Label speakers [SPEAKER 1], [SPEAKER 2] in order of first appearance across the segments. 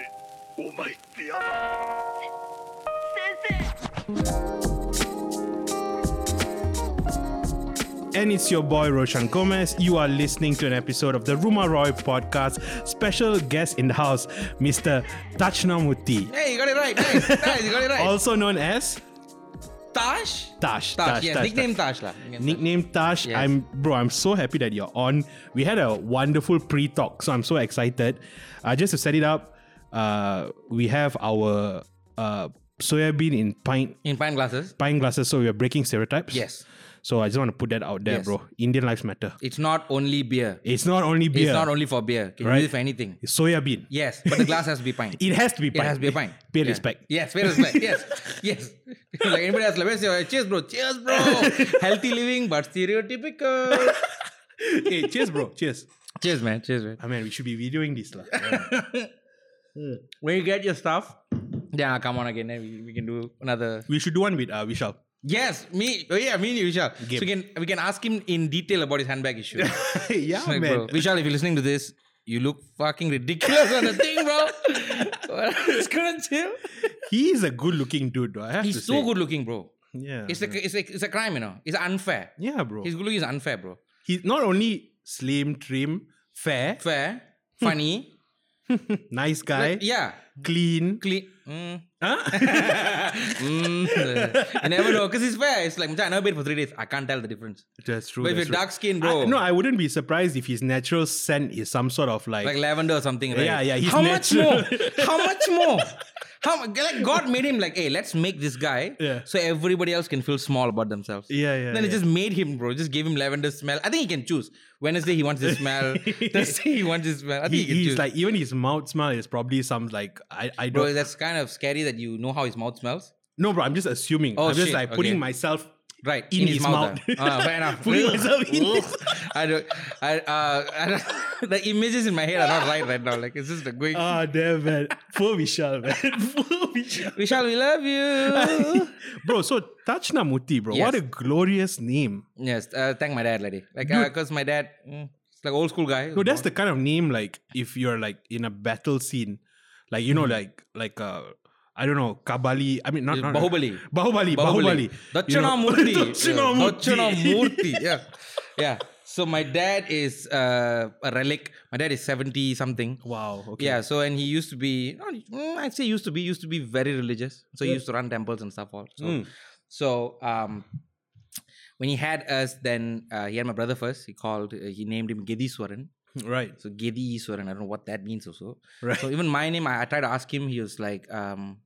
[SPEAKER 1] お前ってやば
[SPEAKER 2] 先生
[SPEAKER 3] And it's your boy Roshan Gomez. You are listening to an episode of the Rumor Roy podcast. Special guest in the house, Mr. Tachnamurti,
[SPEAKER 4] Hey, you got it right. Nice, nice, you got it right.
[SPEAKER 3] also known as
[SPEAKER 4] Tash?
[SPEAKER 3] Tash.
[SPEAKER 4] Tash, yeah. nickname Tash. lah. Nickname Tash.
[SPEAKER 3] Nickname Tash.
[SPEAKER 4] Yes.
[SPEAKER 3] I'm bro. I'm so happy that you're on. We had a wonderful pre-talk, so I'm so excited. Uh, just to set it up, uh, we have our uh, soya bean in pint
[SPEAKER 4] In pint glasses.
[SPEAKER 3] pint glasses, so we are breaking stereotypes.
[SPEAKER 4] Yes.
[SPEAKER 3] So I just want to put that out there,
[SPEAKER 4] Yes.
[SPEAKER 3] bro. Indian lives matter.
[SPEAKER 4] It's not only beer.
[SPEAKER 3] It's not only beer.
[SPEAKER 4] It's not only for beer. Can
[SPEAKER 3] Right.
[SPEAKER 4] use it for anything.
[SPEAKER 3] It's soya bean.
[SPEAKER 4] Yes, but the glass has to be pint.
[SPEAKER 3] It has to be
[SPEAKER 4] It
[SPEAKER 3] pint.
[SPEAKER 4] has to be a pint.
[SPEAKER 3] Pay
[SPEAKER 4] Yeah.
[SPEAKER 3] respect.
[SPEAKER 4] Yes, pay respect. Yes, yes. like anybody else, like, where's your cheers, bro? Cheers, bro. Healthy living, but stereotypical.
[SPEAKER 3] hey, cheers, bro. Cheers.
[SPEAKER 4] cheers, man. Cheers, man.
[SPEAKER 3] I mean, we should be videoing this. lah.
[SPEAKER 4] When you get your stuff, yeah, come on again. eh, We, we can do another.
[SPEAKER 3] we should do one with uh, Vishal.
[SPEAKER 4] Yes, me. Oh yeah, me and you, Vishal.
[SPEAKER 3] Game.
[SPEAKER 4] So we can we can ask him in detail about his handbag issue.
[SPEAKER 3] yeah,
[SPEAKER 4] It's like,
[SPEAKER 3] Oh, man.
[SPEAKER 4] bro, Vishal, if you're listening to this, you look fucking ridiculous on the thing, bro. Just couldn't chill.
[SPEAKER 3] He is a good looking dude, though. I have to
[SPEAKER 4] He's so
[SPEAKER 3] say.
[SPEAKER 4] good looking, bro.
[SPEAKER 3] Yeah.
[SPEAKER 4] It's a, it's, a, it's a crime, you know. It's unfair.
[SPEAKER 3] yeah, bro. He's,
[SPEAKER 4] His good looking is unfair, bro.
[SPEAKER 3] not only slim, trim, fair,
[SPEAKER 4] Fair, funny,
[SPEAKER 3] nice guy,
[SPEAKER 4] like, yeah,
[SPEAKER 3] clean.
[SPEAKER 4] clean. Mm.
[SPEAKER 3] Huh?
[SPEAKER 4] Mm. you never know because he's fair. It's like, "Mcha, I never been for three days. I can't tell the difference.
[SPEAKER 3] That's true.
[SPEAKER 4] But if
[SPEAKER 3] that's
[SPEAKER 4] you're
[SPEAKER 3] true.
[SPEAKER 4] dark skinned,
[SPEAKER 3] I-
[SPEAKER 4] bro,
[SPEAKER 3] no, I wouldn't be surprised if his natural scent is some sort of like.
[SPEAKER 4] like lavender or something, right?
[SPEAKER 3] Yeah, yeah, he's
[SPEAKER 4] How
[SPEAKER 3] natural.
[SPEAKER 4] much more? How much more? How like God made him like, hey, let's make this guy
[SPEAKER 3] Yeah.
[SPEAKER 4] so everybody else can feel small about themselves.
[SPEAKER 3] yeah, yeah.
[SPEAKER 4] Then
[SPEAKER 3] yeah.
[SPEAKER 4] it just made him, bro. Just gave him lavender smell. I think he can choose. Wednesday he wants this smell. Thursday he wants this smell. I think
[SPEAKER 3] He-
[SPEAKER 4] he, can
[SPEAKER 3] he's
[SPEAKER 4] choose.
[SPEAKER 3] like even his mouth smell is probably some like I I don't
[SPEAKER 4] bro, that's kind of scary that you know how his mouth smells.
[SPEAKER 3] no bro I'm just assuming
[SPEAKER 4] Oh,
[SPEAKER 3] I'm just
[SPEAKER 4] shit,
[SPEAKER 3] like putting
[SPEAKER 4] okay.
[SPEAKER 3] myself
[SPEAKER 4] Right
[SPEAKER 3] In his mouth.
[SPEAKER 4] ah. Ah, fair enough.
[SPEAKER 3] Putting
[SPEAKER 4] Ugh.
[SPEAKER 3] myself in
[SPEAKER 4] Ugh.
[SPEAKER 3] his-
[SPEAKER 4] I don't. I, uh, I don't, the images in my head are not right right now. Like it's just a going.
[SPEAKER 3] ah damn man poor Vishal man poor Vishal
[SPEAKER 4] Vishal, we love you.
[SPEAKER 3] bro so Tachnamurti bro
[SPEAKER 4] Yes.
[SPEAKER 3] what a glorious name
[SPEAKER 4] yes, uh, thank my dad, lady. Like because my dad, mm, it's like old school guy.
[SPEAKER 3] No, that's the kind of name like if you're like in a battle scene, like you know,
[SPEAKER 4] Hmm.
[SPEAKER 3] like like uh, I don't know, Kabali. I mean, not, not
[SPEAKER 4] Eh, Bahubali.
[SPEAKER 3] Bahubali, Bahubali,
[SPEAKER 4] Bahubali. Dachinamurti.
[SPEAKER 3] You know?
[SPEAKER 4] Dachinamurti. Yeah. Yeah. So my dad is uh, a relic. My dad is 70 something.
[SPEAKER 3] Wow. Okay.
[SPEAKER 4] Yeah. So, and he used to be, not, mm, I'd say used to be, used to be very religious. So he used to run temples and stuff all. So,
[SPEAKER 3] Mm.
[SPEAKER 4] so um, when he had us, then uh, he had my brother first. He called, uh, he named him Gediswaran.
[SPEAKER 3] Right.
[SPEAKER 4] So Gedi Iswaran, I don't know what that means also.
[SPEAKER 3] Right.
[SPEAKER 4] So even my name, I, I tried to ask him, he was like, um,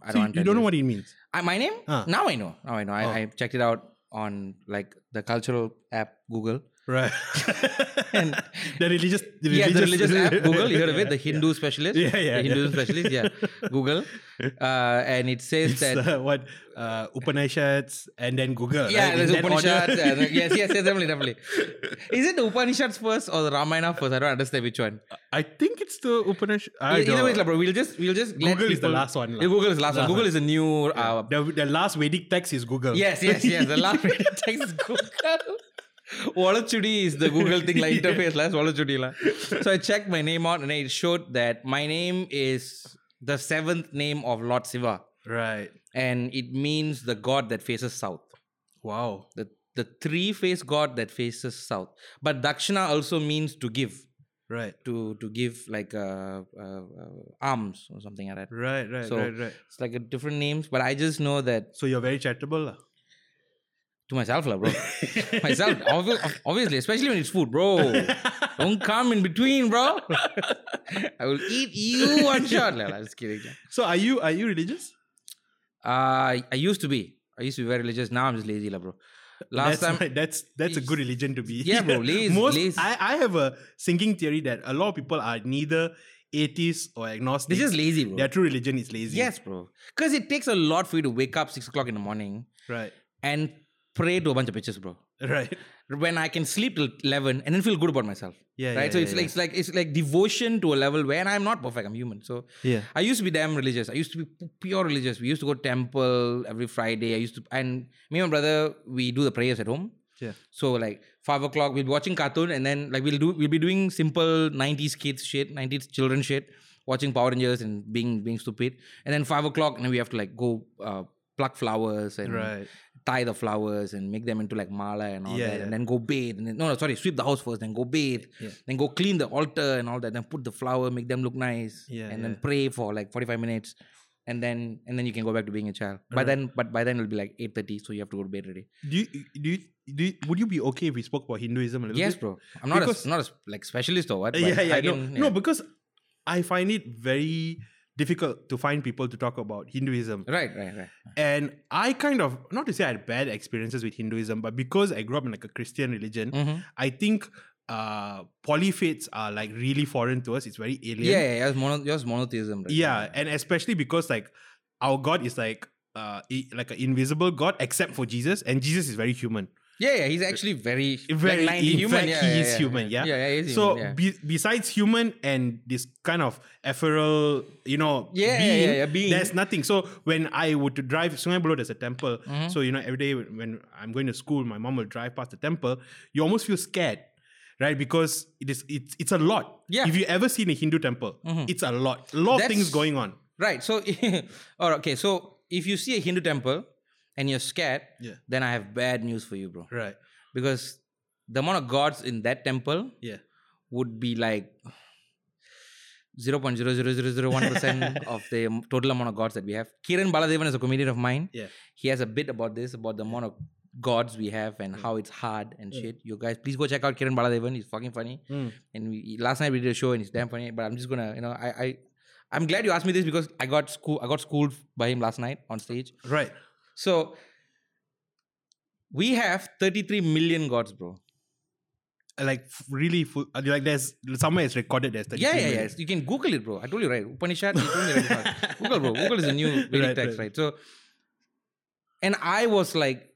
[SPEAKER 4] I
[SPEAKER 3] So
[SPEAKER 4] don't
[SPEAKER 3] you, you don't know what it means.
[SPEAKER 4] I, my name?
[SPEAKER 3] Ah.
[SPEAKER 4] Now I know. Now I know. I,
[SPEAKER 3] Oh.
[SPEAKER 4] I checked it out on like the cultural app Google.
[SPEAKER 3] Right.
[SPEAKER 4] And
[SPEAKER 3] the religious, the
[SPEAKER 4] yeah,
[SPEAKER 3] religious,
[SPEAKER 4] the religious app Google. You heard of it? The Hindu specialist.
[SPEAKER 3] Yeah, yeah,
[SPEAKER 4] The Hindu
[SPEAKER 3] yeah.
[SPEAKER 4] specialist. Yeah, Google. Uh, and it
[SPEAKER 3] It's,
[SPEAKER 4] says that.
[SPEAKER 3] uh, what uh, Upanishads and then Google.
[SPEAKER 4] yeah,
[SPEAKER 3] right? In
[SPEAKER 4] there's
[SPEAKER 3] that order.
[SPEAKER 4] Upanishads. and- uh, yes, yes, yes, definitely, definitely. Is it the Upanishads first or the Ramayana first? I don't understand which one.
[SPEAKER 3] I think it's the Upanishad. I
[SPEAKER 4] Either
[SPEAKER 3] don't-
[SPEAKER 4] way, like, bro, we'll just we'll just let
[SPEAKER 3] Google is the
[SPEAKER 4] people-
[SPEAKER 3] last one, lah.
[SPEAKER 4] Yeah, Google is the last one.
[SPEAKER 3] Last
[SPEAKER 4] Google is the new uh,
[SPEAKER 3] the, the last Vedic text is Google.
[SPEAKER 4] Yes, yes, yes. The last bit of text is Google. Walachudi is the Google thing, like interface last Walachudi. La. So I checked my name out and it showed that my name is the seventh name of Lord Shiva.
[SPEAKER 3] Right.
[SPEAKER 4] And it means the god that faces south.
[SPEAKER 3] Wow.
[SPEAKER 4] The the three faced god that faces south. But Dakshina also means to give.
[SPEAKER 3] Right.
[SPEAKER 4] To to give like uh, uh, uh, arms or something like that.
[SPEAKER 3] Right. Right.
[SPEAKER 4] So-
[SPEAKER 3] right. Right.
[SPEAKER 4] It's like a different names, but I just know that
[SPEAKER 3] So you're very charitable. lah.
[SPEAKER 4] To myself, lah, bro. myself, obvi- obviously, especially when it's food, bro. Don't come in between, bro. I will eat you one shot. Lah, lah, just kidding.
[SPEAKER 3] So are you are you religious?
[SPEAKER 4] Uh, I used to be. I used to be very religious. Now I'm just lazy, lah, bro.
[SPEAKER 3] that's
[SPEAKER 4] Last time,
[SPEAKER 3] my- that's that's a good religion to be.
[SPEAKER 4] Yeah, bro, lazy,
[SPEAKER 3] Most
[SPEAKER 4] lazy.
[SPEAKER 3] I, I have a sinking theory that a lot of people are neither atheists or agnostics.
[SPEAKER 4] they're just lazy, bro.
[SPEAKER 3] Their true religion is lazy.
[SPEAKER 4] Yes, bro. Because it takes a lot for you to wake up six o'clock in the morning
[SPEAKER 3] Right.
[SPEAKER 4] and pray to a bunch of bitches, bro.
[SPEAKER 3] Right.
[SPEAKER 4] When I can sleep till eleven and then feel good about myself.
[SPEAKER 3] Yeah.
[SPEAKER 4] right.
[SPEAKER 3] yeah,
[SPEAKER 4] so
[SPEAKER 3] yeah,
[SPEAKER 4] it's like it's like it's like devotion to a level where and I'm not perfect. I'm human. So
[SPEAKER 3] Yeah.
[SPEAKER 4] I used to be damn religious. I used to be pu- pure religious. We used to go temple every Friday. I used to and me and my brother we do the prayers at home.
[SPEAKER 3] Yeah.
[SPEAKER 4] So like five o'clock, we'll be watching cartoon and then like we'll do we'll be doing simple '90s kids shit, '90s children shit, watching Power Rangers and being being stupid. And then five o'clock, and we have to like go uh, pluck flowers and
[SPEAKER 3] Right.
[SPEAKER 4] tie the flowers and make them into like mala and all
[SPEAKER 3] Yeah,
[SPEAKER 4] that,
[SPEAKER 3] yeah.
[SPEAKER 4] and then go bathe. And then, no, no, sorry, sweep the house first, then go bathe,
[SPEAKER 3] Yeah.
[SPEAKER 4] then go clean the altar and all that, then put the flower, make them look nice,
[SPEAKER 3] Yeah,
[SPEAKER 4] and then
[SPEAKER 3] yeah.
[SPEAKER 4] pray for like forty five minutes. And then and then you can go back to being a child. By
[SPEAKER 3] Right.
[SPEAKER 4] then, but by then it'll be like eight thirty, so you have to go to bed already.
[SPEAKER 3] Do you, do you, do you- would you be okay if we spoke about Hinduism a little
[SPEAKER 4] Yes,
[SPEAKER 3] bit?
[SPEAKER 4] bro. I'm not
[SPEAKER 3] Because-
[SPEAKER 4] a, not a s- like specialist or what.
[SPEAKER 3] Uh,
[SPEAKER 4] but
[SPEAKER 3] yeah, yeah,
[SPEAKER 4] I
[SPEAKER 3] no,
[SPEAKER 4] can-
[SPEAKER 3] no,
[SPEAKER 4] yeah.
[SPEAKER 3] because I find it very difficult to find people to talk about Hinduism.
[SPEAKER 4] right, right, right.
[SPEAKER 3] And I kind of, not to say I had bad experiences with Hinduism, but because I grew up in like a Christian religion,
[SPEAKER 4] Mhm.
[SPEAKER 3] I think uh polyfaiths are like really foreign to us. It's very alien.
[SPEAKER 4] Yeah, yeah, yeah. Yours, mono, yours monotheism, right?
[SPEAKER 3] Yeah, and especially because like our God is like uh i- like an invisible God except for Jesus, and Jesus is very human.
[SPEAKER 4] yeah, yeah. He's actually very,
[SPEAKER 3] Very-
[SPEAKER 4] like 90
[SPEAKER 3] in
[SPEAKER 4] human.
[SPEAKER 3] fact,
[SPEAKER 4] yeah,
[SPEAKER 3] he
[SPEAKER 4] yeah,
[SPEAKER 3] is
[SPEAKER 4] yeah,
[SPEAKER 3] human, yeah.
[SPEAKER 4] yeah, yeah he is
[SPEAKER 3] so
[SPEAKER 4] human, yeah.
[SPEAKER 3] be- besides human and this kind of ephemeral, you know,
[SPEAKER 4] Yeah, yeah,
[SPEAKER 3] being,
[SPEAKER 4] yeah, yeah, being.
[SPEAKER 3] there's nothing. So when I would to drive Sungai Buloh, there's a temple.
[SPEAKER 4] Mm-hmm.
[SPEAKER 3] So you know, every day when when I'm going to school, my mom will drive past the temple. You almost feel scared, right? Because it is it's it's a lot.
[SPEAKER 4] Yeah. Mm-hmm.
[SPEAKER 3] If you ever seen a Hindu temple, it's a lot. A lot of things
[SPEAKER 4] That's-
[SPEAKER 3] going on.
[SPEAKER 4] Right. So, or okay. So, if you see a Hindu temple and you're scared,
[SPEAKER 3] Yeah.
[SPEAKER 4] then I have bad news for you, bro.
[SPEAKER 3] Right.
[SPEAKER 4] Because the amount of gods in that temple
[SPEAKER 3] Yeah.
[SPEAKER 4] would be like 0.00001% of the am- total amount of gods that we have. Kiran Baladevan is a comedian of mine.
[SPEAKER 3] Yeah.
[SPEAKER 4] He has a bit about this, about the amount of gods we have and how it's hard and shit. You guys, please go check out Kiran Baladevan. He's fucking funny.
[SPEAKER 3] Mm,
[SPEAKER 4] And we, last night we did a show and he's damn funny. But I'm just gonna, you know, I, I, I'm glad you asked me this because I got school, I got schooled by him last night on stage.
[SPEAKER 3] Right.
[SPEAKER 4] So we have 33 million gods, bro.
[SPEAKER 3] Like f- really, full, like there's somewhere it's recorded. There's
[SPEAKER 4] Yeah,
[SPEAKER 3] 33
[SPEAKER 4] yeah,
[SPEAKER 3] million.
[SPEAKER 4] yeah. You can Google it, bro. I told you right. Upanishad. you told me right before. Google, bro. Google is a new Vedic
[SPEAKER 3] Right,
[SPEAKER 4] text,
[SPEAKER 3] right.
[SPEAKER 4] right. So, and I was like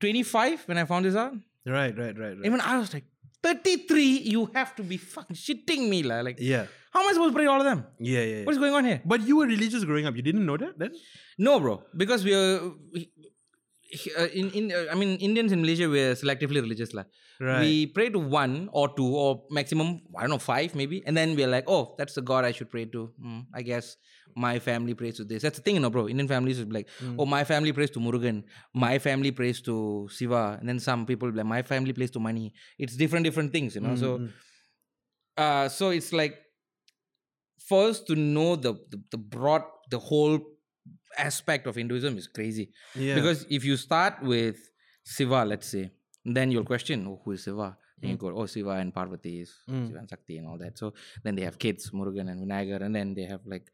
[SPEAKER 4] 25 when I found this out.
[SPEAKER 3] Right, right, right, right.
[SPEAKER 4] Even I was like 33. You have to be fucking shitting me, la. Like,
[SPEAKER 3] yeah.
[SPEAKER 4] how am I supposed to pray all of them?
[SPEAKER 3] Yeah, yeah.
[SPEAKER 4] What is going on here?
[SPEAKER 3] But you were religious growing up. You didn't know that then?
[SPEAKER 4] No, bro. Because we are. we- uh, in in uh, I mean Indians in Malaysia we're selectively religious lah. We pray to one or two or maximum, I don't know, five maybe. And then we're like, oh, that's the God I should pray to. Mm, I guess my family prays to this. That's the thing, you know, bro. Indian families would be like, oh, my family prays to Murugan. My family prays to Shiva. And then some people will be like, my family prays to Mani. It's different, different things,
[SPEAKER 3] Mm,
[SPEAKER 4] you know.
[SPEAKER 3] Hmm,
[SPEAKER 4] So, uh, so it's like, first to know the, the, the broad, the whole aspect of Hinduism is crazy.
[SPEAKER 3] yeah.
[SPEAKER 4] Because if you start with Shiva, let's say, then you'll question, oh, who is Shiva? Then you go, oh, Shiva and Parvati is Shiva and Shakti and all that. So then they have kids, Murugan and Vinayagar, and then they have like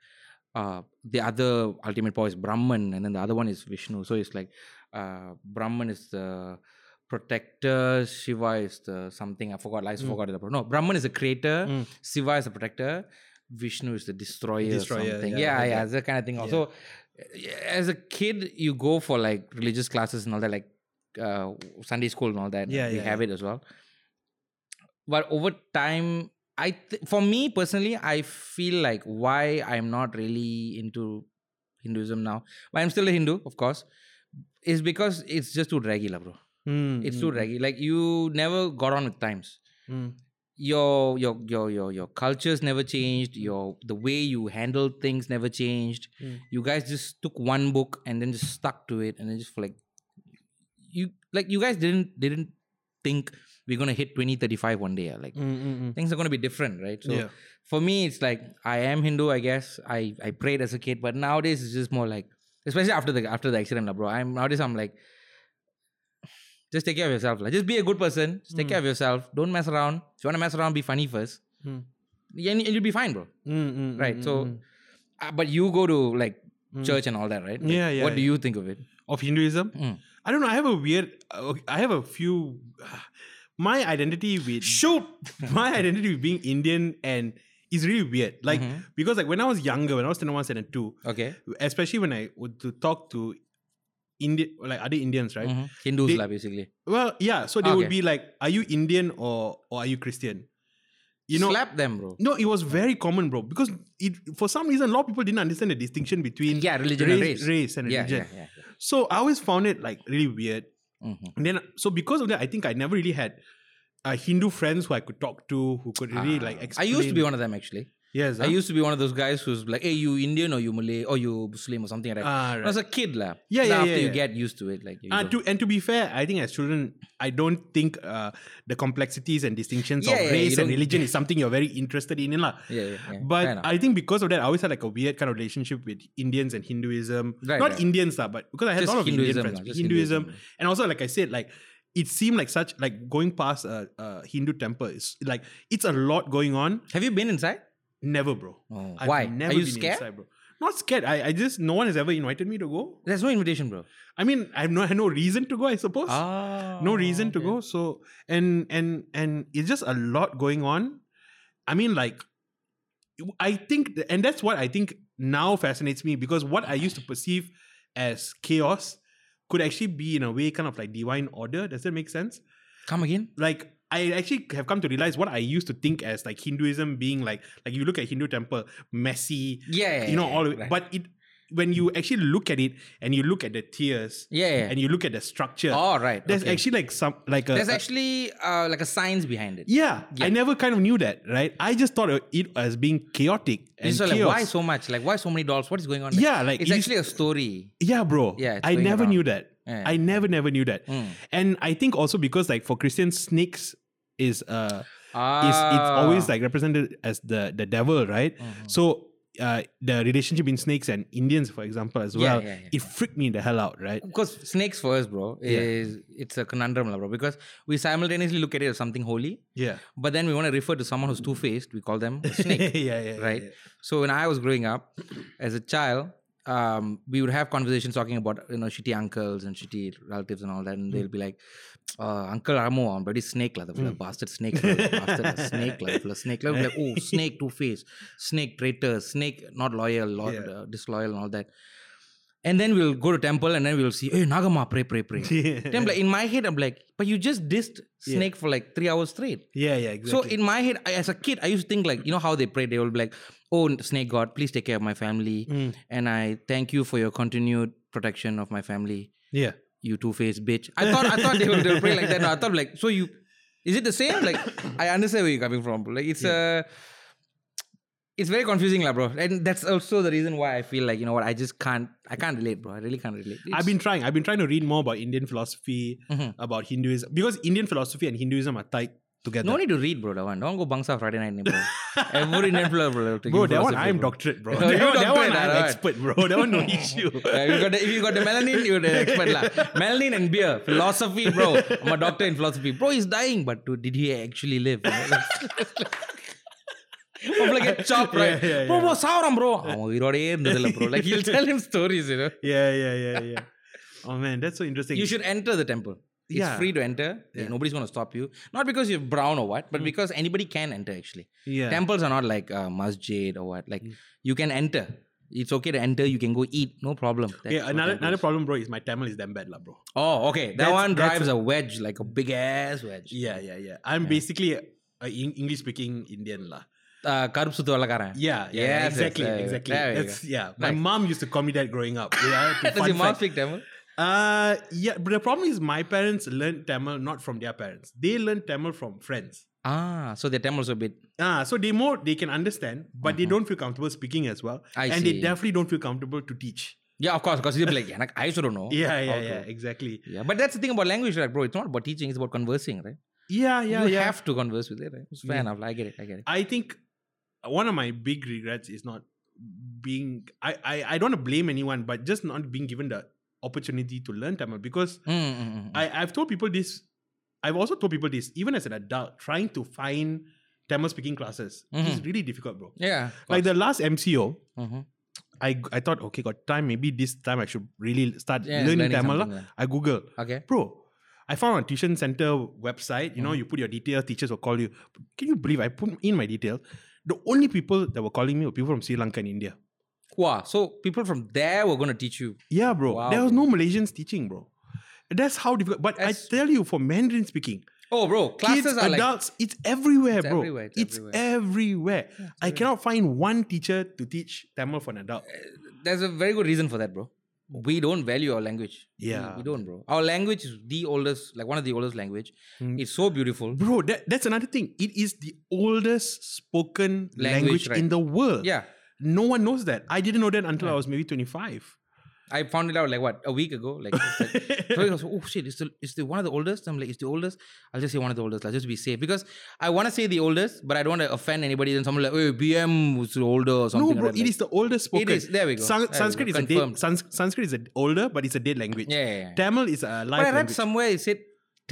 [SPEAKER 4] uh, the other ultimate power is Brahman, and then the other one is Vishnu. So it's like uh, Brahman is the protector, Shiva is the something I forgot. I just forgot the no. Brahman is the creator,
[SPEAKER 3] Mm,
[SPEAKER 4] Shiva is the protector, Vishnu is the destroyer,
[SPEAKER 3] Destroyer,
[SPEAKER 4] or something.
[SPEAKER 3] yeah,
[SPEAKER 4] Yeah, yeah,
[SPEAKER 3] like that.
[SPEAKER 4] it's that kind of thing. Also, as a kid, you go for like religious classes and all that, like uh, Sunday school and all that.
[SPEAKER 3] Yeah,
[SPEAKER 4] we
[SPEAKER 3] yeah,
[SPEAKER 4] have it as well. But over time, I th- for me personally, I feel like why I'm not really into Hinduism now. But I'm still a Hindu, of course. Is because it's just too draggy, lah, bro.
[SPEAKER 3] Mm,
[SPEAKER 4] It's too draggy. Like you never got on with times
[SPEAKER 3] mm,
[SPEAKER 4] your your your your your cultures never changed your the way you handled things never changed
[SPEAKER 3] Mm.
[SPEAKER 4] you guys just took one book and then just stuck to it and then just for like you like you guys didn't didn't think we're going to hit 2035 one day ah,
[SPEAKER 3] Mm.
[SPEAKER 4] like things are going to be different right so
[SPEAKER 3] Yeah.
[SPEAKER 4] for me it's like i am hindu i guess i i prayed as a kid but nowadays it's just more like especially after the after the accident lah, bro i'm nowadays i'm like just take care of yourself lah. just be a good person just
[SPEAKER 3] Hmm.
[SPEAKER 4] take care of yourself don't mess around if you want to mess around be funny first
[SPEAKER 3] Mm.
[SPEAKER 4] and, and you'll be fine bro right
[SPEAKER 3] Hmm.
[SPEAKER 4] so uh, but you go to like church and all that right Like,
[SPEAKER 3] Yeah, yeah,
[SPEAKER 4] what do
[SPEAKER 3] yeah.
[SPEAKER 4] you think of it
[SPEAKER 3] of Hinduism,
[SPEAKER 4] Mm.
[SPEAKER 3] I don't know. I have a weird. uh, okay, I have a few. my identity with shoot. my identity with being Indian and is really weird. Like because like when I was younger, when I was ten, one, and two,
[SPEAKER 4] okay
[SPEAKER 3] especially when I would to talk to Indian like other Indians, right?
[SPEAKER 4] Mhm. hindus
[SPEAKER 3] They-
[SPEAKER 4] lah, basically
[SPEAKER 3] Well, yeah. So they would
[SPEAKER 4] Okay.
[SPEAKER 3] be like, "Are you Indian or or are you Christian?" You know,
[SPEAKER 4] slap them bro
[SPEAKER 3] No, it was very common, bro. Because it, for some reason, a lot of people didn't understand the distinction between
[SPEAKER 4] Yeah, religion and race.
[SPEAKER 3] and
[SPEAKER 4] yeah,
[SPEAKER 3] religion.
[SPEAKER 4] yeah yeah yeah.
[SPEAKER 3] So I always found it like really weird.
[SPEAKER 4] Mhm.
[SPEAKER 3] And then, so because of that, I think I never really had uh, Hindu friends who I could talk to, who could really
[SPEAKER 4] Ah.
[SPEAKER 3] like explain.
[SPEAKER 4] i used to be one of them actually
[SPEAKER 3] Yes. ah.
[SPEAKER 4] I
[SPEAKER 3] huh?
[SPEAKER 4] used to be one of those guys who's like, hey, you Indian or you Malay or you Muslim or something like that.
[SPEAKER 3] Ah,
[SPEAKER 4] When I
[SPEAKER 3] right.
[SPEAKER 4] was a kid, lah.
[SPEAKER 3] Yeah,
[SPEAKER 4] Then
[SPEAKER 3] yeah,
[SPEAKER 4] After
[SPEAKER 3] yeah,
[SPEAKER 4] you
[SPEAKER 3] yeah.
[SPEAKER 4] get used to it, like you
[SPEAKER 3] Uh,
[SPEAKER 4] go-
[SPEAKER 3] to, and to be fair, I think as children, I don't think uh, the complexities and distinctions
[SPEAKER 4] Yeah,
[SPEAKER 3] of
[SPEAKER 4] yeah,
[SPEAKER 3] race and
[SPEAKER 4] you don't-
[SPEAKER 3] religion is something you're very interested in. lah.
[SPEAKER 4] Yeah, yeah, yeah. Fair
[SPEAKER 3] But
[SPEAKER 4] enough.
[SPEAKER 3] I think because of that, I always had like a weird kind of relationship with Indians and Hinduism.
[SPEAKER 4] Right,
[SPEAKER 3] Not
[SPEAKER 4] right.
[SPEAKER 3] Indians, lah, but because I had
[SPEAKER 4] Just
[SPEAKER 3] a lot of
[SPEAKER 4] Hinduism,
[SPEAKER 3] Indian
[SPEAKER 4] lah,
[SPEAKER 3] friends.
[SPEAKER 4] just
[SPEAKER 3] Hinduism.
[SPEAKER 4] Hinduism.
[SPEAKER 3] And also, like I said, like it seemed like such, like going past a, a Hindu temple, is like it's a lot going on.
[SPEAKER 4] have you been inside?
[SPEAKER 3] Never, bro.
[SPEAKER 4] Oh,
[SPEAKER 3] I've
[SPEAKER 4] why?
[SPEAKER 3] Never
[SPEAKER 4] Are you
[SPEAKER 3] been
[SPEAKER 4] scared?
[SPEAKER 3] inside, bro. Not scared. I, I just, no one has ever invited me to go.
[SPEAKER 4] There's no invitation, bro.
[SPEAKER 3] I mean, I have no, I had no reason to go, I suppose
[SPEAKER 4] Ah,
[SPEAKER 3] no reason to go so and and and it's just a lot going on i mean like i think th- and that's what i think now fascinates me because what i used to perceive as chaos could actually be in a way kind of like divine order does that make sense
[SPEAKER 4] Come again?
[SPEAKER 3] like I actually have come to realize what I used to think as like Hinduism being like like you look at Hindu temple messy
[SPEAKER 4] Yeah, yeah,
[SPEAKER 3] you know
[SPEAKER 4] yeah,
[SPEAKER 3] all
[SPEAKER 4] yeah,
[SPEAKER 3] of it
[SPEAKER 4] right.
[SPEAKER 3] but it when you actually look at it and you look at the tiers
[SPEAKER 4] yeah, yeah.
[SPEAKER 3] and you look at the structure
[SPEAKER 4] All right.
[SPEAKER 3] there's
[SPEAKER 4] okay.
[SPEAKER 3] actually like some like a,
[SPEAKER 4] there's
[SPEAKER 3] a-
[SPEAKER 4] actually uh, like a science behind it.
[SPEAKER 3] yeah,
[SPEAKER 4] Yeah.
[SPEAKER 3] I never kind of knew that, right? I just thought of it as being chaotic and
[SPEAKER 4] so like,
[SPEAKER 3] chaos.
[SPEAKER 4] why so much? Like, why so many dolls? What is going on? there?
[SPEAKER 3] yeah, like
[SPEAKER 4] it's
[SPEAKER 3] it is-
[SPEAKER 4] actually a story.
[SPEAKER 3] yeah, bro.
[SPEAKER 4] Yeah, it's
[SPEAKER 3] I
[SPEAKER 4] going
[SPEAKER 3] never
[SPEAKER 4] around.
[SPEAKER 3] knew that.
[SPEAKER 4] Yeah.
[SPEAKER 3] I never never knew that.
[SPEAKER 4] Mm.
[SPEAKER 3] And I think also because like for Christians, snakes is uh is it's
[SPEAKER 4] Ah.
[SPEAKER 3] always like represented as the the devil, right?
[SPEAKER 4] Mhm.
[SPEAKER 3] So uh the relationship between snakes and Indians, for example, as
[SPEAKER 4] Yeah,
[SPEAKER 3] well,
[SPEAKER 4] yeah, yeah.
[SPEAKER 3] it freaked me the hell out, right?
[SPEAKER 4] because snakes for us, bro,
[SPEAKER 3] Yeah.
[SPEAKER 4] is it's a conundrum, lah, bro. Because we simultaneously look at it as something holy,
[SPEAKER 3] Yeah,
[SPEAKER 4] but then we want to refer to someone who's two faced. We call them a
[SPEAKER 3] yeah,
[SPEAKER 4] snake,
[SPEAKER 3] yeah, yeah,
[SPEAKER 4] right?
[SPEAKER 3] yeah.
[SPEAKER 4] So when I was growing up, as a child, um, we would have conversations talking about you know shitty uncles and shitty relatives and all that,
[SPEAKER 3] Hmm.
[SPEAKER 4] and they'll be like, uh, "Uncle Ramo, I'm bloody snake, lah, the
[SPEAKER 3] Hmm.
[SPEAKER 4] fella, bastard snake, lah, the bastard snake, lah, the fella, snake." Lah. We'll be like, "Oh, snake, two faced, snake, traitor, snake, not loyal, lo-
[SPEAKER 3] Yeah.
[SPEAKER 4] uh, disloyal, and all that." And then we'll go to temple, and then we'll see, "Hey, Nagama, pray, pray, pray." Then I'm like, in my head, I'm like, "But you just dissed
[SPEAKER 3] Yeah.
[SPEAKER 4] snake for like three hours straight."
[SPEAKER 3] Yeah, yeah, exactly.
[SPEAKER 4] So in my head, I, as a kid, I used to think like, you know how they pray. They will be like, "Oh Snake God, please take care of my family,
[SPEAKER 3] Mm,
[SPEAKER 4] and I thank you for your continued protection of my family."
[SPEAKER 3] yeah.
[SPEAKER 4] You two faced bitch. I thought I thought they would, they would pray like that. No, I thought like, so you, is it the same? Like, I understand where you're coming from. Like, it's uh it's very confusing, lah, bro. And that's also the reason why I feel like you know what, I just can't, I can't relate, bro. I really can't relate. It's-
[SPEAKER 3] I've been trying. I've been trying to read more about Indian philosophy,
[SPEAKER 4] Mhm.
[SPEAKER 3] about Hinduism, because Indian philosophy and Hinduism are tied together.
[SPEAKER 4] No need to read, bro. That one. Don't go bangsa Friday night, bro. Every night, bro. bro
[SPEAKER 3] bro, that one I'm doctorate, bro.
[SPEAKER 4] No,
[SPEAKER 3] that,
[SPEAKER 4] you
[SPEAKER 3] one, that one
[SPEAKER 4] doctorate,
[SPEAKER 3] I'm
[SPEAKER 4] alright.
[SPEAKER 3] expert, bro. That one no issue.
[SPEAKER 4] Yeah, you got the, if you got the melanin, you're the expert lah. Melanin and beer, philosophy, bro. I'm a doctor in philosophy. Bro is dying, but dude, did he actually live? You know, like- Probably get chopped,
[SPEAKER 3] Yeah,
[SPEAKER 4] right?
[SPEAKER 3] yeah,
[SPEAKER 4] bro,
[SPEAKER 3] yeah.
[SPEAKER 4] bro, sauram, bro. அவன் உயிரோடயே இருந்ததில்ல, bro. Like he'll tell him stories, you know.
[SPEAKER 3] Yeah, yeah, yeah, yeah. Oh man, that's so interesting.
[SPEAKER 4] You should enter the temple. It's
[SPEAKER 3] Yeah. Hmm.
[SPEAKER 4] free to enter. Nobody's going to stop you. Not because you're brown or what, but because anybody can enter actually.
[SPEAKER 3] yeah. Hmm.
[SPEAKER 4] Temples are not like uh, masjid or what. Like you can enter. It's okay to enter. You can go eat. No problem. That's
[SPEAKER 3] yeah,
[SPEAKER 4] what
[SPEAKER 3] another
[SPEAKER 4] temple
[SPEAKER 3] another
[SPEAKER 4] is.
[SPEAKER 3] problem, bro, is my Tamil is damn bad, lah, bro.
[SPEAKER 4] Oh, okay. That
[SPEAKER 3] That's-
[SPEAKER 4] one
[SPEAKER 3] that's
[SPEAKER 4] drives a, wedge, like a big ass wedge.
[SPEAKER 3] Yeah, yeah, yeah. I'm basically a English speaking Indian, lah.
[SPEAKER 4] Uh, Karupsuthu Valakaran.
[SPEAKER 3] Yeah, yeah,
[SPEAKER 4] Yes, yes,
[SPEAKER 3] exactly,
[SPEAKER 4] there you go.
[SPEAKER 3] exactly.
[SPEAKER 4] There you
[SPEAKER 3] That's,
[SPEAKER 4] go.
[SPEAKER 3] yeah, my
[SPEAKER 4] Nice.
[SPEAKER 3] mom used to call me that growing up. Yeah, to
[SPEAKER 4] Does
[SPEAKER 3] fun
[SPEAKER 4] your mom
[SPEAKER 3] fact.
[SPEAKER 4] speak Tamil?
[SPEAKER 3] Uh, yeah, but the problem is my parents learned Tamil not from their parents. They learned Tamil from friends.
[SPEAKER 4] Ah, so the Tamil's a bit.
[SPEAKER 3] Ah, so they more they can understand, but they don't feel comfortable speaking as well,
[SPEAKER 4] Mm-hmm. I
[SPEAKER 3] and they
[SPEAKER 4] see.
[SPEAKER 3] definitely don't feel comfortable to teach.
[SPEAKER 4] Yeah, of course, because you'll be like, yeah, I should know.
[SPEAKER 3] Yeah, yeah,
[SPEAKER 4] how to-
[SPEAKER 3] yeah, exactly.
[SPEAKER 4] Yeah, but that's the thing about language, right, bro? It's not about teaching; it's about conversing, right?
[SPEAKER 3] Yeah, yeah,
[SPEAKER 4] you
[SPEAKER 3] yeah.
[SPEAKER 4] have to converse with it, right? It's fair
[SPEAKER 3] Yeah.
[SPEAKER 4] enough. I get it. I get it.
[SPEAKER 3] I think one of my big regrets is not being. I I, I don't want to blame anyone, but just not being given the opportunity to learn Tamil because
[SPEAKER 4] Mm, mm, mm, mm.
[SPEAKER 3] I I've told people this. I've also told people this. Even as an adult, trying to find Tamil speaking classes
[SPEAKER 4] Mm-hmm.
[SPEAKER 3] is really difficult, bro.
[SPEAKER 4] yeah,
[SPEAKER 3] Like the last MCO,
[SPEAKER 4] hmm
[SPEAKER 3] I I thought, okay, got time. Maybe this time I should really start
[SPEAKER 4] Yeah,
[SPEAKER 3] learning,
[SPEAKER 4] learning
[SPEAKER 3] Tamil.
[SPEAKER 4] something,
[SPEAKER 3] lah.
[SPEAKER 4] yeah.
[SPEAKER 3] I Google,
[SPEAKER 4] okay.
[SPEAKER 3] bro. I found on tuition center website. You know,
[SPEAKER 4] Mm-hmm.
[SPEAKER 3] you put your details, teachers will call you. Can you believe I put in my details? The only people that were calling me were people from Sri Lanka and India.
[SPEAKER 4] Wow. So people from there were going to teach you.
[SPEAKER 3] Yeah, bro.
[SPEAKER 4] Wow,
[SPEAKER 3] There was no Malaysians teaching, bro. That's how difficult. But
[SPEAKER 4] That's-
[SPEAKER 3] I tell you, for Mandarin speaking,
[SPEAKER 4] Oh, bro, classes
[SPEAKER 3] kids,
[SPEAKER 4] are like.
[SPEAKER 3] adults, it's everywhere,
[SPEAKER 4] It's
[SPEAKER 3] bro.
[SPEAKER 4] everywhere, it's
[SPEAKER 3] It's, everywhere. I cannot find one teacher to teach Tamil for an adult.
[SPEAKER 4] Eh. There's a very good reason for that, bro. we don't value our language. We-
[SPEAKER 3] Yeah.
[SPEAKER 4] we, don't, bro. Our language is the oldest, like one of the oldest language.
[SPEAKER 3] Mm.
[SPEAKER 4] It's so beautiful.
[SPEAKER 3] Bro, that, that's another thing. It is the oldest spoken language,
[SPEAKER 4] Language, right.
[SPEAKER 3] in the world.
[SPEAKER 4] Yeah,
[SPEAKER 3] No one knows that. I didn't know that until I
[SPEAKER 4] Yeah.
[SPEAKER 3] was maybe 25.
[SPEAKER 4] I found it out like what a week ago. Like, it's like- so I was, oh shit, it's the it's the one of the oldest. I'm like, it's the oldest. I'll just say one of the oldest. I'll just be safe because I want to say the oldest, but I don't want to offend anybody. Then someone like, oh, BM was older or something.
[SPEAKER 3] no,
[SPEAKER 4] like
[SPEAKER 3] bro,
[SPEAKER 4] that.
[SPEAKER 3] it is the oldest
[SPEAKER 4] It
[SPEAKER 3] spoken.
[SPEAKER 4] is. There we go.
[SPEAKER 3] San-
[SPEAKER 4] There we go.
[SPEAKER 3] Sanskrit is a dead,
[SPEAKER 4] Confirmed.
[SPEAKER 3] Sans- Sanskrit is a older, but it's a dead language.
[SPEAKER 4] Yeah, yeah, yeah.
[SPEAKER 3] Tamil is a
[SPEAKER 4] But I
[SPEAKER 3] live
[SPEAKER 4] read
[SPEAKER 3] language.
[SPEAKER 4] somewhere it said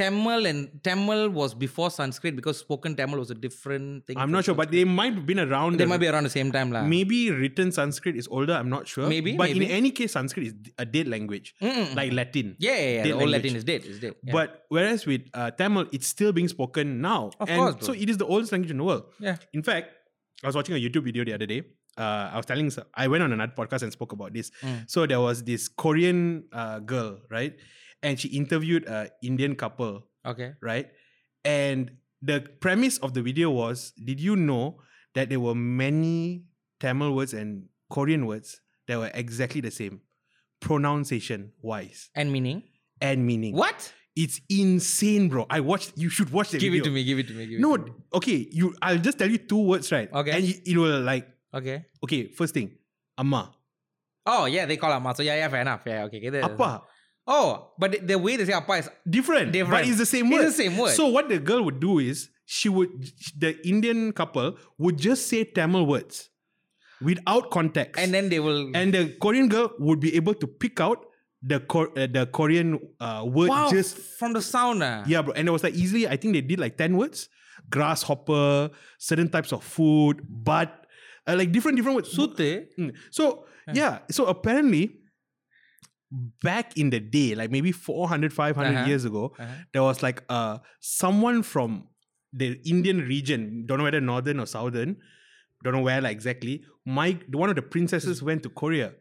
[SPEAKER 4] Tamil and Tamil was before Sanskrit because spoken Tamil was a different thing.
[SPEAKER 3] I'm
[SPEAKER 4] from
[SPEAKER 3] not sure, but they might have been around.
[SPEAKER 4] Sanskrit. they
[SPEAKER 3] the-
[SPEAKER 4] might be around the same time, lah.
[SPEAKER 3] Maybe written Sanskrit is older. I'm not sure.
[SPEAKER 4] Maybe,
[SPEAKER 3] but in
[SPEAKER 4] maybe.
[SPEAKER 3] any case, Sanskrit is a dead language,
[SPEAKER 4] Mm-mm.
[SPEAKER 3] like Latin.
[SPEAKER 4] yeah, yeah, yeah.
[SPEAKER 3] dead
[SPEAKER 4] The old
[SPEAKER 3] language.
[SPEAKER 4] Latin is dead. Is dead. Mm-hmm. Yeah.
[SPEAKER 3] But whereas with uh, Tamil, it's still being spoken now.
[SPEAKER 4] Of
[SPEAKER 3] and
[SPEAKER 4] course, bro.
[SPEAKER 3] So it is the oldest language in the world.
[SPEAKER 4] Yeah.
[SPEAKER 3] In fact, I was watching a YouTube video the other day. Uh, I was telling, some- I went on another podcast and spoke about this.
[SPEAKER 4] Mm.
[SPEAKER 3] So there was this Korean uh, girl, right? And she interviewed an Indian couple,
[SPEAKER 4] okay.
[SPEAKER 3] right? And the premise of the video was Did you know that there were many Tamil words and Korean words that were exactly the same, pronunciation wise
[SPEAKER 4] And meaning
[SPEAKER 3] and meaning?
[SPEAKER 4] what?
[SPEAKER 3] It's insane, bro. I watched. You should watch the
[SPEAKER 4] Give
[SPEAKER 3] video.
[SPEAKER 4] it to me. Give it to me. Give it
[SPEAKER 3] No,
[SPEAKER 4] To me.
[SPEAKER 3] okay. You, I'll just tell you two words, right?
[SPEAKER 4] Okay.
[SPEAKER 3] And it, it will like,
[SPEAKER 4] Okay.
[SPEAKER 3] okay. First thing, amma,
[SPEAKER 4] Oh yeah, they call amma. So yeah, yeah, fair enough. Yeah, okay. okay there-
[SPEAKER 3] appa,
[SPEAKER 4] Oh, but the- the way they say appa is
[SPEAKER 3] different, but
[SPEAKER 4] Different.
[SPEAKER 3] it's the same
[SPEAKER 4] It's
[SPEAKER 3] word.
[SPEAKER 4] the same word.
[SPEAKER 3] So what the girl would do is she would, the Indian couple would just say Tamil words without context,
[SPEAKER 4] and then they will
[SPEAKER 3] and the Korean girl would be able to pick out the Kor- uh, the Korean uh, word
[SPEAKER 4] wow
[SPEAKER 3] just
[SPEAKER 4] from the sound. ah.
[SPEAKER 3] Yeah, bro. And it was like easily, I think they did like 10 words. Grasshopper, certain types of food, but uh, like different, different words. So, mm,
[SPEAKER 4] Sute.
[SPEAKER 3] so yeah. So apparently, back in the day, like maybe 400, 500
[SPEAKER 4] Uh-huh.
[SPEAKER 3] years ago,
[SPEAKER 4] Uh-huh.
[SPEAKER 3] there was like uh, someone from the Indian region, don't know whether northern or southern, don't know where like exactly, my, one of the princesses went to Korea.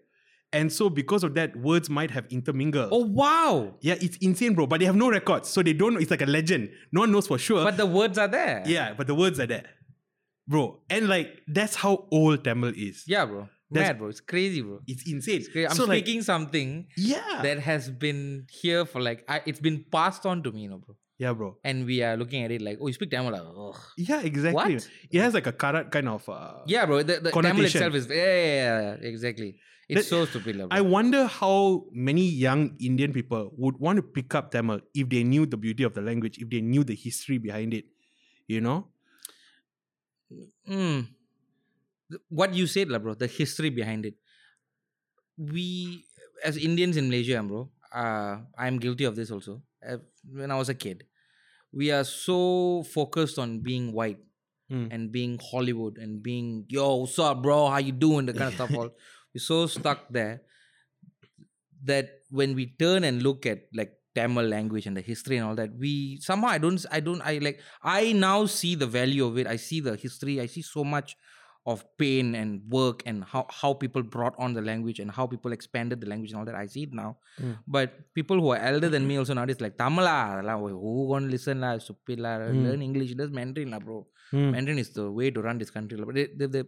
[SPEAKER 3] And so because of that, words might have intermingled.
[SPEAKER 4] Oh wow!
[SPEAKER 3] Yeah, it's insane, bro. But they have no records, so they don't know. It's like a legend. No one knows for sure.
[SPEAKER 4] But the words are there.
[SPEAKER 3] yeah, but the words are there, bro. And like that's how old Tamil is.
[SPEAKER 4] Yeah, bro.
[SPEAKER 3] That's-
[SPEAKER 4] Mad, bro. It's crazy, bro.
[SPEAKER 3] It's insane.
[SPEAKER 4] It's crazy. I'm
[SPEAKER 3] so like,
[SPEAKER 4] speaking something
[SPEAKER 3] yeah,
[SPEAKER 4] that has been here for like I, it's been passed on to me, you know, bro.
[SPEAKER 3] yeah, bro.
[SPEAKER 4] And we are looking at it like, oh, you speak Tamil. ah, ugh.
[SPEAKER 3] Yeah, exactly.
[SPEAKER 4] What?
[SPEAKER 3] It has like a karat kind of. Uh,
[SPEAKER 4] Yeah, bro. The, the Tamil
[SPEAKER 3] Connotation.
[SPEAKER 4] itself is yeah, yeah, yeah, exactly. It's so stupid, lah, bro.
[SPEAKER 3] I wonder how many young Indian people would want to pick up Tamil if they knew the beauty of the language, if they knew the history behind it. You know?
[SPEAKER 4] Mm. Th- What you said, lah, bro. The history behind it. We as Indians in Malaysia, bro. Uh, I'm guilty of this also. Uh, when I was a kid, we are so focused on being white.
[SPEAKER 3] Mm.
[SPEAKER 4] and being Hollywood and being yo, what's up, bro? How you doing? The kind of stuff. All we're so stuck there that when we turn and look at like Tamil language and the history and all that, we somehow I don't I don't I like I now see the value of it. I see the history. I see so much of pain and work and how how people brought on the language and how people expanded the language and all that. I see it now.
[SPEAKER 3] Mm.
[SPEAKER 4] But people who are elder than me also nowadays like Tamil lah, lah, who gonna listen lah, stupid lah,
[SPEAKER 3] Mm.
[SPEAKER 4] learn English, learn Mandarin lah, bro.
[SPEAKER 3] Mm.
[SPEAKER 4] Mandarin is the way to run this country. But they, they, they,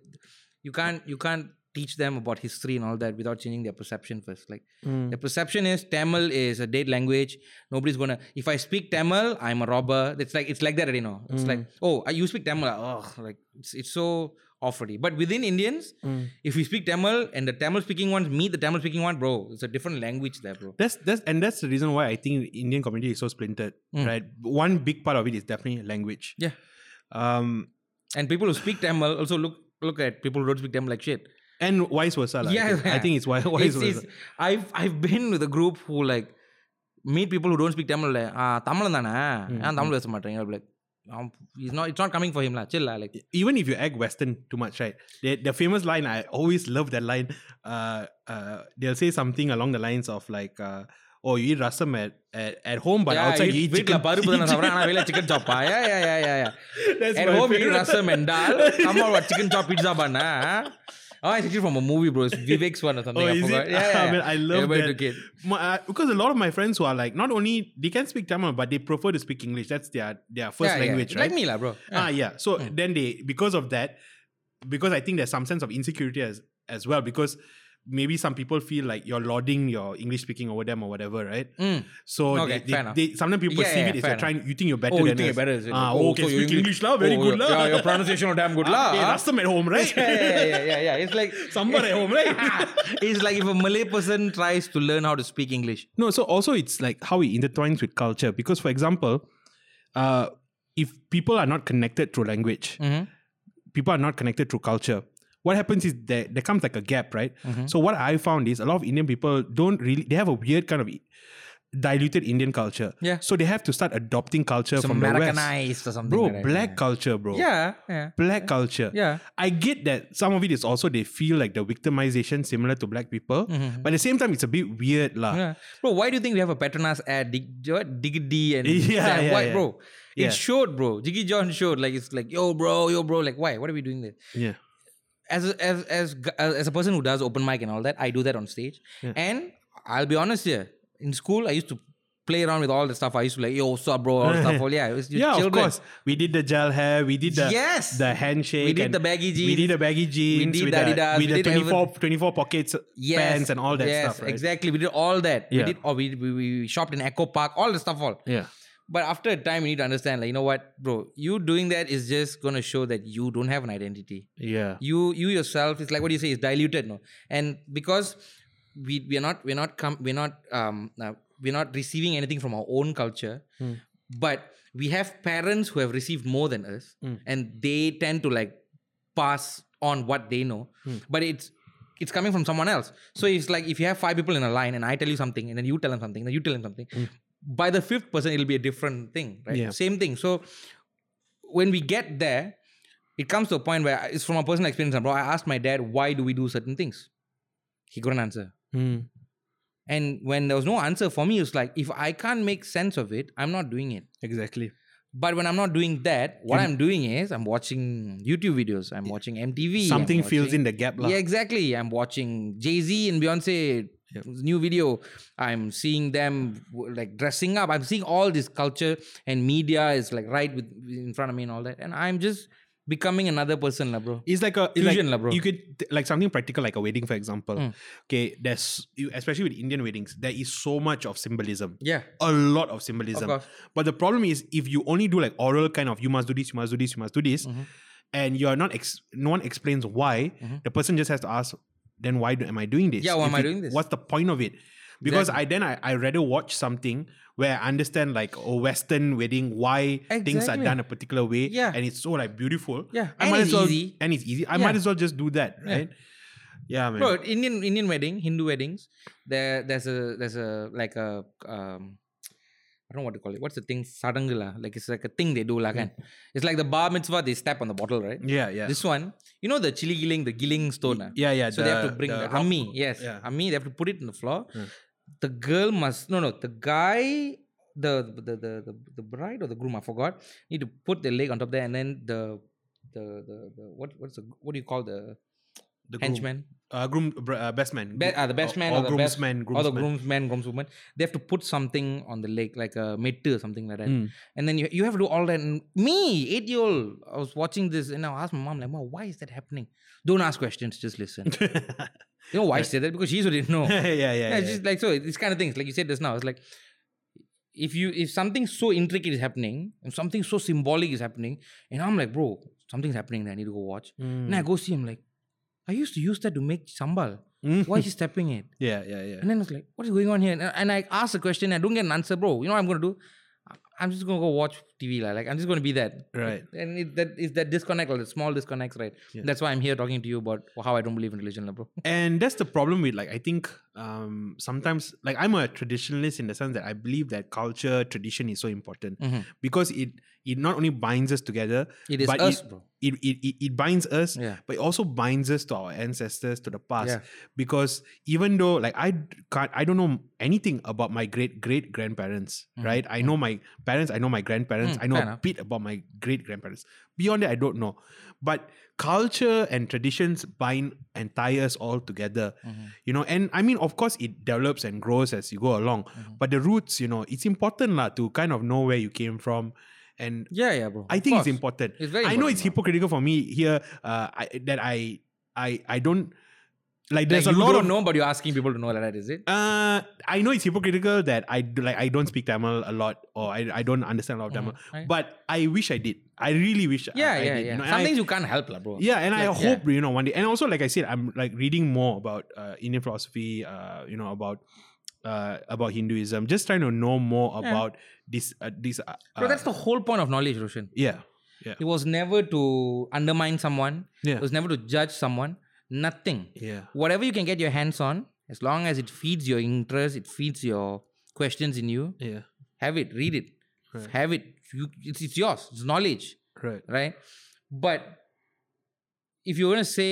[SPEAKER 4] you can't you can't teach them about history and all that without changing their perception first. Like
[SPEAKER 3] Mm.
[SPEAKER 4] the perception is Tamil is a dead language. Nobody's gonna. If I speak Tamil, I'm a robber. It's like it's like that, you know. It's like oh, uh, you speak Tamil. Oh, like it's, it's so off already. But within Indians,
[SPEAKER 3] Mm.
[SPEAKER 4] if we speak Tamil and the Tamil speaking ones meet the Tamil speaking one, bro, it's a different language there, bro.
[SPEAKER 3] That's that's and that's the reason why I think the Indian community is so splintered,
[SPEAKER 4] Mm.
[SPEAKER 3] right? One big part of it is definitely language.
[SPEAKER 4] Yeah.
[SPEAKER 3] Um,
[SPEAKER 4] And people who speak Tamil also look look at people who don't speak Tamil like shit.
[SPEAKER 3] and vice versa. lah. I
[SPEAKER 4] Yeah,
[SPEAKER 3] think, I
[SPEAKER 4] yeah.
[SPEAKER 3] think it's why vice
[SPEAKER 4] It's-
[SPEAKER 3] versa.
[SPEAKER 4] it's- I've I've been with a group who like meet people who don't speak Tamil like ah Tamil தானே
[SPEAKER 3] Hmm,
[SPEAKER 4] ஏன் தமிழ் பேச மாட்டேங்க I'll be like um, he's not it's not coming for him lah chill lah like
[SPEAKER 3] Even if you act Western too much, right? The, the famous line I always love that line. Uh, uh, they'll say something along the lines of like, uh, "Oh, you eat rasam at, at, at home, but
[SPEAKER 4] Yeah,
[SPEAKER 3] outside
[SPEAKER 4] eat-
[SPEAKER 3] you eat
[SPEAKER 4] வீட்ல
[SPEAKER 3] chicken."
[SPEAKER 4] பருப்பு தானே சாப்பிடுறேன் ஆனா வெளியில chicken chop ah yeah yeah yeah yeah yeah
[SPEAKER 3] That's
[SPEAKER 4] at
[SPEAKER 3] my
[SPEAKER 4] home you eat
[SPEAKER 3] favorite.
[SPEAKER 4] rasam and dal come on what chicken chop pizza bana oh it's actually from a movie bro it's Vivek's one or something
[SPEAKER 3] Oh,
[SPEAKER 4] I
[SPEAKER 3] is
[SPEAKER 4] forgot
[SPEAKER 3] it?
[SPEAKER 4] yeah yeah,
[SPEAKER 3] Ah,
[SPEAKER 4] yeah.
[SPEAKER 3] man, I love
[SPEAKER 4] Everybody
[SPEAKER 3] that.
[SPEAKER 4] took it.
[SPEAKER 3] My, uh, because a lot of my friends who are like, not only they can speak Tamil, but they prefer to speak English. That's their their first
[SPEAKER 4] Yeah, yeah.
[SPEAKER 3] language, right?
[SPEAKER 4] like me lah bro Yeah. Hmm.
[SPEAKER 3] Ah, yeah. So then they because of that, because I think there's some sense of insecurity as as well because maybe some people feel like you're lauding your English speaking over them or whatever, right?
[SPEAKER 4] Mm.
[SPEAKER 3] So they,
[SPEAKER 4] Okay, fair
[SPEAKER 3] they,
[SPEAKER 4] enough.
[SPEAKER 3] they, sometimes people
[SPEAKER 4] Yeah,
[SPEAKER 3] perceive
[SPEAKER 4] yeah,
[SPEAKER 3] it as
[SPEAKER 4] fair
[SPEAKER 3] you're trying, you think you're better
[SPEAKER 4] Oh, you
[SPEAKER 3] than
[SPEAKER 4] think
[SPEAKER 3] us.
[SPEAKER 4] you're better, is it?
[SPEAKER 3] Ah,
[SPEAKER 4] Oh,
[SPEAKER 3] okay,
[SPEAKER 4] so
[SPEAKER 3] speak
[SPEAKER 4] your English-
[SPEAKER 3] English lah, very
[SPEAKER 4] oh,
[SPEAKER 3] good
[SPEAKER 4] your-
[SPEAKER 3] lah. Ah,
[SPEAKER 4] yeah, your pronunciation of damn good lah,
[SPEAKER 3] Hey,
[SPEAKER 4] huh?
[SPEAKER 3] Rastam at home, right?
[SPEAKER 4] yeah, yeah, yeah, yeah, yeah. It's like
[SPEAKER 3] Sambar at home, right?
[SPEAKER 4] it's like if a Malay person tries to learn how to speak English.
[SPEAKER 3] No, so also it's like how it intertwines with culture. Because, for example, uh, if people are not connected through language,
[SPEAKER 4] Mhm.
[SPEAKER 3] people are not connected through culture. What happens is there there comes like a gap, right?
[SPEAKER 4] Mm-hmm.
[SPEAKER 3] So what I found is a lot of Indian people don't really they have a weird kind of diluted Indian culture.
[SPEAKER 4] Yeah.
[SPEAKER 3] So they have to start adopting culture
[SPEAKER 4] Some
[SPEAKER 3] from the West.
[SPEAKER 4] Americanized or something.
[SPEAKER 3] Bro,
[SPEAKER 4] like that,
[SPEAKER 3] black
[SPEAKER 4] yeah.
[SPEAKER 3] culture, bro.
[SPEAKER 4] Yeah, yeah.
[SPEAKER 3] Black culture.
[SPEAKER 4] Yeah.
[SPEAKER 3] I get that some of it is also they feel like the victimization similar to black people,
[SPEAKER 4] Mm-hmm.
[SPEAKER 3] but at the same time it's a bit weird, lah.
[SPEAKER 4] Yeah. Bro, why do you think we have a Petronas ad? Dig, what? Diggity and
[SPEAKER 3] Yeah,
[SPEAKER 4] Sam?
[SPEAKER 3] yeah,
[SPEAKER 4] why,
[SPEAKER 3] yeah.
[SPEAKER 4] bro?
[SPEAKER 3] Yeah.
[SPEAKER 4] It showed, bro. Jiggy John showed like it's like yo, bro, yo, bro. Like why? What are we doing this?
[SPEAKER 3] Yeah.
[SPEAKER 4] As a, as as g- uh, as as a person who does open mic and all that, I do that on stage.
[SPEAKER 3] Yeah.
[SPEAKER 4] And I'll be honest here. In school, I used to play around with all the stuff. I used to like yo, what's up, bro? All the stuff. All yeah, it was
[SPEAKER 3] yeah,
[SPEAKER 4] children.
[SPEAKER 3] of course. We did the gel hair. We did the
[SPEAKER 4] Yes!
[SPEAKER 3] the handshake.
[SPEAKER 4] We did
[SPEAKER 3] and
[SPEAKER 4] the baggy
[SPEAKER 3] We
[SPEAKER 4] jeans.
[SPEAKER 3] did the baggy jeans.
[SPEAKER 4] did
[SPEAKER 3] with
[SPEAKER 4] the
[SPEAKER 3] the,
[SPEAKER 4] Adidas,
[SPEAKER 3] with
[SPEAKER 4] we
[SPEAKER 3] the
[SPEAKER 4] did
[SPEAKER 3] 24, 24 pockets
[SPEAKER 4] Yes,
[SPEAKER 3] pants and all that
[SPEAKER 4] yes,
[SPEAKER 3] stuff. Right?
[SPEAKER 4] Exactly. We did all that.
[SPEAKER 3] Yeah.
[SPEAKER 4] We did. Or we, we we shopped in Echo Park. All the stuff. All.
[SPEAKER 3] Yeah.
[SPEAKER 4] But after a time, you need to understand, like, you know what, bro, you doing that is just gonna show that you don't have an identity.
[SPEAKER 3] Yeah.
[SPEAKER 4] You you yourself is like what do you say is diluted, no? And because we we're not we're not come we're not um uh, we're not receiving anything from our own culture,
[SPEAKER 3] Mm.
[SPEAKER 4] but we have parents who have received more than us,
[SPEAKER 3] Mm.
[SPEAKER 4] and they tend to like pass on what they know.
[SPEAKER 3] Mm.
[SPEAKER 4] But it's it's coming from someone else. So it's like if you have five people in a line and I tell you something and then you tell them something, then you tell them something. By the fifth person, it'll be a different thing, right?
[SPEAKER 3] Yeah.
[SPEAKER 4] Same thing. So when we get there, it comes to a point where it's from a personal experience. Bro, I asked my dad, why do we do certain things? He couldn't answer.
[SPEAKER 3] Mm.
[SPEAKER 4] And when there was no answer for me, it was like, if I can't make sense of it, I'm not doing it.
[SPEAKER 3] Exactly.
[SPEAKER 4] But when I'm not doing that, what I'm doing is I'm watching YouTube videos, I'm watching MTV. I'm
[SPEAKER 3] Something fills
[SPEAKER 4] watching-
[SPEAKER 3] in the gap. lah.
[SPEAKER 4] yeah, exactly. I'm watching Jay Z and Beyonce new video. I'm seeing them w- like dressing up. I'm seeing all this culture and media is like right with in front of me and all that. And I'm just becoming another person, lah, bro.
[SPEAKER 3] It's like a it's
[SPEAKER 4] Fusion lah,
[SPEAKER 3] like,
[SPEAKER 4] bro.
[SPEAKER 3] You could t- like something practical, like a wedding, for example.
[SPEAKER 4] Mm.
[SPEAKER 3] Okay, there's you- especially with Indian weddings, there is so much of symbolism.
[SPEAKER 4] Yeah.
[SPEAKER 3] A lot of symbolism.
[SPEAKER 4] course.
[SPEAKER 3] but the problem is if you only do like oral kind of you must do this, you must do this, you must do this,
[SPEAKER 4] Mm-hmm.
[SPEAKER 3] and you're not ex- no one explains why, the person just has to ask, then why do, am I doing this?
[SPEAKER 4] Yeah, why
[SPEAKER 3] If
[SPEAKER 4] am I
[SPEAKER 3] it-
[SPEAKER 4] doing this?
[SPEAKER 3] What's the point of it? Because I then I, I rather watch something where I understand like a Western wedding, why things are
[SPEAKER 4] Exactly.
[SPEAKER 3] done a particular way,
[SPEAKER 4] Yeah.
[SPEAKER 3] and it's so like beautiful.
[SPEAKER 4] Yeah.
[SPEAKER 3] I
[SPEAKER 4] And
[SPEAKER 3] might
[SPEAKER 4] it's
[SPEAKER 3] as well,
[SPEAKER 4] easy.
[SPEAKER 3] and it's easy. I
[SPEAKER 4] Yeah.
[SPEAKER 3] might as well just do that, right? Yeah, man.
[SPEAKER 4] Bro, Indian Indian wedding, Hindu weddings. There, there's a there's a like a um, I don't know what to call it. What's the thing? Sarangala. Like it's like a thing they do, lah. kan? It's like the bar mitzvah. They step on the bottle, right?
[SPEAKER 3] yeah, yeah.
[SPEAKER 4] This one, you know the chili giling, the gilling stone. ah?
[SPEAKER 3] yeah, yeah.
[SPEAKER 4] So they have to bring the,
[SPEAKER 3] rock-
[SPEAKER 4] ammi. Yes,
[SPEAKER 3] Yeah.
[SPEAKER 4] ammi. They have to put it on the floor.
[SPEAKER 3] Mm.
[SPEAKER 4] The girl must no no. The guy, the the, the the the bride or the groom, I forgot. Need to put their leg on top there, and then the the the, the what what's the what do you call the
[SPEAKER 3] the groom.
[SPEAKER 4] henchman?
[SPEAKER 3] Uh, groom, br- uh, best man.
[SPEAKER 4] Be- uh, the best man or, the best-
[SPEAKER 3] groomsman,
[SPEAKER 4] or the
[SPEAKER 3] groomsman.
[SPEAKER 4] groomsman, groomswoman. They have to put something on the leg, like a metu or something like that.
[SPEAKER 3] Mm.
[SPEAKER 4] And then you, you have to do all that. And me, eight year old, I was watching this and I asked my mom, like, Mom, why is that happening? Don't ask questions, just listen. you know why I said that? Because she also didn't know.
[SPEAKER 3] yeah, yeah, yeah.
[SPEAKER 4] yeah, it's
[SPEAKER 3] yeah.
[SPEAKER 4] just like so these kind of things like you said just now it's like if you if something so intricate is happening and something so symbolic is happening and i'm like bro something's happening there i need to go watch
[SPEAKER 3] Mm.
[SPEAKER 4] and i go see him like i used to use that to make sambal
[SPEAKER 3] Mm.
[SPEAKER 4] why is he stepping it
[SPEAKER 3] Yeah, yeah, yeah.
[SPEAKER 4] and then i was like what is going on here and, uh, and i ask a question and i don't get an answer bro you know what i'm gonna do I- i'm just gonna go watch tv lah. like i'm just gonna be that
[SPEAKER 3] Right.
[SPEAKER 4] and it, that is that disconnect or the small disconnects right
[SPEAKER 3] Yeah.
[SPEAKER 4] that's why i'm here talking to you about how i don't believe in religion lah, bro
[SPEAKER 3] And that's the problem with like I think um sometimes like I'm a traditionalist in the sense that I believe that culture tradition is so important
[SPEAKER 4] Mhm.
[SPEAKER 3] because it it not only binds us together
[SPEAKER 4] it is
[SPEAKER 3] but
[SPEAKER 4] us
[SPEAKER 3] it,
[SPEAKER 4] bro
[SPEAKER 3] it, it it it binds us
[SPEAKER 4] Yeah.
[SPEAKER 3] but it also binds us to our ancestors to the past
[SPEAKER 4] Yeah.
[SPEAKER 3] because even though like I d- can't I don't know anything about my great great grandparents right I know my parents I know my grandparents
[SPEAKER 4] Mm-hmm. Mm,
[SPEAKER 3] I know
[SPEAKER 4] fair
[SPEAKER 3] a
[SPEAKER 4] enough.
[SPEAKER 3] bit about my great grandparents beyond that I don't know but culture and traditions bind and tie us all together
[SPEAKER 4] Mm-hmm.
[SPEAKER 3] you know and i mean of course it develops and grows as you go along
[SPEAKER 4] Mm-hmm.
[SPEAKER 3] but the roots you know it's important lah, to kind of know where you came from and
[SPEAKER 4] yeah yeah bro
[SPEAKER 3] i
[SPEAKER 4] Of
[SPEAKER 3] think it's
[SPEAKER 4] course.
[SPEAKER 3] important
[SPEAKER 4] It's very
[SPEAKER 3] i know
[SPEAKER 4] important,
[SPEAKER 3] it's
[SPEAKER 4] man.
[SPEAKER 3] hypocritical for me here uh, I, that i i i don't Like there's
[SPEAKER 4] like,
[SPEAKER 3] a
[SPEAKER 4] you
[SPEAKER 3] lot
[SPEAKER 4] don't
[SPEAKER 3] of
[SPEAKER 4] know, but you're asking people to know like that, is it?
[SPEAKER 3] Uh, I know it's hypocritical that I do- like I don't speak Tamil a lot or I, I don't understand a lot of Tamil,
[SPEAKER 4] right.
[SPEAKER 3] but I wish I did. I really wish.
[SPEAKER 4] Mm-hmm. Yeah,
[SPEAKER 3] I, I
[SPEAKER 4] yeah,
[SPEAKER 3] did,
[SPEAKER 4] yeah.
[SPEAKER 3] You know, and
[SPEAKER 4] Some
[SPEAKER 3] I-
[SPEAKER 4] things you can't help, lah, bro.
[SPEAKER 3] yeah, and I
[SPEAKER 4] Like, yeah.
[SPEAKER 3] hope you know one day. And also, like I said, I'm like reading more about uh, Indian philosophy. Uh, you know about uh about Hinduism. Just trying to know more
[SPEAKER 4] Yeah.
[SPEAKER 3] about this. Uh, this. Uh,
[SPEAKER 4] Bro, that's
[SPEAKER 3] uh,
[SPEAKER 4] the whole point of knowledge, Roshan.
[SPEAKER 3] yeah.
[SPEAKER 4] It was never to undermine someone.
[SPEAKER 3] Yeah.
[SPEAKER 4] It was never to judge someone. Nothing.
[SPEAKER 3] Yeah.
[SPEAKER 4] Whatever you can get your hands on, as long as it feeds your interest, it feeds your questions in you.
[SPEAKER 3] Yeah.
[SPEAKER 4] Have it. Read it.
[SPEAKER 3] Right.
[SPEAKER 4] Have it. You, it's, it's yours. It's knowledge,
[SPEAKER 3] Right.
[SPEAKER 4] right? But if you're gonna say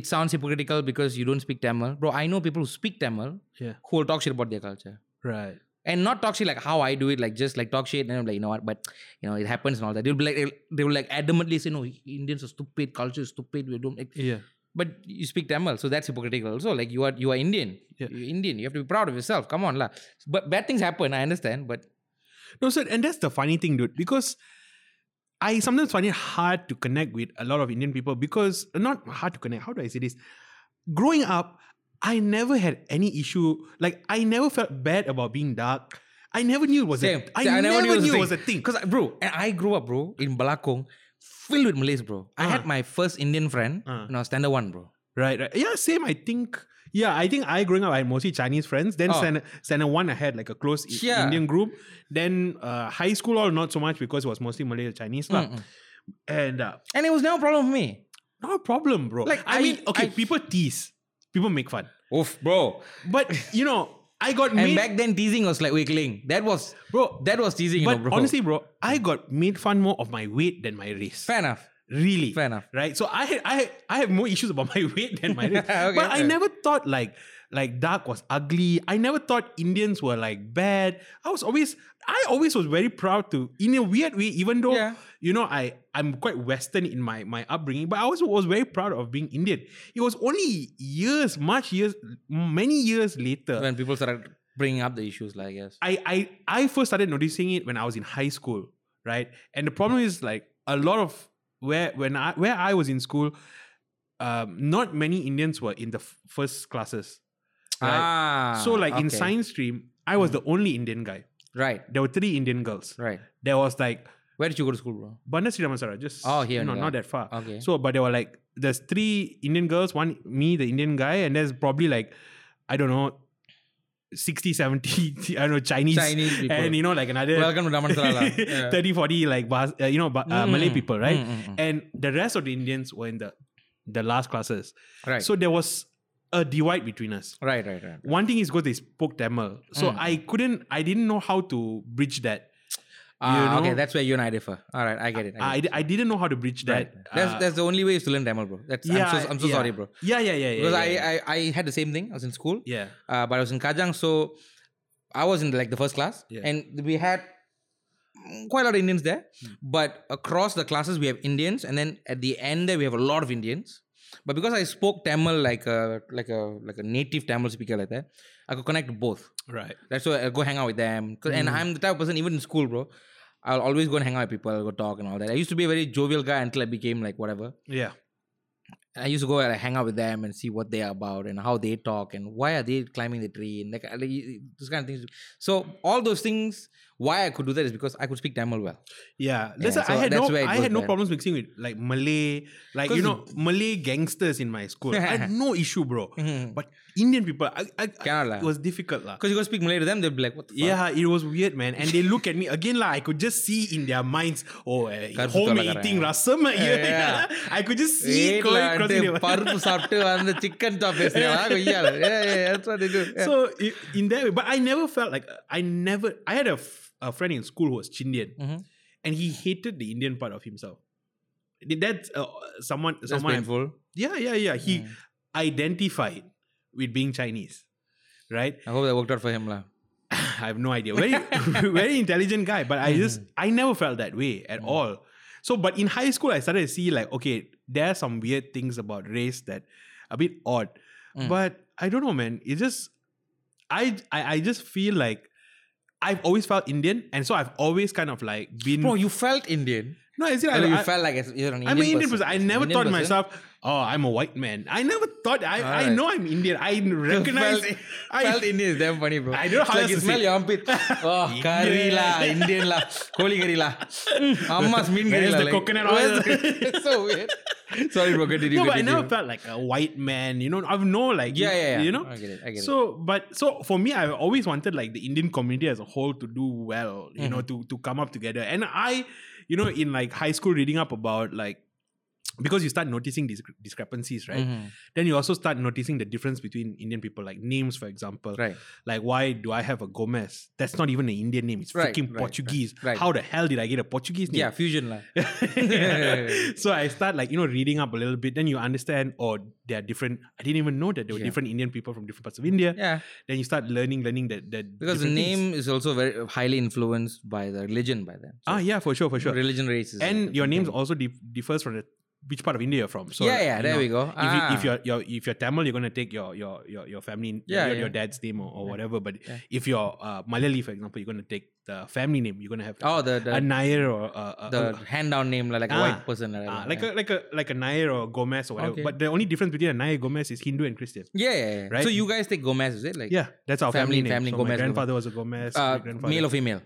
[SPEAKER 4] it sounds hypocritical because you don't speak Tamil, bro, I know people who speak Tamil
[SPEAKER 3] Yeah.
[SPEAKER 4] who will talk shit about their culture.
[SPEAKER 3] Right.
[SPEAKER 4] and not talk shit like how I do it, like just like talk shit, and I'm like, you know what, but you know, it happens and all that. They'll be like, they'll, they will like adamantly say, no, Indians are stupid, culture is stupid, we don't. Like,
[SPEAKER 3] Yeah.
[SPEAKER 4] but you speak Tamil, so that's hypocritical. Also, like you are you are Indian,
[SPEAKER 3] Yeah.
[SPEAKER 4] you're Indian, you have to be proud of yourself. Come on, lah. But bad things happen, I understand, but
[SPEAKER 3] No, sir, and that's the funny thing, dude, because I sometimes find it hard to connect with a lot of Indian people because uh, not hard to connect. How do I say this? Growing up, I never had any issue. Like I never felt bad about being dark. I never knew it was
[SPEAKER 4] same.
[SPEAKER 3] a I,
[SPEAKER 4] Same,
[SPEAKER 3] never,
[SPEAKER 4] was a
[SPEAKER 3] knew it
[SPEAKER 4] thing.
[SPEAKER 3] was a thing.
[SPEAKER 4] Cause I- bro, and I grew up, bro, in Balakong, filled with Malays, bro.
[SPEAKER 3] Uh-huh.
[SPEAKER 4] I had my first Indian friend,
[SPEAKER 3] Uh.
[SPEAKER 4] no standard one, bro.
[SPEAKER 3] Right, right. Yeah, same. I think. Yeah, I think I growing up, I had mostly Chinese friends. Then
[SPEAKER 4] Oh.
[SPEAKER 3] standard, standard one, I had like a close I-
[SPEAKER 4] Yeah.
[SPEAKER 3] Indian group. Then uh, high school, all not so much because it was mostly Malay or Chinese. lah.
[SPEAKER 4] Mm-mm.
[SPEAKER 3] And uh,
[SPEAKER 4] And it was never a problem for me.
[SPEAKER 3] not a problem, bro.
[SPEAKER 4] Like,
[SPEAKER 3] I,
[SPEAKER 4] I-
[SPEAKER 3] mean, okay,
[SPEAKER 4] I-
[SPEAKER 3] people tease, people make fun,
[SPEAKER 4] Oof, bro.
[SPEAKER 3] but you know, I got
[SPEAKER 4] And
[SPEAKER 3] made,
[SPEAKER 4] back then, teasing was like weakling. That was
[SPEAKER 3] bro.
[SPEAKER 4] That was teasing, you
[SPEAKER 3] but
[SPEAKER 4] know, bro.
[SPEAKER 3] honestly, bro, I got made fun more of my weight than my race.
[SPEAKER 4] fair enough.
[SPEAKER 3] Really,
[SPEAKER 4] Fair enough.
[SPEAKER 3] right? So I, had- I, had- I have more issues about my weight than my race.
[SPEAKER 4] Okay,
[SPEAKER 3] but I
[SPEAKER 4] fair.
[SPEAKER 3] never thought like like dark was ugly. I never thought Indians were like bad. I was always, I always was very proud to, in a weird way, even though
[SPEAKER 4] Yeah.
[SPEAKER 3] you know I I'm quite Western in my my upbringing, but I also was very proud of being Indian. It was only years, much years, many years later.
[SPEAKER 4] When people started bringing up the issues, like I guess.
[SPEAKER 3] I, I I first started noticing it when I was in high school, right? And the problem is like a lot of where when I where I was in school, um, not many Indians were in the f- first classes. Right?
[SPEAKER 4] Ah,
[SPEAKER 3] so like in
[SPEAKER 4] okay.
[SPEAKER 3] science stream, I was the only Indian guy.
[SPEAKER 4] Right,
[SPEAKER 3] There were three Indian girls.
[SPEAKER 4] right.
[SPEAKER 3] There was like
[SPEAKER 4] Where did you go to school, bro?
[SPEAKER 3] Bandar Sri Ramasara, just
[SPEAKER 4] Oh, here
[SPEAKER 3] you know,
[SPEAKER 4] only,
[SPEAKER 3] not
[SPEAKER 4] ah.
[SPEAKER 3] that far.
[SPEAKER 4] Okay.
[SPEAKER 3] So, but there were like there's three Indian girls, one me, the Indian guy, and there's probably like I don't know. 60 70 i don't know chinese,
[SPEAKER 4] Chinese people.
[SPEAKER 3] and you know like another
[SPEAKER 4] Welcome to Damansarala. Yeah.
[SPEAKER 3] 30 40 like Bahas- uh, you know Ba- uh,
[SPEAKER 4] Mm,
[SPEAKER 3] malay people right
[SPEAKER 4] mm, mm, mm.
[SPEAKER 3] and the rest of the indians were in the the last classes
[SPEAKER 4] Right.
[SPEAKER 3] so there was a divide between us
[SPEAKER 4] right, right, right.
[SPEAKER 3] one thing is because they spoke tamil so
[SPEAKER 4] Mm.
[SPEAKER 3] i couldn't i didn't know how to bridge that
[SPEAKER 4] Ah, okay,
[SPEAKER 3] know-
[SPEAKER 4] that's where you and I differ. All right, I get it.
[SPEAKER 3] I,
[SPEAKER 4] get it.
[SPEAKER 3] I didn't know how to bridge that
[SPEAKER 4] Right. that's
[SPEAKER 3] uh,
[SPEAKER 4] that's the only way is to learn Tamil, bro. That's I'm so, I'm so
[SPEAKER 3] yeah.
[SPEAKER 4] sorry, bro.
[SPEAKER 3] Yeah, yeah, yeah, yeah.
[SPEAKER 4] Because
[SPEAKER 3] yeah,
[SPEAKER 4] I,
[SPEAKER 3] yeah.
[SPEAKER 4] I I had the same thing. I was in school,
[SPEAKER 3] yeah,
[SPEAKER 4] uh, but I was in Kajang, so I was in like the first class,
[SPEAKER 3] Yeah.
[SPEAKER 4] and we had mm, quite a lot of Indians there. But across the classes, we have Indians, and then at the end there we have a lot of Indians. But because I spoke Tamil like a like a like a native Tamil speaker like that, I could connect to both.
[SPEAKER 3] right.
[SPEAKER 4] That's why I go hang out with them. 'Cause- And I'm the type of person, even in school, bro. I'll always go and hang out with people, I'll go talk and all that. I used to be a very jovial guy until I became like whatever.
[SPEAKER 3] Yeah,
[SPEAKER 4] I used to go and like, hang out with them and see what they are about and how they talk and why are they climbing the tree and like, like you- those kind of things. So all those things, why I could do that is because I could speak Tamil well.
[SPEAKER 3] yeah. That's
[SPEAKER 4] Yeah,
[SPEAKER 3] I
[SPEAKER 4] so
[SPEAKER 3] had
[SPEAKER 4] that's
[SPEAKER 3] no,
[SPEAKER 4] where it
[SPEAKER 3] I
[SPEAKER 4] goes
[SPEAKER 3] had no
[SPEAKER 4] bad.
[SPEAKER 3] problems mixing with like Malay, like you
[SPEAKER 4] 'Cause-
[SPEAKER 3] know Malay gangsters in my school. I had no issue, bro.
[SPEAKER 4] Mhm.
[SPEAKER 3] But Indian people, I, I,
[SPEAKER 4] Cannot
[SPEAKER 3] I
[SPEAKER 4] lah.
[SPEAKER 3] it was difficult, lah.
[SPEAKER 4] Because you go speak Malay to them, they'll be like, what the fuck?
[SPEAKER 3] Yeah, it was weird, man. And they look at me again, like I could just see in their minds, oh, uh,
[SPEAKER 4] கருப்பு
[SPEAKER 3] home
[SPEAKER 4] தொலைக்கிறேன்.
[SPEAKER 3] eating rasam. Yeah,
[SPEAKER 4] eh? yeah.
[SPEAKER 3] I could just see it
[SPEAKER 4] வீட்ல
[SPEAKER 3] going across
[SPEAKER 4] வந்து
[SPEAKER 3] in their-
[SPEAKER 4] பருப்பு சாப்பிட்டு வந்து chicken சாப் பேசுறீங்களா
[SPEAKER 3] So i- in that way, but I never felt like I never. I had a, f- a friend in school who was Chindian,
[SPEAKER 4] Mhm.
[SPEAKER 3] and he hated the Indian part of himself. That's uh, someone.
[SPEAKER 4] That's
[SPEAKER 3] someone.
[SPEAKER 4] painful. Mm.
[SPEAKER 3] Yeah, yeah, yeah. He identified with being Chinese, right?
[SPEAKER 4] I hope that worked out for him lah.
[SPEAKER 3] I have no idea. Very, very intelligent guy, but I
[SPEAKER 4] Mm.
[SPEAKER 3] just I never felt that way at all. So, but in high school, I started to see like, okay, there are some weird things about race that a bit odd.
[SPEAKER 4] Mm.
[SPEAKER 3] But I don't know, man. It just I, I I just feel like I've always felt Indian, and so I've always kind of like been
[SPEAKER 4] Bro, you felt Indian.
[SPEAKER 3] No, I see. I,
[SPEAKER 4] I, you
[SPEAKER 3] I,
[SPEAKER 4] felt like a- you're an Indian
[SPEAKER 3] I'm an Indian
[SPEAKER 4] person.
[SPEAKER 3] person. I never
[SPEAKER 4] Indian
[SPEAKER 3] thought
[SPEAKER 4] person?
[SPEAKER 3] myself, oh, I'm a white man. I never thought. I, I
[SPEAKER 4] Alright.
[SPEAKER 3] know I'm Indian. I recognize.
[SPEAKER 4] Felt-
[SPEAKER 3] I
[SPEAKER 4] felt Indian is damn funny, bro.
[SPEAKER 3] I don't know
[SPEAKER 4] It's
[SPEAKER 3] how
[SPEAKER 4] like
[SPEAKER 3] else
[SPEAKER 4] you
[SPEAKER 3] to
[SPEAKER 4] smell
[SPEAKER 3] say.
[SPEAKER 4] your armpit. Oh, curry la, Indian la, koli curry la. Mm, Amma's mean curry
[SPEAKER 3] Where's
[SPEAKER 4] la.
[SPEAKER 3] the
[SPEAKER 4] like-
[SPEAKER 3] coconut
[SPEAKER 4] Where's
[SPEAKER 3] oil?
[SPEAKER 4] the- It's so weird. Sorry, bro. Continue.
[SPEAKER 3] no, but I
[SPEAKER 4] continue.
[SPEAKER 3] never felt like a white man. You know, I've no like.
[SPEAKER 4] Yeah, yeah, yeah.
[SPEAKER 3] You know.
[SPEAKER 4] I get it. I get it.
[SPEAKER 3] so, but so for me, I've always wanted like the Indian community as a whole to do well. You know,
[SPEAKER 4] Mm-hmm.
[SPEAKER 3] to to come up together. And I, you know, in like high school, reading up about like. Because you start noticing these discrepancies, right?
[SPEAKER 4] Mhm.
[SPEAKER 3] Then you also start noticing the difference between Indian people, like names, for example.
[SPEAKER 4] Right.
[SPEAKER 3] Like, why do I have a Gomez? That's not even an Indian name. It's
[SPEAKER 4] Right,
[SPEAKER 3] freaking
[SPEAKER 4] right, right,
[SPEAKER 3] Portuguese.
[SPEAKER 4] right.
[SPEAKER 3] How the hell did I get a Portuguese name?
[SPEAKER 4] Yeah, fusion la.
[SPEAKER 3] so I start like you know reading up a little bit. Then you understand, or they are different. I didn't even know that there were
[SPEAKER 4] Yeah.
[SPEAKER 3] different Indian people from different parts of India.
[SPEAKER 4] Yeah,
[SPEAKER 3] Then you start learning, learning that that
[SPEAKER 4] because the
[SPEAKER 3] different
[SPEAKER 4] name
[SPEAKER 3] things.
[SPEAKER 4] is also very highly influenced by the religion by them. So
[SPEAKER 3] Ah, yeah, for sure, for sure.
[SPEAKER 4] Religion, racism,
[SPEAKER 3] And your name also dif- differs from the, which part of India you're from. So
[SPEAKER 4] yeah, yeah.
[SPEAKER 3] you
[SPEAKER 4] There
[SPEAKER 3] know,
[SPEAKER 4] we go.
[SPEAKER 3] If, you,
[SPEAKER 4] Ah.
[SPEAKER 3] if you're, you're if you're Tamil, you're gonna take your your your, your family
[SPEAKER 4] Yeah,
[SPEAKER 3] your,
[SPEAKER 4] yeah.
[SPEAKER 3] your dad's name or, or whatever. But
[SPEAKER 4] Yeah.
[SPEAKER 3] if you're uh, Malayali, for example, you're gonna take the family name. You're gonna have
[SPEAKER 4] oh the the,
[SPEAKER 3] a Nair or a, a,
[SPEAKER 4] the
[SPEAKER 3] a-
[SPEAKER 4] hand down name la, like a
[SPEAKER 3] uh, Ah.
[SPEAKER 4] white person la,
[SPEAKER 3] Ah,
[SPEAKER 4] la,
[SPEAKER 3] like
[SPEAKER 4] yeah.
[SPEAKER 3] a like a like a Nair or Gomez or whatever.
[SPEAKER 4] Okay.
[SPEAKER 3] But the only difference between a Nair Gomez is Hindu and Christian.
[SPEAKER 4] yeah, yeah, yeah. So
[SPEAKER 3] Right?
[SPEAKER 4] you guys take Gomez, is it like
[SPEAKER 3] Yeah, that's our
[SPEAKER 4] Family-
[SPEAKER 3] family, name.
[SPEAKER 4] family
[SPEAKER 3] so
[SPEAKER 4] Gomez,
[SPEAKER 3] my grandfather was a Gomez.
[SPEAKER 4] uh,
[SPEAKER 3] my grandfather.
[SPEAKER 4] male or female?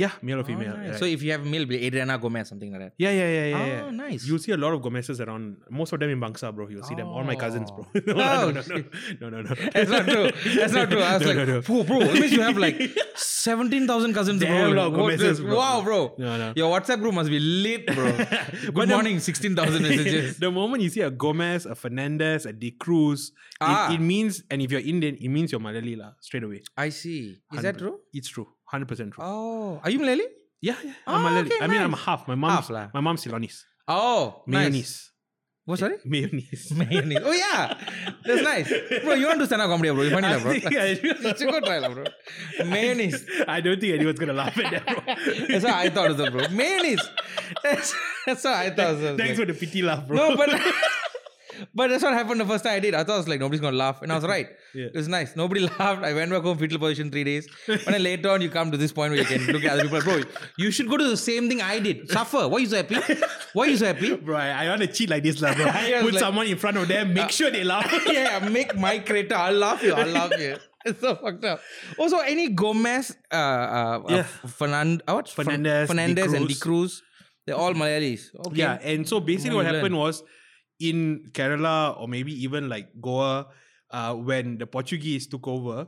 [SPEAKER 3] yeah, male or female.
[SPEAKER 4] Alright.
[SPEAKER 3] right.
[SPEAKER 4] So if you have male, be Adriana Gomez, something like that.
[SPEAKER 3] yeah, yeah, yeah, yeah. yeah.
[SPEAKER 4] Oh, nice.
[SPEAKER 3] You'll see a lot of Gomezes around. Most of them in Bangsa, bro. You'll see them. All my cousins, bro. no,
[SPEAKER 4] Oh,
[SPEAKER 3] no, no, no, no, no, no.
[SPEAKER 4] That's not true. That's not true. I was
[SPEAKER 3] No,
[SPEAKER 4] like,
[SPEAKER 3] no, no.
[SPEAKER 4] "Whoa, bro, it means you have like 17,000 cousins, bro.
[SPEAKER 3] Damn,
[SPEAKER 4] Like,
[SPEAKER 3] lot of
[SPEAKER 4] what
[SPEAKER 3] Gomezes,
[SPEAKER 4] the-
[SPEAKER 3] bro.
[SPEAKER 4] Wow, bro.
[SPEAKER 3] No, no.
[SPEAKER 4] Your WhatsApp group must be lit, bro. Good
[SPEAKER 3] But the-
[SPEAKER 4] morning, 16,000 messages.
[SPEAKER 3] the moment you see a Gomez, a Fernandez, a De Cruz,
[SPEAKER 4] Ah.
[SPEAKER 3] it, it means, and if you're Indian, it means you're Malayali lah, straight away.
[SPEAKER 4] I see. Is that
[SPEAKER 3] 100%.
[SPEAKER 4] true?
[SPEAKER 3] It's true, hundred percent true.
[SPEAKER 4] Oh, are you Malayali?
[SPEAKER 3] Yeah, yeah.
[SPEAKER 4] Oh,
[SPEAKER 3] I'm Malayali.
[SPEAKER 4] okay,
[SPEAKER 3] I mean, I'm
[SPEAKER 4] nice.
[SPEAKER 3] half. My mom's
[SPEAKER 4] Half lah.
[SPEAKER 3] my mom's Ceylonese.
[SPEAKER 4] Oh, nice.
[SPEAKER 3] Mayonnaise.
[SPEAKER 4] What, sorry?
[SPEAKER 3] Mayonnaise.
[SPEAKER 4] Mayonnaise. Oh, yeah. That's nice. Bro, you want to stand up comedy, bro. You're funny, lah, bro.
[SPEAKER 3] I think I-
[SPEAKER 4] It's a good try, lah, bro. Mayonnaise.
[SPEAKER 3] I don't think anyone's gonna laugh at that. Bro.
[SPEAKER 4] That's what I thought, also, bro. Mayonnaise. That's, that's what I thought. also.
[SPEAKER 3] Thanks for the pity laugh, bro.
[SPEAKER 4] No, but but that's what happened the first time I did. I thought I was like nobody's gonna laugh, and I was right.
[SPEAKER 3] Yeah.
[SPEAKER 4] It was nice. Nobody laughed. I went back home fetal position three days. But then later on, you come to this point where you can look at other people. Bro, you should go to the same thing I did. Suffer. Why you so happy? Why you so happy?
[SPEAKER 3] bro, I, I want to cheat like this, lah, bro.
[SPEAKER 4] I was
[SPEAKER 3] Put
[SPEAKER 4] like- uh,
[SPEAKER 3] someone in front of them, make sure they laugh.
[SPEAKER 4] yeah, yeah, make my crater. I'll laugh you. I'll laugh you. It's so fucked up. Also, any Gomez, uh, uh,
[SPEAKER 3] Yeah.
[SPEAKER 4] Fernand, uh, what? Fer-
[SPEAKER 3] Fernandez, De
[SPEAKER 4] Fernandez, and De
[SPEAKER 3] Cruz.
[SPEAKER 4] Cruz. They're all Malayalis. Okay.
[SPEAKER 3] Yeah, and so basically, what
[SPEAKER 4] Well
[SPEAKER 3] happened was in Kerala or maybe even like Goa, uh, when the Portuguese took over.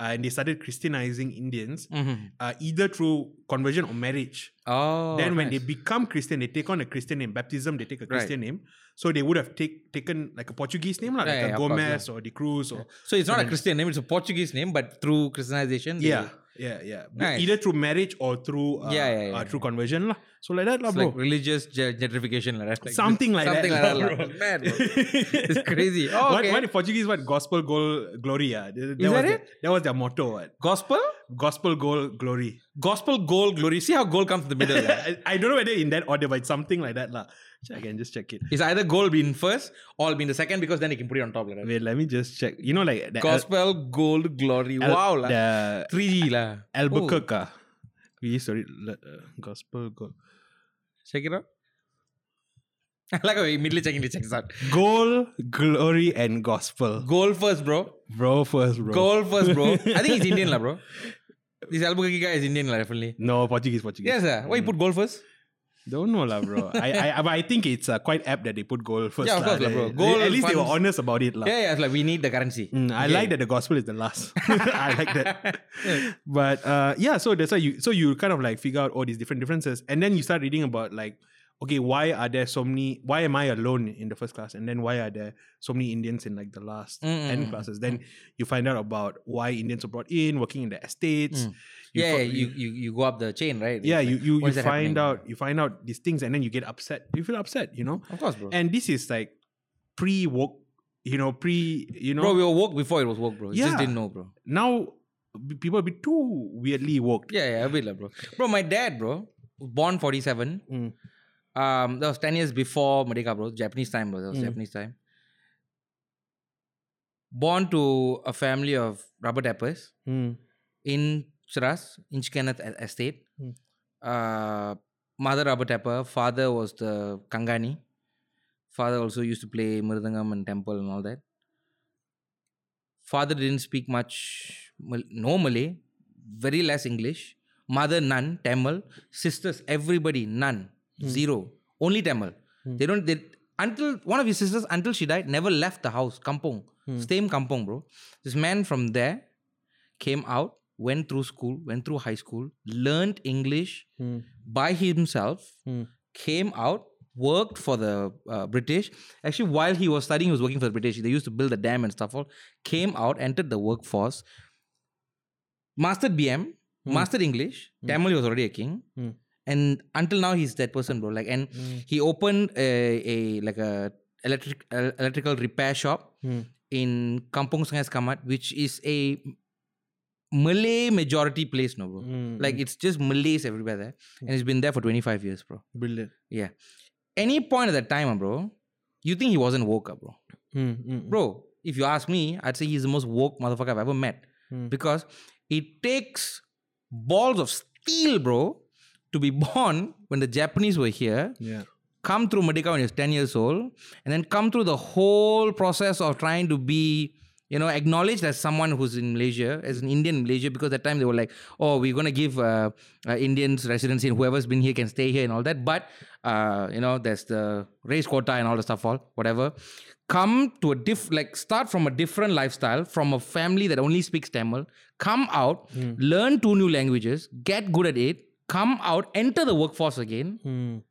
[SPEAKER 3] Uh, and they started Christianizing Indians
[SPEAKER 4] Mhm.
[SPEAKER 3] uh, either through conversion or marriage.
[SPEAKER 4] Oh.
[SPEAKER 3] then when
[SPEAKER 4] nice.
[SPEAKER 3] they become Christian, they take on a Christian name. Baptism, they take a Christian name. So they would have take, taken like a Portuguese name, lah, like
[SPEAKER 4] Yeah, yeah,
[SPEAKER 3] a
[SPEAKER 4] of course,
[SPEAKER 3] Gomez or De Cruz or
[SPEAKER 4] So it's not a Christian name, it's a Portuguese name, but through Christianization. they-
[SPEAKER 3] yeah, yeah, yeah. But
[SPEAKER 4] Nice.
[SPEAKER 3] Either through marriage or through uh,
[SPEAKER 4] Yeah, yeah, yeah,
[SPEAKER 3] uh, through conversion, lah. So like that, lah,
[SPEAKER 4] It's
[SPEAKER 3] bro.
[SPEAKER 4] like religious ge- gentrification. Like, that. like
[SPEAKER 3] Something like
[SPEAKER 4] something
[SPEAKER 3] that.
[SPEAKER 4] Something like that. Like, mad, bro. It's crazy. Oh,
[SPEAKER 3] What,
[SPEAKER 4] okay.
[SPEAKER 3] what in Portuguese? What gospel goal gloria? Th- That,
[SPEAKER 4] Is
[SPEAKER 3] was
[SPEAKER 4] that
[SPEAKER 3] their,
[SPEAKER 4] it?
[SPEAKER 3] that was their motto. What?
[SPEAKER 4] Gospel?
[SPEAKER 3] Gospel goal glory.
[SPEAKER 4] Gospel, goal, glory. See how goal comes in the middle. right?
[SPEAKER 3] I, I don't know whether in that order, but it's something like that, lah. I can just check it.
[SPEAKER 4] It's either goal being first or being the second because then you can put it on top. Like that.
[SPEAKER 3] Wait, let me just check. You know, like the Al-
[SPEAKER 4] Gospel, gold, glory.
[SPEAKER 3] Al-
[SPEAKER 4] wow. La.
[SPEAKER 3] the
[SPEAKER 4] 3D. La.
[SPEAKER 3] Albuquerque. ah. We used to read le- uh, gospel goal.
[SPEAKER 4] Oh, check it out. I like how you immediately checking the checks out.
[SPEAKER 3] Goal, glory, and gospel.
[SPEAKER 4] Goal first, bro.
[SPEAKER 3] Bro first, bro.
[SPEAKER 4] Goal first, bro. I think he's Indian, la, bro. This Albuquerque guy is Indian, la, definitely.
[SPEAKER 3] No, Portuguese, Portuguese.
[SPEAKER 4] Yes, sir. Why you put goal first?
[SPEAKER 3] Mm. Don't know, lah, bro. I, I, but I think it's uh, quite apt that they put goal first.
[SPEAKER 4] Yeah, of course lah,
[SPEAKER 3] They-
[SPEAKER 4] bro.
[SPEAKER 3] they-
[SPEAKER 4] Goal
[SPEAKER 3] at least they were
[SPEAKER 4] funds.
[SPEAKER 3] honest about it, lah.
[SPEAKER 4] Yeah, yeah. It's like we need the currency.
[SPEAKER 3] Mm, I like that the gospel is the last. I like that. But uh, yeah, so that's why you so you kind of like figure out all these different differences, and then you start reading about like, okay, why are there so many? Why am I alone in the first class? And then why are there so many Indians in like the last
[SPEAKER 4] Mm, mm,
[SPEAKER 3] ten
[SPEAKER 4] mm,
[SPEAKER 3] classes? Then you find out about why Indians were brought in, working in the estates.
[SPEAKER 4] Mm.
[SPEAKER 3] You
[SPEAKER 4] yeah,
[SPEAKER 3] fo-
[SPEAKER 4] you, you you go up the chain, right?
[SPEAKER 3] yeah,
[SPEAKER 4] It's
[SPEAKER 3] you
[SPEAKER 4] like,
[SPEAKER 3] you,
[SPEAKER 4] what
[SPEAKER 3] you
[SPEAKER 4] is that
[SPEAKER 3] find
[SPEAKER 4] happening?
[SPEAKER 3] out you find out these things, and then you get upset. You feel upset, you know.
[SPEAKER 4] Of course, bro.
[SPEAKER 3] And this is like pre woke, you know, pre you know.
[SPEAKER 4] Bro, we were woke before it was woke, bro. You just
[SPEAKER 3] Yeah.
[SPEAKER 4] didn't know, bro.
[SPEAKER 3] now b- people be too weirdly woke.
[SPEAKER 4] Yeah, yeah, a bit, like, bro. Bro, my dad, bro, was born forty seven.
[SPEAKER 3] Mm.
[SPEAKER 4] Um, that was ten years before Merdeka, bro. Japanese time, bro. That was
[SPEAKER 3] Mm.
[SPEAKER 4] Japanese time. Born to a family of rubber tappers in Shiraz, in Inchkenneth Estate.
[SPEAKER 3] Mm.
[SPEAKER 4] Uh, mother Abhatapa, father was the Kangani. Father also used to play Mridangam and temple and all that. Father didn't speak much, Mal- no Malay, very less English. Mother, none, Tamil. Sisters, everybody, none, zero. Only Tamil. They don't, they, until one of his sisters, until she died, never left the house, Kampong, same Kampong, bro. This man from there came out, went through school, went through high school, learned English by himself, came out, worked for the uh, British. Actually, while he was studying, he was working for the British. They used to build the dam and stuff. All came out, entered the workforce, mastered BM, mastered English. Tamil he was already a king.
[SPEAKER 3] Mm.
[SPEAKER 4] And until now, he's that person, bro. Like, and he opened a, a like a electric el- electrical repair shop
[SPEAKER 3] Mm.
[SPEAKER 4] in Kampong Sungai Skamat, which is a Malay majority place, no bro.
[SPEAKER 3] Hmm.
[SPEAKER 4] Like it's just Malays everywhere there, and it's been there for 25 years, bro.
[SPEAKER 3] brilliant.
[SPEAKER 4] Yeah. Any point at that time, ah, bro, you think he wasn't woke, ah, bro? Bro, if you ask me, I'd say he's the most woke motherfucker I've ever met
[SPEAKER 3] Mm.
[SPEAKER 4] because it takes balls of steel, bro, to be born when the Japanese were here
[SPEAKER 3] Yeah.
[SPEAKER 4] come through Medica when he was 10 years old, and then come through the whole process of trying to be, you know, acknowledged as someone who's in Malaysia, as an Indian in Malaysia, because at the time they were like, oh, we're going to give uh, uh, Indians residency, and whoever's been here can stay here and all that. But, uh, you know, there's the race quota and all the stuff, all whatever. Come to a diff, like start from a different lifestyle, from a family that only speaks Tamil, come out, learn two new languages, get good at it, come out, enter the workforce again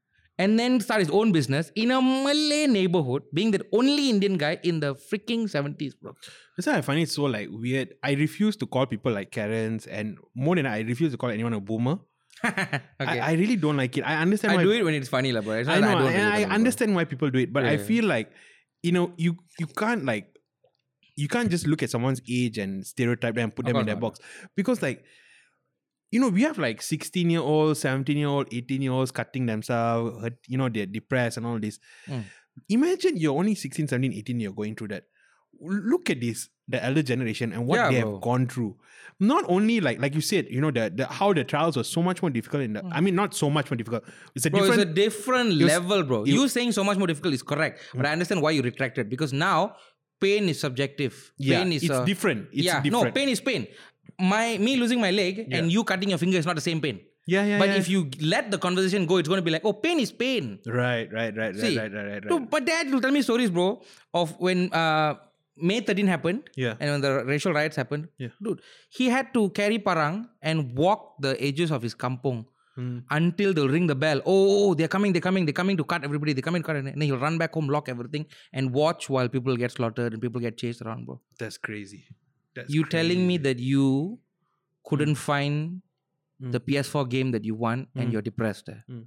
[SPEAKER 4] and then start his own business in a Malay neighborhood, being the only Indian guy in the freaking 70s, bro.
[SPEAKER 3] That's why I find it so like weird. I refuse to call people like Karens, and more than that, I refuse to call anyone a boomer.
[SPEAKER 4] okay.
[SPEAKER 3] I,
[SPEAKER 4] I,
[SPEAKER 3] I really don't like it. I understand. why
[SPEAKER 4] do it when it's funny, lah, bro. It's not
[SPEAKER 3] I
[SPEAKER 4] that
[SPEAKER 3] know,
[SPEAKER 4] don't
[SPEAKER 3] and
[SPEAKER 4] really
[SPEAKER 3] I
[SPEAKER 4] do it, bro.
[SPEAKER 3] understand why people do it, but I
[SPEAKER 4] Yeah.
[SPEAKER 3] feel like you know, you you can't like you can't just look at someone's age and stereotype them and put
[SPEAKER 4] Of
[SPEAKER 3] them in
[SPEAKER 4] course
[SPEAKER 3] their
[SPEAKER 4] not.
[SPEAKER 3] box because like you know we have like 16 year olds 17 year old 18 year olds cutting themselves hurt, you know they're depressed and all this
[SPEAKER 4] Mm.
[SPEAKER 3] imagine you're only 16 17 18 you're going through that look at this the elder generation and what
[SPEAKER 4] Yeah,
[SPEAKER 3] they
[SPEAKER 4] bro.
[SPEAKER 3] have gone through not only like like you said you know the, the how the trials were so much more difficult in the i mean not so much more difficult it's a
[SPEAKER 4] Mm.
[SPEAKER 3] different
[SPEAKER 4] Bro, it's a different
[SPEAKER 3] you s-
[SPEAKER 4] level, bro. You,
[SPEAKER 3] you-
[SPEAKER 4] saying so much more difficult is correct, but I understand why you retracted because now pain is subjective.
[SPEAKER 3] yeah,
[SPEAKER 4] pain is
[SPEAKER 3] it's
[SPEAKER 4] a-
[SPEAKER 3] different. It's
[SPEAKER 4] yeah,
[SPEAKER 3] different.
[SPEAKER 4] no, pain is pain. My me losing my leg and you cutting your finger is not the same pain.
[SPEAKER 3] yeah, yeah.
[SPEAKER 4] but
[SPEAKER 3] yeah.
[SPEAKER 4] if you let the conversation go, it's going to be like, oh, pain is pain.
[SPEAKER 3] right, right, right,
[SPEAKER 4] See,
[SPEAKER 3] right, right, right, right, right.
[SPEAKER 4] No, but dad will tell me stories, bro, of when uh, May 13 happened
[SPEAKER 3] yeah,
[SPEAKER 4] and when the racial riots happened.
[SPEAKER 3] Yeah.
[SPEAKER 4] Dude, he had to carry parang and walk the edges of his kampong
[SPEAKER 3] Mm.
[SPEAKER 4] until they'll ring the bell. Oh, oh, they're coming, they're coming, they're coming to cut everybody, they're coming to cut. And then he'll run back home, lock everything, and watch while people get slaughtered and people get chased around, bro.
[SPEAKER 3] that's crazy. That's
[SPEAKER 4] you telling
[SPEAKER 3] crazy.
[SPEAKER 4] me
[SPEAKER 3] Hmm.
[SPEAKER 4] that you couldn't find
[SPEAKER 3] Mm.
[SPEAKER 4] the PS4 game that you won and
[SPEAKER 3] Mm.
[SPEAKER 4] you're depressed eh? there.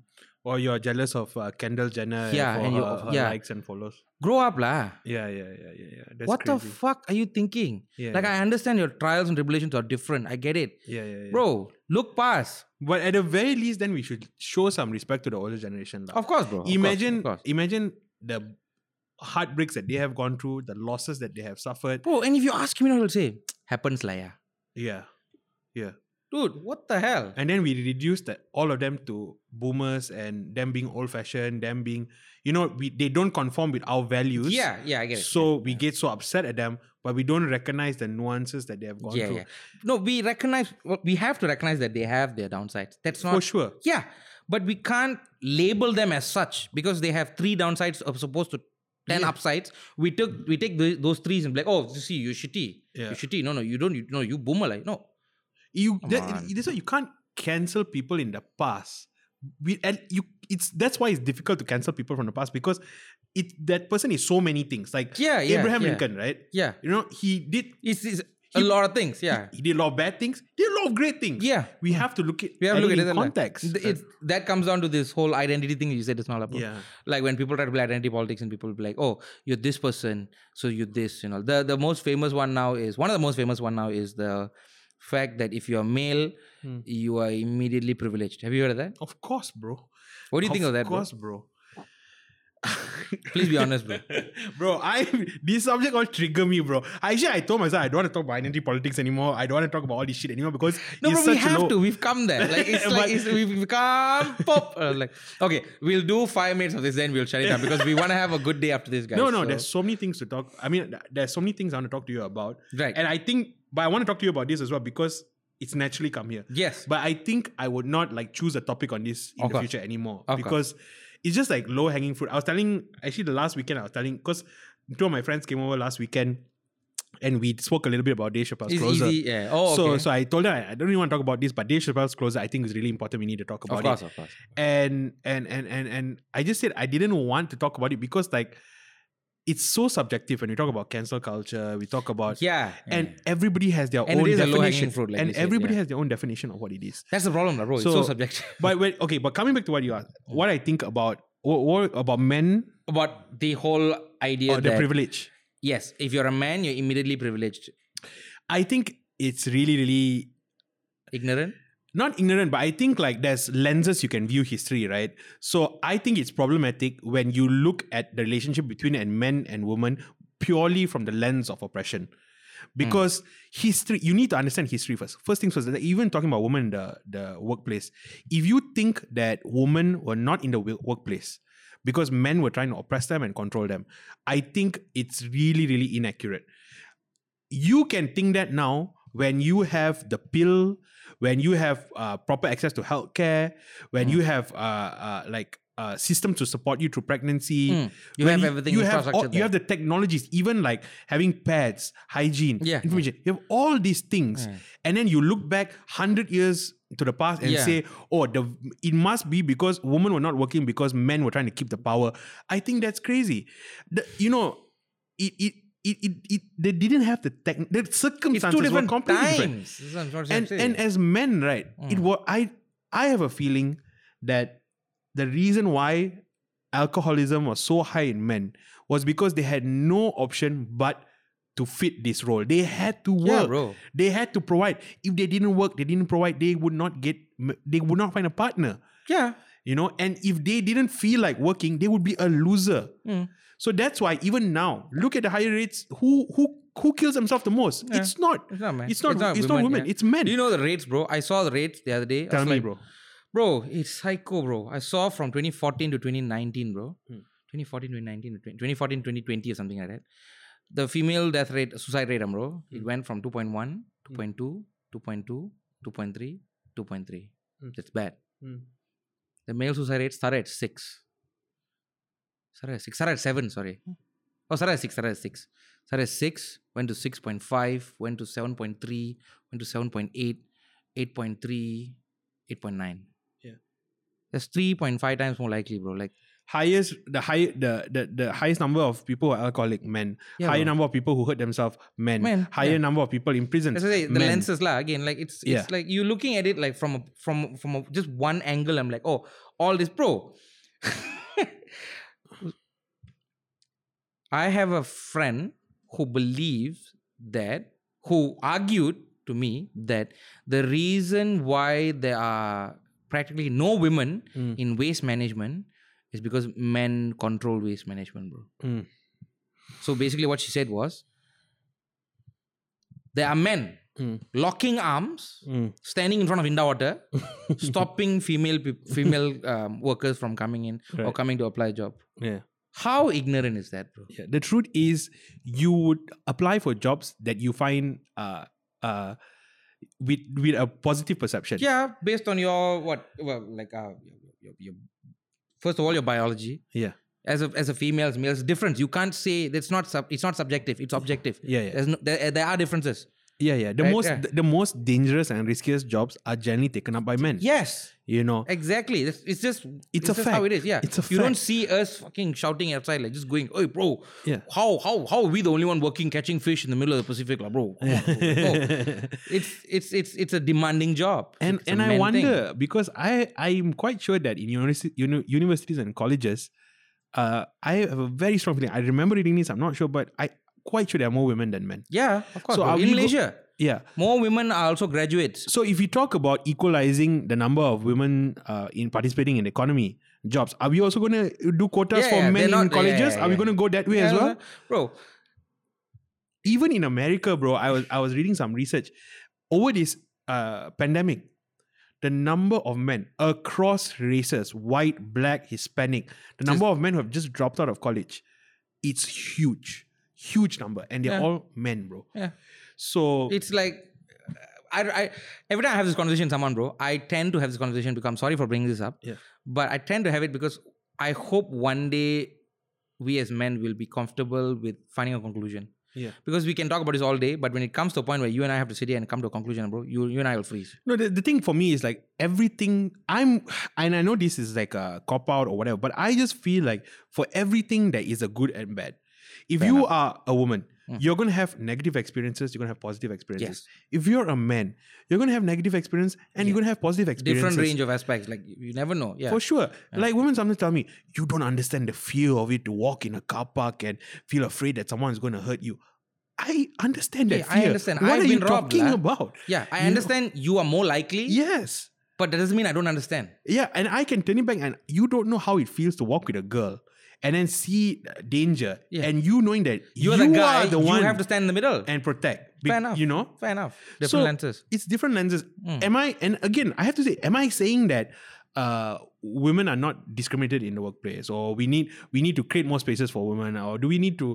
[SPEAKER 3] or you're jealous of uh, Kendall Jenner
[SPEAKER 4] Yeah,
[SPEAKER 3] for
[SPEAKER 4] and
[SPEAKER 3] her,
[SPEAKER 4] you-
[SPEAKER 3] her
[SPEAKER 4] yeah.
[SPEAKER 3] likes and follows?
[SPEAKER 4] Grow up, lah.
[SPEAKER 3] Yeah, yeah, yeah, yeah, yeah. That's
[SPEAKER 4] what the
[SPEAKER 3] crazy.
[SPEAKER 4] fuck are you thinking?
[SPEAKER 3] Yeah,
[SPEAKER 4] like,
[SPEAKER 3] yeah.
[SPEAKER 4] I understand your trials and tribulations are different. I get it.
[SPEAKER 3] yeah, yeah, yeah.
[SPEAKER 4] Bro, look past.
[SPEAKER 3] But at the very least, then we should show some respect to the older generation. lah.
[SPEAKER 4] Of course, bro. Of course,
[SPEAKER 3] imagine,
[SPEAKER 4] of course.
[SPEAKER 3] imagine the heartbreaks that they have gone through, the losses that they have suffered.
[SPEAKER 4] Bro, and if you ask him, you know, he'll say, happens, lah, yeah.
[SPEAKER 3] Yeah, yeah.
[SPEAKER 4] Dude, what the hell?
[SPEAKER 3] And then we reduced that, all of them to boomers and them being old fashioned, them being, you know, we, they don't conform with our values.
[SPEAKER 4] yeah, yeah, I get it.
[SPEAKER 3] So
[SPEAKER 4] yeah,
[SPEAKER 3] we
[SPEAKER 4] yeah.
[SPEAKER 3] get so upset at them, but we don't recognize the nuances that they have gone
[SPEAKER 4] Yeah,
[SPEAKER 3] through.
[SPEAKER 4] yeah. No, we recognize, well, we have to recognize that they have their downsides. That's not.
[SPEAKER 3] For sure.
[SPEAKER 4] Yeah, but we can't label them as such because they have three downsides of supposed to ten
[SPEAKER 3] Yeah.
[SPEAKER 4] upsides. We took we take th- those threes and be like, oh, you see, you shitty,
[SPEAKER 3] Yeah.
[SPEAKER 4] you shitty. No, no, you don't. You, no, you boomer like no.
[SPEAKER 3] You
[SPEAKER 4] Come
[SPEAKER 3] that,
[SPEAKER 4] on.
[SPEAKER 3] that's why you can't cancel people in the past. We and you it's that's why it's difficult to cancel people from the past because it that person is so many things. Like
[SPEAKER 4] Yeah, yeah,
[SPEAKER 3] Abraham
[SPEAKER 4] yeah.
[SPEAKER 3] Lincoln, right?
[SPEAKER 4] Yeah,
[SPEAKER 3] You know, he did
[SPEAKER 4] it's, it's a
[SPEAKER 3] He-
[SPEAKER 4] lot of things. Yeah,
[SPEAKER 3] he did a lot of bad things, did a lot of great things.
[SPEAKER 4] yeah.
[SPEAKER 3] We have to look at
[SPEAKER 4] We have to look at
[SPEAKER 3] in
[SPEAKER 4] it like-
[SPEAKER 3] context.
[SPEAKER 4] Th- It's, that comes down to this whole identity thing you said it's not about.
[SPEAKER 3] yeah.
[SPEAKER 4] Like when people try to play identity politics and people be like, oh, you're this person, so you're this, you know. The the most famous one now is one of the most famous one now is the fact that if you're male,
[SPEAKER 3] Hmm.
[SPEAKER 4] you are immediately privileged. Have you heard of that?
[SPEAKER 3] Of course, bro.
[SPEAKER 4] What do you think of
[SPEAKER 3] Of
[SPEAKER 4] that? bro?
[SPEAKER 3] course, bro.
[SPEAKER 4] Please be honest, bro.
[SPEAKER 3] bro, I this subject all trigger me, bro. Actually, I told myself I don't want to talk about identity politics anymore. I don't want to talk about all this shit anymore because
[SPEAKER 4] No,
[SPEAKER 3] it's
[SPEAKER 4] but we
[SPEAKER 3] such
[SPEAKER 4] have
[SPEAKER 3] low-
[SPEAKER 4] to. We've come there. Like it's like
[SPEAKER 3] But-
[SPEAKER 4] it's, we've become pop. Uh, like okay, we'll do five minutes of this, then we'll shut it down because we want to have a good day after this, guys.
[SPEAKER 3] No, no,
[SPEAKER 4] so-
[SPEAKER 3] there's so many things to talk. I mean, th- there's so many things I want to talk to you about.
[SPEAKER 4] Right.
[SPEAKER 3] And I think, but I want to talk to you about this as well because it's naturally come here.
[SPEAKER 4] yes.
[SPEAKER 3] But I think I would not like choose a topic on this in
[SPEAKER 4] Of
[SPEAKER 3] the
[SPEAKER 4] course.
[SPEAKER 3] future anymore
[SPEAKER 4] Of course.
[SPEAKER 3] because it's just like low hanging fruit. I was telling actually the last weekend I was telling because two of my friends came over last weekend and we spoke a little bit about Dave Chappelle's
[SPEAKER 4] it's
[SPEAKER 3] closer.
[SPEAKER 4] easy. Yeah. Oh, okay.
[SPEAKER 3] So, so I told her I I don't really want to talk about this, but Dave Chappelle's closer I think is really important. We need to talk about
[SPEAKER 4] of course,
[SPEAKER 3] it.
[SPEAKER 4] of course.
[SPEAKER 3] And and and and and I just said I didn't want to talk about it because like it's so subjective when we talk about cancel culture. We talk about
[SPEAKER 4] Yeah.
[SPEAKER 3] and
[SPEAKER 4] yeah.
[SPEAKER 3] everybody has their
[SPEAKER 4] And it
[SPEAKER 3] own
[SPEAKER 4] is a low-hanging
[SPEAKER 3] definition,
[SPEAKER 4] fruit, like
[SPEAKER 3] and
[SPEAKER 4] you said,
[SPEAKER 3] everybody
[SPEAKER 4] yeah.
[SPEAKER 3] has their own definition of what it is.
[SPEAKER 4] that's the problem, bro. it's so
[SPEAKER 3] So-
[SPEAKER 4] subjective.
[SPEAKER 3] But when, okay, but coming back to what you asked, what I think about what, what about men
[SPEAKER 4] But the whole idea
[SPEAKER 3] or Oh, the
[SPEAKER 4] that
[SPEAKER 3] privilege,
[SPEAKER 4] yes, if you're a man, you're immediately privileged,
[SPEAKER 3] I think it's really, really
[SPEAKER 4] ignorant.
[SPEAKER 3] not ignorant, but I think like there's lenses you can view history, right? So I think it's problematic when you look at the relationship between and men and women purely from the lens of oppression.
[SPEAKER 4] Mm.
[SPEAKER 3] Because history, you need to understand history first. First things first, like, even talking about women in the, the workplace, if you think that women were not in the wo- workplace because men were trying to oppress them and control them, I think it's really, really inaccurate you can think that now when you have the pill, when you have uh, proper access to healthcare,
[SPEAKER 4] Mm.
[SPEAKER 3] when you have uh, uh, like uh, system to support you through pregnancy,
[SPEAKER 4] Mm. You
[SPEAKER 3] when
[SPEAKER 4] have everything
[SPEAKER 3] You have
[SPEAKER 4] infrastructure
[SPEAKER 3] all, you
[SPEAKER 4] there.
[SPEAKER 3] have the technologies, even like having pads, hygiene,
[SPEAKER 4] Yeah.
[SPEAKER 3] information. You have all these things, and then you look back hundred years to the past and
[SPEAKER 4] Yeah.
[SPEAKER 3] say, "Oh, the it must be because women were not working because men were trying to keep the power." I think that's crazy. The- you know, it it. It, it, it, they didn't have the tech. The
[SPEAKER 4] It's
[SPEAKER 3] circumstances
[SPEAKER 4] two different
[SPEAKER 3] were completely different
[SPEAKER 4] times. This is what I'm
[SPEAKER 3] and
[SPEAKER 4] saying.
[SPEAKER 3] and as men, right?
[SPEAKER 4] Hmm.
[SPEAKER 3] It was I I have a feeling that the reason why alcoholism was so high in men was because they had no option but to fit this role. They had to work.
[SPEAKER 4] Yeah, bro.
[SPEAKER 3] They had to provide. If they didn't work, they didn't provide. They would not get. They would not find a partner.
[SPEAKER 4] yeah.
[SPEAKER 3] You know, and if they didn't feel like working, they would be a loser.
[SPEAKER 4] Hmm.
[SPEAKER 3] So that's why even now, look at the higher rates. Who who who kills themself the most? It's not.
[SPEAKER 4] It's not man.
[SPEAKER 3] It's not. It's not, women.
[SPEAKER 4] yeah.
[SPEAKER 3] It's men.
[SPEAKER 4] Do you know the rates, bro? I saw the rates the other day. I was
[SPEAKER 3] Tell me,
[SPEAKER 4] like,
[SPEAKER 3] bro.
[SPEAKER 4] Bro, it's psycho, bro. I saw from 2014 to 2019, bro.
[SPEAKER 3] Hmm.
[SPEAKER 4] 2014, 2019, to 20, 2014, 2020 or something like that. The female death rate, suicide rate, um, bro, it
[SPEAKER 3] Hmm.
[SPEAKER 4] went from 2.1, 2.2, 2.2, 2.3, 2.3.
[SPEAKER 3] Mm.
[SPEAKER 4] That's bad.
[SPEAKER 3] Mm.
[SPEAKER 4] Hmm. The male suicide rate started at 6. Started at 6. Started at 7, sorry. Oh, started at 6. Started at 6. Started at 6, went to 6.5, went to 7.3, went to 7.8, 8.3, 8.9.
[SPEAKER 3] Yeah.
[SPEAKER 4] That's 3.5 times more likely, bro. Like,
[SPEAKER 3] highest the high the, the the highest number of people who are alcoholic men
[SPEAKER 4] Yeah,
[SPEAKER 3] higher
[SPEAKER 4] bro.
[SPEAKER 3] number of people who hurt themselves men,
[SPEAKER 4] Men,
[SPEAKER 3] higher
[SPEAKER 4] yeah.
[SPEAKER 3] number of people in prison
[SPEAKER 4] as I say, the
[SPEAKER 3] men.
[SPEAKER 4] lenses, lah. Again, like it's it's
[SPEAKER 3] Yeah.
[SPEAKER 4] like you're looking at it like from a, from from a, just one angle. I'm like, oh, all this, bro. I have a friend who believes that who argued to me that the reason why there are practically no women
[SPEAKER 3] Mm.
[SPEAKER 4] in waste management is because men control waste management, bro.
[SPEAKER 3] Mm.
[SPEAKER 4] So basically, what she said was there are men
[SPEAKER 3] Mm.
[SPEAKER 4] locking arms,
[SPEAKER 3] Mm.
[SPEAKER 4] standing in front of Inda Water, stopping female peop- female um, workers from coming in or
[SPEAKER 3] Right.
[SPEAKER 4] coming to apply a job.
[SPEAKER 3] yeah
[SPEAKER 4] How ignorant is that, bro?
[SPEAKER 3] yeah the truth is you would apply for jobs that you find uh uh with with a positive perception
[SPEAKER 4] Yeah, based on your what? Well, like uh, your, your, your first of all, your biology.
[SPEAKER 3] yeah
[SPEAKER 4] As a, as a female, as a male, it's different. You can't say that's not sub, it's not subjective. It's objective.
[SPEAKER 3] Yeah, yeah.
[SPEAKER 4] There's no, there, there are differences.
[SPEAKER 3] yeah yeah the
[SPEAKER 4] Right,
[SPEAKER 3] most
[SPEAKER 4] yeah.
[SPEAKER 3] The, the most dangerous and riskiest jobs are generally taken up by men
[SPEAKER 4] Yes,
[SPEAKER 3] you know
[SPEAKER 4] Exactly. It's, it's just
[SPEAKER 3] It's a
[SPEAKER 4] just how
[SPEAKER 3] fact.
[SPEAKER 4] it is. Yeah.
[SPEAKER 3] It's a
[SPEAKER 4] you don't
[SPEAKER 3] fact.
[SPEAKER 4] see us fucking shouting outside like just going, "Hey, bro,
[SPEAKER 3] Yeah.
[SPEAKER 4] how how how are we the only one working catching fish in the middle of the Pacific, like, bro?" Come on, bro. No. It's it's it's it's a demanding job.
[SPEAKER 3] and
[SPEAKER 4] It's a
[SPEAKER 3] and I
[SPEAKER 4] man thing.
[SPEAKER 3] wonder because I I'm quite sure that in university, uni, universities and colleges, uh, I have a very strong feeling. I remember reading this. I'm not sure, but I quite sure there are more women than men.
[SPEAKER 4] Yeah, of course.
[SPEAKER 3] So
[SPEAKER 4] bro.
[SPEAKER 3] are
[SPEAKER 4] in
[SPEAKER 3] we go-
[SPEAKER 4] Malaysia,
[SPEAKER 3] Yeah.
[SPEAKER 4] more women are also graduates.
[SPEAKER 3] So if you talk about equalizing the number of women uh, in participating in the economy, jobs. Are we also going to do quotas
[SPEAKER 4] Yeah,
[SPEAKER 3] for
[SPEAKER 4] yeah,
[SPEAKER 3] men
[SPEAKER 4] they're
[SPEAKER 3] in
[SPEAKER 4] not- yeah,
[SPEAKER 3] colleges?
[SPEAKER 4] yeah,
[SPEAKER 3] Are we
[SPEAKER 4] yeah.
[SPEAKER 3] going to go that way as
[SPEAKER 4] Yeah,
[SPEAKER 3] well?
[SPEAKER 4] bro.
[SPEAKER 3] Even in America, bro, I was I was reading some research over this uh, pandemic. The number of men across races, white, black, Hispanic, the number of men who have just dropped out of college, it's huge, huge number, and they're
[SPEAKER 4] Yeah.
[SPEAKER 3] all men, bro.
[SPEAKER 4] Yeah.
[SPEAKER 3] So
[SPEAKER 4] it's like I, I every time I have this conversation with someone, bro, I tend to have this conversation because I'm sorry for bringing this up.
[SPEAKER 3] Yeah.
[SPEAKER 4] But I tend to have it because I hope one day we as men will be comfortable with finding a conclusion.
[SPEAKER 3] Yeah.
[SPEAKER 4] Because we can talk about this all day, but when it comes to a point where you and I have to sit here and come to a conclusion, bro, you you and I will freeze.
[SPEAKER 3] No, the, the thing for me is like everything I'm, and I know this is like a cop out or whatever, but I just feel like for everything there is a good and bad. If
[SPEAKER 4] Fair
[SPEAKER 3] you
[SPEAKER 4] enough.
[SPEAKER 3] are a woman,
[SPEAKER 4] Mm.
[SPEAKER 3] you're gonna have negative experiences. You're gonna have positive experiences.
[SPEAKER 4] Yes.
[SPEAKER 3] If you're a man, you're gonna have negative experience and you're
[SPEAKER 4] Yeah.
[SPEAKER 3] gonna have positive experiences.
[SPEAKER 4] Different range of aspects. Like you you never know. Yeah.
[SPEAKER 3] For sure. Like women sometimes tell me, you don't understand the fear of it to walk in a car park and feel afraid that someone's gonna hurt you. I understand that
[SPEAKER 4] Yeah, I
[SPEAKER 3] fear.
[SPEAKER 4] understand.
[SPEAKER 3] What
[SPEAKER 4] I've
[SPEAKER 3] are you
[SPEAKER 4] been robbed,
[SPEAKER 3] talking
[SPEAKER 4] lah.
[SPEAKER 3] about?
[SPEAKER 4] Yeah. I
[SPEAKER 3] You know-
[SPEAKER 4] understand you are more likely,
[SPEAKER 3] Yes.
[SPEAKER 4] but that doesn't mean I don't understand.
[SPEAKER 3] Yeah, and I can turn it back, and you don't know how it feels to walk with a girl and then see danger,
[SPEAKER 4] Yeah.
[SPEAKER 3] and you knowing that
[SPEAKER 4] You're
[SPEAKER 3] you
[SPEAKER 4] the guy,
[SPEAKER 3] are the one
[SPEAKER 4] you have to stand in the middle.
[SPEAKER 3] and protect. Be-
[SPEAKER 4] Fair enough.
[SPEAKER 3] You know,
[SPEAKER 4] Fair enough. Different
[SPEAKER 3] So-
[SPEAKER 4] lenses. Hmm.
[SPEAKER 3] it's different lenses. Am I? And again, I have to say, am I saying that uh, women are not discriminated in the workplace, or we need we need to create more spaces for women, or do we need to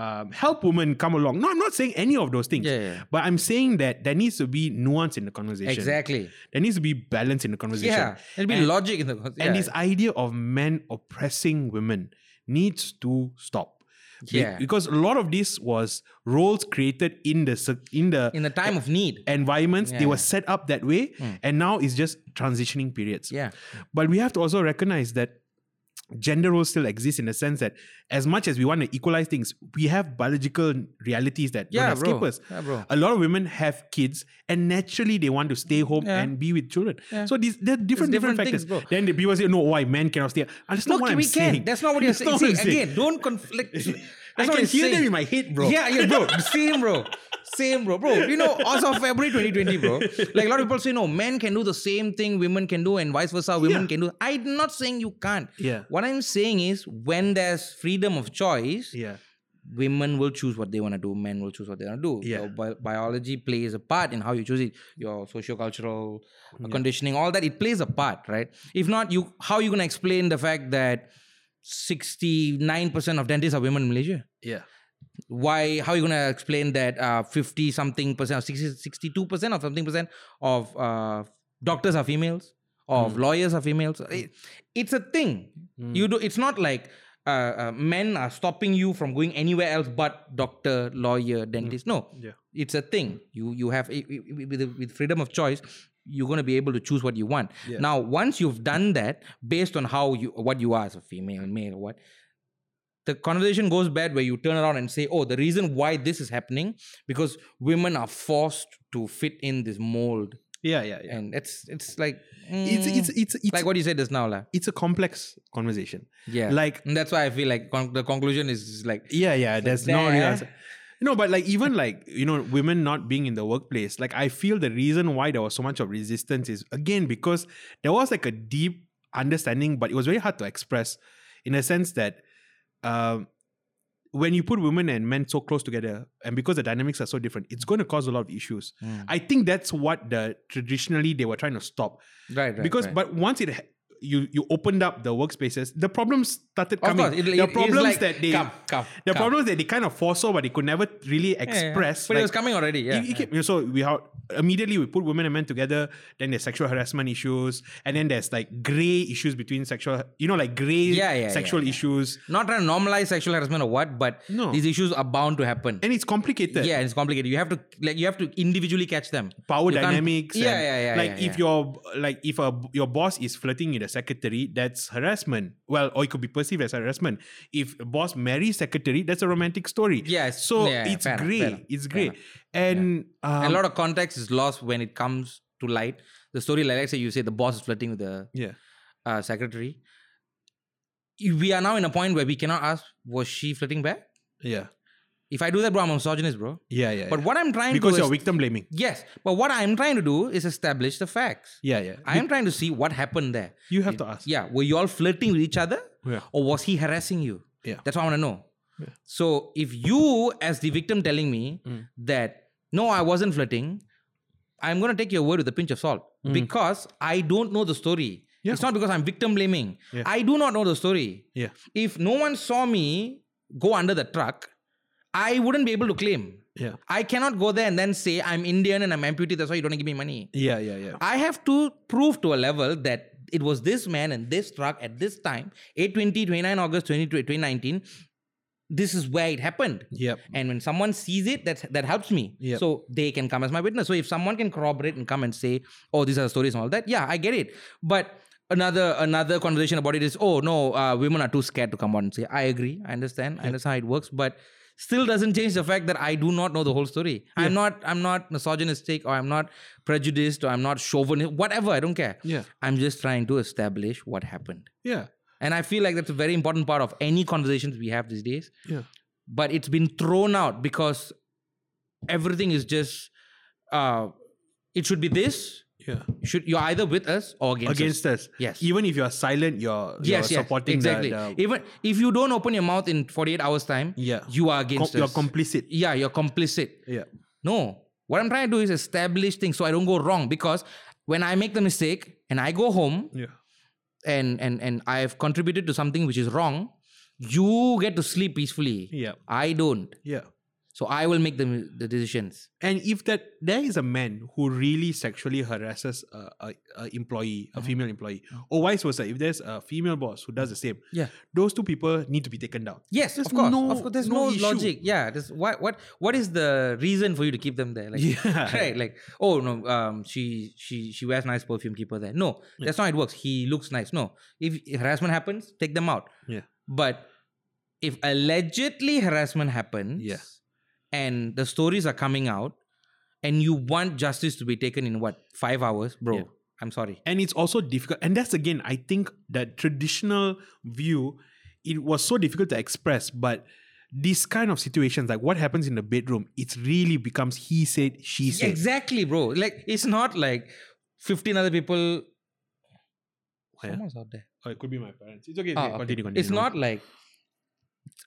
[SPEAKER 3] um, help women come along? No, I'm not saying any of those things.
[SPEAKER 4] Yeah, yeah, yeah.
[SPEAKER 3] But I'm saying that there needs to be nuance in the conversation.
[SPEAKER 4] Exactly.
[SPEAKER 3] There needs to be balance in the conversation.
[SPEAKER 4] Yeah, there'll be
[SPEAKER 3] And-
[SPEAKER 4] logic in the con- yeah.
[SPEAKER 3] And this idea of men oppressing women needs to stop. Be-
[SPEAKER 4] Yeah.
[SPEAKER 3] Because a lot of this was roles created in the cir- in the
[SPEAKER 4] in the time of need.
[SPEAKER 3] environments they
[SPEAKER 4] Yeah. Hmm.
[SPEAKER 3] were set up that way and now it's just transitioning periods.
[SPEAKER 4] Yeah,
[SPEAKER 3] But we have to also recognize that gender roles still exist in the sense that as much as we want to equalize things, we have biological realities that don't
[SPEAKER 4] yeah,
[SPEAKER 3] escape
[SPEAKER 4] bro.
[SPEAKER 3] us.
[SPEAKER 4] Yeah, bro.
[SPEAKER 3] A lot of women have kids, and naturally they want to stay home
[SPEAKER 4] Mm. Yeah.
[SPEAKER 3] and be with children.
[SPEAKER 4] Yeah.
[SPEAKER 3] So these there are different different,
[SPEAKER 4] different
[SPEAKER 3] factors.
[SPEAKER 4] things, bro.
[SPEAKER 3] then the people say, "No, why men cannot stay?" And that's not
[SPEAKER 4] Look,
[SPEAKER 3] what I'm
[SPEAKER 4] we
[SPEAKER 3] saying.
[SPEAKER 4] can. That's not what you're saying.
[SPEAKER 3] what I'm
[SPEAKER 4] See, Again, don't conflict. That's
[SPEAKER 3] I
[SPEAKER 4] not
[SPEAKER 3] can
[SPEAKER 4] what I'm
[SPEAKER 3] hear them
[SPEAKER 4] saying.
[SPEAKER 3] in my head, bro.
[SPEAKER 4] Yeah, yeah, bro. Same, bro. Same, bro. Bro, you know, as of February 2020, bro, like a lot of people say, no, men can do the same thing women can do and vice versa, women
[SPEAKER 3] Yeah.
[SPEAKER 4] can do. I'm not saying you can't.
[SPEAKER 3] Yeah.
[SPEAKER 4] What I'm saying is when there's freedom of choice,
[SPEAKER 3] yeah,
[SPEAKER 4] women will choose what they want to do men will choose what they want to do
[SPEAKER 3] Yeah.
[SPEAKER 4] Your bi- biology plays a part in how you choose it your sociocultural uh, conditioning all that it plays a part right if not you how you going to explain the fact that 69% of dentists are women in malaysia
[SPEAKER 3] yeah,
[SPEAKER 4] why how you going to explain that uh, 50 something percent or 60, 62% or something percent of uh, doctors are females
[SPEAKER 3] Hmm.
[SPEAKER 4] of lawyers are females It- it's a thing you do it's not like uh, uh, men are stopping you from going anywhere else but doctor lawyer dentist no
[SPEAKER 3] Hmm. yeah.
[SPEAKER 4] it's a thing you you have i- i- with, the- with freedom of choice you're going to be able to choose what you want
[SPEAKER 3] Yeah.
[SPEAKER 4] now once you've done that based on how you what you are as a female male what the conversation goes bad where you turn around and say oh the reason why this is happening because women are forced to fit in this mold
[SPEAKER 3] yeah, yeah, yeah.
[SPEAKER 4] and it's it's like
[SPEAKER 3] It's
[SPEAKER 4] mm,
[SPEAKER 3] it's it's it's
[SPEAKER 4] like what you said just now lah.
[SPEAKER 3] it's a complex conversation.
[SPEAKER 4] yeah
[SPEAKER 3] Like
[SPEAKER 4] and that's why i feel like con- the conclusion is like
[SPEAKER 3] yeah, yeah, there's no real
[SPEAKER 4] there.
[SPEAKER 3] answer. No, but like even like you know women not being in the workplace, like I feel the reason why there was so much of resistance is again because there was like a deep understanding, but it was very hard to express in a sense that um, when you put women and men so close together, and because the dynamics are so different, it's going to cause a lot of issues.
[SPEAKER 4] Mm.
[SPEAKER 3] I think that's what the traditionally they were trying to stop
[SPEAKER 4] right, right
[SPEAKER 3] because
[SPEAKER 4] right.
[SPEAKER 3] but once it ha- you you opened up the workspaces, the problems started
[SPEAKER 4] of
[SPEAKER 3] coming.
[SPEAKER 4] course it, it,
[SPEAKER 3] the
[SPEAKER 4] it's
[SPEAKER 3] problems
[SPEAKER 4] like,
[SPEAKER 3] that they
[SPEAKER 4] come, come,
[SPEAKER 3] the
[SPEAKER 4] come.
[SPEAKER 3] problems that they kind of foresaw, but they could never really
[SPEAKER 4] Yeah, yeah.
[SPEAKER 3] express.
[SPEAKER 4] but it was
[SPEAKER 3] like,
[SPEAKER 4] coming already yeah
[SPEAKER 3] you- you keep- so we have immediately we put women and men together. Then there's sexual harassment issues, and then there's like gray issues between sexual, you know, like gray
[SPEAKER 4] Yeah, yeah,
[SPEAKER 3] sexual
[SPEAKER 4] yeah, yeah.
[SPEAKER 3] issues,
[SPEAKER 4] not trying to normalize sexual harassment or what, but
[SPEAKER 3] No.
[SPEAKER 4] these issues are bound to happen.
[SPEAKER 3] and it's complicated.
[SPEAKER 4] yeah, it's complicated. You have to like you have to individually catch them.
[SPEAKER 3] Power
[SPEAKER 4] You can't-
[SPEAKER 3] dynamics.
[SPEAKER 4] Yeah,
[SPEAKER 3] and,
[SPEAKER 4] yeah, yeah.
[SPEAKER 3] Like
[SPEAKER 4] yeah,
[SPEAKER 3] if your like if a, your boss is flirting with a secretary, that's harassment. Well, or it could be perceived as harassment. If a boss marries secretary, that's a romantic story.
[SPEAKER 4] Yes.
[SPEAKER 3] So
[SPEAKER 4] Yeah,
[SPEAKER 3] it's
[SPEAKER 4] fair enough,
[SPEAKER 3] gray.
[SPEAKER 4] fair enough,
[SPEAKER 3] it's
[SPEAKER 4] fair
[SPEAKER 3] gray. And
[SPEAKER 4] yeah.
[SPEAKER 3] um,
[SPEAKER 4] a lot of context is lost when it comes to light. The story, like let's say you say the boss is flirting with the
[SPEAKER 3] yeah.
[SPEAKER 4] uh, secretary. We are now in a point where we cannot ask, was she flirting back?
[SPEAKER 3] Yeah.
[SPEAKER 4] If I do that, bro, I'm a misogynist, bro.
[SPEAKER 3] Yeah, yeah.
[SPEAKER 4] But what I'm trying
[SPEAKER 3] because
[SPEAKER 4] to
[SPEAKER 3] you're victim blaming.
[SPEAKER 4] yes, but what I'm trying to do is establish the facts.
[SPEAKER 3] Yeah, yeah.
[SPEAKER 4] I am trying to see what happened there.
[SPEAKER 3] you have to ask.
[SPEAKER 4] Yeah, were you all flirting with each other,
[SPEAKER 3] Yeah.
[SPEAKER 4] or was he harassing you?
[SPEAKER 3] Yeah.
[SPEAKER 4] that's what I want to know. So if you, as the victim, telling me
[SPEAKER 3] Mm.
[SPEAKER 4] that no, I wasn't flirting, I'm going to take your word with a pinch of salt because I don't know the story.
[SPEAKER 3] Mm. Yeah.
[SPEAKER 4] It's not because I'm victim blaming.
[SPEAKER 3] Yeah.
[SPEAKER 4] I do not know the story.
[SPEAKER 3] Yeah.
[SPEAKER 4] If no one saw me go under the truck, I wouldn't be able to claim.
[SPEAKER 3] Yeah.
[SPEAKER 4] I cannot go there and then say I'm Indian and I'm amputee. That's why you don't give me money.
[SPEAKER 3] Yeah, yeah, yeah.
[SPEAKER 4] I have to prove to a level that it was this man and this truck at this time, 820, 29 August 20, 2019. This is where it happened.
[SPEAKER 3] Yep.
[SPEAKER 4] And when someone sees it, that that helps me.
[SPEAKER 3] Yep.
[SPEAKER 4] So they can come as my witness. So if someone can corroborate and come and say, "Oh, these are the stories and all that," yeah, I get it. But another another conversation about it is, "Oh no, uh, women are too scared to come out and say." I agree. I understand. I understand how it works, but still doesn't change the fact that I do not know the whole story. I'm not I'm not misogynistic or I'm not prejudiced or I'm not chauvinist. Whatever, I don't care.
[SPEAKER 3] Yeah.
[SPEAKER 4] I'm just trying to establish what happened.
[SPEAKER 3] Yeah.
[SPEAKER 4] And I feel like that's a very important part of any conversations we have these days.
[SPEAKER 3] Yeah.
[SPEAKER 4] But it's been thrown out because everything is just uh it should be this.
[SPEAKER 3] Yeah.
[SPEAKER 4] Should you're either with us or against, us.
[SPEAKER 3] Against us.
[SPEAKER 4] Yes.
[SPEAKER 3] Even if you are silent, you're, you're
[SPEAKER 4] yes, yes,
[SPEAKER 3] supporting the-
[SPEAKER 4] exactly.
[SPEAKER 3] the,
[SPEAKER 4] Even if you don't open your mouth in 48 hours time,
[SPEAKER 3] Yeah.
[SPEAKER 4] you are
[SPEAKER 3] com-
[SPEAKER 4] against
[SPEAKER 3] you're
[SPEAKER 4] us.
[SPEAKER 3] complicit.
[SPEAKER 4] yeah, you're complicit.
[SPEAKER 3] Yeah.
[SPEAKER 4] No. What I'm trying to do is establish things so I don't go wrong because when I make the mistake and I go home,
[SPEAKER 3] Yeah.
[SPEAKER 4] and and and I have contributed to something which is wrong, you get to sleep peacefully.
[SPEAKER 3] Yeah.
[SPEAKER 4] I don't.
[SPEAKER 3] Yeah.
[SPEAKER 4] So I will make the the decisions.
[SPEAKER 3] And if that there is a man who really sexually harasses a, a, a employee,
[SPEAKER 4] Mm-hmm.
[SPEAKER 3] a female employee, or vice versa, if there's a female boss who does the same,
[SPEAKER 4] Yeah.
[SPEAKER 3] those two people need to be taken down.
[SPEAKER 4] Yes,
[SPEAKER 3] There's
[SPEAKER 4] of course.
[SPEAKER 3] no-
[SPEAKER 4] of course, there's
[SPEAKER 3] no
[SPEAKER 4] no,
[SPEAKER 3] issue.
[SPEAKER 4] logic. Yeah, there's what what what is the reason for you to keep them there? Like,
[SPEAKER 3] Yeah.
[SPEAKER 4] right? Like, oh no, um, she she she wears nice perfume. Keep her there. No, that's not how it works. He looks nice. No, if harassment happens, take them out.
[SPEAKER 3] Yeah.
[SPEAKER 4] But if allegedly harassment happens,
[SPEAKER 3] Yeah.
[SPEAKER 4] and the stories are coming out, and you want justice to be taken in what five hours, bro?
[SPEAKER 3] Yeah.
[SPEAKER 4] I'm sorry.
[SPEAKER 3] and it's also difficult and that's again i think that traditional view it was so difficult to express but these kind of situations like what happens in the bedroom it really becomes he said she said
[SPEAKER 4] Exactly, bro. Like, it's not like fifteen other people.
[SPEAKER 3] Yeah.
[SPEAKER 4] Someone's out there.
[SPEAKER 3] oh, it could be my parents it's okay,
[SPEAKER 4] Ah,
[SPEAKER 3] Oh, okay.
[SPEAKER 4] okay.
[SPEAKER 3] continue continue
[SPEAKER 4] It's not like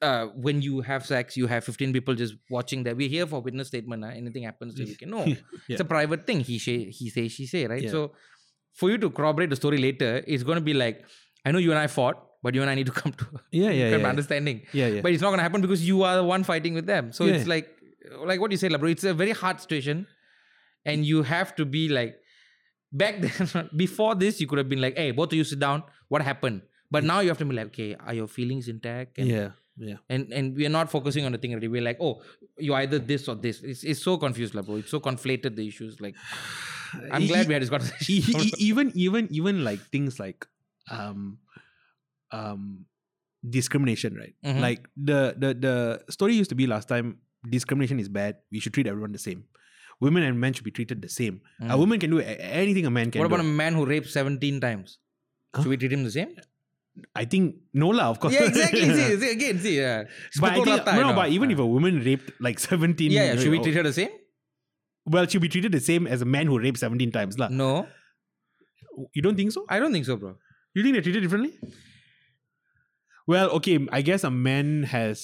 [SPEAKER 4] uh, when you have sex, you have 15 people just watching that. We're here for witness statement. ah. Anything happens, so you can know. It's a private thing. He say, he say, she say, right?
[SPEAKER 3] Yeah.
[SPEAKER 4] So for you to corroborate the story later, it's going to be like, I know you and I fought, but you and I need to come to
[SPEAKER 3] yeah yeah
[SPEAKER 4] come to
[SPEAKER 3] yeah, yeah.
[SPEAKER 4] understanding.
[SPEAKER 3] Yeah, yeah.
[SPEAKER 4] But it's not going to happen because you are the one fighting with them. So it's
[SPEAKER 3] Yeah.
[SPEAKER 4] like, like what you said, lah, bro. It's a very hard situation, and you have to be like, back then, before this, you could have been like, hey, both of you sit down. What happened? But now you have to be like, okay, are your feelings intact? And,
[SPEAKER 3] yeah yeah
[SPEAKER 4] and and we are not focusing on the thing already. We're like, oh, you either this or this. It's, it's so confused, lah, bro. It's so conflated the issues. Like, I'm glad we had this
[SPEAKER 3] E-
[SPEAKER 4] conversation.
[SPEAKER 3] e- even even even like things like um um discrimination right
[SPEAKER 4] Mhm.
[SPEAKER 3] like the the the story used to be last time discrimination is bad we should treat everyone the same women and men should be treated the same a woman can do a- anything a man can
[SPEAKER 4] Mm. what about a
[SPEAKER 3] do
[SPEAKER 4] man who raped 17 times? Should we treat him the same?
[SPEAKER 3] i think no lah of course
[SPEAKER 4] Yeah, exactly. see, see, again, see. Yeah.
[SPEAKER 3] but i
[SPEAKER 4] Spoke
[SPEAKER 3] think
[SPEAKER 4] rata,
[SPEAKER 3] no,
[SPEAKER 4] you know.
[SPEAKER 3] but even if a woman raped like 17
[SPEAKER 4] yeah, yeah.
[SPEAKER 3] you
[SPEAKER 4] Should we
[SPEAKER 3] know,
[SPEAKER 4] treat her the same?
[SPEAKER 3] well she'll be treated the same as a man who raped 17 times lah.
[SPEAKER 4] No, Mm.
[SPEAKER 3] you don't think so
[SPEAKER 4] I don't think so, bro.
[SPEAKER 3] You think they're treated differently? Well, okay, I guess a man has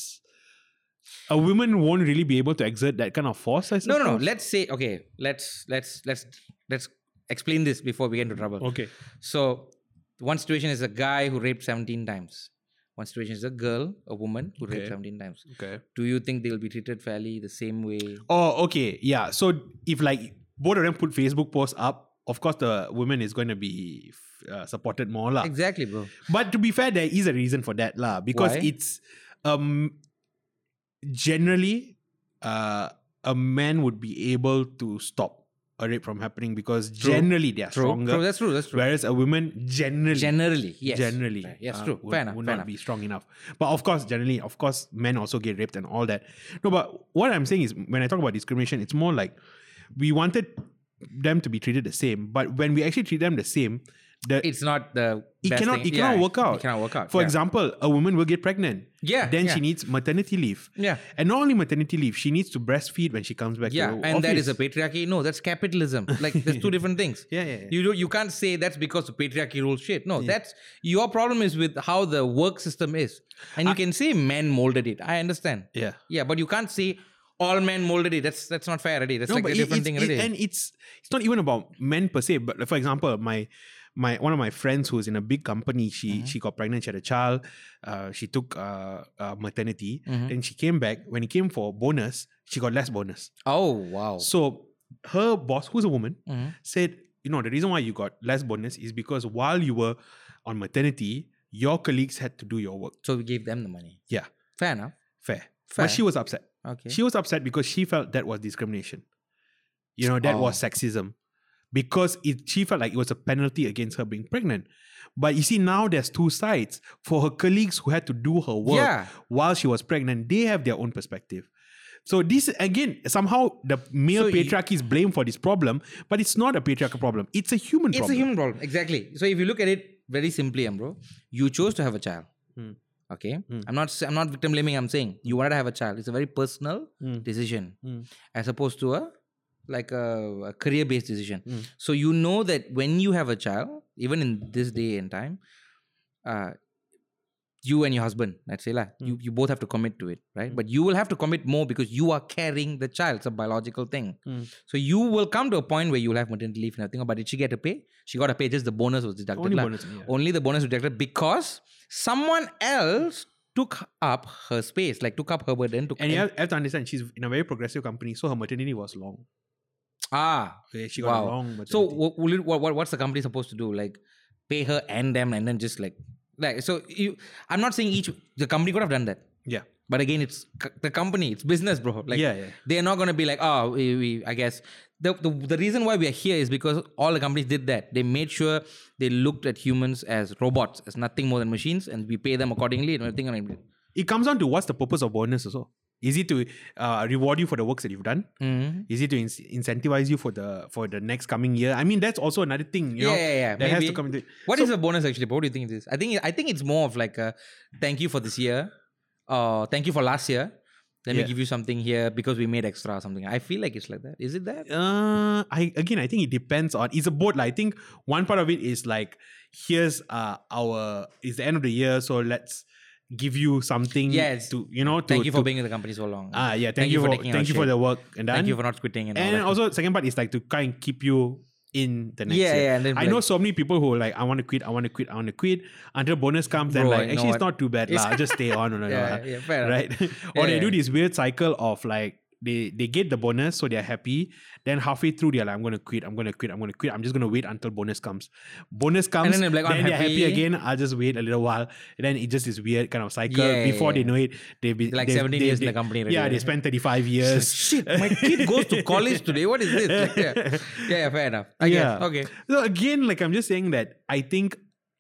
[SPEAKER 3] a woman won't really be able to exert that kind of force. I
[SPEAKER 4] No, no, no.
[SPEAKER 3] suppose.
[SPEAKER 4] Let's say okay. Let's let's let's let's explain this before we get into trouble.
[SPEAKER 3] okay.
[SPEAKER 4] So, one situation is a guy who raped 17 times. One situation is a girl, a woman who
[SPEAKER 3] Okay.
[SPEAKER 4] raped 17 times.
[SPEAKER 3] Okay.
[SPEAKER 4] Do you think they'll be treated fairly the same way?
[SPEAKER 3] Oh, okay. Yeah. So if like both of them put Facebook posts up, of course the woman is going to be uh, supported more, lah.
[SPEAKER 4] Exactly, bro.
[SPEAKER 3] But to be fair, there is a reason for that, lah, because
[SPEAKER 4] Why?
[SPEAKER 3] it's um generally uh, a man would be able to stop a rape from happening because generally they are
[SPEAKER 4] True.
[SPEAKER 3] stronger.
[SPEAKER 4] True. That's true. That's true.
[SPEAKER 3] Whereas a woman generally,
[SPEAKER 4] Generally, yes.
[SPEAKER 3] generally,
[SPEAKER 4] Right. yes,
[SPEAKER 3] uh,
[SPEAKER 4] true.
[SPEAKER 3] would,
[SPEAKER 4] fair enough.
[SPEAKER 3] would
[SPEAKER 4] fair
[SPEAKER 3] not
[SPEAKER 4] enough.
[SPEAKER 3] be strong enough. But of course, generally, of course, men also get raped and all that. No, but what I'm saying is, when I talk about discrimination, it's more like we wanted them to be treated the same, but when we actually treat them the same, the,
[SPEAKER 4] It's not the
[SPEAKER 3] It
[SPEAKER 4] best
[SPEAKER 3] cannot-
[SPEAKER 4] thing.
[SPEAKER 3] it cannot work out.
[SPEAKER 4] It cannot work out.
[SPEAKER 3] for
[SPEAKER 4] yeah.
[SPEAKER 3] example, a woman will get pregnant.
[SPEAKER 4] Yeah,
[SPEAKER 3] Then
[SPEAKER 4] yeah.
[SPEAKER 3] she needs maternity leave.
[SPEAKER 4] Yeah.
[SPEAKER 3] And not only maternity leave, she needs to breastfeed when she comes back.
[SPEAKER 4] Yeah,
[SPEAKER 3] to
[SPEAKER 4] and that is a patriarchy. No, that's capitalism. Like there's two different things.
[SPEAKER 3] Yeah, yeah, yeah.
[SPEAKER 4] You do, you can't say that's because the patriarchy rules shit. No, that's your problem is with how the work system is. And you can say men molded it. I understand.
[SPEAKER 3] Yeah.
[SPEAKER 4] Yeah, but you can't say all men molded it. That's that's not fair already. That's like a
[SPEAKER 3] but it-
[SPEAKER 4] different
[SPEAKER 3] it's-
[SPEAKER 4] thing
[SPEAKER 3] it-
[SPEAKER 4] already.
[SPEAKER 3] and it's it's not even about men per se. But like, for example, my my one of my friends who's in a big company, she
[SPEAKER 4] Mm-hmm.
[SPEAKER 3] she got pregnant, she had a child, uh, she took uh, uh, maternity,
[SPEAKER 4] Mm-hmm.
[SPEAKER 3] then she came back. When it came for bonus, she got less bonus.
[SPEAKER 4] oh wow.
[SPEAKER 3] So her boss, who's a woman,
[SPEAKER 4] Mhm.
[SPEAKER 3] said, you know, the reason why you got less bonus is because while you were on maternity, your colleagues had to do your work.
[SPEAKER 4] So we gave them the money.
[SPEAKER 3] Yeah,
[SPEAKER 4] Fair enough.
[SPEAKER 3] fair.
[SPEAKER 4] Fair.
[SPEAKER 3] But she was upset.
[SPEAKER 4] Okay.
[SPEAKER 3] She was upset because she felt that was discrimination. You know, that
[SPEAKER 4] Oh.
[SPEAKER 3] was sexism. Because it she felt like it was a penalty against her being pregnant. But you see, now there's two sides. For her colleagues who had to do her work
[SPEAKER 4] Yeah.
[SPEAKER 3] while she was pregnant, they have their own perspective. So this again, somehow the male
[SPEAKER 4] So you-
[SPEAKER 3] patriarchy is blamed for this problem, but it's not a patriarchal problem. It's a human
[SPEAKER 4] it's
[SPEAKER 3] problem.
[SPEAKER 4] a human problem. Exactly. So if you look at it very simply, Ambro, you chose to have a child.
[SPEAKER 3] Hmm.
[SPEAKER 4] Okay.
[SPEAKER 3] Hmm.
[SPEAKER 4] I'm not s- I'm not victim blaming, I'm saying you wanted to have a child. It's a very personal
[SPEAKER 3] Hmm.
[SPEAKER 4] decision
[SPEAKER 3] Hmm.
[SPEAKER 4] as opposed to a like a, a career based decision.
[SPEAKER 3] Hmm.
[SPEAKER 4] So you know that when you have a child, even in this day and time, uh you and your husband, let's say lah,
[SPEAKER 3] Hmm.
[SPEAKER 4] you, you both have to commit to it, right? But you will have to commit more because you are carrying the child. It's a biological thing.
[SPEAKER 3] Mm.
[SPEAKER 4] So you will come to a point where you'll have maternity leave and everything. Oh, But did she get a pay? She got a pay, just the bonus was deducted.
[SPEAKER 3] Only
[SPEAKER 4] lah.
[SPEAKER 3] bonus, yeah.
[SPEAKER 4] Only the bonus was deducted because someone else took up her space, like took up her burden. Took
[SPEAKER 3] And you have, have to understand, she's in a very progressive company, so her maternity was long.
[SPEAKER 4] ah.
[SPEAKER 3] Okay, She got a
[SPEAKER 4] Wow.
[SPEAKER 3] long maternity.
[SPEAKER 4] So what, what, what, what's the company supposed to do? Like pay her and them and then just like like so you I'm not saying each the company could have done that.
[SPEAKER 3] yeah,
[SPEAKER 4] But again, it's c- the company, it's business, bro. Like,
[SPEAKER 3] Yeah, yeah.
[SPEAKER 4] they're not gonna be like, oh, we, we I guess the, the the reason why we are here is because all the companies did that. They made sure they looked at humans as robots, as nothing more than machines, and we pay them accordingly and everything. And
[SPEAKER 3] it comes down to what's the purpose of bonus also. Is it to uh, reward you for the works that you've done?
[SPEAKER 4] Mhm.
[SPEAKER 3] Is it to in- incentivize you for the for the next coming year? I mean, that's also another thing. You
[SPEAKER 4] yeah,
[SPEAKER 3] know,
[SPEAKER 4] yeah, yeah.
[SPEAKER 3] That has to come into.
[SPEAKER 4] What is a bonus actually? Bro? What do you think it is? I think I think it's more of like a thank you for this year, uh, thank you for last year. Let me
[SPEAKER 3] Yeah.
[SPEAKER 4] give you something here because we made extra or something. I feel like it's like that. Is it that?
[SPEAKER 3] Uh, I again, I think it depends on. It's a boat. Like, I think one part of it is like, here's uh our it's the end of the year, so let's give you something.
[SPEAKER 4] Yes.
[SPEAKER 3] To you know, to,
[SPEAKER 4] Thank you for
[SPEAKER 3] to-
[SPEAKER 4] being in the company so long.
[SPEAKER 3] Ah, yeah. Thank, you for,
[SPEAKER 4] taking our
[SPEAKER 3] thank you for
[SPEAKER 4] shit.
[SPEAKER 3] the work and done.
[SPEAKER 4] Thank you for not quitting and, all
[SPEAKER 3] and oh,
[SPEAKER 4] that.
[SPEAKER 3] also second part is like to kind of keep you in the next
[SPEAKER 4] Yeah,
[SPEAKER 3] year.
[SPEAKER 4] yeah, and then
[SPEAKER 3] I
[SPEAKER 4] like-
[SPEAKER 3] know so many people who are like I want to quit, I want to quit, I want to quit until bonus comes and
[SPEAKER 4] Bro,
[SPEAKER 3] like
[SPEAKER 4] you know
[SPEAKER 3] actually it's
[SPEAKER 4] what?
[SPEAKER 3] not too bad lah.
[SPEAKER 4] It's-
[SPEAKER 3] I'll just stay on, and all
[SPEAKER 4] Yeah,
[SPEAKER 3] that,
[SPEAKER 4] yeah, fair enough.
[SPEAKER 3] right? or they
[SPEAKER 4] yeah.
[SPEAKER 3] do this weird cycle of like they they get the bonus so they're happy. Then halfway through they're like I'm gonna quit, I'm gonna quit, I'm gonna quit. I'm just gonna wait until bonus comes. Bonus comes,
[SPEAKER 4] then they're like, "Oh, "I'm
[SPEAKER 3] they're happy
[SPEAKER 4] happy."
[SPEAKER 3] again. I'll just wait a little while. And then it just this weird kind of cycle.
[SPEAKER 4] Yeah, yeah,
[SPEAKER 3] Before
[SPEAKER 4] yeah.
[SPEAKER 3] they know it, they've been
[SPEAKER 4] Like
[SPEAKER 3] they've-
[SPEAKER 4] 17
[SPEAKER 3] they've-
[SPEAKER 4] years in the
[SPEAKER 3] they-
[SPEAKER 4] company already,
[SPEAKER 3] Yeah, they
[SPEAKER 4] right?
[SPEAKER 3] spent 35 years.
[SPEAKER 4] shit, my kid goes to college today. What is this? Like, yeah. yeah, yeah, fair enough. I yeah. guess. Okay.
[SPEAKER 3] So again, like I'm just saying that I think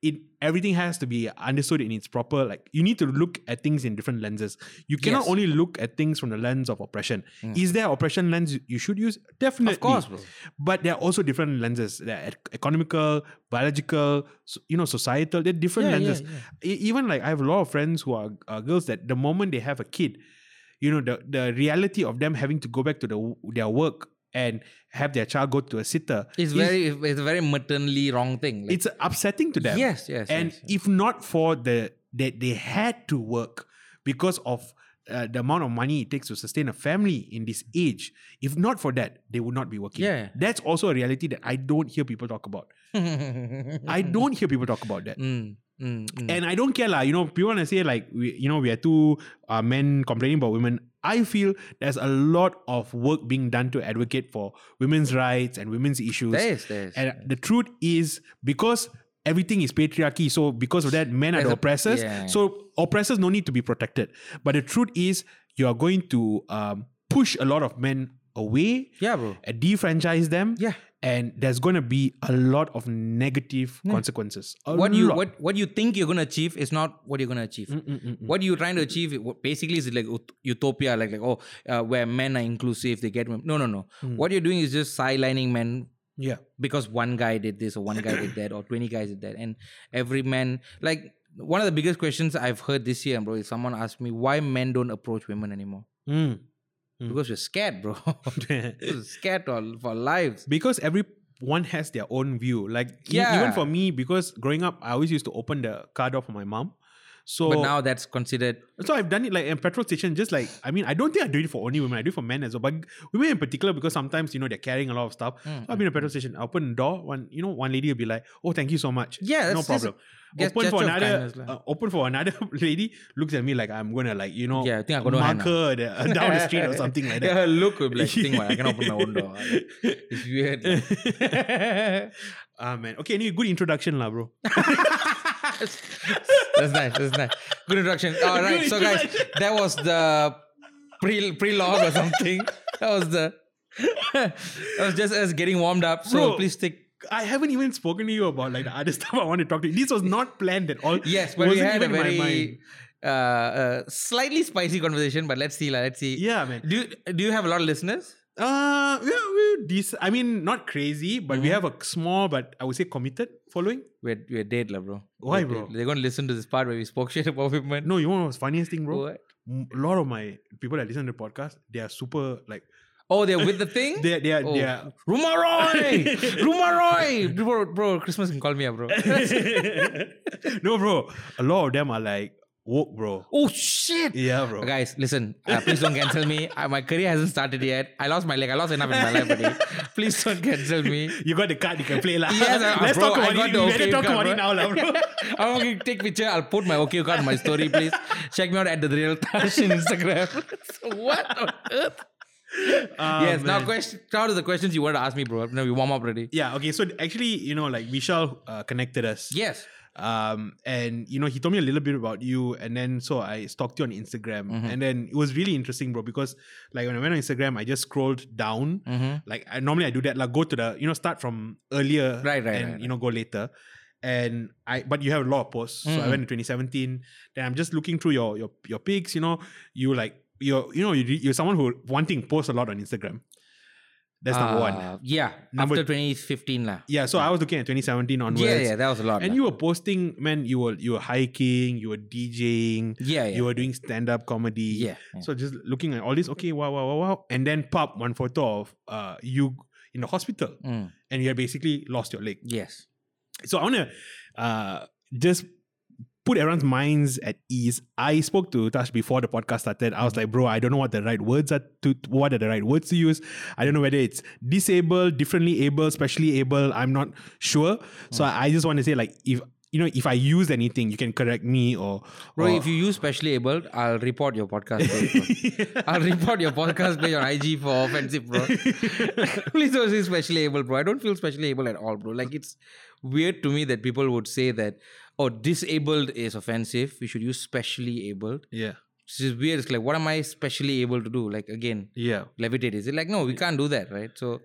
[SPEAKER 3] it everything has to be understood in its proper like you need to look at things in different lenses. You cannot
[SPEAKER 4] Yes. Mm.
[SPEAKER 3] only look at things from the lens of oppression. Is there oppression lens you- you should use? Definitely.
[SPEAKER 4] course, bro.
[SPEAKER 3] But there are also different lenses. There are ec- economical, biological, so- you know, societal. They're different
[SPEAKER 4] Yeah, yeah,
[SPEAKER 3] lenses. E- even like I have a lot of friends who are uh, girls that the moment they have a kid, you know, the, the reality of them having to go back to the, w- their work and have their child go to a sitter
[SPEAKER 4] It's very, it's a very maternally wrong thing. Like,
[SPEAKER 3] it's upsetting to them.
[SPEAKER 4] Yes, yes,
[SPEAKER 3] And
[SPEAKER 4] yes,
[SPEAKER 3] if not for the that they had to work because of uh, the amount of money it takes to sustain a family in this age, if not for that, they would not be working.
[SPEAKER 4] Yeah.
[SPEAKER 3] That's also a reality that I don't hear people talk about. I don't hear people talk about that.
[SPEAKER 4] Mm, mm, mm.
[SPEAKER 3] And I don't care, lah. You know, people want to say like, we, you know, we are two uh, men complaining about women. I feel there's a lot of work being done to advocate for women's rights and women's issues.
[SPEAKER 4] There is, there is.
[SPEAKER 3] And the truth is because everything is patriarchy, so because of that, men are
[SPEAKER 4] There's
[SPEAKER 3] the
[SPEAKER 4] a-
[SPEAKER 3] oppressors.
[SPEAKER 4] yeah.
[SPEAKER 3] So oppressors no need to be protected. But the truth is you are going to um, push a lot of men away,
[SPEAKER 4] yeah, bro.
[SPEAKER 3] and defranchise them.
[SPEAKER 4] Yeah.
[SPEAKER 3] And there's gonna be a lot of negative consequences. A
[SPEAKER 4] What you
[SPEAKER 3] lot. Mm,
[SPEAKER 4] what what you think you're gonna achieve is not what you're gonna achieve. What you're trying to achieve it- what- basically is like ut- utopia,
[SPEAKER 3] Mm.
[SPEAKER 4] like like oh, uh, where men are inclusive, they get women. No, no, no. What you're doing is just sidelining men
[SPEAKER 3] Yeah.
[SPEAKER 4] because one guy did this or one guy did that or 20 guys did that and every man like one of the biggest questions i've heard this year bro is someone asked me why men don't approach women anymore
[SPEAKER 3] Mm. Mm.
[SPEAKER 4] because we're scared bro we're scared all for lives
[SPEAKER 3] because everyone has their own view. Like e- even
[SPEAKER 4] Yeah.
[SPEAKER 3] for me, because growing up, I always used to open the car door for my mom. So
[SPEAKER 4] but now that's considered
[SPEAKER 3] so I've done it like in petrol station, just like I mean, I don't think I do it for only women, I do it for men as well. But women in particular, because sometimes you know they're carrying a lot of stuff.
[SPEAKER 4] Mm,
[SPEAKER 3] I've been in a petrol station, I open the door, one you know, one lady will be like, Oh, thank you so much.
[SPEAKER 4] Yeah,
[SPEAKER 3] no
[SPEAKER 4] that's just
[SPEAKER 3] problem.
[SPEAKER 4] gest-
[SPEAKER 3] Open for
[SPEAKER 4] gesture of
[SPEAKER 3] another
[SPEAKER 4] kindness lah.
[SPEAKER 3] uh, open for another lady, looks at me like I'm gonna like, you know,
[SPEAKER 4] Yeah, I think I'm gonna
[SPEAKER 3] mark
[SPEAKER 4] hand ah.
[SPEAKER 3] her the- uh, down the street or something like that.
[SPEAKER 4] yeah, look we'll be like think what, i can open my own door it's weird like.
[SPEAKER 3] Ah man. Okay, anyway, good introduction, lah, bro.
[SPEAKER 4] that's nice. That's nice. Good introduction. All right.
[SPEAKER 3] Good
[SPEAKER 4] So, guys, that was the pre pre log or something. That was the. that was just us getting warmed up. So
[SPEAKER 3] Bro.
[SPEAKER 4] please stick.
[SPEAKER 3] I haven't even spoken to you about like the other stuff I want to talk to you. This was not planned at all.
[SPEAKER 4] Yes, but we
[SPEAKER 3] Wasn't
[SPEAKER 4] had a
[SPEAKER 3] even in my
[SPEAKER 4] very
[SPEAKER 3] mind.
[SPEAKER 4] uh, uh, slightly spicy conversation. But let's see, lah. Let's see.
[SPEAKER 3] Yeah, man.
[SPEAKER 4] Do you, do you have a lot of listeners?
[SPEAKER 3] Uh yeah, we're dec- I mean, not crazy, but
[SPEAKER 4] Mm-hmm.
[SPEAKER 3] we have a small but I would say committed following.
[SPEAKER 4] We're we're dead, lah, bro.
[SPEAKER 3] Why,
[SPEAKER 4] We're dead.
[SPEAKER 3] bro?
[SPEAKER 4] They're gonna listen to this part where we spoke shit about women.
[SPEAKER 3] No, you know what's funniest thing, bro?
[SPEAKER 4] What?
[SPEAKER 3] M- A lot of my people that listen to the podcast, they are super like
[SPEAKER 4] Oh, they're with the thing.
[SPEAKER 3] they are they are
[SPEAKER 4] Oh.
[SPEAKER 3] they are
[SPEAKER 4] Rumaroy! Rumaroy! Bro, bro, Christmas can call me up, bro.
[SPEAKER 3] No bro, a lot of them are like woke bro.
[SPEAKER 4] oh, shit!
[SPEAKER 3] Yeah, bro.
[SPEAKER 4] Guys, listen, uh, please don't cancel me. Uh, my career hasn't started yet. I lost my leg. I lost enough in my life, buddy. Please don't cancel me.
[SPEAKER 3] You got the card, you can play lah.
[SPEAKER 4] Yes, I-
[SPEAKER 3] Let's
[SPEAKER 4] bro,
[SPEAKER 3] talk about
[SPEAKER 4] I got
[SPEAKER 3] it.
[SPEAKER 4] the
[SPEAKER 3] You better
[SPEAKER 4] okay
[SPEAKER 3] talk
[SPEAKER 4] card,
[SPEAKER 3] about it now,
[SPEAKER 4] bro.
[SPEAKER 3] lah, bro.
[SPEAKER 4] I'm going to take picture. I'll put my OK card on my story, please. Check me out at the real Tash in Instagram. So what on earth?
[SPEAKER 3] Ah,
[SPEAKER 4] yes, now
[SPEAKER 3] man.
[SPEAKER 4] question. Now to the questions you want to ask me, bro. Now we warm up already.
[SPEAKER 3] Yeah, okay. So actually, you know, like Vishal uh, connected us.
[SPEAKER 4] Yes.
[SPEAKER 3] Um, and you know, he told me a little bit about you, and then so I stalked you on Instagram,
[SPEAKER 4] Mm-hmm.
[SPEAKER 3] and then it was really interesting, bro. Because like when I went on Instagram, I just scrolled down.
[SPEAKER 4] Mm. Mm-hmm.
[SPEAKER 3] Like I normally I do that, like go to the you know start from earlier,
[SPEAKER 4] Right, right,
[SPEAKER 3] and
[SPEAKER 4] right,
[SPEAKER 3] you know go later. And I, but you have a lot of posts.
[SPEAKER 4] Mm-hmm.
[SPEAKER 3] So I went to 2017. Then I'm just looking through your your your pics. You know, you like you're you know you you're someone who one thing posts a lot on Instagram. That's number one.
[SPEAKER 4] Uh, Yeah.
[SPEAKER 3] Number-
[SPEAKER 4] after 2015, lah.
[SPEAKER 3] Yeah, so I was looking at 2017 onwards.
[SPEAKER 4] Yeah, yeah, that was a lot.
[SPEAKER 3] And
[SPEAKER 4] lah.
[SPEAKER 3] you were posting, man, you were you were hiking, you were DJing,
[SPEAKER 4] yeah, yeah,
[SPEAKER 3] you were doing stand-up comedy.
[SPEAKER 4] yeah, yeah.
[SPEAKER 3] So just looking at all this, okay, wow, wow, wow, wow. And then pop one photo of uh you in the hospital
[SPEAKER 4] Mm,
[SPEAKER 3] and you had basically lost your leg.
[SPEAKER 4] yes.
[SPEAKER 3] So I wanna uh just put everyone's minds at ease. I spoke to Tash before the podcast started. I was like, bro, I don't know what the right words are to what are the right words to use. I don't know whether it's disabled, differently able, specially able. I'm not sure. So I just want to say like if you know if I used anything, you can correct me or
[SPEAKER 4] Bro,
[SPEAKER 3] or-
[SPEAKER 4] if you use specially abled, I'll report your podcast page. Bro. I'll report your podcast page on IG for offensive, bro. Please don't say specially able, bro. I don't feel specially able at all, bro. Like it's weird to me that people would say that, oh, disabled is offensive. We should use specially abled.
[SPEAKER 3] Yeah.
[SPEAKER 4] This is weird. It's like, what am I specially able to do? Like again,
[SPEAKER 3] Yeah.
[SPEAKER 4] levitate. Is it like no, we can't do that, right? So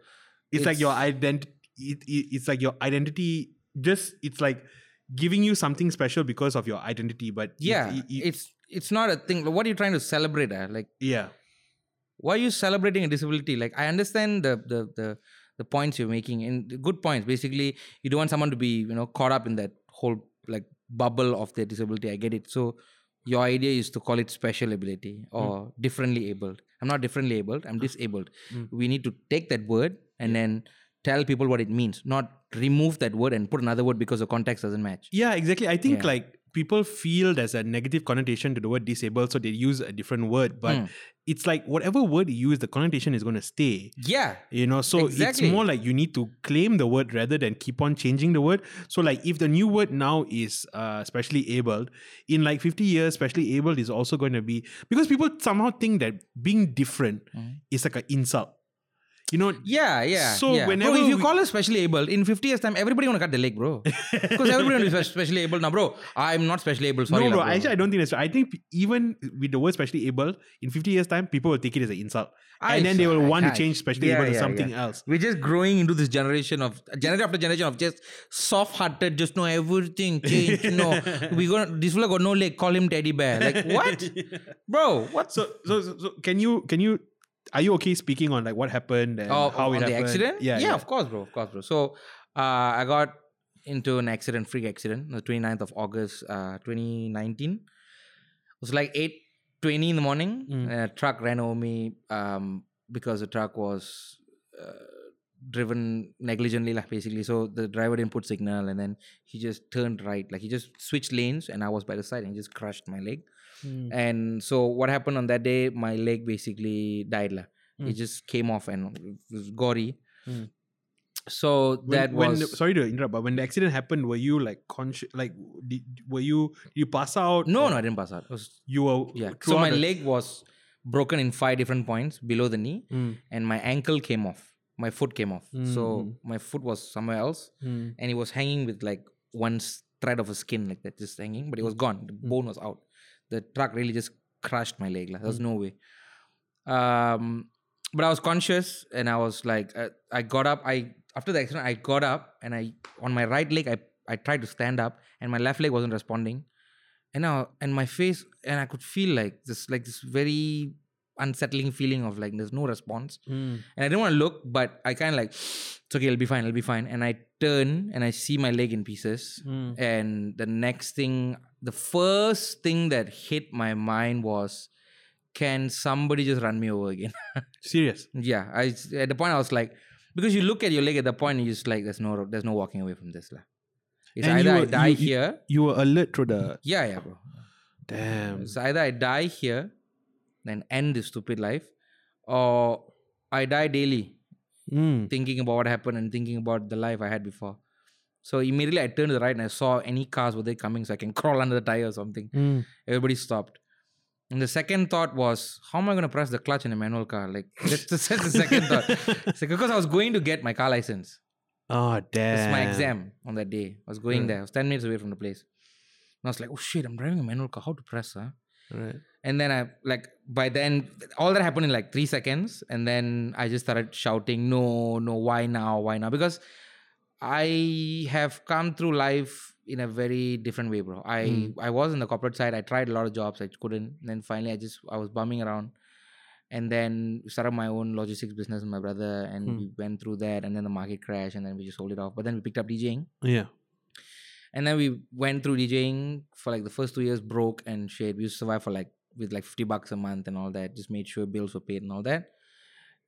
[SPEAKER 3] it's, like your
[SPEAKER 4] It's-
[SPEAKER 3] identity it, it- it's like your identity just it's like giving you something special because of your identity but it-
[SPEAKER 4] yeah,
[SPEAKER 3] it- it-
[SPEAKER 4] it's it's not a thing. What are you trying to celebrate? ah? Like
[SPEAKER 3] yeah
[SPEAKER 4] why are you celebrating a disability like i understand the the the, the points you're making and the good points basically you don't want someone to be you know caught up in that whole like bubble of their disability i get it so your idea is to call it special ability or differently abled i'm not differently abled i'm disabled
[SPEAKER 3] Mm.
[SPEAKER 4] we need to take that word and then tell people what it means not remove that word and put another word because the context doesn't match
[SPEAKER 3] yeah exactly i think
[SPEAKER 4] Yeah.
[SPEAKER 3] like people feel there's a negative connotation to the word disabled so they use a different word but
[SPEAKER 4] Mm.
[SPEAKER 3] it's like whatever word you use the connotation is going to stay
[SPEAKER 4] yeah
[SPEAKER 3] you know so
[SPEAKER 4] Exactly.
[SPEAKER 3] it's more like you need to claim the word rather than keep on changing the word so like if the new word now is uh specially abled in like 50 years specially abled is also going to be because people somehow think that being different
[SPEAKER 4] Mhm.
[SPEAKER 3] is like an insult you know
[SPEAKER 4] Yeah, yeah.
[SPEAKER 3] So
[SPEAKER 4] yeah.
[SPEAKER 3] whenever
[SPEAKER 4] bro, if you
[SPEAKER 3] we-
[SPEAKER 4] call us specially able, in 50 years time, everybody gonna cut the leg, bro. Because everybody gonna be spe- specially able now, bro. I'm not specially able. Sorry,
[SPEAKER 3] no,
[SPEAKER 4] lah,
[SPEAKER 3] bro. Actually, I don't think that's. I think p- even with the word "specially able," in fifty years' time, people will take it as an insult,
[SPEAKER 4] I
[SPEAKER 3] and then they
[SPEAKER 4] see.
[SPEAKER 3] will want
[SPEAKER 4] I-
[SPEAKER 3] to change "specially
[SPEAKER 4] yeah,
[SPEAKER 3] able" to
[SPEAKER 4] yeah,
[SPEAKER 3] something
[SPEAKER 4] yeah.
[SPEAKER 3] else.
[SPEAKER 4] We're just growing into this generation of generation after generation of just soft-hearted, just know everything. Change, no, we gonna this fella got no leg. Call him teddy bear. Like what, bro? What?
[SPEAKER 3] So, so, so, so can you can you are you okay speaking on like what happened and
[SPEAKER 4] Oh,
[SPEAKER 3] how
[SPEAKER 4] on
[SPEAKER 3] it
[SPEAKER 4] the
[SPEAKER 3] happened?
[SPEAKER 4] accident?
[SPEAKER 3] Yeah,
[SPEAKER 4] yeah, of course, bro, of course, bro. So uh, I got into an accident, freak accident, on the 29th of August, uh, 2019. It was like 8.20 in the morning.
[SPEAKER 3] Mm.
[SPEAKER 4] And a truck ran over me um, because the truck was uh, driven negligently, like, basically. So the driver didn't put signal and then he just turned right. Like he just switched lanes and I was by the side and he just crushed my leg.
[SPEAKER 3] Mm.
[SPEAKER 4] And so what happened on that day, my leg basically died. lah. It
[SPEAKER 3] Mm.
[SPEAKER 4] just came off and it was gory.
[SPEAKER 3] Mm.
[SPEAKER 4] So
[SPEAKER 3] When-
[SPEAKER 4] that
[SPEAKER 3] when
[SPEAKER 4] was
[SPEAKER 3] the- sorry to interrupt, but when the accident happened, were you like conscious? Like, did, were you did you pass out?
[SPEAKER 4] no,
[SPEAKER 3] or
[SPEAKER 4] no, I didn't pass out. It was-
[SPEAKER 3] You were
[SPEAKER 4] yeah. So
[SPEAKER 3] throughout
[SPEAKER 4] my
[SPEAKER 3] the-
[SPEAKER 4] leg was broken in five different points below the knee,
[SPEAKER 3] Mm,
[SPEAKER 4] and my ankle came off. My foot came off. So
[SPEAKER 3] Mhm.
[SPEAKER 4] my foot was somewhere else,
[SPEAKER 3] mm,
[SPEAKER 4] and it was hanging with like one s- thread of a skin like that, just hanging. But it was gone. The bone was out. The truck really just crushed my leg. Like, there was no way. Um, but I was conscious, and I was like, uh, I got up. I after the accident, I got up, and I on my right leg, I I tried to stand up, and my left leg wasn't responding. And now, and my face, and I could feel like this, like this very unsettling feeling of like there's no response
[SPEAKER 3] mm,
[SPEAKER 4] and I didn't want to look, but I kind of like, it's okay, it'll be fine, it'll be fine. And I turn and I see my leg in pieces.
[SPEAKER 3] mm.
[SPEAKER 4] And the next thing, the first thing that hit my mind was, can somebody just run me over again?
[SPEAKER 3] Serious.
[SPEAKER 4] yeah, I at the point I was like, because you look at your leg at the point, you just like, there's no, there's no walking away from this lah. It's
[SPEAKER 3] And
[SPEAKER 4] either
[SPEAKER 3] you
[SPEAKER 4] I
[SPEAKER 3] were-
[SPEAKER 4] die
[SPEAKER 3] you- you-
[SPEAKER 4] here,
[SPEAKER 3] You were alert through the
[SPEAKER 4] yeah, yeah, bro.
[SPEAKER 3] damn.
[SPEAKER 4] It's either I die here, then end this stupid life, or I die daily.
[SPEAKER 3] Mm,
[SPEAKER 4] thinking about what happened and thinking about the life I had before. So immediately I turned to the right and I saw any cars were there coming so I can crawl under the tire or something.
[SPEAKER 3] mm,
[SPEAKER 4] Everybody stopped. And the second thought was, how am I going to press the clutch in a manual car? Like, that's, that's the second thought. It's like, because I was going to get my car license.
[SPEAKER 3] Oh damn.
[SPEAKER 4] It's my exam on that day. I was going
[SPEAKER 3] Mm.
[SPEAKER 4] there. I was 10 minutes away from the place. And I was like, oh shit, I'm driving a manual car. How to press, huh?
[SPEAKER 3] Right.
[SPEAKER 4] And then I like by then all that happened in like three seconds, and then I just started shouting, "No, no, why now? Why now?" Because I have come through life in a very different way, bro. I
[SPEAKER 3] Mm.
[SPEAKER 4] I was in the corporate side. I tried a lot of jobs. I couldn't. And then finally, I just I was bumming around, and then started my own logistics business with my brother, and
[SPEAKER 3] Mm.
[SPEAKER 4] we went through that, and then the market crashed, and then we just sold it off. But then we picked up DJing.
[SPEAKER 3] Yeah.
[SPEAKER 4] And then we went through DJing for like the first two years, broke and shit. We used to survive for like with like 50 bucks a month and all that. Just made sure bills were paid and all that.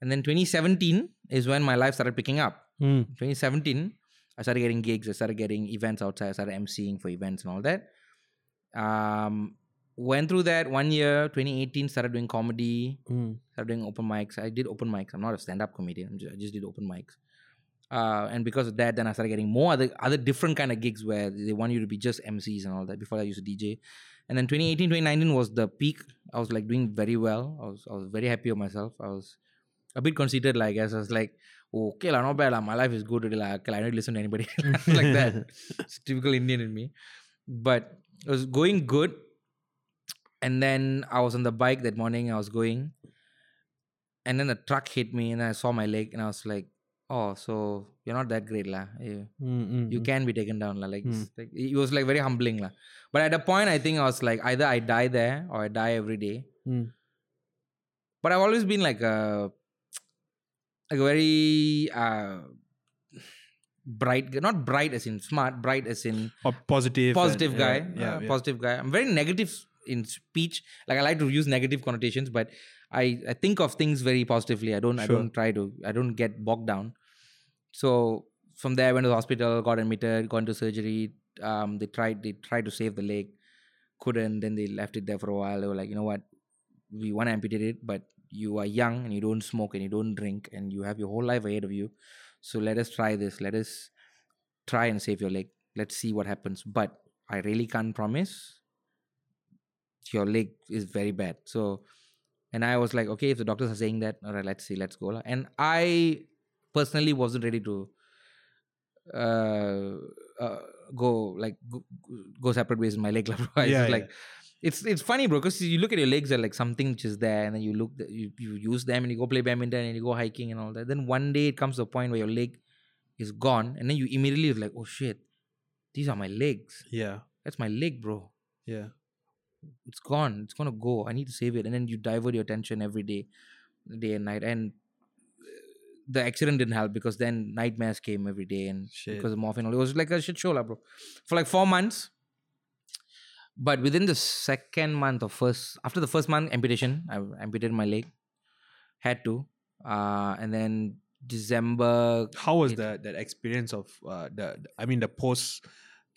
[SPEAKER 4] And then 2017 is when my life started picking up.
[SPEAKER 3] Mm,
[SPEAKER 4] 2017, I started getting gigs, I started getting events outside, I started emceeing for events and all that. Um, went through that one year, 2018, started doing comedy,
[SPEAKER 3] mm,
[SPEAKER 4] started doing open mics. I did open mics. I'm not a stand-up comedian. I'm ju- I just did open mics. Uh, and because of that, then I started getting more other other different kind of gigs where they want you to be just MCs and all that. Before that, I used to DJ. And then 2018, 2019 was the peak. I was like doing very well. I was I was very happy with myself. I was a bit conceited, like I guess. I was like, okay, la, not bad. La. My life is good. La. Okay, la, I don't listen to anybody like that. It's typical Indian in me. But it was going good. And then I was on the bike that morning. I was going and then the truck hit me and I saw my leg and I was like, oh, so you're not that great, la. You,
[SPEAKER 3] mm, mm,
[SPEAKER 4] you
[SPEAKER 3] mm.
[SPEAKER 4] can be taken down, la. Like,
[SPEAKER 3] Mm.
[SPEAKER 4] it's like- it was like very humbling, la. But at a point, I think I was like, either I die there or I die every day.
[SPEAKER 3] Mm.
[SPEAKER 4] But I've always been like a, like a very uh, bright, g- not bright as in smart, bright as in
[SPEAKER 3] Or positive. and-
[SPEAKER 4] positive
[SPEAKER 3] yeah,
[SPEAKER 4] guy,
[SPEAKER 3] Yeah.
[SPEAKER 4] uh,
[SPEAKER 3] yeah.
[SPEAKER 4] positive guy. I'm very negative in speech. Like I like to use negative connotations, but I, I think of things very positively. I don't I
[SPEAKER 3] Sure.
[SPEAKER 4] don't try to I don't get bogged down. So from there, I went to the hospital, got admitted, got into surgery. Um, they tried they tried to save the leg, couldn't. Then they left it there for a while. They were like, you know what, we want to amputate it, but you are young and you don't smoke and you don't drink and you have your whole life ahead of you. So let us try this. Let us try and save your leg. Let's see what happens. But I really can't promise. Your leg is very bad. So, and I was like, okay, if the doctors are saying that, all right, let's see, let's go. lah. And I personally wasn't ready to uh, uh go like go, go separate ways in my leg. lah, bro. I
[SPEAKER 3] Yeah,
[SPEAKER 4] just
[SPEAKER 3] yeah.
[SPEAKER 4] like it's it's funny, bro, because you look at your legs at like something which is there, and then you look th- you, you use them and you go play badminton and you go hiking and all that. Then one day it comes to a point where your leg is gone, and then you immediately is like, oh shit, these are my legs.
[SPEAKER 3] Yeah.
[SPEAKER 4] That's my leg, bro.
[SPEAKER 3] Yeah.
[SPEAKER 4] It's gone. It's gonna go. I need to save it. And then you divert your attention every day. day and night. And uh, the accident didn't help because then nightmares came every day and
[SPEAKER 3] Shit.
[SPEAKER 4] because of morphine. It was like a shit show, lah, bro. For like four months. But within the second month or first, after the first month amputation, I amputated my leg. Had to. Uh, and then December
[SPEAKER 3] How was
[SPEAKER 4] It-
[SPEAKER 3] that that experience of uh, the? the- I mean, the post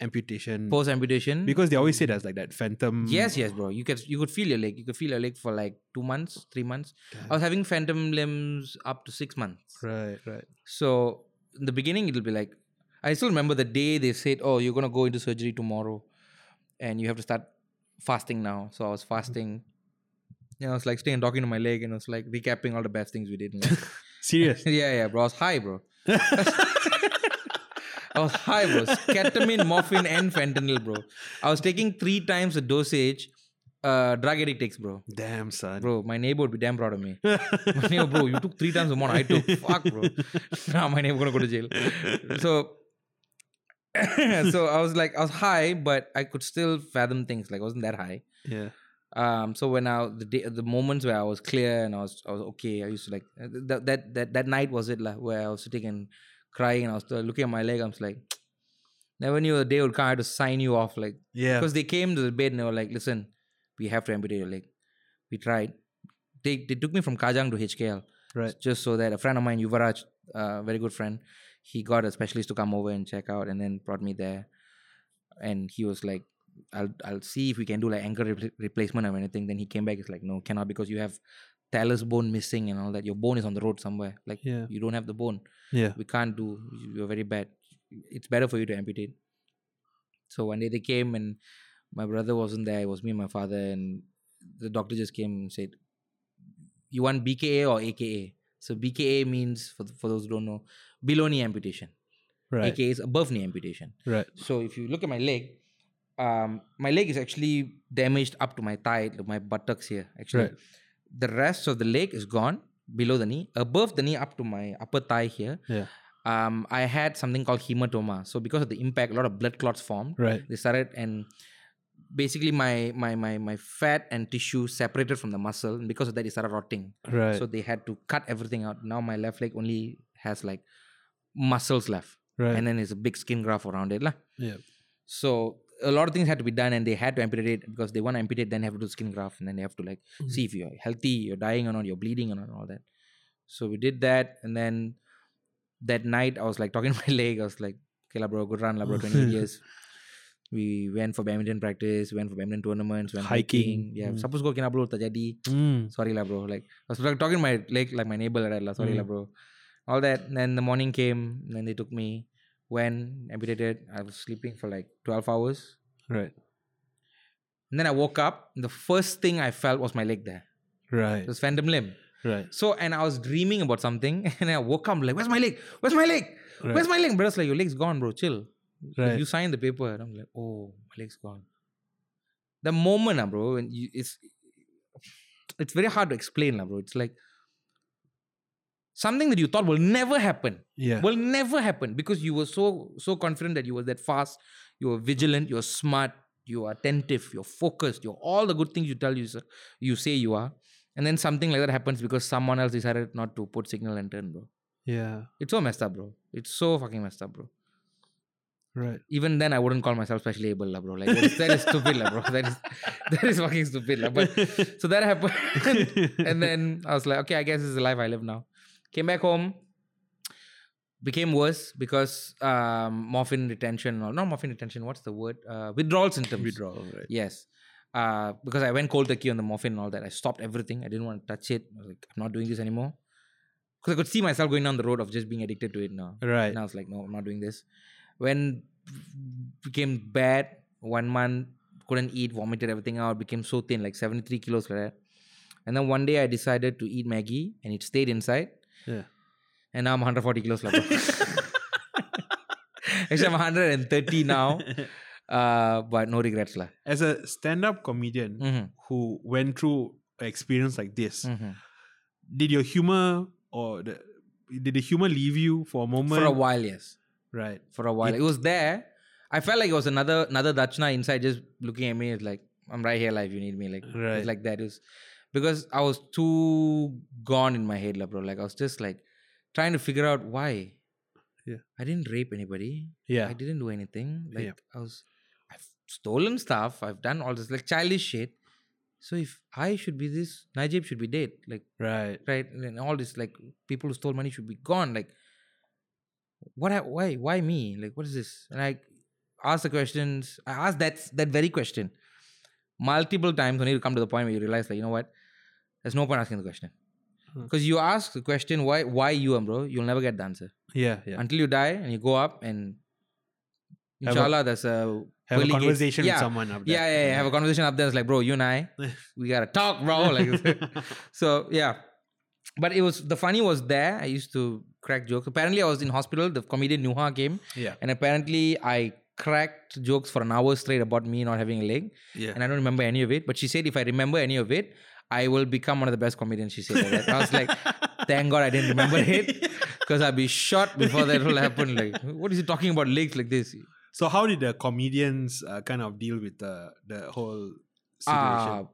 [SPEAKER 3] amputation.
[SPEAKER 4] post amputation.
[SPEAKER 3] Because they always say there's like that phantom.
[SPEAKER 4] Yes, yes, bro. You could you could feel your leg. You could feel your leg for like two months, three months. I was having phantom limbs up to six months.
[SPEAKER 3] Right, right.
[SPEAKER 4] So in the beginning, it'll be like I still remember the day they said, "Oh, you're gonna go into surgery tomorrow, and you have to start fasting now." So I was fasting. Yeah, I was like staying talking to my leg, and I was like recapping all the bad things we did. in life.
[SPEAKER 3] Serious.
[SPEAKER 4] yeah, yeah, bro. I was high, bro. I was high, bro. Ketamine, morphine, and fentanyl, bro. I was taking three times the dosage uh, drug addict takes, bro.
[SPEAKER 3] Damn, son.
[SPEAKER 4] Bro, my neighbor would be damn proud of me. My neighbor, bro, you took three times the amount I took. Fuck, bro. now my neighbor gonna go to jail. So, so I was like, I was high, but I could still fathom things. Like I wasn't that high.
[SPEAKER 3] yeah.
[SPEAKER 4] Um, so when I the day, the moments where I was clear and I was I was okay, I used to like uh, that that that, that night was it lah where I was sitting and crying and I was still looking at my leg. I was like, never knew a day would come. I had to sign you off like
[SPEAKER 3] Yeah.
[SPEAKER 4] because they came to the bed and they were like, listen, we have to amputate your leg. We tried. They, they took me from Kajang to HKL
[SPEAKER 3] Right.
[SPEAKER 4] just so that a friend of mine, Yuvaraj, a very good friend, he got a specialist to come over and check out and then brought me there. And he was like, I'll, I'll see if we can do like ankle repl- replacement or anything. Then he came back, he's like, no, cannot because you have talus bone missing and all that. Your bone is on the road somewhere. Like,
[SPEAKER 3] Yeah.
[SPEAKER 4] you don't have the bone
[SPEAKER 3] Yeah.
[SPEAKER 4] we can't do you're very bad it's better for you to amputate so one day they came and my brother wasn't there it was me and my father and the doctor just came and said you want bka or aka so bka means for, th- for those who don't know below knee amputation
[SPEAKER 3] Right.
[SPEAKER 4] aka is above knee amputation
[SPEAKER 3] Right.
[SPEAKER 4] so if you look at my leg um my leg is actually damaged up to my thigh to my buttocks here actually
[SPEAKER 3] Right.
[SPEAKER 4] the rest of the leg is gone below the knee above the knee up to my upper thigh here
[SPEAKER 3] Yeah.
[SPEAKER 4] um, I had something called hematoma. So because of the impact, a lot of blood clots formed.
[SPEAKER 3] Right.
[SPEAKER 4] They started and basically my my my my fat and tissue separated from the muscle, and because of that, it started rotting.
[SPEAKER 3] Right.
[SPEAKER 4] So they had to cut everything out. Now my left leg only has like muscles left,
[SPEAKER 3] right.
[SPEAKER 4] and then it's a big skin graft around it, lah.
[SPEAKER 3] yeah.
[SPEAKER 4] So a lot of things had to be done, and they had to amputate it because they want to amputate, then have to do skin graft, and then they have to like
[SPEAKER 3] Mhm.
[SPEAKER 4] see if you're healthy, you're dying or not, you're bleeding or not, and all that. So we did that, and then that night I was like talking to my leg. I was like, "Okay, la bro, good run, la bro, 28 years." We went for badminton practice, went for badminton tournaments, went hiking.
[SPEAKER 3] Hiking,
[SPEAKER 4] Yeah,
[SPEAKER 3] mm.
[SPEAKER 4] suppose go kena bro terjadi.
[SPEAKER 3] Mm.
[SPEAKER 4] Sorry la bro. Like I was like, talking to my leg like my neighbor like that lah. Sorry
[SPEAKER 3] Mm.
[SPEAKER 4] la bro. All that. And then the morning came. And then they took me. When amputated, I was sleeping for like 12 hours.
[SPEAKER 3] Right.
[SPEAKER 4] And then I woke up. The first thing I felt was my leg there.
[SPEAKER 3] Right.
[SPEAKER 4] It was phantom limb.
[SPEAKER 3] Right.
[SPEAKER 4] So and I was dreaming about something, and I woke up like, "Where's my leg? Where's my leg?
[SPEAKER 3] Right.
[SPEAKER 4] Where's my leg?" Brother's like, "Your leg's gone, bro. Chill. Like,
[SPEAKER 3] Right.
[SPEAKER 4] you signed the paper." And I'm like, "Oh, my leg's gone." The moment, ah, bro, when you, it's it's very hard to explain, lah, bro. It's like something that you thought will never happen
[SPEAKER 3] yeah.
[SPEAKER 4] will never happen because you were so so confident that you were that fast you were vigilant you're smart you're attentive you're focused you're all the good things you tell you s- you say you are and then something like that happens because someone else decided not to put signal and turn bro
[SPEAKER 3] yeah.
[SPEAKER 4] it's so messed up bro it's so fucking messed up bro
[SPEAKER 3] Right.
[SPEAKER 4] even then i wouldn't call myself specially able la, bro like that is, that is stupid la, bro that is that is fucking stupid la. but so that happened and then I was like, okay, I guess this is the life I live now. Came back home, became worse because um, morphine retention, or not morphine retention, what's the word? Uh, withdrawal symptoms.
[SPEAKER 3] withdrawal. Right.
[SPEAKER 4] Yes. Uh, because I went cold turkey on the morphine and all that. I stopped everything. I didn't want to touch it. I was like, I'm not doing this anymore. Because I could see myself going down the road of just being addicted to it now.
[SPEAKER 3] Right.
[SPEAKER 4] And I was like, no, I'm not doing this. When became bad, one month, couldn't eat, vomited everything out, became so thin, like 73 kilos like that. And then one day I decided to eat Maggie and it stayed inside.
[SPEAKER 3] Yeah.
[SPEAKER 4] And now I'm 140 kilos. lah, bro. Actually, I'm 130 now, uh, but no regrets. lah.
[SPEAKER 3] As a stand-up comedian
[SPEAKER 4] Mhm,
[SPEAKER 3] who went through an experience like this,
[SPEAKER 4] mhm.
[SPEAKER 3] did your humor or the, did the humor leave you for a moment?
[SPEAKER 4] For a while, yes.
[SPEAKER 3] Right.
[SPEAKER 4] For a while. It, was there. I felt like it was another another Dachna inside just looking at me. It's like, I'm right here live, you need me. Like,
[SPEAKER 3] Right.
[SPEAKER 4] It's like that. It was because I was too gone in my head, lah, bro. Like I was just like trying to figure out why.
[SPEAKER 3] Yeah.
[SPEAKER 4] I didn't rape anybody.
[SPEAKER 3] Yeah.
[SPEAKER 4] I didn't do anything.
[SPEAKER 3] Yeah.
[SPEAKER 4] Like I was, I've stolen stuff. I've done all this like childish shit. So if I should be this, Najib should be dead. Like
[SPEAKER 3] Right.
[SPEAKER 4] right, and then all this like people who stole money should be gone. Like what? I, why? Why me? Like what is this? And I asked the questions. I asked that that very question multiple times. When you come to the point where you realize, like you know what, there's no point asking the question.
[SPEAKER 3] Hmm.
[SPEAKER 4] Because you ask the question why why you am bro, you'll never get the answer
[SPEAKER 3] Yeah. Yeah.
[SPEAKER 4] until you die and you go up and
[SPEAKER 3] Have a-
[SPEAKER 4] inshallah there's a
[SPEAKER 3] have a
[SPEAKER 4] willing-
[SPEAKER 3] conversation
[SPEAKER 4] yeah,
[SPEAKER 3] with someone up there.
[SPEAKER 4] yeah, yeah yeah have a conversation up there it's like bro you and i we gotta talk bro like so yeah but it was the funny was there i used to crack jokes apparently i was in hospital the comedian nuha came
[SPEAKER 3] yeah.
[SPEAKER 4] and apparently i cracked jokes for an hour straight about me not having a leg
[SPEAKER 3] Yeah.
[SPEAKER 4] and i don't remember any of it but she said if i remember any of it i will become one of the best comedians she said like that. i was like thank god i didn't remember it because I'll be shot before that will happen. Like, what is he talking about legs like this?
[SPEAKER 3] So how did the comedians uh, kind of deal with the the whole
[SPEAKER 4] Uh,
[SPEAKER 3] situation?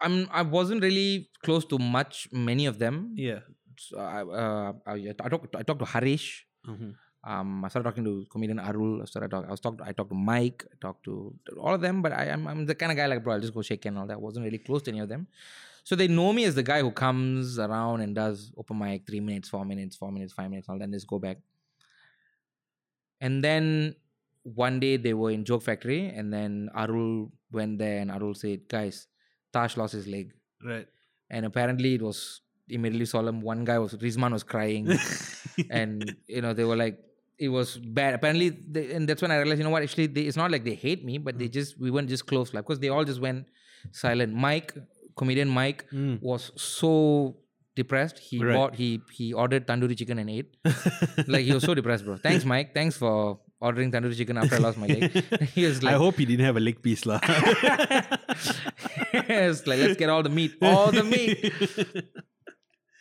[SPEAKER 4] I'm I wasn't really close to much many of them.
[SPEAKER 3] yeah.
[SPEAKER 4] So I, uh, I I talked I talked to Harish.
[SPEAKER 3] Mhm.
[SPEAKER 4] Um, I started talking to comedian Arul. I started talk, I was talked I talked to Mike. I talked to all of them. But I, I'm I'm the kind of guy like bro. I'll just go shake and all that. I wasn't really close to any of them. So they know me as the guy who comes around and does open mic three minutes, four minutes, four minutes, five minutes, all that, and just go back. And then one day they were in Joke Factory, and then Arul went there and Arul said, Guys, Tash lost his leg.
[SPEAKER 3] Right.
[SPEAKER 4] And apparently it was immediately solemn. One guy was Rizman was crying. and you know, they were like, it was bad. Apparently, they, and that's when I realized, you know what, actually they, it's not like they hate me, but
[SPEAKER 3] Mm.
[SPEAKER 4] they just we weren't just close like because they all just went silent. Mike, comedian Mike,
[SPEAKER 3] Mm.
[SPEAKER 4] was so depressed. He
[SPEAKER 3] Right.
[SPEAKER 4] bought he he ordered tandoori chicken and ate. like he was so depressed, bro. Thanks, Mike. Thanks for ordering tandoori chicken after I lost my leg. he was
[SPEAKER 3] I
[SPEAKER 4] like,
[SPEAKER 3] hope he didn't have a leg piece, lah. Oh,
[SPEAKER 4] he was like, let's get all the meat, all the meat.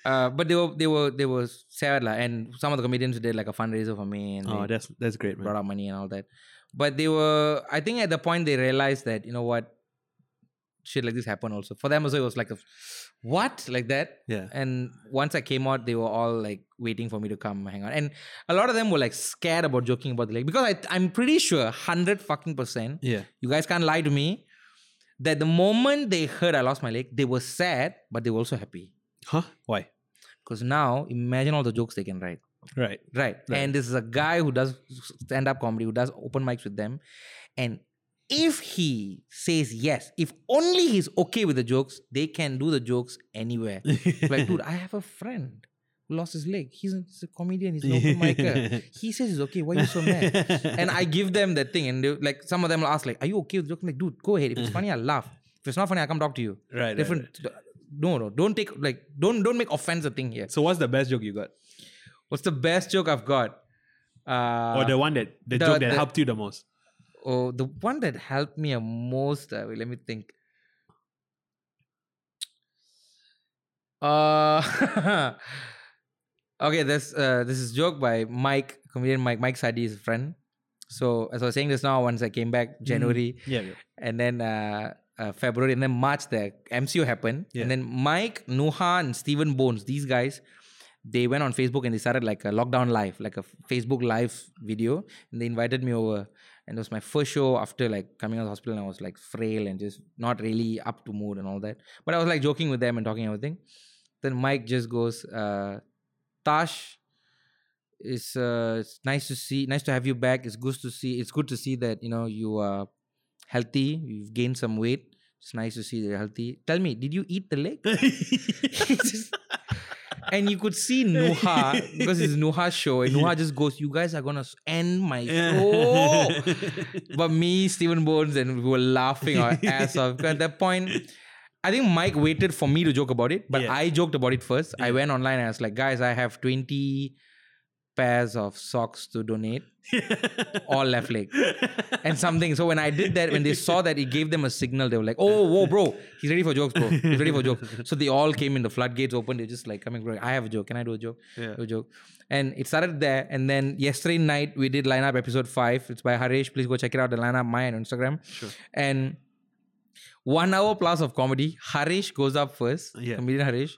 [SPEAKER 4] Uh, but they were they were they were sad, lah. And some of the comedians did like a fundraiser for me, and
[SPEAKER 3] oh,
[SPEAKER 4] they
[SPEAKER 3] that's that's great,
[SPEAKER 4] brought
[SPEAKER 3] man.
[SPEAKER 4] out money and all that. But they were, I think, at the point they realized that you know what, shit like this happened also for them. Also, it was like a what like that.
[SPEAKER 3] Yeah.
[SPEAKER 4] And once I came out, they were all like waiting for me to come hang out. And a lot of them were like scared about joking about the leg because I, I'm pretty sure 100 fucking percent,
[SPEAKER 3] Yeah.
[SPEAKER 4] you guys can't lie to me, that the moment they heard I lost my leg, they were sad, but they were also happy.
[SPEAKER 3] Huh? Why?
[SPEAKER 4] Because now imagine all the jokes they can write.
[SPEAKER 3] Right.
[SPEAKER 4] Right.
[SPEAKER 3] Right.
[SPEAKER 4] And this is a guy who does stand up comedy, who does open mics with them. And if he says yes, if only he's okay with the jokes, they can do the jokes anywhere. like, dude, I have a friend who lost his leg. He's a, he's a comedian. He's an open micer. He says it's okay. Why are you so mad? And I give them that thing, and they, like some of them will ask, like, "Are you okay with joking?" Like, dude, go ahead. If it's funny, I laugh. If it's not funny, I come talk to you.
[SPEAKER 3] Mm. right, right,
[SPEAKER 4] Different.
[SPEAKER 3] right.
[SPEAKER 4] No, no, don't take like don't don't make offense a thing here.
[SPEAKER 3] So what's the best joke you got,
[SPEAKER 4] What's the best joke I've got? Uh,
[SPEAKER 3] or the one that the,
[SPEAKER 4] the-
[SPEAKER 3] joke that
[SPEAKER 4] the-
[SPEAKER 3] helped you the most?
[SPEAKER 4] oh, the one that helped me a most. Uh, wait, let me think. Uh, okay, this uh, this is joke by Mike, comedian Mike. Mike Sadi is a friend. So as I was saying this now, once I came back
[SPEAKER 3] Mm.
[SPEAKER 4] January
[SPEAKER 3] Yeah. yeah.
[SPEAKER 4] and then uh, uh, February and then March, the MCU happened.
[SPEAKER 3] Yeah.
[SPEAKER 4] And then Mike, Nuha, and Steven Bones, these guys, they went on Facebook and they started like a lockdown live, like a Facebook live video. And they invited me over. And it was my first show after like coming out of the hospital and I was like frail and just not really up to mood and all that. But I was like joking with them and talking everything. Then Mike just goes, uh, Tash, it's uh, it's nice to see, nice to have you back. It's good to see, it's good to see that you know you are healthy. You've gained some weight. It's nice to see that you're healthy. Tell me, did you eat the leg? Just- and you could see Nuha because it's Nuha's show, and Nuha just goes, "You guys are gonna s- end my
[SPEAKER 3] Oh.
[SPEAKER 4] show." but me, Stephen Bones, and we were laughing our ass off. 'Cause At that point, I think Mike waited for me to joke about it, but
[SPEAKER 3] Yeah.
[SPEAKER 4] I joked about it first. I went online and I was like, guys, I have 20 pairs of socks to donate, all left leg. And something. So when I did that, when they saw that, it gave them a signal. They were like, "Oh, whoa, bro, he's ready for jokes, bro. He's ready for jokes." So they all came in. The floodgates opened. They're just like coming. Bro, I have a joke. Can I do a joke?
[SPEAKER 3] Yeah.
[SPEAKER 4] Do a joke. And it started there. And then yesterday night we did lineup episode five. It's by Harish. Please go check it out. The lineup mine on Instagram. Sure. And one hour plus of comedy. Harish goes up first,
[SPEAKER 3] Yeah.
[SPEAKER 4] comedian Harish,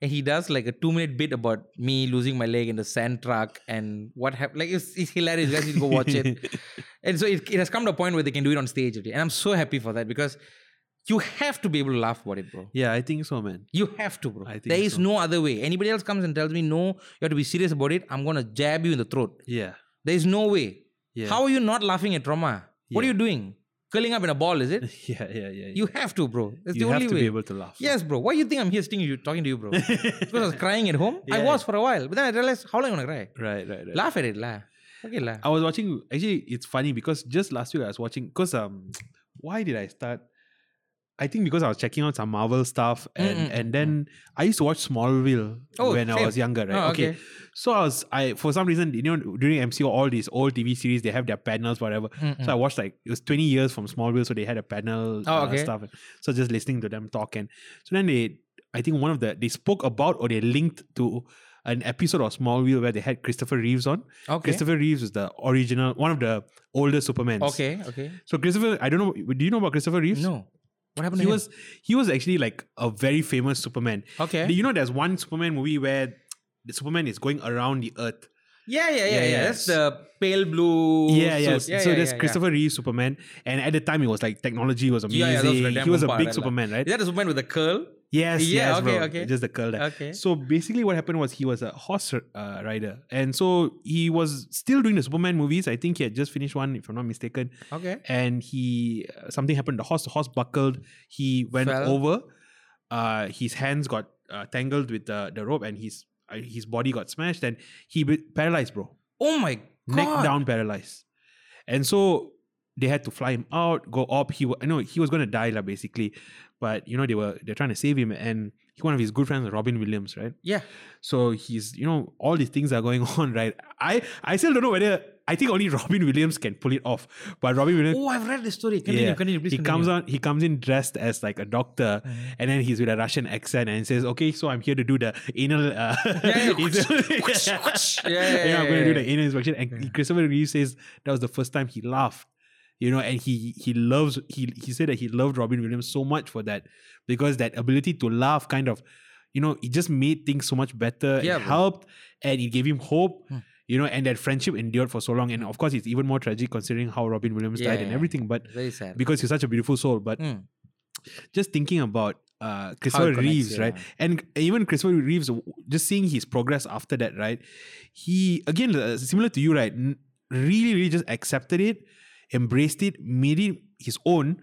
[SPEAKER 4] and he does like a two minute bit about me losing my leg in the sand truck and what happened. Like it's, it's hilarious. You guys need to go watch it. and so it, it has come to a point where they can do it on stage, already. and I'm so happy for that because you have to be able to laugh about it, bro.
[SPEAKER 3] Yeah, I think so, man.
[SPEAKER 4] You have to, bro.
[SPEAKER 3] I think
[SPEAKER 4] There is
[SPEAKER 3] so.
[SPEAKER 4] no other way. Anybody else comes and tells me no, you have to be serious about it. I'm gonna jab you in the throat.
[SPEAKER 3] Yeah.
[SPEAKER 4] There is no way.
[SPEAKER 3] Yeah.
[SPEAKER 4] How are you not laughing at trauma? What are
[SPEAKER 3] Yeah.
[SPEAKER 4] you doing? Curling up in a ball, is it?
[SPEAKER 3] Yeah, yeah, yeah. yeah.
[SPEAKER 4] You have to, bro. That's
[SPEAKER 3] You
[SPEAKER 4] the
[SPEAKER 3] have
[SPEAKER 4] only
[SPEAKER 3] to
[SPEAKER 4] way.
[SPEAKER 3] be able to laugh.
[SPEAKER 4] Yes, bro. Why you think I'm here sitting you talking to you, bro? because
[SPEAKER 3] right,
[SPEAKER 4] I was crying at home. I
[SPEAKER 3] Yeah,
[SPEAKER 4] was for a while, but then I realized how long am I gonna cry?
[SPEAKER 3] right, right.
[SPEAKER 4] Laugh at it, laugh. Okay, laugh.
[SPEAKER 3] I was watching. Actually, it's funny because just last week I was watching. Because um, why did I start? I think because I was checking out some Marvel stuff, and
[SPEAKER 4] Mm, mm,
[SPEAKER 3] and then I used to watch Smallville
[SPEAKER 4] Oh,
[SPEAKER 3] when I
[SPEAKER 4] same.
[SPEAKER 3] was younger, right?
[SPEAKER 4] Oh, okay.
[SPEAKER 3] So I was I for some reason you know during MCO all these old TV series they have their panels whatever.
[SPEAKER 4] Mm,
[SPEAKER 3] So I watched like it was twenty years from Smallville, so they had a panel
[SPEAKER 4] Oh,
[SPEAKER 3] uh,
[SPEAKER 4] okay.
[SPEAKER 3] stuff. So just listening to them talk, and so then they, I think one of the they spoke about or they linked to an episode of Smallville where they had Christopher Reeves on.
[SPEAKER 4] Okay.
[SPEAKER 3] Christopher Reeves is the original one of the older Supermans.
[SPEAKER 4] Okay. Okay.
[SPEAKER 3] So Christopher, I don't know. Do you know about Christopher Reeves?
[SPEAKER 4] No. What happened?
[SPEAKER 3] He
[SPEAKER 4] to him?
[SPEAKER 3] was he was actually like a very famous Superman.
[SPEAKER 4] okay.
[SPEAKER 3] You know, there's one Superman movie where the Superman is going around the Earth.
[SPEAKER 4] yeah, yeah, yeah, yeah,
[SPEAKER 3] Yeah, yeah.
[SPEAKER 4] That's the pale blue.
[SPEAKER 3] yeah, yeah.
[SPEAKER 4] suit.
[SPEAKER 3] so
[SPEAKER 4] yeah,
[SPEAKER 3] there's
[SPEAKER 4] yeah, yeah.
[SPEAKER 3] Christopher Reeves Superman, and at the time it was like technology was amazing.
[SPEAKER 4] Yeah, yeah, that was the damn
[SPEAKER 3] he was a
[SPEAKER 4] bomb
[SPEAKER 3] big
[SPEAKER 4] part,
[SPEAKER 3] Superman, right?
[SPEAKER 4] Is that a woman with a curl?
[SPEAKER 3] Yes,
[SPEAKER 4] Yeah,
[SPEAKER 3] yes,
[SPEAKER 4] okay,
[SPEAKER 3] bro.
[SPEAKER 4] okay.
[SPEAKER 3] Just the curl. there.
[SPEAKER 4] Okay.
[SPEAKER 3] So basically, what happened was he was a horse uh, rider, and so he was still doing the Superman movies. I think he had just finished one, if I'm not mistaken.
[SPEAKER 4] Okay.
[SPEAKER 3] And he uh, something happened. The horse, the horse buckled. He went
[SPEAKER 4] Fell.
[SPEAKER 3] over. Uh, his hands got uh, tangled with the, the rope, and his uh, his body got smashed, and he be- paralyzed, bro
[SPEAKER 4] Oh my god.
[SPEAKER 3] neck down paralyzed. And so they had to fly him out, go up. He wa- I know he was gonna die lah, basically, but you know they were they're trying to save him. And he, one of his good friends, was Robin Williams, right?
[SPEAKER 4] Yeah.
[SPEAKER 3] So he's you know all these things are going on, right? I I still don't know whether I think only Robin Williams can pull it off, but Robin Williams.
[SPEAKER 4] Oh, I've read the story. Continue,
[SPEAKER 3] yeah,
[SPEAKER 4] continue, please.
[SPEAKER 3] he
[SPEAKER 4] continue. Mm-hmm.
[SPEAKER 3] comes on. He comes in dressed as like a doctor, and then he's with a Russian accent, and says, "Okay, so I'm here to do the anal." Uh,
[SPEAKER 4] yeah.
[SPEAKER 3] yeah,
[SPEAKER 4] Yeah,
[SPEAKER 3] yeah,
[SPEAKER 4] yeah,
[SPEAKER 3] I'm
[SPEAKER 4] yeah,
[SPEAKER 3] going to do
[SPEAKER 4] yeah,
[SPEAKER 3] the anal inspection. And Christopher Reeve says that was the first time he laughed, you know, and he he loves he he said that he loved Robin Williams so much for that because that ability to laugh kind of, you know, it just made things so much better.
[SPEAKER 4] Yeah,
[SPEAKER 3] it
[SPEAKER 4] bro.
[SPEAKER 3] helped, and it gave him hope.
[SPEAKER 4] Hmm.
[SPEAKER 3] You know, and that friendship endured for so long, and of course, it's even more tragic considering how Robin Williams died and
[SPEAKER 4] Yeah.
[SPEAKER 3] everything. But
[SPEAKER 4] Very sad.
[SPEAKER 3] because he's such a beautiful soul, but
[SPEAKER 4] Mm.
[SPEAKER 3] just thinking about uh, Christopher
[SPEAKER 4] connects,
[SPEAKER 3] Reeves, right?
[SPEAKER 4] yeah.
[SPEAKER 3] And even Christopher Reeves, w- just seeing his progress after that, right? He again, uh, similar to you, right? n- Really, really just accepted it, embraced it, made it his own.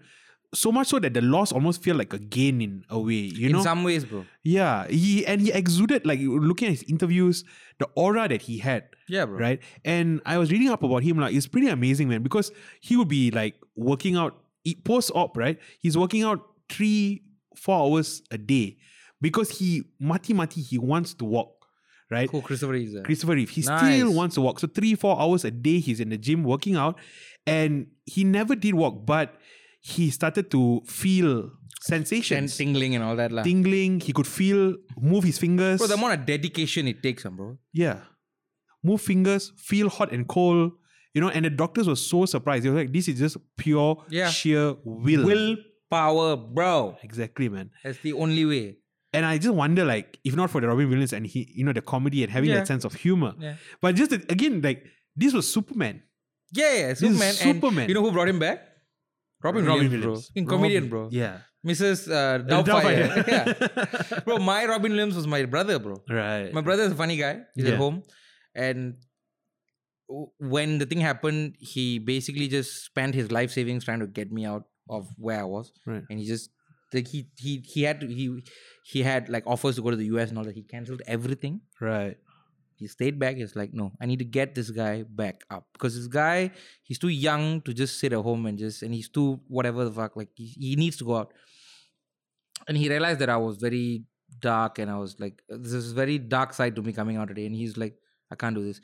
[SPEAKER 3] So much so that the loss almost feel like a gain in a way, you
[SPEAKER 4] in
[SPEAKER 3] know?
[SPEAKER 4] some ways, bro.
[SPEAKER 3] yeah, he and he exuded like looking at his interviews, the aura that he had
[SPEAKER 4] Yeah, bro.
[SPEAKER 3] right? And I was reading up about him, like it's pretty amazing, man, because he would be like working out post op, right? He's working out three, four hours a day because he mati mati he wants to walk, right?
[SPEAKER 4] Who Christopher is? uh,
[SPEAKER 3] Christopher Reeve, he
[SPEAKER 4] Nice.
[SPEAKER 3] still wants to walk. So three, four hours a day, he's in the gym working out, and he never did walk, but he started to feel
[SPEAKER 4] and
[SPEAKER 3] sensations,
[SPEAKER 4] tingling and all that, lah.
[SPEAKER 3] tingling. He could feel move his fingers.
[SPEAKER 4] Bro, the amount of dedication it takes, um, bro.
[SPEAKER 3] Yeah. Move fingers, feel hot and cold. You know, and the doctors were so surprised. They were like, this is just pure
[SPEAKER 4] Yeah.
[SPEAKER 3] sheer will.
[SPEAKER 4] Willpower, bro.
[SPEAKER 3] Exactly, man.
[SPEAKER 4] That's the only way.
[SPEAKER 3] And I just wonder, like, if not for the Robin Williams and he, you know, the comedy and having
[SPEAKER 4] Yeah.
[SPEAKER 3] that sense of humor.
[SPEAKER 4] Yeah.
[SPEAKER 3] But just that- again, like, this was Superman.
[SPEAKER 4] Yeah, yeah.
[SPEAKER 3] is
[SPEAKER 4] Superman. and
[SPEAKER 3] Superman.
[SPEAKER 4] You know who brought him back? Robin, Williams, bro. In comedian,
[SPEAKER 3] Robin-
[SPEAKER 4] bro.
[SPEAKER 3] Yeah.
[SPEAKER 4] Mrs. Uh, Doubtfire. yeah. Bro, my Robin Williams was my brother, bro.
[SPEAKER 3] right.
[SPEAKER 4] My brother is a funny guy. He's at
[SPEAKER 3] Yeah.
[SPEAKER 4] home, and w- when the thing happened, he basically just spent his life savings trying to get me out of where I was,
[SPEAKER 3] Right.
[SPEAKER 4] and he just like he he he had to, he he had like offers to go to the US and all that. He cancelled everything.
[SPEAKER 3] Right.
[SPEAKER 4] He stayed back. He's like, no, I need to get this guy back up because this guy he's too young to just sit at home and just and he's too whatever the fuck. Like he, he needs to go out. And he realized that I was very dark and I was like, uh, this is very dark side to me coming out today. And he's like, I can't do this.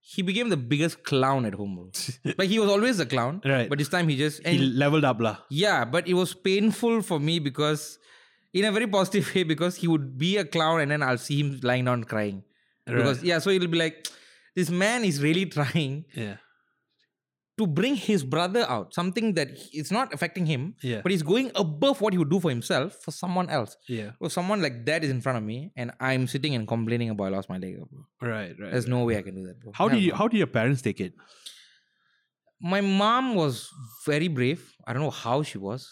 [SPEAKER 4] He became the biggest clown at home. bro. like he was always a clown,
[SPEAKER 3] Right.
[SPEAKER 4] But this time he just and
[SPEAKER 3] he leveled up, lah.
[SPEAKER 4] yeah, but it was painful for me because, in a very positive way, because he would be a clown and then I'll see him lying down crying. Because yeah, so it'll be like, this man is really trying
[SPEAKER 3] Yeah.
[SPEAKER 4] to bring his brother out, something that he- it's not affecting him,
[SPEAKER 3] Yeah.
[SPEAKER 4] but he's going above what he would do for himself for someone else.
[SPEAKER 3] Yeah.
[SPEAKER 4] Well, someone like that is in front of me, and I'm sitting and complaining about I lost my leg. Bro.
[SPEAKER 3] Right. Right.
[SPEAKER 4] There's no way I can do that. Bro.
[SPEAKER 3] how
[SPEAKER 4] Hell
[SPEAKER 3] do you?
[SPEAKER 4] no.
[SPEAKER 3] How do your parents take it?
[SPEAKER 4] my mom was very brave. I don't know how she was.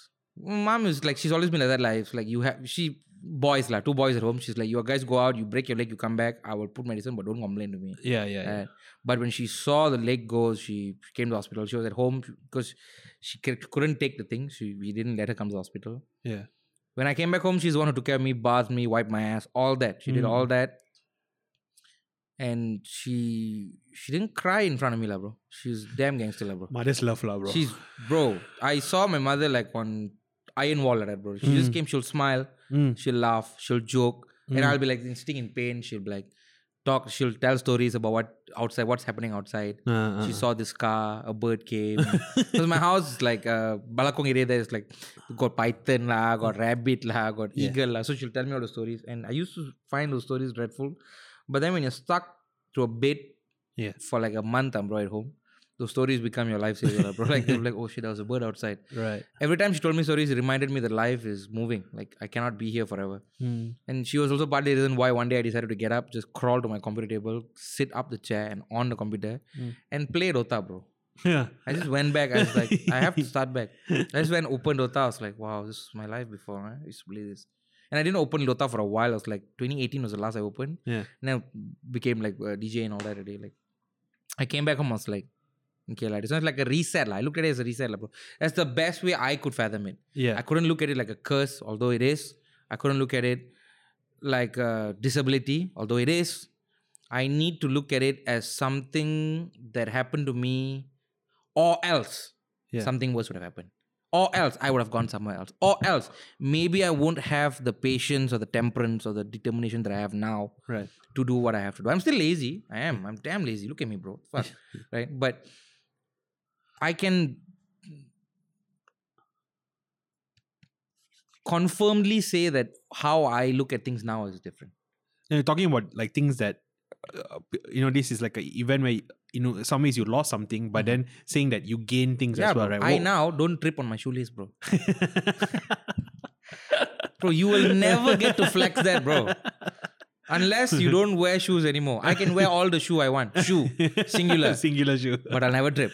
[SPEAKER 4] My mom is like she's always been like that. Life like you have she boys like two boys at home. She's like you guys go out, you break your leg, you come back. I will put medicine, but don't complain to me.
[SPEAKER 3] Yeah. Yeah.
[SPEAKER 4] Uh, but when she saw the leg go, she came to hospital. She was at home because she c- couldn't take the thing. She we didn't let her come to the hospital.
[SPEAKER 3] Yeah.
[SPEAKER 4] When I came back home, she's the one who took care of me, bathed me, wiped my ass, all that. She did
[SPEAKER 3] Mm.
[SPEAKER 4] all that. And she she didn't cry in front of me, lah, bro. She's damn gangster, lah, bro.
[SPEAKER 3] Mother's love, lah, bro.
[SPEAKER 4] She's bro. I saw my mother like on iron wall like that, bro. She just
[SPEAKER 3] Mm.
[SPEAKER 4] came, she'll smile,
[SPEAKER 3] Mm.
[SPEAKER 4] she'll laugh, she'll joke. And
[SPEAKER 3] Mm.
[SPEAKER 4] I'll be like sitting in pain. She'll be like talk, she'll tell stories about what outside, what's happening outside.
[SPEAKER 3] Uh, uh,
[SPEAKER 4] She
[SPEAKER 3] uh.
[SPEAKER 4] saw this car, a bird came. Because my house is like uh Balakong area there is like got python la, got rabbit la, got
[SPEAKER 3] Mm. Yeah.
[SPEAKER 4] eagle la. So she'll tell me all the stories. And I used to find those stories dreadful. But then when you're stuck to a bed
[SPEAKER 3] Yeah.
[SPEAKER 4] for like a month, I'm bro at home. Those stories become your lifesaver, lah, bro. Like they're like, oh shit, there was a bird outside.
[SPEAKER 3] Right.
[SPEAKER 4] Every time she told me stories, it reminded me that life is moving. Like I cannot be here forever.
[SPEAKER 3] Mm.
[SPEAKER 4] And she was also partly the reason why one day I decided to get up, just crawl to my computer table, sit up the chair and on the computer
[SPEAKER 3] Mm.
[SPEAKER 4] and play Dota, bro.
[SPEAKER 3] Yeah.
[SPEAKER 4] I just went back. I was like, I have to start back. I just went open Dota. I was like, wow, this is my life before. Man. I used to play this. And I didn't open Dota for a while. I was like, 2018 was the last I opened.
[SPEAKER 3] Yeah.
[SPEAKER 4] And I became like a DJ and all that. Already. Like, I came back home. I was like, okay, like, it's not like a reset. lah. I looked at it as a reset, lah, bro. That's the best way I could fathom it. I
[SPEAKER 3] Yeah.
[SPEAKER 4] couldn't look at it like a curse, although it is. I couldn't look at it like a disability, although it is. I need to look at it as something that happened to me, or else
[SPEAKER 3] Yeah.
[SPEAKER 4] something worse would have happened. Or else I would have gone somewhere else. Or else maybe I won't have the patience or the temperance or the determination that I have now
[SPEAKER 3] Right.
[SPEAKER 4] to do what I have to do. I'm still lazy. I am. I'm damn lazy. Look at me, bro. Fuck. right? But I can confirmedly say that how I look at things now is different.
[SPEAKER 3] And you're talking about like things that uh, you know this is like an event where you know in some ways you lost something but then saying that you gain things as well
[SPEAKER 4] Mm-hmm. bro.
[SPEAKER 3] right
[SPEAKER 4] I
[SPEAKER 3] Whoa.
[SPEAKER 4] now don't trip on my shoelace, bro. Bro, you will never get to flex that, bro. Unless you don't wear shoes anymore. I can wear all the shoe I want. Shoe, singular.
[SPEAKER 3] singular shoe
[SPEAKER 4] But I'll never trip.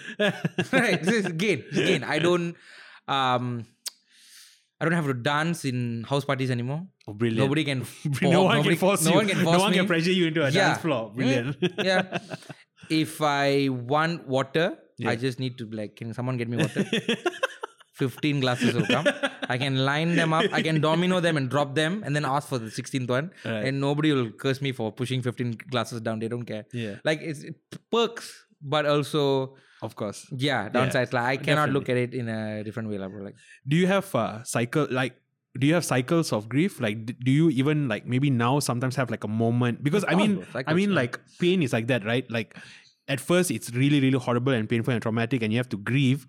[SPEAKER 4] right. This is gain. This is gain. I don't um I don't have to dance in house parties anymore.
[SPEAKER 3] Oh, brilliant
[SPEAKER 4] Nobody can
[SPEAKER 3] no
[SPEAKER 4] for-
[SPEAKER 3] one
[SPEAKER 4] nobody-
[SPEAKER 3] can force
[SPEAKER 4] no
[SPEAKER 3] you
[SPEAKER 4] One can force
[SPEAKER 3] no one
[SPEAKER 4] me.
[SPEAKER 3] can pressure you into a
[SPEAKER 4] Yeah.
[SPEAKER 3] dance floor
[SPEAKER 4] Mm,
[SPEAKER 3] brilliant
[SPEAKER 4] yeah. If I want water,
[SPEAKER 3] Yeah.
[SPEAKER 4] I just need to be like, can someone get me water? 15 glasses will come. I can line them up. I can domino them and drop them and then ask for the 16th one.
[SPEAKER 3] Right.
[SPEAKER 4] And nobody will curse me for pushing 15 glasses down. They don't care.
[SPEAKER 3] Yeah.
[SPEAKER 4] Like it's it perks, but also,
[SPEAKER 3] of course
[SPEAKER 4] yeah, downsides. like I cannot look at it in a different way. lah, bro. Like,
[SPEAKER 3] do you have uh, cycle like do you have cycles of grief like d- do you even like maybe now sometimes have like a moment because
[SPEAKER 4] Of
[SPEAKER 3] i mean
[SPEAKER 4] course, bro.
[SPEAKER 3] i mean
[SPEAKER 4] Cycles, yeah.
[SPEAKER 3] like pain is like that right like at first it's really really horrible and painful and traumatic and you have to grieve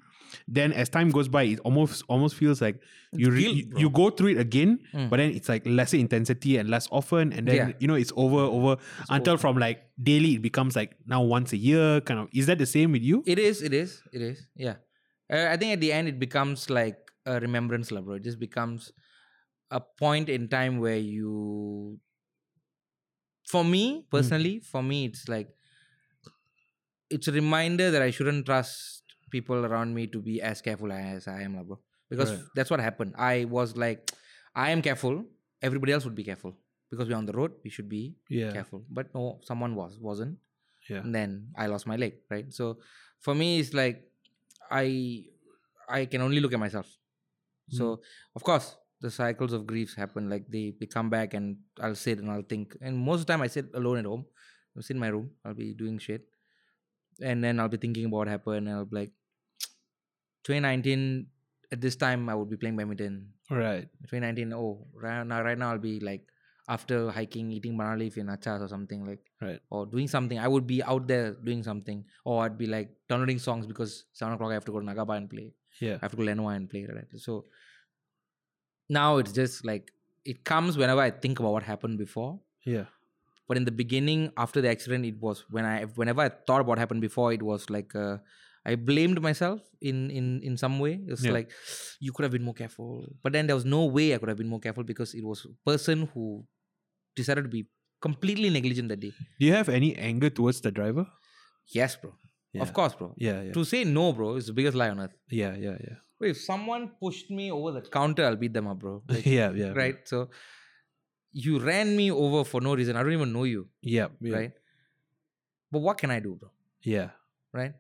[SPEAKER 3] then as time goes by it almost almost feels like you re-
[SPEAKER 4] guilt,
[SPEAKER 3] you,
[SPEAKER 4] bro.
[SPEAKER 3] you go through it again
[SPEAKER 4] Mm.
[SPEAKER 3] but then it's like lesser intensity and less often and then
[SPEAKER 4] Yeah.
[SPEAKER 3] you know it's over over until from like daily it becomes like now once a year kind of is that the same with you
[SPEAKER 4] It is. It is. It is. Yeah. Uh, I think at the end it becomes like a remembrance, lah, bro. It just becomes a point in time where you. For
[SPEAKER 3] Hmm.
[SPEAKER 4] me personally, for me it's like it's a reminder that I shouldn't trust people around me to be as careful as I am, lah, bro. Because
[SPEAKER 3] Right.
[SPEAKER 4] that's what happened. I was like, I am careful. Everybody else would be careful because we're on the road. We should be
[SPEAKER 3] yeah
[SPEAKER 4] careful. But no, someone was wasn't.
[SPEAKER 3] Yeah.
[SPEAKER 4] And then I lost my leg, right? So for me, it's like I I can only look at myself.
[SPEAKER 3] Hmm.
[SPEAKER 4] So of course the cycles of griefs happen. Like they, they come back and I'll sit and I'll think. And most of the time I sit alone at home. I'll sit in my room. I'll be doing shit. And then I'll be thinking about what happened and I'll be like 2019 at this time I would be playing badminton.
[SPEAKER 3] right
[SPEAKER 4] 2019 oh right now right now i'll be like after hiking eating banana leaf in achas or something like
[SPEAKER 3] Right.
[SPEAKER 4] or doing something i would be out there doing something or i'd be like downloading songs because 7 o'clock i have to go to nagaba and play
[SPEAKER 3] yeah
[SPEAKER 4] i have to go to lenoa and play right so now it's just like it comes whenever i think about what happened before
[SPEAKER 3] yeah
[SPEAKER 4] but in the beginning after the accident it was when i whenever i thought about what happened before it was like uh, I blamed myself in in in some way. It's
[SPEAKER 3] Yeah.
[SPEAKER 4] like you could have been more careful, but then there was no way I could have been more careful because it was a person who decided to be completely negligent that day.
[SPEAKER 3] Do you have any anger towards the driver?
[SPEAKER 4] Yes, bro. Of course, bro.
[SPEAKER 3] Yeah, yeah,
[SPEAKER 4] To say no, bro, is the biggest lie on earth.
[SPEAKER 3] yeah, yeah, yeah,
[SPEAKER 4] Bro, if someone pushed me over the counter, I'll beat them up, bro. Like,
[SPEAKER 3] yeah, yeah.
[SPEAKER 4] Right? So you ran me over for no reason. I don't even know you.
[SPEAKER 3] Yeah, yeah,
[SPEAKER 4] Right? But what can I do, bro?
[SPEAKER 3] Yeah,
[SPEAKER 4] Right?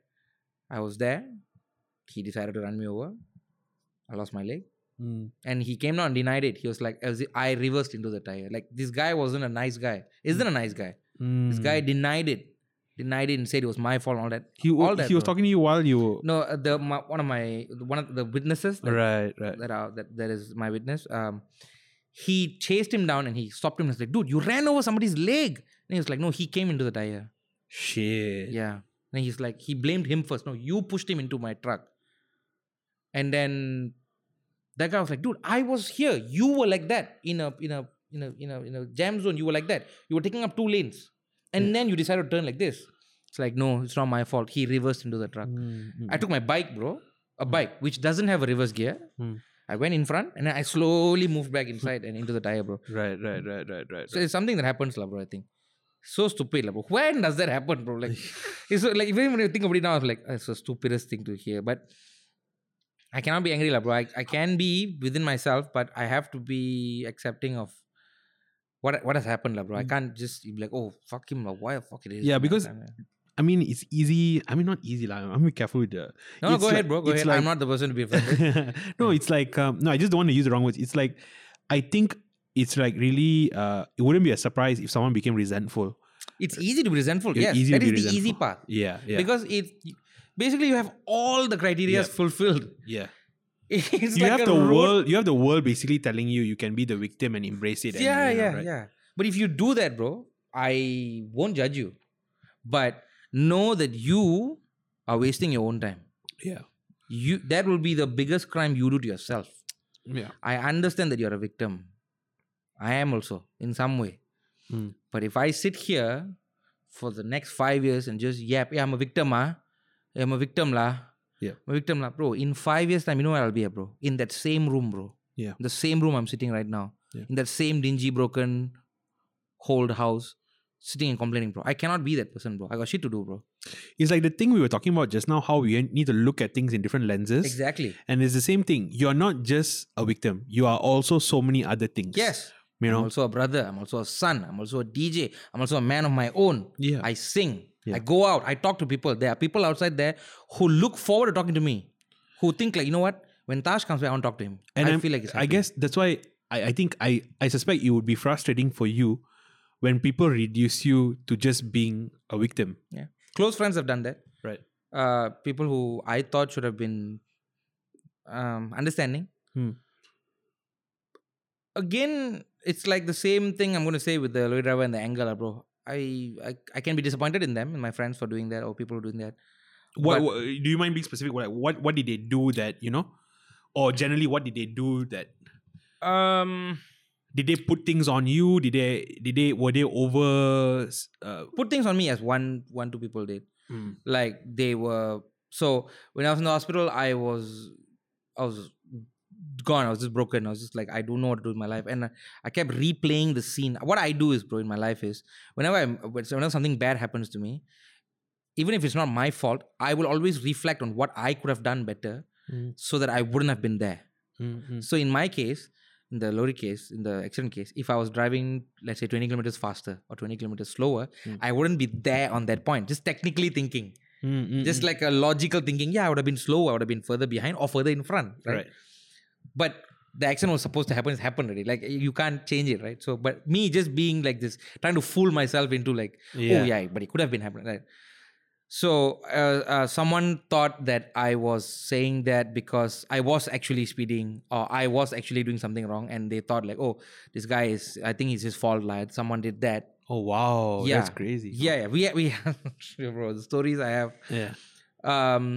[SPEAKER 4] I was there. He decided to run me over. I lost my leg.
[SPEAKER 3] Mm.
[SPEAKER 4] And he came down and denied it. He was like, as if I reversed into the tire. Like, this guy wasn't a nice guy. Isn't a nice guy. This guy
[SPEAKER 3] Hmm.
[SPEAKER 4] denied it. Denied it and said it was my fault and all that.
[SPEAKER 3] Mm. He wa-
[SPEAKER 4] all that,
[SPEAKER 3] he was
[SPEAKER 4] bro.
[SPEAKER 3] talking to you while you were
[SPEAKER 4] No, uh, the my, one of my one of the witnesses that
[SPEAKER 3] right, right.
[SPEAKER 4] that are that, that is my witness. Um, he chased him down and he stopped him. and was like, dude, you ran over somebody's leg. And he was like, no, he came into the tire.
[SPEAKER 3] Shit.
[SPEAKER 4] Yeah. And he's like, he blamed him first. No, you pushed him into my truck. And then that guy was like, dude, I was here. You were like that in a in a in a in a in a jam zone. You were like that. You were taking up two lanes. And then you decided to turn like this. It's like, no, it's not my fault. He reversed into the truck.
[SPEAKER 3] Mm,
[SPEAKER 4] I took my bike, bro, a bike which doesn't have a reverse gear.
[SPEAKER 3] Mm.
[SPEAKER 4] I went in front and I slowly moved back inside and into the tire, bro.
[SPEAKER 3] Right, right, right, right, right.
[SPEAKER 4] So it's something that happens, lah, bro. I think so stupid, lah, bro. When does that happen, bro? Like, it's so- like even when you think about it now, it's like "Ah, it's the stupidest thing to hear. But I cannot be angry, lah, bro. I, I can be within myself, but I have to be accepting of. What, what has happened, lah, bro? I
[SPEAKER 3] Mm.
[SPEAKER 4] can't just be like, oh, fuck him, lah. Why the fuck it is?
[SPEAKER 3] Yeah,
[SPEAKER 4] man?"
[SPEAKER 3] because-
[SPEAKER 4] No,
[SPEAKER 3] I mean, it's easy. I mean, not easy. Like, I'm be careful with the.
[SPEAKER 4] no,
[SPEAKER 3] it's
[SPEAKER 4] go ahead,
[SPEAKER 3] like-
[SPEAKER 4] bro. Go
[SPEAKER 3] it's
[SPEAKER 4] ahead. I'm
[SPEAKER 3] like-
[SPEAKER 4] not the person to be offended.
[SPEAKER 3] no, it's like um, no. I just don't want to use the wrong words. It's like I think it's like really. Uh, it wouldn't be a surprise if someone became resentful.
[SPEAKER 4] It's easy to be resentful.
[SPEAKER 3] Yeah,
[SPEAKER 4] yes,
[SPEAKER 3] easy
[SPEAKER 4] that
[SPEAKER 3] to
[SPEAKER 4] is
[SPEAKER 3] be
[SPEAKER 4] the easy
[SPEAKER 3] resentful.
[SPEAKER 4] path
[SPEAKER 3] Yeah, yeah,
[SPEAKER 4] because it basically you have all the criteria
[SPEAKER 3] Yeah.
[SPEAKER 4] fulfilled.
[SPEAKER 3] yeah.
[SPEAKER 4] It's
[SPEAKER 3] You
[SPEAKER 4] like
[SPEAKER 3] have
[SPEAKER 4] a
[SPEAKER 3] the
[SPEAKER 4] road-
[SPEAKER 3] world. You have the world basically telling you you can be the victim and embrace it. and,
[SPEAKER 4] Yeah,
[SPEAKER 3] you know,
[SPEAKER 4] yeah,
[SPEAKER 3] right?
[SPEAKER 4] yeah. But if you do that, bro, I won't judge you, but know that you are wasting your own time.
[SPEAKER 3] yeah,
[SPEAKER 4] You that will be the biggest crime you do to yourself.
[SPEAKER 3] yeah.
[SPEAKER 4] I understand that you're a victim. I am also in some way.
[SPEAKER 3] Mm.
[SPEAKER 4] But if I sit here for the next five years and just yap, yeah, I'm a victim, ah. Yeah, I'm a victim, lah.
[SPEAKER 3] Yeah.
[SPEAKER 4] I'm a victim, lah. Bro, in five years' time, you know where I'll be at, bro? In that same room, bro.
[SPEAKER 3] Yeah.
[SPEAKER 4] The same room I'm sitting right now.
[SPEAKER 3] Yeah.
[SPEAKER 4] In that same dingy, broken, old house, sitting and complaining, bro. I cannot be that person, bro. I got shit to do, bro.
[SPEAKER 3] It's like the thing we were talking about just now. How we need to look at things in different lenses.
[SPEAKER 4] Exactly.
[SPEAKER 3] And it's the same thing. You are not just a victim. You are also so many other things.
[SPEAKER 4] Yes.
[SPEAKER 3] You
[SPEAKER 4] I'm
[SPEAKER 3] know.
[SPEAKER 4] also a brother. I'm also a son. I'm also a DJ. I'm also a man of my own.
[SPEAKER 3] Yeah.
[SPEAKER 4] I sing.
[SPEAKER 3] Yeah.
[SPEAKER 4] I go out. I talk to people. There are people outside there who look forward to talking to me, who think like, you know what? When Tash comes back, I want to talk to him.
[SPEAKER 3] and
[SPEAKER 4] I
[SPEAKER 3] I'm-
[SPEAKER 4] feel like it's
[SPEAKER 3] I guess that's why I, I think I I suspect it would be frustrating for you when people reduce you to just being a victim.
[SPEAKER 4] yeah. Close friends have done that.
[SPEAKER 3] Right.
[SPEAKER 4] Uh, people who I thought should have been um, understanding.
[SPEAKER 3] Hmm.
[SPEAKER 4] Again, it's like the same thing I'm going to say with the lorry driver and the anger, lah, bro. I, I I can be disappointed in them, in my friends for doing that or people who are doing that.
[SPEAKER 3] What,
[SPEAKER 4] But-
[SPEAKER 3] what- do you mind being specific? What what what did they do that you know, or generally what did they do that?
[SPEAKER 4] Um,
[SPEAKER 3] Did they put things on you? Did they did they were they over? Uh,
[SPEAKER 4] put things on me as one one two people did
[SPEAKER 3] mm,
[SPEAKER 4] like they were so when i was in the hospital i was i was gone i was just broken i was just like i don't know what to do with my life and I- i kept replaying the scene what i do is bro in my life is whenever i'm whenever something bad happens to me even if it's not my fault i will always reflect on what i could have done better
[SPEAKER 3] Mm.
[SPEAKER 4] so that i wouldn't have been there
[SPEAKER 3] mm, mm.
[SPEAKER 4] so in my case, in the lorry case, in the accident case, if I was driving, let's say 20 kilometers faster or 20 kilometers slower,
[SPEAKER 3] Mm.
[SPEAKER 4] I wouldn't be there on that point. Just technically thinking,
[SPEAKER 3] Mm, mm,
[SPEAKER 4] just
[SPEAKER 3] mm.
[SPEAKER 4] like a logical thinking, yeah, I would have been slow, I would have been further behind or further in front, right?
[SPEAKER 3] right.
[SPEAKER 4] But the accident was supposed to happen, it's happened already. Like you can't change it, right? So, but me just being like this, trying to fool myself into like, oh yeah, but it could have been happening, right? So uh, uh, someone thought that I was saying that because I was actually speeding or I was actually doing something wrong, and they thought like, oh, this guy is, I think it's his fault, like someone did that.
[SPEAKER 3] Oh wow.
[SPEAKER 4] Yeah.
[SPEAKER 3] That's crazy.
[SPEAKER 4] Yeah, yeah, we we have, bro, the stories I have.
[SPEAKER 3] Yeah.
[SPEAKER 4] Um,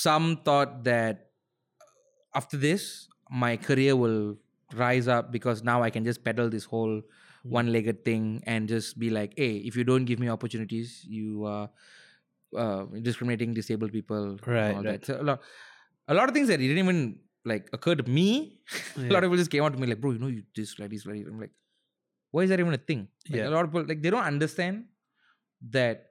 [SPEAKER 4] some thought that after this, my career will rise up because now I can just peddle this whole
[SPEAKER 1] Hmm.
[SPEAKER 4] one-legged thing and just be like, hey, if you don't give me opportunities, you uh, uh, discriminating disabled people, and
[SPEAKER 1] Right,
[SPEAKER 4] all
[SPEAKER 1] right.
[SPEAKER 4] that. So a lot, a lot of things that didn't even like occur to me. a lot of people just came out to me like, "Bro, you know, you this like this like." I'm like, why is that even a thing? Like,
[SPEAKER 1] Yeah.
[SPEAKER 4] a lot of people like they don't understand that.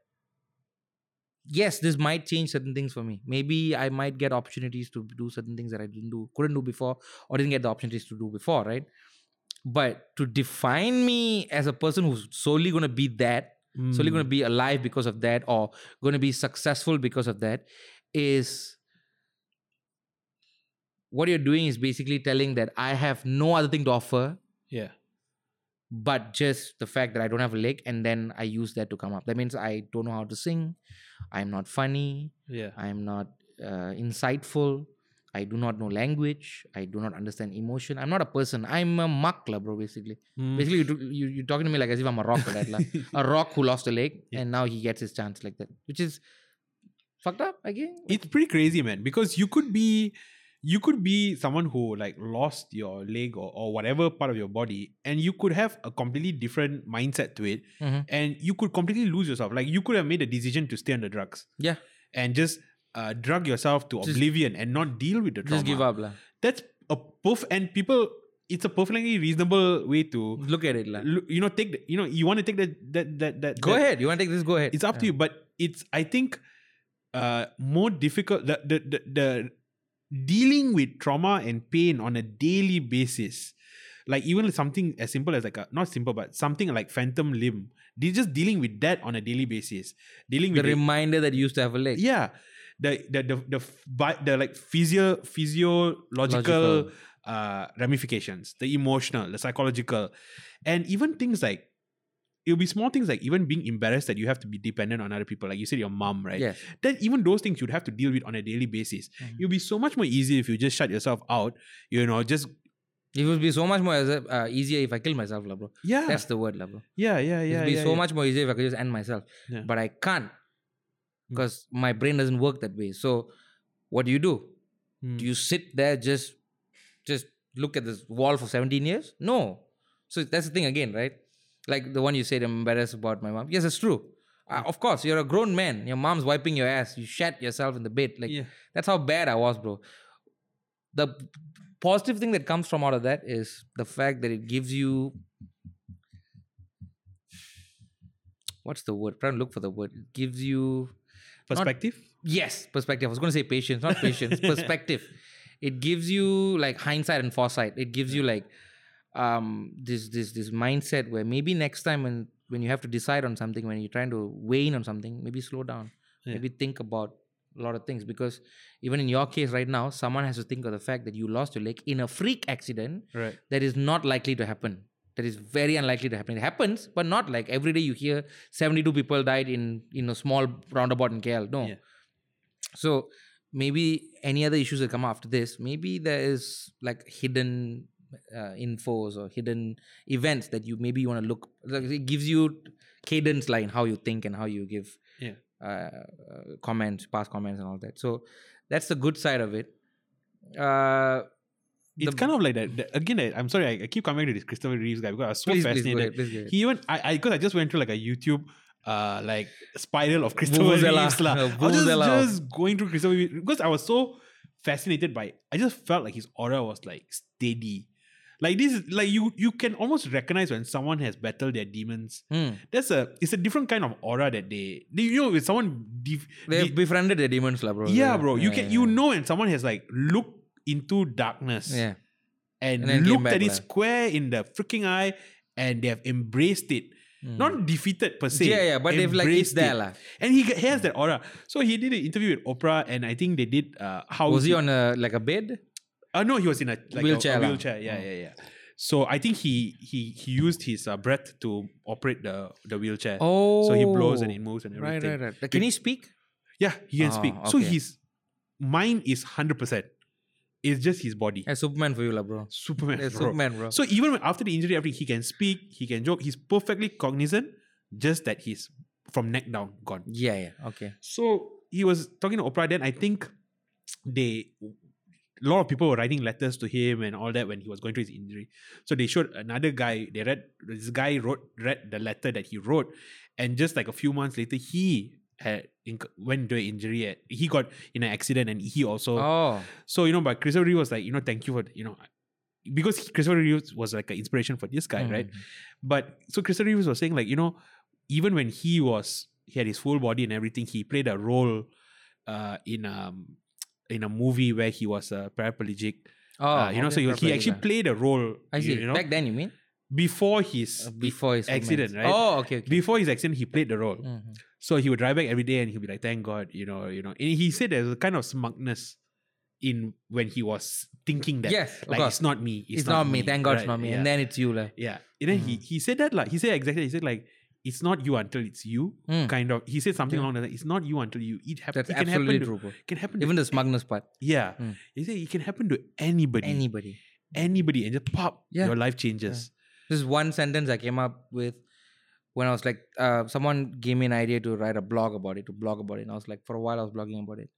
[SPEAKER 4] Yes, this might change certain things for me. Maybe I might get opportunities to do certain things that I didn't do, couldn't do before, or didn't get the opportunities to do before, right? But to define me as a person who's solely going to be that
[SPEAKER 3] Hmm.
[SPEAKER 4] solely going to be alive because of that or going to be successful because of that is what you're doing is basically telling that I have no other thing to offer
[SPEAKER 1] Yeah.
[SPEAKER 4] but just the fact that I don't have a leg and then I use that to come up. That means I don't know how to sing, I'm not funny,
[SPEAKER 1] Yeah.
[SPEAKER 4] I'm not uh, insightful. I do not know language. I do not understand emotion. I'm not a person. I'm a makla, bro, basically.
[SPEAKER 3] Hmm.
[SPEAKER 4] Basically, you, do, you you're talking to me like as if I'm a rock for that, lah. a rock who lost a leg and now he gets his chance like that, which is fucked up again.
[SPEAKER 3] it's pretty crazy man because you could be you could be someone who like lost your leg or, or whatever part of your body and you could have a completely different mindset to it
[SPEAKER 4] Mhm.
[SPEAKER 3] and you could completely lose yourself like you could have made a decision to stay on the drugs
[SPEAKER 4] Yeah.
[SPEAKER 3] and just uh, drug yourself to
[SPEAKER 4] Just-
[SPEAKER 3] oblivion and not deal with the trauma
[SPEAKER 4] Just give up, lah.
[SPEAKER 3] that's a puff and people it's a perfectly reasonable way to
[SPEAKER 4] Look at it, lah.
[SPEAKER 3] l- you know take the, you know you want to take that that that that
[SPEAKER 4] Go
[SPEAKER 3] that-
[SPEAKER 4] ahead. You want to take this? Go ahead.
[SPEAKER 3] it's up to you but it's i think uh more difficult the the, the the dealing with trauma and pain on a daily basis like even something as simple as like a not simple but something like phantom limb they're just dealing with that on a daily basis dealing
[SPEAKER 4] The
[SPEAKER 3] with it-
[SPEAKER 4] reminder that you used to have a leg.
[SPEAKER 3] yeah the the the the, f- bi- the like physio physiological
[SPEAKER 4] Logical.
[SPEAKER 3] uh, ramifications the emotional the psychological and even things like it'll be small things like even being embarrassed that you have to be dependent on other people like you said your mom right
[SPEAKER 4] Yes.
[SPEAKER 3] then even those things you'd have to deal with on a daily basis
[SPEAKER 4] Mhm.
[SPEAKER 3] it'll be so much more easy if you just shut yourself out you know just
[SPEAKER 4] It would be so much more as- uh, easier if I kill myself, lah, bro.
[SPEAKER 3] yeah
[SPEAKER 4] That's the word, lah, bro.
[SPEAKER 3] yeah yeah yeah
[SPEAKER 4] It'd be
[SPEAKER 3] yeah,
[SPEAKER 4] so
[SPEAKER 3] yeah.
[SPEAKER 4] much more easier if I could just end myself.
[SPEAKER 3] Yeah. Mm.
[SPEAKER 4] But I can't because my brain doesn't work that way. So what do you do?
[SPEAKER 3] Mm.
[SPEAKER 4] Do you sit there just just look at this wall for 17 years? No. So that's the thing again, right? Like the one you said, I'm embarrassed about my mom. Yes, it's true. Uh, of course, you're a grown man. Your mom's wiping your ass. You shat yourself in the bed. Like
[SPEAKER 3] Yeah.
[SPEAKER 4] that's how bad I was, bro. The p- positive thing that comes from out of that is the fact that it gives you what's the word? Trying to look for the word. It gives you
[SPEAKER 3] perspective
[SPEAKER 4] Yes, perspective. I was going to say patience, not patience, perspective. It gives you like hindsight and foresight. It gives you like um this this this mindset where maybe next time when when you have to decide on something, when you're trying to weigh in on something, maybe slow down.
[SPEAKER 3] Yeah.
[SPEAKER 4] Maybe think about a lot of things because even in your case right now, someone has to think of the fact that you lost your leg in a freak accident
[SPEAKER 3] right
[SPEAKER 4] that is not likely to happen. That is very unlikely to happen. It happens, but not like every day you hear 72 people died in in a small roundabout in KL. No.
[SPEAKER 3] Yeah.
[SPEAKER 4] So maybe any other issues that come after this, maybe there is like hidden uh, infos or hidden events that you maybe you want to look. Like it gives you cadence line how you think and how you give
[SPEAKER 3] Yeah.
[SPEAKER 4] uh, uh, comments, past comments, and all that. So that's the good side of it. Uh,
[SPEAKER 3] it's kind of like that, that- again I, i'm sorry I, I keep coming to this christopher reeves guy because i was so
[SPEAKER 4] please, please, go
[SPEAKER 3] fascinated
[SPEAKER 4] ahead, please go ahead.
[SPEAKER 3] he even I because I, 'cause I just went through like a YouTube uh like spiral of Christopher
[SPEAKER 4] Vuvuzela.
[SPEAKER 3] Reeves lah.
[SPEAKER 4] Uh,
[SPEAKER 3] I was just,
[SPEAKER 4] Vuvuzela.
[SPEAKER 3] just going through Christopher Reeves because I was so fascinated by I just felt like his aura was like steady. Like this is like you you can almost recognize when someone has battled their demons.
[SPEAKER 4] Hmm.
[SPEAKER 3] That's a it's a different kind of aura that they, they you know with someone def-
[SPEAKER 4] They've
[SPEAKER 3] de-
[SPEAKER 4] befriended the demons, lah, bro.
[SPEAKER 3] yeah bro you
[SPEAKER 4] yeah,
[SPEAKER 3] can
[SPEAKER 4] yeah,
[SPEAKER 3] you
[SPEAKER 4] yeah.
[SPEAKER 3] know when someone has like looked into darkness
[SPEAKER 4] Yeah.
[SPEAKER 3] and,
[SPEAKER 4] And then came
[SPEAKER 3] looked
[SPEAKER 4] back
[SPEAKER 3] at it
[SPEAKER 4] lah.
[SPEAKER 3] square in the freaking eye and they have embraced it. Not defeated per se.
[SPEAKER 4] Hmm. Yeah, yeah, but they've like it's
[SPEAKER 3] embraced
[SPEAKER 4] there,
[SPEAKER 3] it.
[SPEAKER 4] lah.
[SPEAKER 3] And he, he has that aura. So he did an interview with Oprah, and I think they did uh how
[SPEAKER 4] Was he on a like a bed?
[SPEAKER 3] uh, no, he was in a like wheelchair.
[SPEAKER 4] Wheelchair
[SPEAKER 3] A,
[SPEAKER 4] lah.
[SPEAKER 3] wheelchair. Yeah,
[SPEAKER 4] Oh.
[SPEAKER 3] yeah, yeah. So I think he he he used his uh, breath to operate the the wheelchair.
[SPEAKER 4] Oh,
[SPEAKER 3] So he blows and it moves and
[SPEAKER 4] Right,
[SPEAKER 3] everything.
[SPEAKER 4] right, right. Like, Can he speak?
[SPEAKER 3] Yeah, he can
[SPEAKER 4] Oh,
[SPEAKER 3] speak. So
[SPEAKER 4] okay.
[SPEAKER 3] his mind is hundred percent. It's just his body.
[SPEAKER 4] That's Superman for you, lah, bro.
[SPEAKER 3] Superman.
[SPEAKER 4] That's
[SPEAKER 3] bro.
[SPEAKER 4] Superman, bro.
[SPEAKER 3] So even when- after the injury, everything he can speak, he can joke. He's perfectly cognizant. Just that he's from neck down gone.
[SPEAKER 4] yeah, yeah. Okay.
[SPEAKER 3] So he was talking to Oprah. Then I think they a lot of people were writing letters to him and all that when he was going through his injury. So they showed another guy. They read this guy wrote read the letter that he wrote, and just like a few months later, he had inc- went into an injury. At, he got in an accident, and he also.
[SPEAKER 4] Oh,
[SPEAKER 3] So you know, but Christopher Reeve was like, you know, thank you for you know, because he- Christopher Reeve was like an inspiration for this guy,
[SPEAKER 4] Mm-hmm. Hmm.
[SPEAKER 3] right? But so Christopher Reeves was saying like, you know, even when he was he had his full body and everything, he played a role uh, in um in a movie where he was a paraplegic.
[SPEAKER 4] Oh,
[SPEAKER 3] uh, you know, so he, was- he actually played a role.
[SPEAKER 4] I see.
[SPEAKER 3] You know,
[SPEAKER 4] Back then, you mean
[SPEAKER 3] before his
[SPEAKER 4] Uh, before his
[SPEAKER 3] accident,
[SPEAKER 4] romance.
[SPEAKER 3] right?
[SPEAKER 4] Oh, okay. okay.
[SPEAKER 3] before his accident, he played the role.
[SPEAKER 4] Mhm.
[SPEAKER 3] So he would drive back every day and he'd be like, thank God, you know, you know. And he said there's a kind of smugness in when he was thinking that.
[SPEAKER 4] Yes, of
[SPEAKER 3] Like
[SPEAKER 4] course.
[SPEAKER 3] it's not me.
[SPEAKER 4] It's, not, me. Thank God, it's
[SPEAKER 3] right,
[SPEAKER 4] not me.
[SPEAKER 3] Yeah.
[SPEAKER 4] And then it's you, like.
[SPEAKER 3] yeah. And then he
[SPEAKER 4] Mm.
[SPEAKER 3] he said that like he said exactly he said like it's not you until it's you.
[SPEAKER 4] Mm.
[SPEAKER 3] Kind of he said something
[SPEAKER 4] Yeah.
[SPEAKER 3] along that line, it's not you until you it happens.
[SPEAKER 4] That's
[SPEAKER 3] It can happen
[SPEAKER 4] absolutely
[SPEAKER 3] to,
[SPEAKER 4] true, bro.
[SPEAKER 3] it can happen to
[SPEAKER 4] Even the smugness part.
[SPEAKER 3] yeah.
[SPEAKER 4] Mm.
[SPEAKER 3] He said it can happen to anybody.
[SPEAKER 4] Anybody.
[SPEAKER 3] anybody and just pop
[SPEAKER 4] Yeah.
[SPEAKER 3] your life changes.
[SPEAKER 4] This is one sentence I came up with when I was like, uh, someone gave me an idea to write a blog about it, to blog about it. And I was like, for a while, I was blogging about it.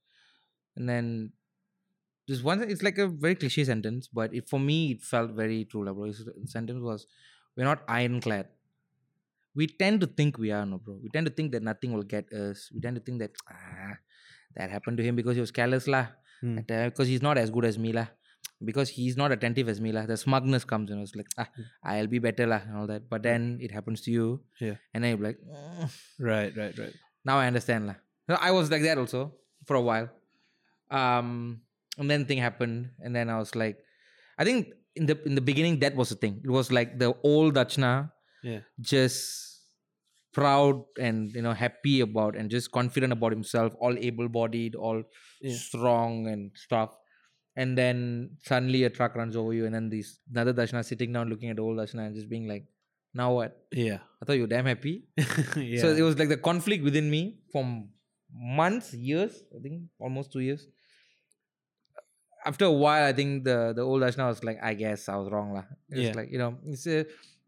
[SPEAKER 4] And then this one, it's like a very cliche sentence, but it, for me, it felt very true, lah, bro. It's- The sentence was, we're not ironclad. We tend to think we are, no, bro. We tend to think that nothing will get us. We tend to think that, ah, that happened to him because he was careless, lah.
[SPEAKER 3] Hmm.
[SPEAKER 4] That, uh, because he's not as good as me, lah. Because he's not attentive as me, lah. The smugness comes, you know. It's like, ah, I'll be better, lah, and all that. But then it happens to you.
[SPEAKER 3] Yeah.
[SPEAKER 4] And then you're like, "Mm,
[SPEAKER 3] Right, right, right.
[SPEAKER 4] now I understand. lah. So I was like that also for a while. Um, and then thing happened, and then I was like, I think in the in the beginning that was the thing. It was like the old Dachna
[SPEAKER 3] Yeah.
[SPEAKER 4] just proud and you know happy about and just confident about himself, all able bodied, all
[SPEAKER 3] Yeah.
[SPEAKER 4] strong and stuff. And then suddenly a truck runs over you, and then this another Dachna sitting down looking at the old Dachna and just being like, now what?
[SPEAKER 3] Yeah.
[SPEAKER 4] I thought you were damn happy.
[SPEAKER 3] yeah.
[SPEAKER 4] So it was like the conflict within me from months, years, I think almost two years. After a while, I think the the old Ashna was like, I guess I was wrong. lah. It's
[SPEAKER 3] Yeah.
[SPEAKER 4] like, you know, it's a,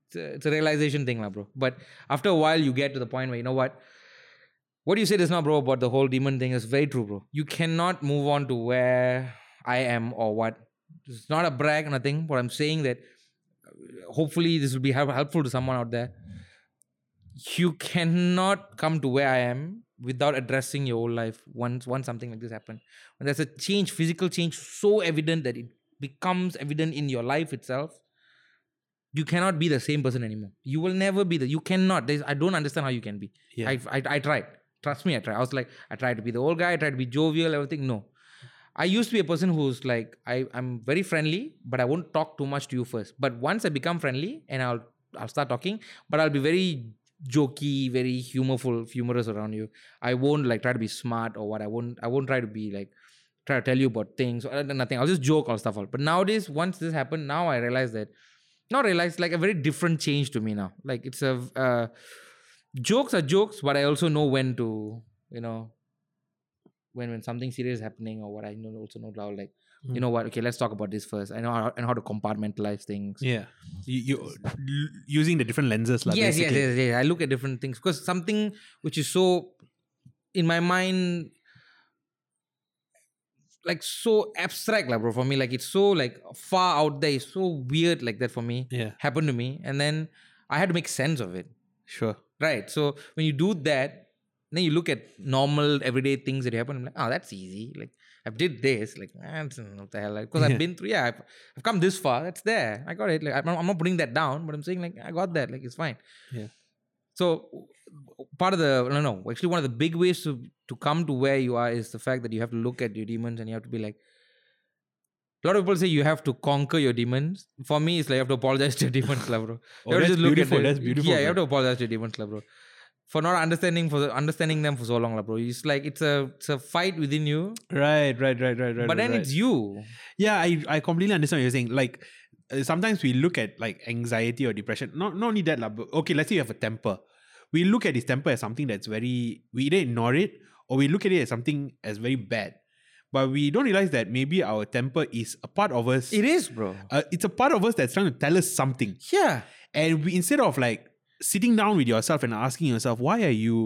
[SPEAKER 4] it's a it's a realization thing, lah, bro. But after a while you get to the point where you know what? What you said is not, bro, about the whole demon thing is very true, bro. You cannot move on to where I am or what. It's not a brag, nothing, but I'm saying that uh, hopefully this will be help- helpful to someone out there you cannot come to where I am without addressing your whole life once once something like this happened. When there's a change, physical change so evident that it becomes evident in your life itself, you cannot be the same person anymore. You will never be the you cannot. There's, I don't understand how you can be.
[SPEAKER 3] Yeah.
[SPEAKER 4] I, I I tried. Trust me, I tried. I was like, I tried to be the old guy, I tried to be jovial, everything. No. I used to be a person who's like, I, I'm very friendly, but I won't talk too much to you first. But once I become friendly and I'll I'll start talking, but I'll be very jokey, very humorful, humorous around you. I won't like try to be smart or what. I won't I won't try to be like try to tell you about things or nothing. I'll just joke all stuff out. But nowadays, once this happened, now I realize that not realize like a very different change to me now. Like it's a uh, jokes are jokes, but I also know when to you know when when something serious is happening or what I know also know now like you
[SPEAKER 3] Mm.
[SPEAKER 4] know what okay let's talk about this first. I know how, and how to compartmentalize things.
[SPEAKER 3] yeah. You, you using the different lenses like
[SPEAKER 4] yes, yes,
[SPEAKER 3] basically.
[SPEAKER 4] yes, yes. I look at different things because something which is so, in my mind, like so abstract, like bro. For me, like it's so like far out there, it's so weird like that for me.
[SPEAKER 3] Yeah.
[SPEAKER 4] Happened to me, and then I had to make sense of it.
[SPEAKER 3] Sure.
[SPEAKER 4] Right. So when you do that, then you look at normal everyday things that happen. I'm like, oh, that's easy. Like I've did this. Like "Ah, it's- what the hell? Because I've been through. Yeah, I've, I've come this far. That's there. I got it. Like I'm not, I'm not putting that down, but I'm saying like I got that. Like it's fine.
[SPEAKER 3] Yeah.
[SPEAKER 4] So w- w- part of the no no actually one of the big ways to to come to where you are is the fact that you have to look at your demons and you have to be like. A lot of people say you have to conquer your demons. For me, it's like you have to apologize to your demons, lah, bro.
[SPEAKER 3] Oh,
[SPEAKER 4] You have to
[SPEAKER 3] that's
[SPEAKER 4] just look at
[SPEAKER 3] beautiful.
[SPEAKER 4] it.
[SPEAKER 3] That's beautiful.
[SPEAKER 4] Yeah, you have
[SPEAKER 3] bro.
[SPEAKER 4] to apologize to demons, lah, bro. For not understanding for the, understanding them for so long, lah, bro. It's like it's a it's a fight within you,
[SPEAKER 3] Right, right, right, right, right.
[SPEAKER 4] but then
[SPEAKER 3] right.
[SPEAKER 4] it's you.
[SPEAKER 3] yeah, I I completely understand what you're saying. Like uh, sometimes we look at like anxiety or depression. Not not only that, lah. But okay, let's say you have a temper. We look at his temper as something that's very we either ignore it or we look at it as something as very bad. But we don't realize that maybe our temper is a part of us.
[SPEAKER 4] It is, bro.
[SPEAKER 3] Uh, it's a part of us that's trying to tell us something.
[SPEAKER 4] Yeah,
[SPEAKER 3] And we, instead of like sitting down with yourself and asking yourself, why are you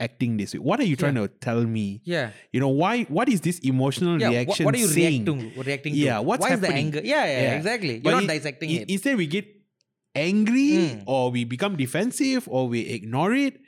[SPEAKER 3] acting this way? What are you trying to tell me?
[SPEAKER 4] yeah,
[SPEAKER 3] You know, why? What is this emotional
[SPEAKER 4] yeah. What,
[SPEAKER 3] reaction?
[SPEAKER 4] what are you
[SPEAKER 3] saying?
[SPEAKER 4] reacting? To, reacting to?
[SPEAKER 3] Yeah, what's
[SPEAKER 4] Why is the
[SPEAKER 3] happening?
[SPEAKER 4] anger? Yeah, yeah,
[SPEAKER 3] Yeah.
[SPEAKER 4] exactly. You're
[SPEAKER 3] But
[SPEAKER 4] not
[SPEAKER 3] in-
[SPEAKER 4] dissecting
[SPEAKER 3] in-
[SPEAKER 4] it.
[SPEAKER 3] Instead, we get angry
[SPEAKER 4] Mm.
[SPEAKER 3] or we become defensive or we ignore it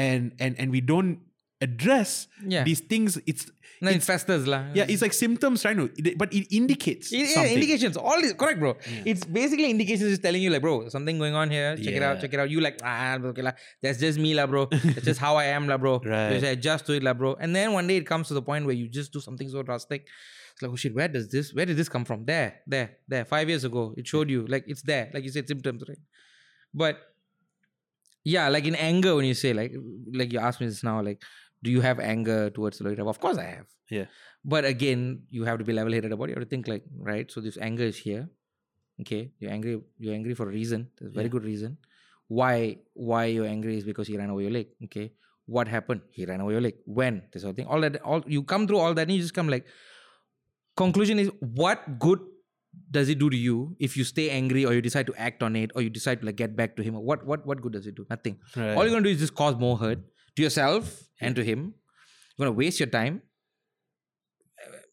[SPEAKER 3] and and and we don't address
[SPEAKER 4] Yeah.
[SPEAKER 3] these things. It's
[SPEAKER 4] No, it's festers lah.
[SPEAKER 3] yeah, it's like symptoms trying to, but it indicates
[SPEAKER 4] Hmm. It- yeah,
[SPEAKER 3] something.
[SPEAKER 4] indications. All is correct, bro. It's basically indications just telling you, like, bro, something going on here. Check it out.
[SPEAKER 3] Yeah.
[SPEAKER 4] Check it out. You like, ah, okay, lah. That's just me, lah, bro. That's just how I am, lah, bro.
[SPEAKER 3] Right.
[SPEAKER 4] You just adjust to it, lah, bro. And then one day it comes to the point where you just do something so drastic. It's like, oh shit, where does this? Where did this come from? There, there, there. Five years ago, it showed you. Like it's there. Like you said, symptoms, right? But yeah, like in anger, when you say like, like you asked me this now, like, do you have anger towards Loira? Of course, I have.
[SPEAKER 3] Yeah.
[SPEAKER 4] But again, you have to be level-headed about it. You have to think like, right? So this anger is here. Okay, you're angry. You're angry for a reason. There's a very
[SPEAKER 3] Yeah.
[SPEAKER 4] good reason. Why? Why you're angry is because he ran over your leg. Okay, what happened? He ran over your leg. When? This whole thing. All that. All you come through all that, and you just come like, conclusion is what good does it do to you if you stay angry or you decide to act on it or you decide to like get back to him or what what what good does it do nothing
[SPEAKER 3] Right.
[SPEAKER 4] all you're gonna do is just cause more hurt to yourself and to him you're gonna waste your time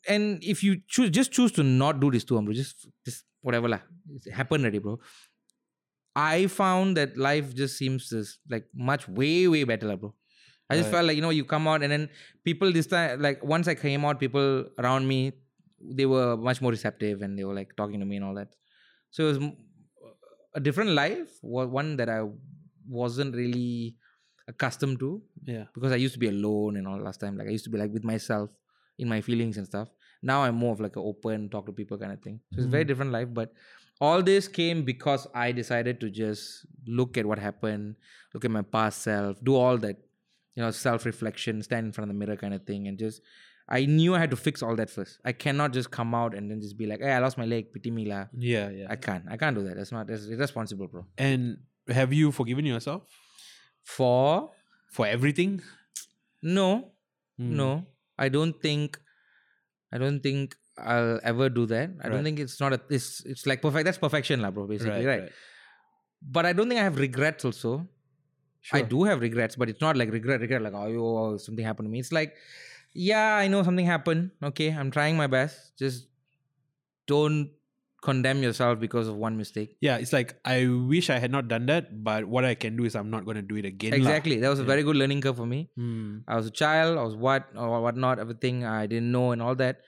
[SPEAKER 4] and if you choose just choose to not do this to him bro just just whatever lah it's happened already bro i found that life just seems this like much way way better lah, bro i just
[SPEAKER 3] Right.
[SPEAKER 4] felt like you know you come out and then people this time like once i came out people around me they were much more receptive and they were like talking to me and all that so it was m- a different life wa- one that i wasn't really accustomed to
[SPEAKER 3] yeah.
[SPEAKER 4] because i used to be alone and all last time like i used to be like with myself in my feelings and stuff now i'm more of like an open talk to people kind of thing so it's a very
[SPEAKER 3] Mhm.
[SPEAKER 4] different life but all this came because i decided to just look at what happened look at my past self do all that you know self reflection stand in front of the mirror kind of thing and just i knew i had to fix all that first i cannot just come out and then just be like hey i lost my leg pity me la
[SPEAKER 3] Yeah. Yeah.
[SPEAKER 4] I can't. I can't do that. That's not. That's irresponsible, bro.
[SPEAKER 3] and have you forgiven yourself
[SPEAKER 4] For
[SPEAKER 3] for everything?
[SPEAKER 4] no,
[SPEAKER 3] Hmm.
[SPEAKER 4] no. I don't think. I don't think I'll ever do that. I don't
[SPEAKER 3] Right.
[SPEAKER 4] think it's not a. It's it's like perfect. That's perfection, lah, bro. Basically, right. But I don't think I have regrets. Also, I
[SPEAKER 3] Sure.
[SPEAKER 4] do have regrets, but it's not like regret, regret. Like oh, yo, something happened to me. It's like, yeah, I know something happened. Okay, I'm trying my best. Just don't condemn yourself because of one mistake.
[SPEAKER 3] Yeah, it's like I wish I had not done that, but what I can do is I'm not going to do it again. lah.
[SPEAKER 4] Exactly. That was a
[SPEAKER 3] Yeah.
[SPEAKER 4] very good learning curve for me.
[SPEAKER 3] Hmm.
[SPEAKER 4] I was a child, I was what or whatnot, everything I didn't know and all that.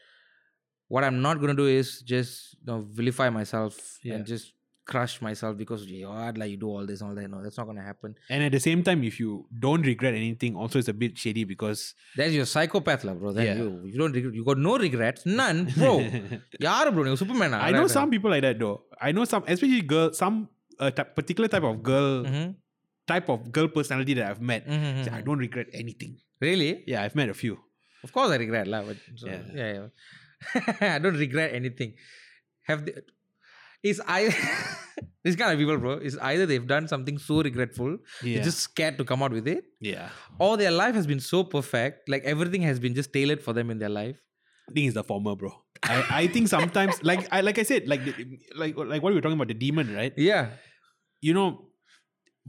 [SPEAKER 4] What I'm not gonna do is just you know, vilify myself
[SPEAKER 3] Yeah.
[SPEAKER 4] and just crush myself because you hard like you do all this and all that. No, that's not gonna happen.
[SPEAKER 3] And at the same time, if you don't regret anything, also it's a bit shady because
[SPEAKER 4] That's your psychopath, lah, bro. Then
[SPEAKER 3] Yeah.
[SPEAKER 4] you you don't regret, you got no regrets, none, bro. Yaar, bro, you're Superman. ah.
[SPEAKER 3] I know some people like that though. I know some, especially girl, some uh, type- particular type of girl,
[SPEAKER 4] Mhm,
[SPEAKER 3] type of girl personality that I've met.
[SPEAKER 4] mhm, mhm.
[SPEAKER 3] Say, I don't regret anything.
[SPEAKER 4] really.
[SPEAKER 3] Yeah, I've met a few.
[SPEAKER 4] Of course, I regret, lah. But so,
[SPEAKER 3] Yeah.
[SPEAKER 4] yeah, yeah. I don't regret anything. Have they? Is I these kind of people, bro? Is either they've done something so regretful,
[SPEAKER 3] Yeah,
[SPEAKER 4] they're just scared to come out with it,
[SPEAKER 3] yeah.
[SPEAKER 4] or their life has been so perfect, like everything has been just tailored for them in their life.
[SPEAKER 3] I think it's the former, bro. I, I think sometimes, like I like I said, like the- like like what we were talking about the demon, right?
[SPEAKER 4] Yeah,
[SPEAKER 3] you know,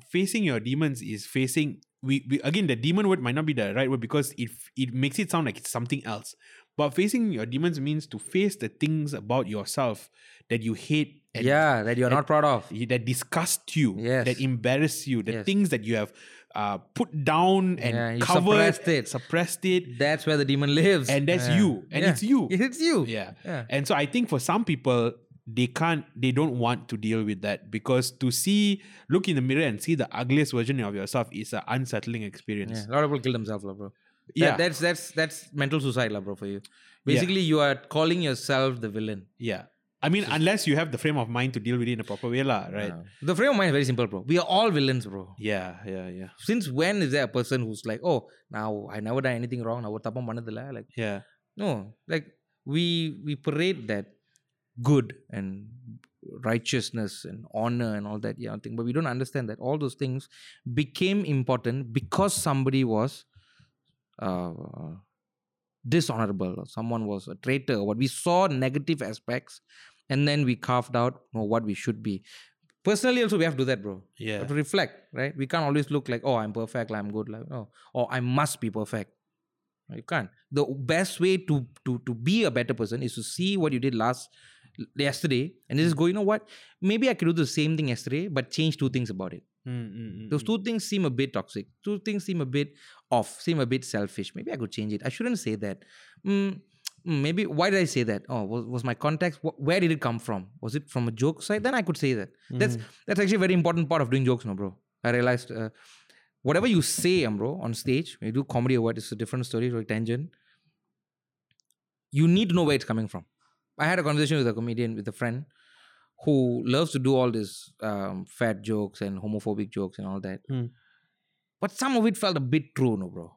[SPEAKER 3] facing your demons is facing. We, we again, the demon word might not be the right word because it it makes it sound like it's something else. But facing your demons means to face the things about yourself that you hate, and
[SPEAKER 4] yeah, that you're not proud of.
[SPEAKER 3] that disgust you,
[SPEAKER 4] Yes.
[SPEAKER 3] that embarrass you, the
[SPEAKER 4] Yes.
[SPEAKER 3] things that you have uh, put down and
[SPEAKER 4] Yeah, you
[SPEAKER 3] covered,
[SPEAKER 4] suppressed it.
[SPEAKER 3] suppressed it,
[SPEAKER 4] That's where the demon lives,
[SPEAKER 3] and that's
[SPEAKER 4] Yeah.
[SPEAKER 3] you, and
[SPEAKER 4] Yeah.
[SPEAKER 3] it's you.
[SPEAKER 4] It's you.
[SPEAKER 3] Yeah.
[SPEAKER 4] Yeah.
[SPEAKER 3] And so I think for some people, they can't, they don't want to deal with that because to see, look in the mirror and see the ugliest version of yourself is an unsettling
[SPEAKER 4] Yeah,
[SPEAKER 3] experience.
[SPEAKER 4] a lot of people kill themselves, lah, bro. That-
[SPEAKER 3] Yeah.
[SPEAKER 4] that's that's that's mental suicide, lah, bro. For you, basically, you are calling yourself the villain.
[SPEAKER 3] Yeah. I mean, unless you have the frame of mind to deal with it in a proper way, lah, right?
[SPEAKER 4] Uh, the frame of mind is very simple, bro. We are all villains, bro.
[SPEAKER 3] Yeah, yeah, yeah.
[SPEAKER 4] Since when is there a person who's like, oh, now I never done anything wrong, now tapam panadilla? Like,
[SPEAKER 3] Yeah.
[SPEAKER 4] no, like we we parade that good and righteousness and honor and all that yeah thing, but we don't understand that all those things became important because somebody was uh, dishonorable or someone was a traitor. What we saw negative aspects, and then we carved out you know, what we should be. Personally, also we have to do that, bro. We
[SPEAKER 3] Yeah.
[SPEAKER 4] have to reflect, right? We can't always look like, oh, I'm perfect, I'm good, like, oh, or I must be perfect. No, You can't. The best way to to to be a better person is to see what you did last yesterday and just go, you know what? Maybe I could do the same thing yesterday, but change two things about it.
[SPEAKER 3] Mm, mm, mm,
[SPEAKER 4] Those
[SPEAKER 3] mm.
[SPEAKER 4] two things seem a bit toxic. Two things seem a bit off, seem a bit selfish. Maybe I could change it. I shouldn't say that. Mm, mm, maybe, why did I say that? Oh, was, was my context, wh- where did it come from? Was it from a joke side? Then I could say that. That's
[SPEAKER 3] Mm-hmm.
[SPEAKER 4] that's actually a very important part of doing jokes, no, bro. I realized uh, whatever you say, um, bro, on stage, when you do comedy or what, it's a different story, or tangent. You need to know where it's coming from. I had a conversation with a comedian, with a friend, who loves to do all these um, fat jokes and homophobic jokes and all that.
[SPEAKER 3] Hmm.
[SPEAKER 4] But some of it felt a bit true, no, bro.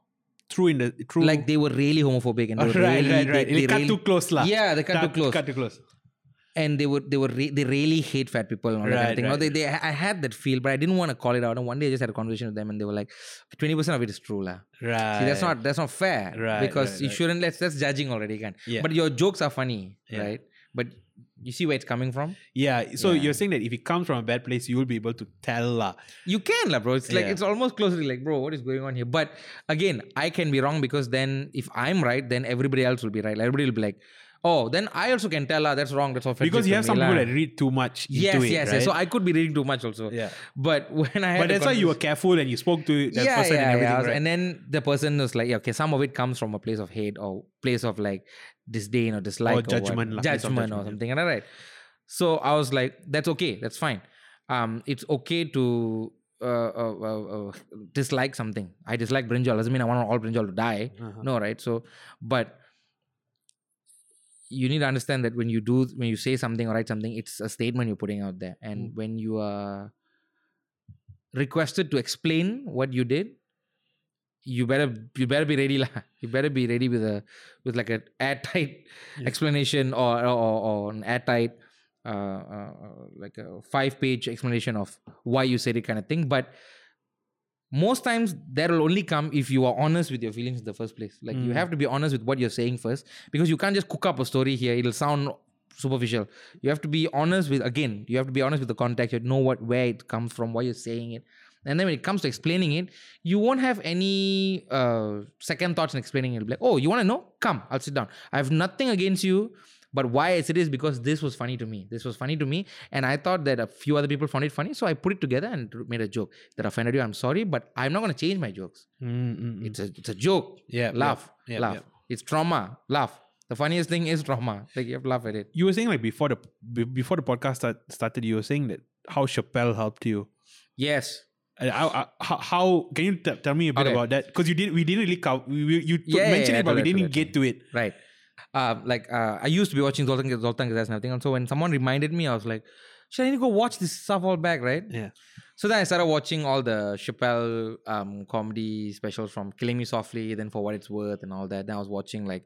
[SPEAKER 3] True in the true.
[SPEAKER 4] Like they were really homophobic and they
[SPEAKER 3] right,
[SPEAKER 4] were really,
[SPEAKER 3] right, right.
[SPEAKER 4] They,
[SPEAKER 3] They
[SPEAKER 4] they
[SPEAKER 3] cut
[SPEAKER 4] really-
[SPEAKER 3] too close, lah.
[SPEAKER 4] Yeah, they cut too close
[SPEAKER 3] Cut too close.
[SPEAKER 4] and they were they were re- they really hate fat people and all that kind
[SPEAKER 3] Right,
[SPEAKER 4] of thing. No,
[SPEAKER 3] right.
[SPEAKER 4] they, they I had that feel, but I didn't want to call it out. And one day I just had a conversation with them, and they were like, twenty percent of it is true, lah.
[SPEAKER 3] Right.
[SPEAKER 4] See, that's not that's not fair,
[SPEAKER 3] Right,
[SPEAKER 4] Because
[SPEAKER 3] right,
[SPEAKER 4] you
[SPEAKER 3] right.
[SPEAKER 4] shouldn't. That's that's judging already, can.
[SPEAKER 3] Yeah.
[SPEAKER 4] But your jokes are funny,
[SPEAKER 3] Yeah.
[SPEAKER 4] right? But you see where it's coming from.
[SPEAKER 3] Yeah. So
[SPEAKER 4] Yeah.
[SPEAKER 3] you're saying that if it comes from a bad place, you'll be able to tell, lah.
[SPEAKER 4] You can, lah, bro. It's like
[SPEAKER 3] Yeah.
[SPEAKER 4] it's almost closely like, bro, what is going on here? But again, I can be wrong because then if I'm right, then everybody else will be right. Like, everybody will be like, oh, then I also can tell, lah, that's wrong. That's offensive.
[SPEAKER 3] Because you
[SPEAKER 4] to
[SPEAKER 3] have
[SPEAKER 4] me,
[SPEAKER 3] some people
[SPEAKER 4] lah."
[SPEAKER 3] that read too much into
[SPEAKER 4] Yes,
[SPEAKER 3] it.
[SPEAKER 4] yes,
[SPEAKER 3] right?
[SPEAKER 4] yes. So I could be reading too much also.
[SPEAKER 3] Yeah.
[SPEAKER 4] But when I had
[SPEAKER 3] but
[SPEAKER 4] the
[SPEAKER 3] that's why you were
[SPEAKER 4] conversation-
[SPEAKER 3] careful and you spoke to that person and everything,
[SPEAKER 4] I was-
[SPEAKER 3] right?
[SPEAKER 4] And then the person was like, yeah, okay, some of it comes from a place of hate or place of like disdain or dislike what-
[SPEAKER 3] judgment, like, place of
[SPEAKER 4] judgment or
[SPEAKER 3] judgment, yeah.
[SPEAKER 4] something. And I right. So I was like, that's okay, that's fine. Um, it's okay to uh, uh, uh, uh, dislike something. I dislike brinjal doesn't mean I want all brinjal to die.
[SPEAKER 3] Uh-huh.
[SPEAKER 4] No, right? So, but you need to understand that when you do when you say something or write something it's a statement you're putting out there
[SPEAKER 3] Hmm.
[SPEAKER 4] and when you are requested to explain what you did you better you better be ready lah. you better be ready with a with like an airtight
[SPEAKER 3] Yeah.
[SPEAKER 4] explanation or, or or an airtight uh, uh uh, like a five page explanation of why you said it kind of thing but most times that will only come if you are honest with your feelings in the first place like you
[SPEAKER 3] Mm.
[SPEAKER 4] have to be honest with what you're saying first because you can't just cook up a story here it'll sound superficial you have to be honest with again you have to be honest with the context you know what where it comes from why you're saying it and then when it comes to explaining it you won't have any uh, second thoughts in explaining it You'll be like oh you want to know come i'll sit down i have nothing against you but why is it is because this was funny to me this was funny to me and i thought that a few other people found it funny so i put it together and made a joke that offended you i'm sorry but i'm not going to change my jokes
[SPEAKER 3] Mm, mm, mm.
[SPEAKER 4] it's a it's a joke
[SPEAKER 3] yeah.
[SPEAKER 4] laugh
[SPEAKER 3] yeah, yeah,
[SPEAKER 4] laugh
[SPEAKER 3] yeah.
[SPEAKER 4] it's trauma laugh the funniest thing is trauma like you have to laugh at it
[SPEAKER 3] You were saying like before the be- before the podcast start, started, you were saying that how Chappelle helped you.
[SPEAKER 4] yes
[SPEAKER 3] And I, I, how, how can you t- tell me a bit
[SPEAKER 4] Okay.
[SPEAKER 3] about that? Because you did we didn't really cover we, we- you t-
[SPEAKER 4] Yeah, yeah,
[SPEAKER 3] mentioned
[SPEAKER 4] yeah,
[SPEAKER 3] it, but we
[SPEAKER 4] totally,
[SPEAKER 3] didn't
[SPEAKER 4] totally,
[SPEAKER 3] get to it.
[SPEAKER 4] Right. Um, like uh, I used to be watching Zoltan Zoltan Gazette and everything. And so when someone reminded me, I was like, should I need to go watch this stuff all back, right?
[SPEAKER 3] Yeah.
[SPEAKER 4] So then I started watching all the Chappelle um, comedy specials from Killing Me Softly, then For What It's Worth, and all that. Then I was watching like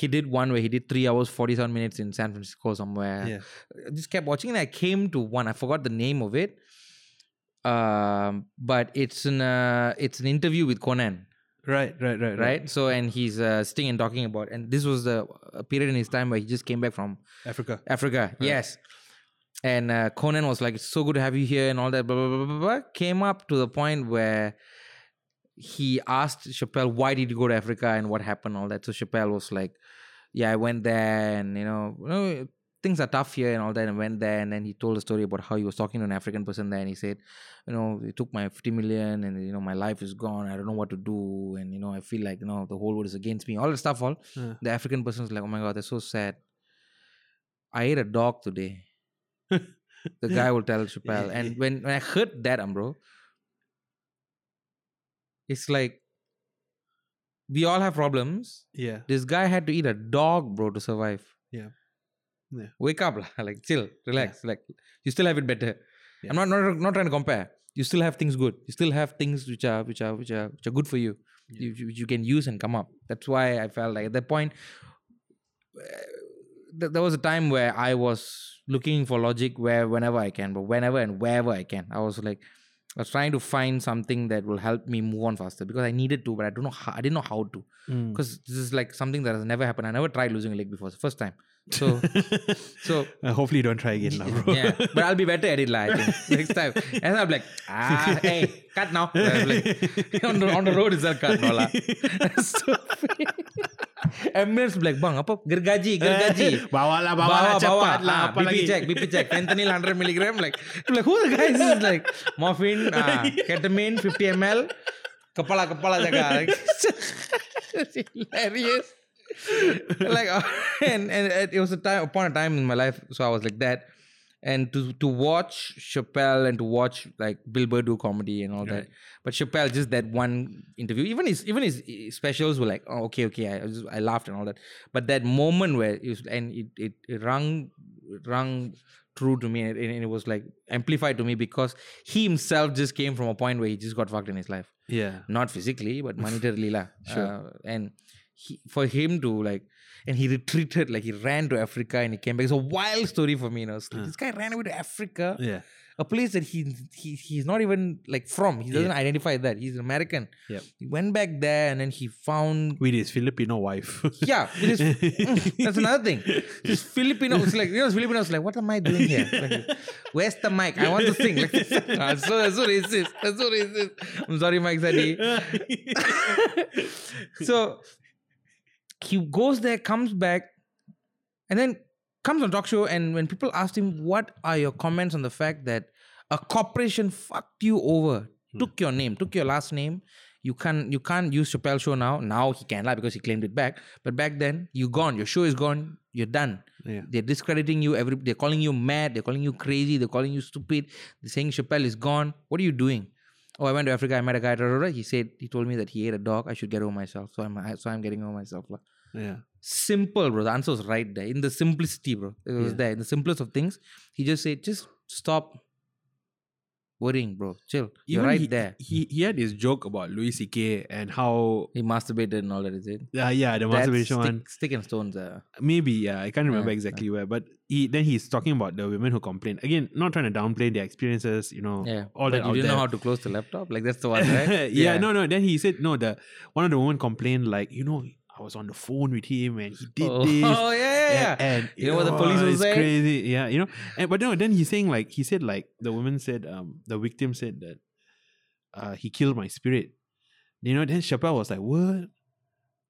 [SPEAKER 4] he did one where he did three hours forty seven minutes in San Francisco somewhere.
[SPEAKER 3] Yeah.
[SPEAKER 4] I just kept watching, and I came to one. I forgot the name of it, um, but it's an uh, it's an interview with Conan
[SPEAKER 3] Right, right, right,
[SPEAKER 4] right? So and he's uh, sitting and talking about, and this was the a period in his time where he just came back from
[SPEAKER 3] Africa.
[SPEAKER 4] Africa. Yes. And uh, Conan was like, "It's so good to have you here," and all that. Blah blah blah blah. blah. Came up to the point where he asked Chappelle, "Why did you go to Africa and what happened?" All that. So Chappelle was like, "Yeah, I went there, and you know, you know, things are tough here, and all that." And went there, and then he told a story about how he was talking to an African person there, and he said, "You know, they took my fifty million, and you know, my life is gone. I don't know what to do, and you know, I feel like you know the whole world is against me. All that stuff. All
[SPEAKER 3] Yeah.
[SPEAKER 4] the African person's like, oh my god, that's so sad. I ate a dog today. the guy will tell Chappelle. And when, when I heard that, Ambro, it's like we all have problems.
[SPEAKER 3] Yeah.
[SPEAKER 4] This guy had to eat a dog, bro, to survive.
[SPEAKER 3] Yeah. Yeah.
[SPEAKER 4] Wake up, lah. like chill, relax. Like you still have it better.
[SPEAKER 3] Yeah.
[SPEAKER 4] I'm not, not not trying to compare. You still have things good. You still have things which are which are which are which are good for you.
[SPEAKER 3] Yeah.
[SPEAKER 4] You, you you can use and come up. That's why I felt like at that point, uh, th- there was a time where I was looking for logic where whenever I can, but whenever and wherever I can, I was like, I was trying to find something that will help me move on faster because I needed to, but I don't know how, I didn't know how to
[SPEAKER 3] Mm.
[SPEAKER 4] because this is like something that has never happened. I never tried losing a leg before, it's the first time. So so
[SPEAKER 3] Uh, hopefully, you don't try again, lah, bro.
[SPEAKER 4] yeah, but I'll be better at it, lah. I think next time. And I'm like, ah, hey, cut now. I'm like, on, the, on the road is that cut, no lah. so, ambulance be like, bang, apa gergaji, gergaji.
[SPEAKER 3] Eh, bawa lah, bawa, lah,
[SPEAKER 4] Bawa, bawa.
[SPEAKER 3] cepat lah.
[SPEAKER 4] Ah,
[SPEAKER 3] Apa
[SPEAKER 4] BP
[SPEAKER 3] lagi?
[SPEAKER 4] check, BP check. Fentanyl 100 milligram. Like, I'm like, who the guy is this? Like, morphine, ah, ketamine, 50 ml. Kepala, kepala jaga. Like, it's hilarious. like, uh, and, and it was a time, upon a time in my life, so I was like that. And to to watch Chappelle and to watch like Bill Burr do comedy and all that, but Chappelle just that one interview, even his even his eh, specials were like, oh okay okay, I I just, I laughed and all that, but that moment where it was, and it it, it rung rung true to me and, it- and it was like amplified to me because he himself just came from a point where he just got fucked in his life
[SPEAKER 3] Yeah.
[SPEAKER 4] not physically but monetarily lah.
[SPEAKER 3] Sure.
[SPEAKER 4] Uh, and he, for him to like and he retreated like he ran to africa and he came back it's a wild story for me you know It's like,
[SPEAKER 3] Uh.
[SPEAKER 4] this guy ran away to africa
[SPEAKER 3] Yeah.
[SPEAKER 4] a place that he, he he's not even like from he doesn't identify that he's an american
[SPEAKER 3] Yep.
[SPEAKER 4] he went back there and then he found
[SPEAKER 3] With his Filipino wife.
[SPEAKER 4] yeah it is, Mm, that's another thing this filipino it's like you know filipinos like what am i doing here Like, where's the mic i want to sing like that's so that's so racist that's so racist i'm sorry mike Zadi so he goes there, comes back, and then comes on talk show. And when people asked him, "What are your comments on the fact that a corporation fucked you over, took your name, took your last name? You can't, you can't use Chappelle show now. Now he can lie because he claimed it back. But back then, you gone. Your show is gone. You're done.
[SPEAKER 3] Yeah.
[SPEAKER 4] They're discrediting you. Every they're calling you mad. They're calling you crazy. They're calling you stupid. They're saying Chappelle is gone. What are you doing? Oh, I went to Africa. I met a guy. Blah, blah, blah. He said he told me that he ate a dog. I should get over myself. So I'm I- so I'm getting over myself. lah.
[SPEAKER 3] Yeah.
[SPEAKER 4] Simple, bro. The answer was right there in the simplicity, bro. It was
[SPEAKER 3] Yeah.
[SPEAKER 4] there in the simplest of things. He just said, just stop worrying, bro. Chill. You're
[SPEAKER 3] Even
[SPEAKER 4] right
[SPEAKER 3] he,
[SPEAKER 4] there.
[SPEAKER 3] He, he had his joke about Louis C.K. and how,
[SPEAKER 4] He masturbated and all that. Is it?
[SPEAKER 3] uh, yeah, the
[SPEAKER 4] That's
[SPEAKER 3] masturbation
[SPEAKER 4] stick,
[SPEAKER 3] one.
[SPEAKER 4] Stick and stones. Uh,
[SPEAKER 3] Maybe, yeah, I can't remember
[SPEAKER 4] Yeah,
[SPEAKER 3] exactly where, but he then he's talking about the women who complain. Again, not trying to downplay their experiences, you know,
[SPEAKER 4] yeah.
[SPEAKER 3] Oh. all
[SPEAKER 4] But
[SPEAKER 3] that
[SPEAKER 4] You
[SPEAKER 3] out
[SPEAKER 4] didn't
[SPEAKER 3] there.
[SPEAKER 4] know how to close the laptop. Like that's the one, right?
[SPEAKER 3] yeah, no, no. Then he said, no, the one of the women complained, like, you know, I was on the phone with him and he did
[SPEAKER 4] Oh,
[SPEAKER 3] this.
[SPEAKER 4] oh, yeah, yeah, yeah.
[SPEAKER 3] And, and,
[SPEAKER 4] You know what the police will
[SPEAKER 3] it's
[SPEAKER 4] say?
[SPEAKER 3] Crazy, yeah. You know, and, but no. Then he's saying like he said like the woman said um the victim said that uh he killed my spirit. You know, then Chappelle was like, "What?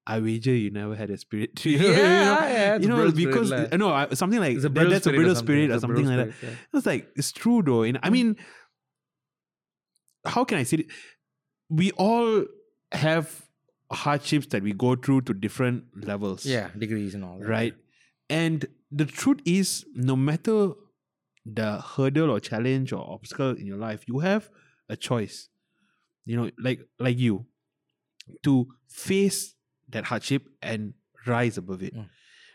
[SPEAKER 3] I wager you never had a spirit." you know, you know,
[SPEAKER 4] yeah, yeah, it's
[SPEAKER 3] you
[SPEAKER 4] a
[SPEAKER 3] know
[SPEAKER 4] brittle spirit,
[SPEAKER 3] because
[SPEAKER 4] like-
[SPEAKER 3] no, I- something like
[SPEAKER 4] It's a
[SPEAKER 3] that-
[SPEAKER 4] brittle
[SPEAKER 3] that's a
[SPEAKER 4] spirit
[SPEAKER 3] brittle spirit or
[SPEAKER 4] It's a
[SPEAKER 3] something
[SPEAKER 4] brittle
[SPEAKER 3] like that.
[SPEAKER 4] spirit, Mm. yeah.
[SPEAKER 3] It's like it's true though. And I mean, how can I say it? We all have hardships that we go through to different levels
[SPEAKER 4] Yeah, degrees and all. that.
[SPEAKER 3] right? And the truth is, no matter the hurdle or challenge or obstacle in your life, you have a choice. You know, like like you, to face that hardship and rise above it.
[SPEAKER 4] Mm.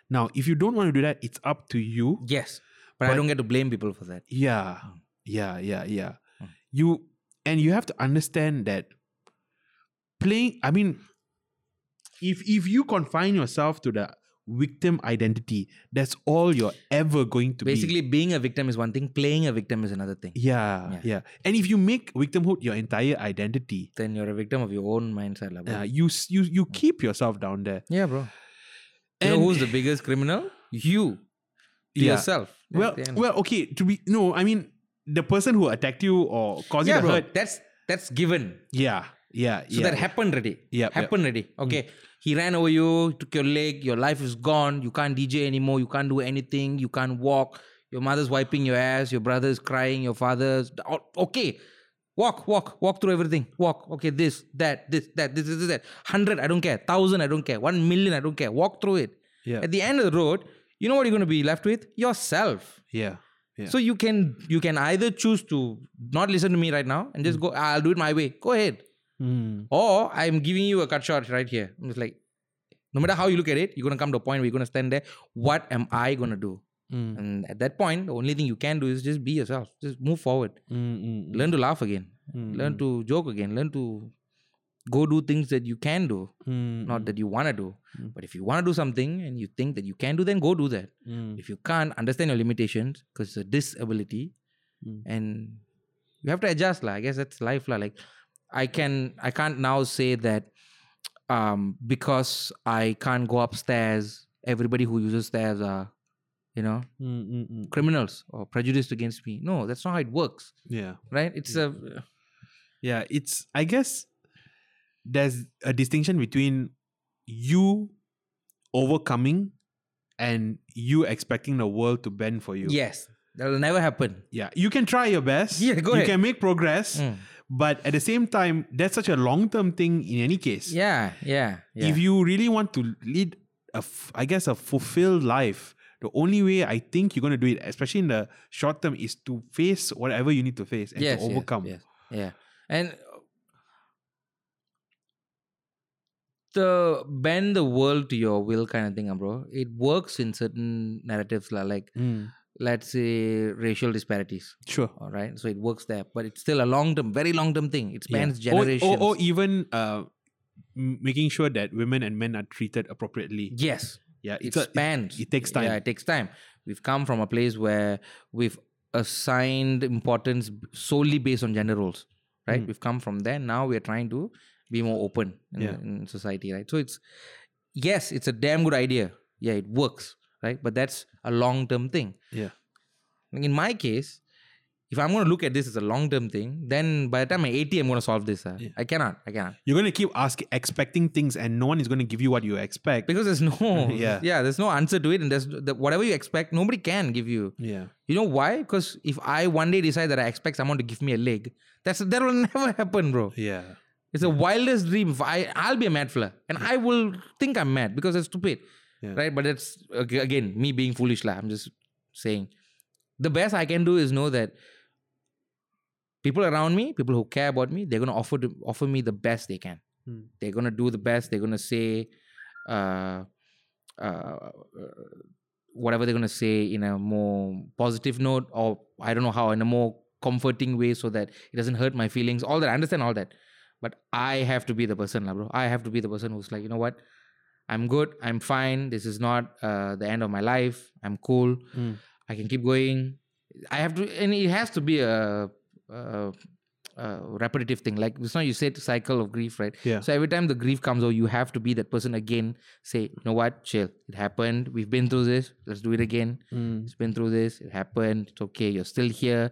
[SPEAKER 3] Now, if you don't want to do that, it's up to you.
[SPEAKER 4] Yes, but, I
[SPEAKER 3] But-
[SPEAKER 4] don't get to blame people for that.
[SPEAKER 3] Yeah,
[SPEAKER 4] Mm.
[SPEAKER 3] yeah, yeah, yeah.
[SPEAKER 4] Mm.
[SPEAKER 3] You and you have to understand that playing. I mean, if if you confine yourself to the victim identity, that's all you're ever going to
[SPEAKER 4] Basically, being a victim is one thing; playing a victim is another thing.
[SPEAKER 3] be. Yeah, yeah,
[SPEAKER 4] Yeah.
[SPEAKER 3] And if you make victimhood your entire identity,
[SPEAKER 4] Then you're a victim of your own mindset, lah, bro.
[SPEAKER 3] uh, you s- you you
[SPEAKER 4] Mm.
[SPEAKER 3] keep yourself down there.
[SPEAKER 4] yeah, bro. You know
[SPEAKER 3] And-
[SPEAKER 4] who's the biggest criminal? You, to
[SPEAKER 3] Yeah.
[SPEAKER 4] yourself.
[SPEAKER 3] Well,
[SPEAKER 4] At the end.
[SPEAKER 3] well, okay. To be no, I mean the person who attacked you or caused
[SPEAKER 4] yeah,
[SPEAKER 3] you the
[SPEAKER 4] bro.
[SPEAKER 3] hurt.
[SPEAKER 4] That's that's given.
[SPEAKER 3] Yeah, yeah,
[SPEAKER 4] So
[SPEAKER 3] yeah.
[SPEAKER 4] that happened already.
[SPEAKER 3] Yep, yep.
[SPEAKER 4] happened already. Okay, he ran over you, took your leg. Your life is gone. You can't DJ anymore. You can't do anything. You can't walk. Your mother's wiping your ass. Your brother's crying. Your father's oh, okay. Walk, walk, walk through everything. Walk. Okay, this, that, this, that, this, this, this, that. Hundred, I don't care. Thousand, I don't care. One million, I don't care. Walk through it.
[SPEAKER 3] yeah,
[SPEAKER 4] At the end of the road, you know what you're going to be left with? Yourself.
[SPEAKER 3] yeah, yeah.
[SPEAKER 4] So you can you can either choose to not listen to me right now and
[SPEAKER 3] Hmm.
[SPEAKER 4] just go. I'll do it my way. Go ahead
[SPEAKER 3] Mm.
[SPEAKER 4] or I'm giving you a cut shot right here. I'm just like, no matter how you look at it, you're gonna come to a point where you're gonna stand there. What am I gonna do?
[SPEAKER 3] Mm.
[SPEAKER 4] And at that point, the only thing you can do is just be yourself. Just move forward.
[SPEAKER 3] Mm, mm,
[SPEAKER 4] Learn to laugh again.
[SPEAKER 3] Hmm.
[SPEAKER 4] Learn to joke again. Learn to go do things that you can do, not
[SPEAKER 3] Hmm.
[SPEAKER 4] that you wanna do.
[SPEAKER 3] Mm.
[SPEAKER 4] But if you wanna do something and you think that you can do, then go do that.
[SPEAKER 3] Mm.
[SPEAKER 4] If you can't, understand your limitations because it's a disability,
[SPEAKER 3] Mm.
[SPEAKER 4] and you have to adjust. lah. I guess that's life, lah. Like I can, I can't now say that um, because I can't go upstairs. Everybody who uses stairs are, you know,
[SPEAKER 3] Mm, mm, mm.
[SPEAKER 4] criminals or prejudiced against me. No, that's not how it works,
[SPEAKER 3] Yeah,
[SPEAKER 4] right? It's a
[SPEAKER 3] yeah. It's I guess there's a distinction between you overcoming and you expecting the world to bend for you.
[SPEAKER 4] Yes, that'll never happen.
[SPEAKER 3] Yeah. You can try your best.
[SPEAKER 4] Yeah, go
[SPEAKER 3] you
[SPEAKER 4] ahead.
[SPEAKER 3] can make progress.
[SPEAKER 4] Mm.
[SPEAKER 3] But at the same time, that's such a long term thing in any case.
[SPEAKER 4] Yeah, yeah, yeah.
[SPEAKER 3] If you really want to lead a, f- I guess, a fulfilled life, the only way I think you're going to do it, especially in the short term, is to face whatever you need to face and
[SPEAKER 4] yes,
[SPEAKER 3] to overcome.
[SPEAKER 4] Yes, yes, yeah, and uh, the bend the world to your will kind of thing, ah, bro. It works in certain narratives, lah. Like
[SPEAKER 3] Mm,
[SPEAKER 4] let's say racial disparities.
[SPEAKER 3] sure.
[SPEAKER 4] All right, so it works there, but it's still a long term, very long term thing. It
[SPEAKER 3] Yeah. Oh,
[SPEAKER 4] spans
[SPEAKER 3] Or-
[SPEAKER 4] generations.
[SPEAKER 3] Or, or, even uh, m- making sure that women and men are treated appropriately.
[SPEAKER 4] yes,
[SPEAKER 3] Yeah,
[SPEAKER 4] it
[SPEAKER 3] it's a,
[SPEAKER 4] spans.
[SPEAKER 3] it- it takes
[SPEAKER 4] Yeah,
[SPEAKER 3] time.
[SPEAKER 4] it takes time. We've come from a place where we've assigned importance b- solely based on gender roles, right?
[SPEAKER 3] Mm.
[SPEAKER 4] We've come from there. Now we are trying to be more open in,
[SPEAKER 3] Yeah.
[SPEAKER 4] in society, right? So it's yes, it's a damn good idea. Yeah, it works, right? But that's a long term thing.
[SPEAKER 3] Yeah.
[SPEAKER 4] Like in my case, if I'm going to look at this as a long term thing, then by the time I'm 80, I'm going to solve this. ah.
[SPEAKER 3] Yeah.
[SPEAKER 4] I cannot. I cannot
[SPEAKER 3] You're going to keep asking, expecting things, and no one is going to give you what you expect.
[SPEAKER 4] because there's no
[SPEAKER 3] Yeah.
[SPEAKER 4] yeah there's no answer to it, and there's the, whatever you expect, nobody can give you.
[SPEAKER 3] yeah.
[SPEAKER 4] You know why? Because if I one day decide that I expect someone to give me a leg, that's that will never happen, bro.
[SPEAKER 3] Yeah.
[SPEAKER 4] It's the wildest dream. If I I'll be a mad fella, and I will think I'm mad because it's stupid,
[SPEAKER 3] Yeah.
[SPEAKER 4] right? But it's ag- again me being foolish, lah. I'm just saying. The best I can do is know that people around me, people who care about me, they're gonna offer to offer me the best they can.
[SPEAKER 3] Hmm.
[SPEAKER 4] They're gonna do the best. They're gonna say, uh, uh, uh, whatever they're gonna say in a more positive note, or I don't know how, in a more comforting way, so that it doesn't hurt my feelings. All that I understand all that, but I have to be the person, lah, bro. I have to be the person who's like, you know what, I'm good. I'm fine. This is not uh, the end of my life. I'm cool.
[SPEAKER 3] Mm.
[SPEAKER 4] I can keep going. I have to, and it has to be a, a, a repetitive thing. Like it's not you said cycle of grief, right?
[SPEAKER 3] Yeah.
[SPEAKER 4] So every time the grief comes, or you have to be that person again. Say, you know what? Chill. It happened. We've been through this. Let's do it again.
[SPEAKER 3] Mm.
[SPEAKER 4] It's been through this. It happened. It's okay. You're still here.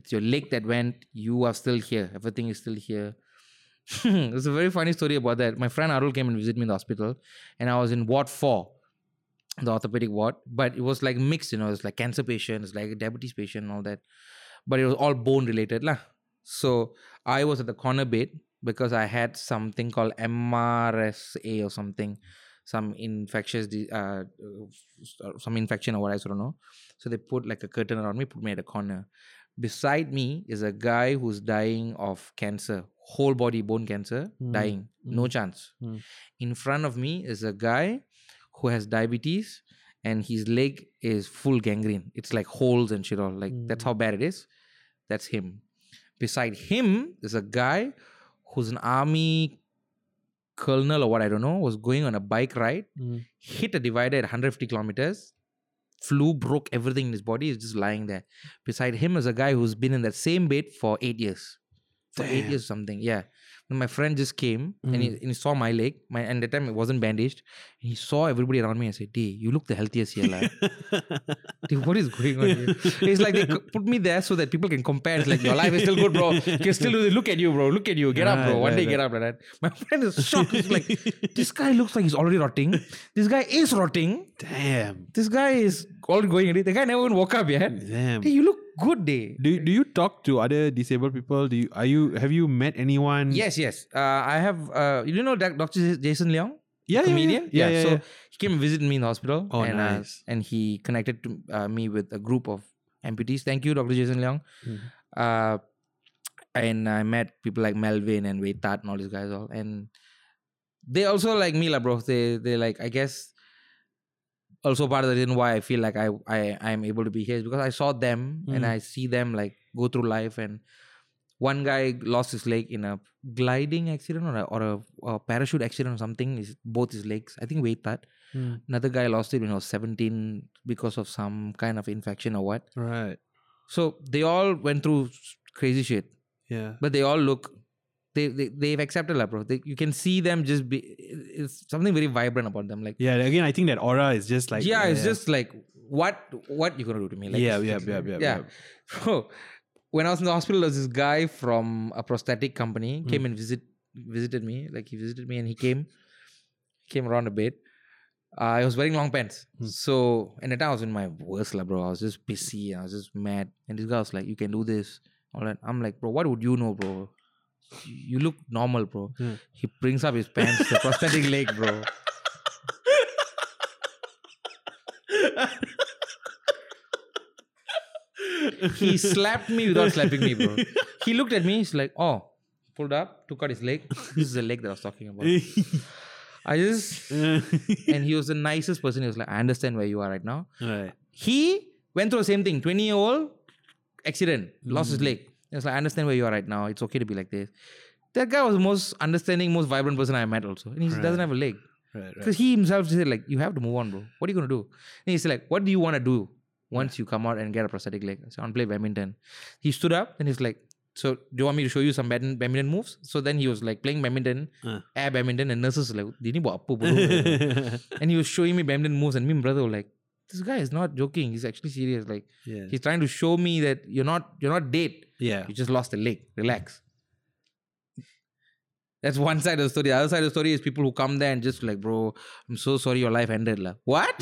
[SPEAKER 4] It's your leg that went. You are still here. Everything is still here. There's a very funny story about that. My friend Arul came and visited me in the hospital, and I was in ward four, the orthopedic ward. But it was like mixed, you know, it's like cancer patient, it's like diabetes patient, and all that. But it was all bone related, lah. So I was at the corner bed because I had something called MRSA or something, some infectious, di- uh, uh, some infection or what I don't know. So they put like a curtain around me, put me at a corner. Beside me is a guy who's dying of cancer, whole body bone cancer,
[SPEAKER 3] Mm,
[SPEAKER 4] dying, no chance.
[SPEAKER 3] mm.
[SPEAKER 4] In front of me is a guy who has diabetes and his leg is full gangrene. It's like holes and shit all. Like that's
[SPEAKER 3] Mm.
[SPEAKER 4] how bad it is. That's him. Beside him is a guy who's an army colonel or what I don't know, was going on a bike ride
[SPEAKER 3] Mm.
[SPEAKER 4] hit a divider at 150 kilometers, flew, broke everything in his body, is just lying there. Beside him is a guy who's been in that same bed for eight years. For eight
[SPEAKER 3] Damn.
[SPEAKER 4] years, something. Yeah. And my friend just came and, he,
[SPEAKER 3] Mm.
[SPEAKER 4] and he saw my leg. My and at the time it wasn't bandaged. And he saw everybody around me and said, "Dee, you look the healthiest here, lah." Dee, what is going on here? It's like they co- put me there so that people can compare. It's like your life is still good, bro. You can still do this. Look at you, bro. Look at you. Get up, bro.
[SPEAKER 3] Right,
[SPEAKER 4] One
[SPEAKER 3] right,
[SPEAKER 4] day, get up, like that. My friend is shocked. He's like, this guy looks like he's already rotting. This guy is rotting
[SPEAKER 3] Damn.
[SPEAKER 4] this guy is all going at it. The guy never even woke up yet.
[SPEAKER 3] Damn.
[SPEAKER 4] Hey, you look good, day.
[SPEAKER 3] Do, do you talk to other disabled people? Do you are you have you met anyone?
[SPEAKER 4] Yes, yes. Uh, I have. Uh, you know Doc- Dr. Jas- Jason Leong,
[SPEAKER 3] yeah, yeah,
[SPEAKER 4] comedian.
[SPEAKER 3] Yeah, yeah, yeah,
[SPEAKER 4] so
[SPEAKER 3] yeah.
[SPEAKER 4] he came and visited me in the hospital.
[SPEAKER 3] Oh,
[SPEAKER 4] and, uh,
[SPEAKER 3] nice.
[SPEAKER 4] and he connected to uh, me with a group of amputees. Thank you, Dr. Jason Leong.
[SPEAKER 3] Mhm.
[SPEAKER 4] Uh, and I met people like Melvin and Waitat and all these guys all. And they also like me, lah, bro. They they like I guess also part of the reason why I feel like I I I'm able to be here is because I saw them and
[SPEAKER 3] Mm.
[SPEAKER 4] I see them like go through life and one guy lost his leg in a gliding accident or a, or a, or a parachute accident or something. Is both his legs. I think Waitat.
[SPEAKER 3] Mm.
[SPEAKER 4] Another guy lost it when he was 17 because of some kind of infection or what.
[SPEAKER 3] Right.
[SPEAKER 4] So they all went through s- crazy shit
[SPEAKER 3] Yeah.
[SPEAKER 4] but they all look they, they they've accepted lah bro they, you can see them just be it's something very vibrant about them like
[SPEAKER 3] Yeah. Again, I think that aura is just like
[SPEAKER 4] yeah it's just like what what you gonna do to me like
[SPEAKER 3] yeah,
[SPEAKER 4] it's
[SPEAKER 3] yeah,
[SPEAKER 4] just-
[SPEAKER 3] yeah, yeah,
[SPEAKER 4] yeah Bro, when I was in the hospital, there was this guy from a prosthetic
[SPEAKER 3] Hmm.
[SPEAKER 4] company came and visit visited me. Like he visited me and he came, came around a bit. I was wearing long pants.
[SPEAKER 3] Hmm.
[SPEAKER 4] So, and at the time I was in my worst, lah, bro. I was just busy. I was just mad. And this guy was like, you can do this. All that. I'm like, bro, what would you know, bro? You look normal, bro.
[SPEAKER 3] Hmm.
[SPEAKER 4] He brings up his pants, the prosthetic leg, bro. He slapped me without slapping me, bro. He looked at me. He's like, oh, pulled up, took out his leg. This is the leg that I was talking about. I just, and he was the nicest person. He was like, I understand where you are right now.
[SPEAKER 3] right.
[SPEAKER 4] he went through the same thing 20 year old accident lost his leg it's like i understand where you are right now it's okay to be like this that guy was the most understanding most vibrant person i met also and he
[SPEAKER 3] Right.
[SPEAKER 4] doesn't have a leg
[SPEAKER 3] Right.
[SPEAKER 4] because he himself said like you have to move on bro what are you going to do and he's like what do you want to do once you come out and get a prosthetic leg i said i want to play badminton he stood up and he's like so do you want me to show you some badmin- badminton moves so then he was like playing badminton
[SPEAKER 3] Uh.
[SPEAKER 4] air badminton and nurses were like "Dini buat apa, bro?"
[SPEAKER 3] right.
[SPEAKER 4] and he was showing me badminton moves and me and brother were like this guy is not joking he's actually serious like
[SPEAKER 3] yeah.
[SPEAKER 4] he's trying to show me that you're not you're not dead
[SPEAKER 3] Yeah.
[SPEAKER 4] you just lost a leg relax that's one side of the story the other side of the story is people who come there and just like bro i'm so sorry your life ended la. what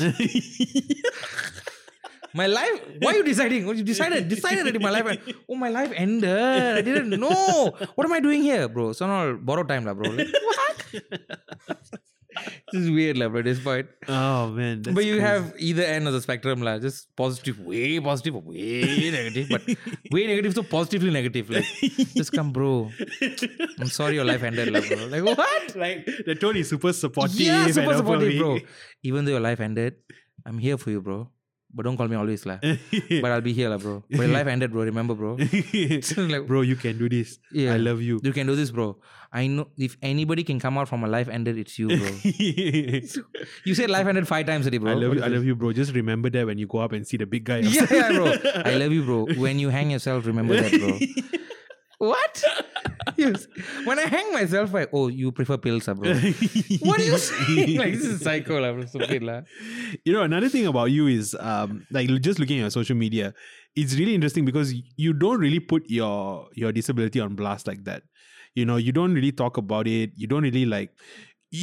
[SPEAKER 4] my life why are you deciding oh, you decided decided that my life end- oh my life ended i didn't know what am i doing here bro so all borrowed time la, bro like, what this is weird la, bro at this point
[SPEAKER 3] oh man.
[SPEAKER 4] but you have either end of the spectrum, lah. Just positive, way positive, way negative, but way negative, so positively negative. Like, just come, bro. I'm sorry, your life ended, lah, bro. Like, what?
[SPEAKER 3] like the tone is super supportive.
[SPEAKER 4] yeah,
[SPEAKER 3] and
[SPEAKER 4] super supportive, bro.
[SPEAKER 3] affirming.
[SPEAKER 4] Even though your life ended, I'm here for you, bro. But don't call me always, lah. But I'll be here, lah, bro. But your life ended, bro. Remember, bro. like,
[SPEAKER 3] bro, you can do this.
[SPEAKER 4] Yeah.
[SPEAKER 3] I love you.
[SPEAKER 4] You can do this, bro. I know if anybody can come out from a life ended, it's you, bro. you said life ended five times a day, bro.
[SPEAKER 3] I love
[SPEAKER 4] What
[SPEAKER 3] you.
[SPEAKER 4] is
[SPEAKER 3] I
[SPEAKER 4] this?
[SPEAKER 3] love you, bro. Just remember that when you go up and see the big guy.
[SPEAKER 4] yeah, yeah, bro. I love you, bro. When you hang yourself, remember that, bro. what? Yes. When I hang myself, I oh, you prefer pills, ah, bro. what are you saying? like this is psycho, lah, bro. Stupid, lah.
[SPEAKER 3] you know another thing about you is um like just looking at your social media it's really interesting because you don't really put your your disability on blast like that you know you don't really talk about it you don't really like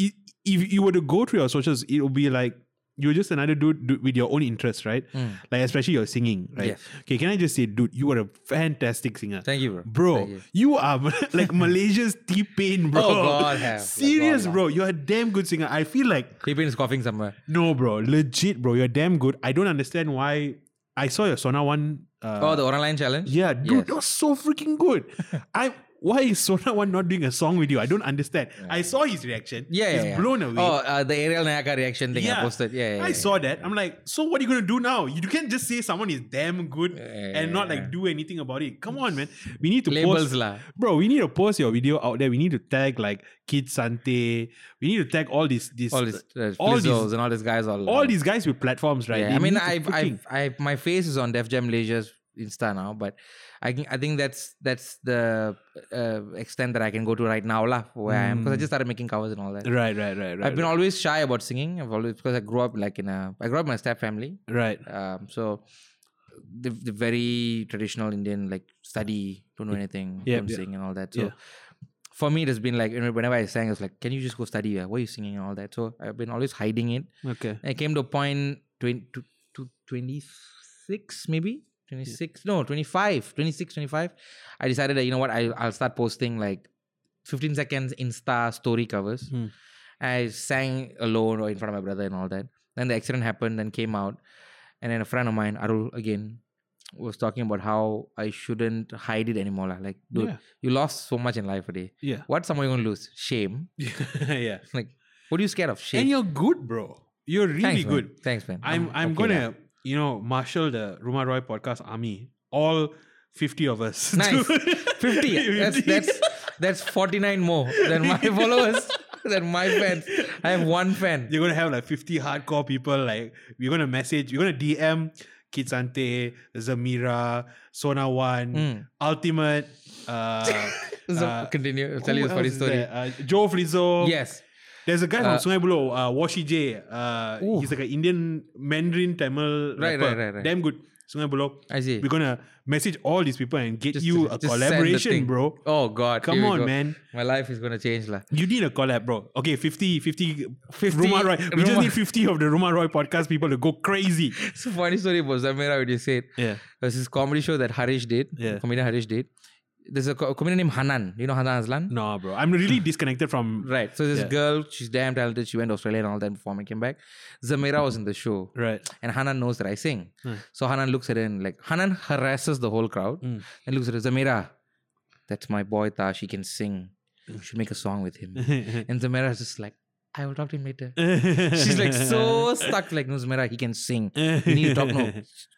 [SPEAKER 3] i- if you were to go through your socials it would be like you're just another dude, dude with your own interests right
[SPEAKER 4] Mm.
[SPEAKER 3] like especially your singing right
[SPEAKER 4] Yes.
[SPEAKER 3] okay can i just say dude you are a fantastic singer
[SPEAKER 4] Thank you, bro.
[SPEAKER 3] Bro,
[SPEAKER 4] Thank you.
[SPEAKER 3] you. are like Malaysia's T Pain, bro.
[SPEAKER 4] Oh, God, have.
[SPEAKER 3] Serious,
[SPEAKER 4] God,
[SPEAKER 3] bro. You're a damn good singer. I feel like
[SPEAKER 4] Creeping is coughing somewhere.
[SPEAKER 3] no, bro. Legit, bro. You're damn good. I don't understand why. I saw your Sona one. Uh,
[SPEAKER 4] oh, the online challenge.
[SPEAKER 3] yeah, dude,
[SPEAKER 4] yes.
[SPEAKER 3] that was so freaking good. I why is Sona one not doing a song with you? I don't understand. I saw his reaction.
[SPEAKER 4] Yeah, yeah,
[SPEAKER 3] he's
[SPEAKER 4] yeah.
[SPEAKER 3] blown away.
[SPEAKER 4] Oh, uh, the aerial Nayaka reaction thing I posted. Yeah, yeah,
[SPEAKER 3] I
[SPEAKER 4] yeah.
[SPEAKER 3] saw that. I'm like, so what are you gonna do now? You can't just say someone is damn good
[SPEAKER 4] Yeah,
[SPEAKER 3] and not
[SPEAKER 4] yeah,
[SPEAKER 3] like do anything about it. Come on, man. We need to
[SPEAKER 4] labels,
[SPEAKER 3] post,
[SPEAKER 4] lah.
[SPEAKER 3] bro. We need to post your video out there. We need to tag like Kid Sante. We need to tag all these these
[SPEAKER 4] All these uh,
[SPEAKER 3] all
[SPEAKER 4] all
[SPEAKER 3] these-
[SPEAKER 4] and all these guys, all
[SPEAKER 3] all these guys with platforms, right?
[SPEAKER 4] Yeah,
[SPEAKER 3] They
[SPEAKER 4] I mean,
[SPEAKER 3] need to
[SPEAKER 4] I've,
[SPEAKER 3] freaking-
[SPEAKER 4] I've, I've, my face is on Def Jam Malaysia's Insta now, but I, can- I think that's that's the uh, extent that I can go to right now, lah, for where I am, because I just started making covers and all that.
[SPEAKER 3] Right, right, Hmm. right, right.
[SPEAKER 4] I've been always shy about singing. I've always because I grew up like in a, I grew up in a step family,
[SPEAKER 3] right.
[SPEAKER 4] um, so the, the very traditional Indian like study, don't know anything,
[SPEAKER 3] Yeah,
[SPEAKER 4] don't
[SPEAKER 3] yeah.
[SPEAKER 4] sing and all that. So.
[SPEAKER 3] Yeah.
[SPEAKER 4] For me, it has been like you know, whenever I sang, it's like, "Can you just go study? uh, Why are you singing and all that?" So I've been always hiding it,
[SPEAKER 3] Okay.
[SPEAKER 4] I came to a point 20, to, to 26 maybe 26 no 25 26 25 I decided that you know what I, I'll start posting like 15 seconds insta story covers
[SPEAKER 3] Hmm.
[SPEAKER 4] I sang alone or in front of my brother and all that then the accident happened then came out and then a friend of mine Arul again was talking about how I shouldn't hide it anymore lah. like dude
[SPEAKER 3] Yeah.
[SPEAKER 4] you lost so much in life today
[SPEAKER 3] Yeah.
[SPEAKER 4] what some are you gonna lose shame
[SPEAKER 3] yeah.
[SPEAKER 4] like what are you scared of shame
[SPEAKER 3] And you're good, bro. You're really
[SPEAKER 4] Thanks, man.
[SPEAKER 3] good.
[SPEAKER 4] Thanks, man.
[SPEAKER 3] I'm I'm
[SPEAKER 4] okay
[SPEAKER 3] gonna,
[SPEAKER 4] now.
[SPEAKER 3] you know, marshal the Ruma Roy podcast army. All 50 of us.
[SPEAKER 4] Nice.
[SPEAKER 3] to-
[SPEAKER 4] 50. That's
[SPEAKER 3] 50.
[SPEAKER 4] that's that's 49 more than my followers, than my fans. I have one fan.
[SPEAKER 3] You're gonna have like 50 hardcore people. Like we're gonna message, you're gonna DM Kitsante, Zamira, Sona One,
[SPEAKER 4] Mm.
[SPEAKER 3] Ultimate, uh,
[SPEAKER 4] So
[SPEAKER 3] uh,
[SPEAKER 4] continue. I'll tell
[SPEAKER 3] who
[SPEAKER 4] you the funny
[SPEAKER 3] else is
[SPEAKER 4] story.
[SPEAKER 3] there? Uh, Joe Flizzo.
[SPEAKER 4] Yes.
[SPEAKER 3] There's a guy
[SPEAKER 4] Uh,
[SPEAKER 3] from Sungai Buloh, uh, Washi J. Uh,
[SPEAKER 4] Ooh.
[SPEAKER 3] he's like an Indian Mandarin Tamil
[SPEAKER 4] Right,
[SPEAKER 3] rapper.
[SPEAKER 4] right, right, right.
[SPEAKER 3] Damn good. Sungai Buloh.
[SPEAKER 4] I see.
[SPEAKER 3] We're gonna message all these people and get
[SPEAKER 4] Just-
[SPEAKER 3] you a
[SPEAKER 4] just send the
[SPEAKER 3] collaboration,
[SPEAKER 4] thing.
[SPEAKER 3] bro.
[SPEAKER 4] Oh God!
[SPEAKER 3] Come
[SPEAKER 4] here we
[SPEAKER 3] on,
[SPEAKER 4] go.
[SPEAKER 3] man.
[SPEAKER 4] My life is gonna change, lah.
[SPEAKER 3] You need a collab, bro. Okay, 50, 50,
[SPEAKER 4] 50
[SPEAKER 3] Ruma Roy. We just
[SPEAKER 4] Rumah-
[SPEAKER 3] need 50 of the Ruma Roy podcast people to go crazy.
[SPEAKER 4] So funny story about Zamira when you said
[SPEAKER 3] Yeah.
[SPEAKER 4] there's this comedy show that Harish did.
[SPEAKER 3] Yeah.
[SPEAKER 4] Comedian Harish did. There's a co- comedian named Hanan. You know Hanan Aslan?
[SPEAKER 3] No, bro. I'm really disconnected from.
[SPEAKER 4] Right. So this
[SPEAKER 3] Yeah.
[SPEAKER 4] girl, she's damn talented. She went to Australia and all that, performed and came back. Zamira was in the show.
[SPEAKER 3] Right.
[SPEAKER 4] And Hanan knows that I sing.
[SPEAKER 3] Hmm.
[SPEAKER 4] So Hanan looks at her and like Hanan harasses the whole crowd
[SPEAKER 3] Mm.
[SPEAKER 4] and looks at her, Zamira, that's my boy Tash. He can sing. You should make a song with him. and Zamira's just like, I will talk to him later. She's like so stuck, like, no, Zamira, he can sing. You need to talk. No,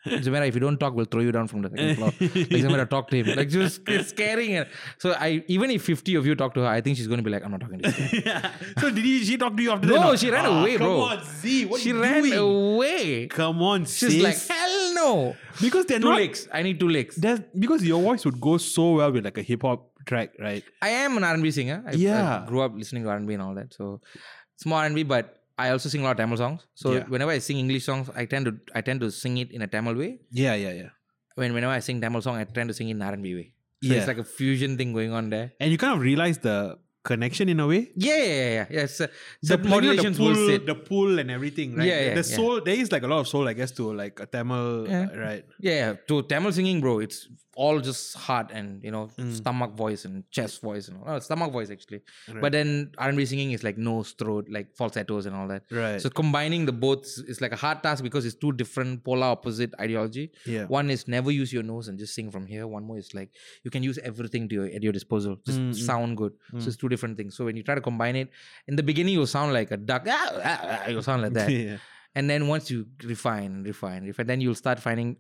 [SPEAKER 4] Zamira, if you don't talk, we'll throw you down from the second floor. Like, Zamira, talk to him. Like, just it's scaring her. So, I even if 50 of you talk to her, I think she's going to be like, I'm not talking to you.
[SPEAKER 3] so did he, she talk to you after that?
[SPEAKER 4] No, she ran
[SPEAKER 3] Ah,
[SPEAKER 4] away,
[SPEAKER 3] come
[SPEAKER 4] bro.
[SPEAKER 3] on, Z. What
[SPEAKER 4] she
[SPEAKER 3] you
[SPEAKER 4] ran
[SPEAKER 3] doing?
[SPEAKER 4] away.
[SPEAKER 3] Come on,
[SPEAKER 4] She's
[SPEAKER 3] sis.
[SPEAKER 4] like, hell no.
[SPEAKER 3] because they're
[SPEAKER 4] Two
[SPEAKER 3] not.
[SPEAKER 4] legs. I need two legs.
[SPEAKER 3] There's, because your voice would go so well with like a hip hop track, right?
[SPEAKER 4] I am an R&B singer. I, I
[SPEAKER 3] Yeah.
[SPEAKER 4] grew up listening to R&B and all that. So it's more R&B, but I also sing a lot of Tamil songs. So
[SPEAKER 3] Yeah.
[SPEAKER 4] whenever I sing English songs, I tend to I tend to sing it in a Tamil way.
[SPEAKER 3] Yeah, yeah, yeah.
[SPEAKER 4] When whenever I sing Tamil song, I tend to sing it in R&B way. So
[SPEAKER 3] Yeah.
[SPEAKER 4] it's like a fusion thing going on there.
[SPEAKER 3] And you kind of realize the connection in a way.
[SPEAKER 4] Yeah, yeah, yeah, yeah. yeah it's, uh, the
[SPEAKER 3] like, you know,
[SPEAKER 4] modulations
[SPEAKER 3] the pull,
[SPEAKER 4] bullshit.
[SPEAKER 3] the pull and everything, right?
[SPEAKER 4] Yeah, yeah,
[SPEAKER 3] the
[SPEAKER 4] yeah.
[SPEAKER 3] soul. There is like a lot of soul, I guess, to like a Tamil,
[SPEAKER 4] Yeah.
[SPEAKER 3] uh, right?
[SPEAKER 4] Yeah, yeah. To Tamil singing, bro, it's all just heart and you know
[SPEAKER 3] Mm.
[SPEAKER 4] stomach voice and chest voice and all. Oh, stomach voice actually. But then R&B singing is like nose, throat, like falsettos and all that.
[SPEAKER 3] Right.
[SPEAKER 4] So combining the both is- is like a hard task because it's two different polar opposite ideology.
[SPEAKER 3] Yeah.
[SPEAKER 4] One is never use your nose and just sing from here. One more is like you can use everything to your, at your disposal. Just
[SPEAKER 3] Mm-hmm.
[SPEAKER 4] sound good. So
[SPEAKER 3] Mm.
[SPEAKER 4] it's two different things. So when you try to combine it, in the beginning you sound like a duck. Ah, ah, ah, you sound like that.
[SPEAKER 3] yeah.
[SPEAKER 4] And then once you refine, refine, refine, then you'll start finding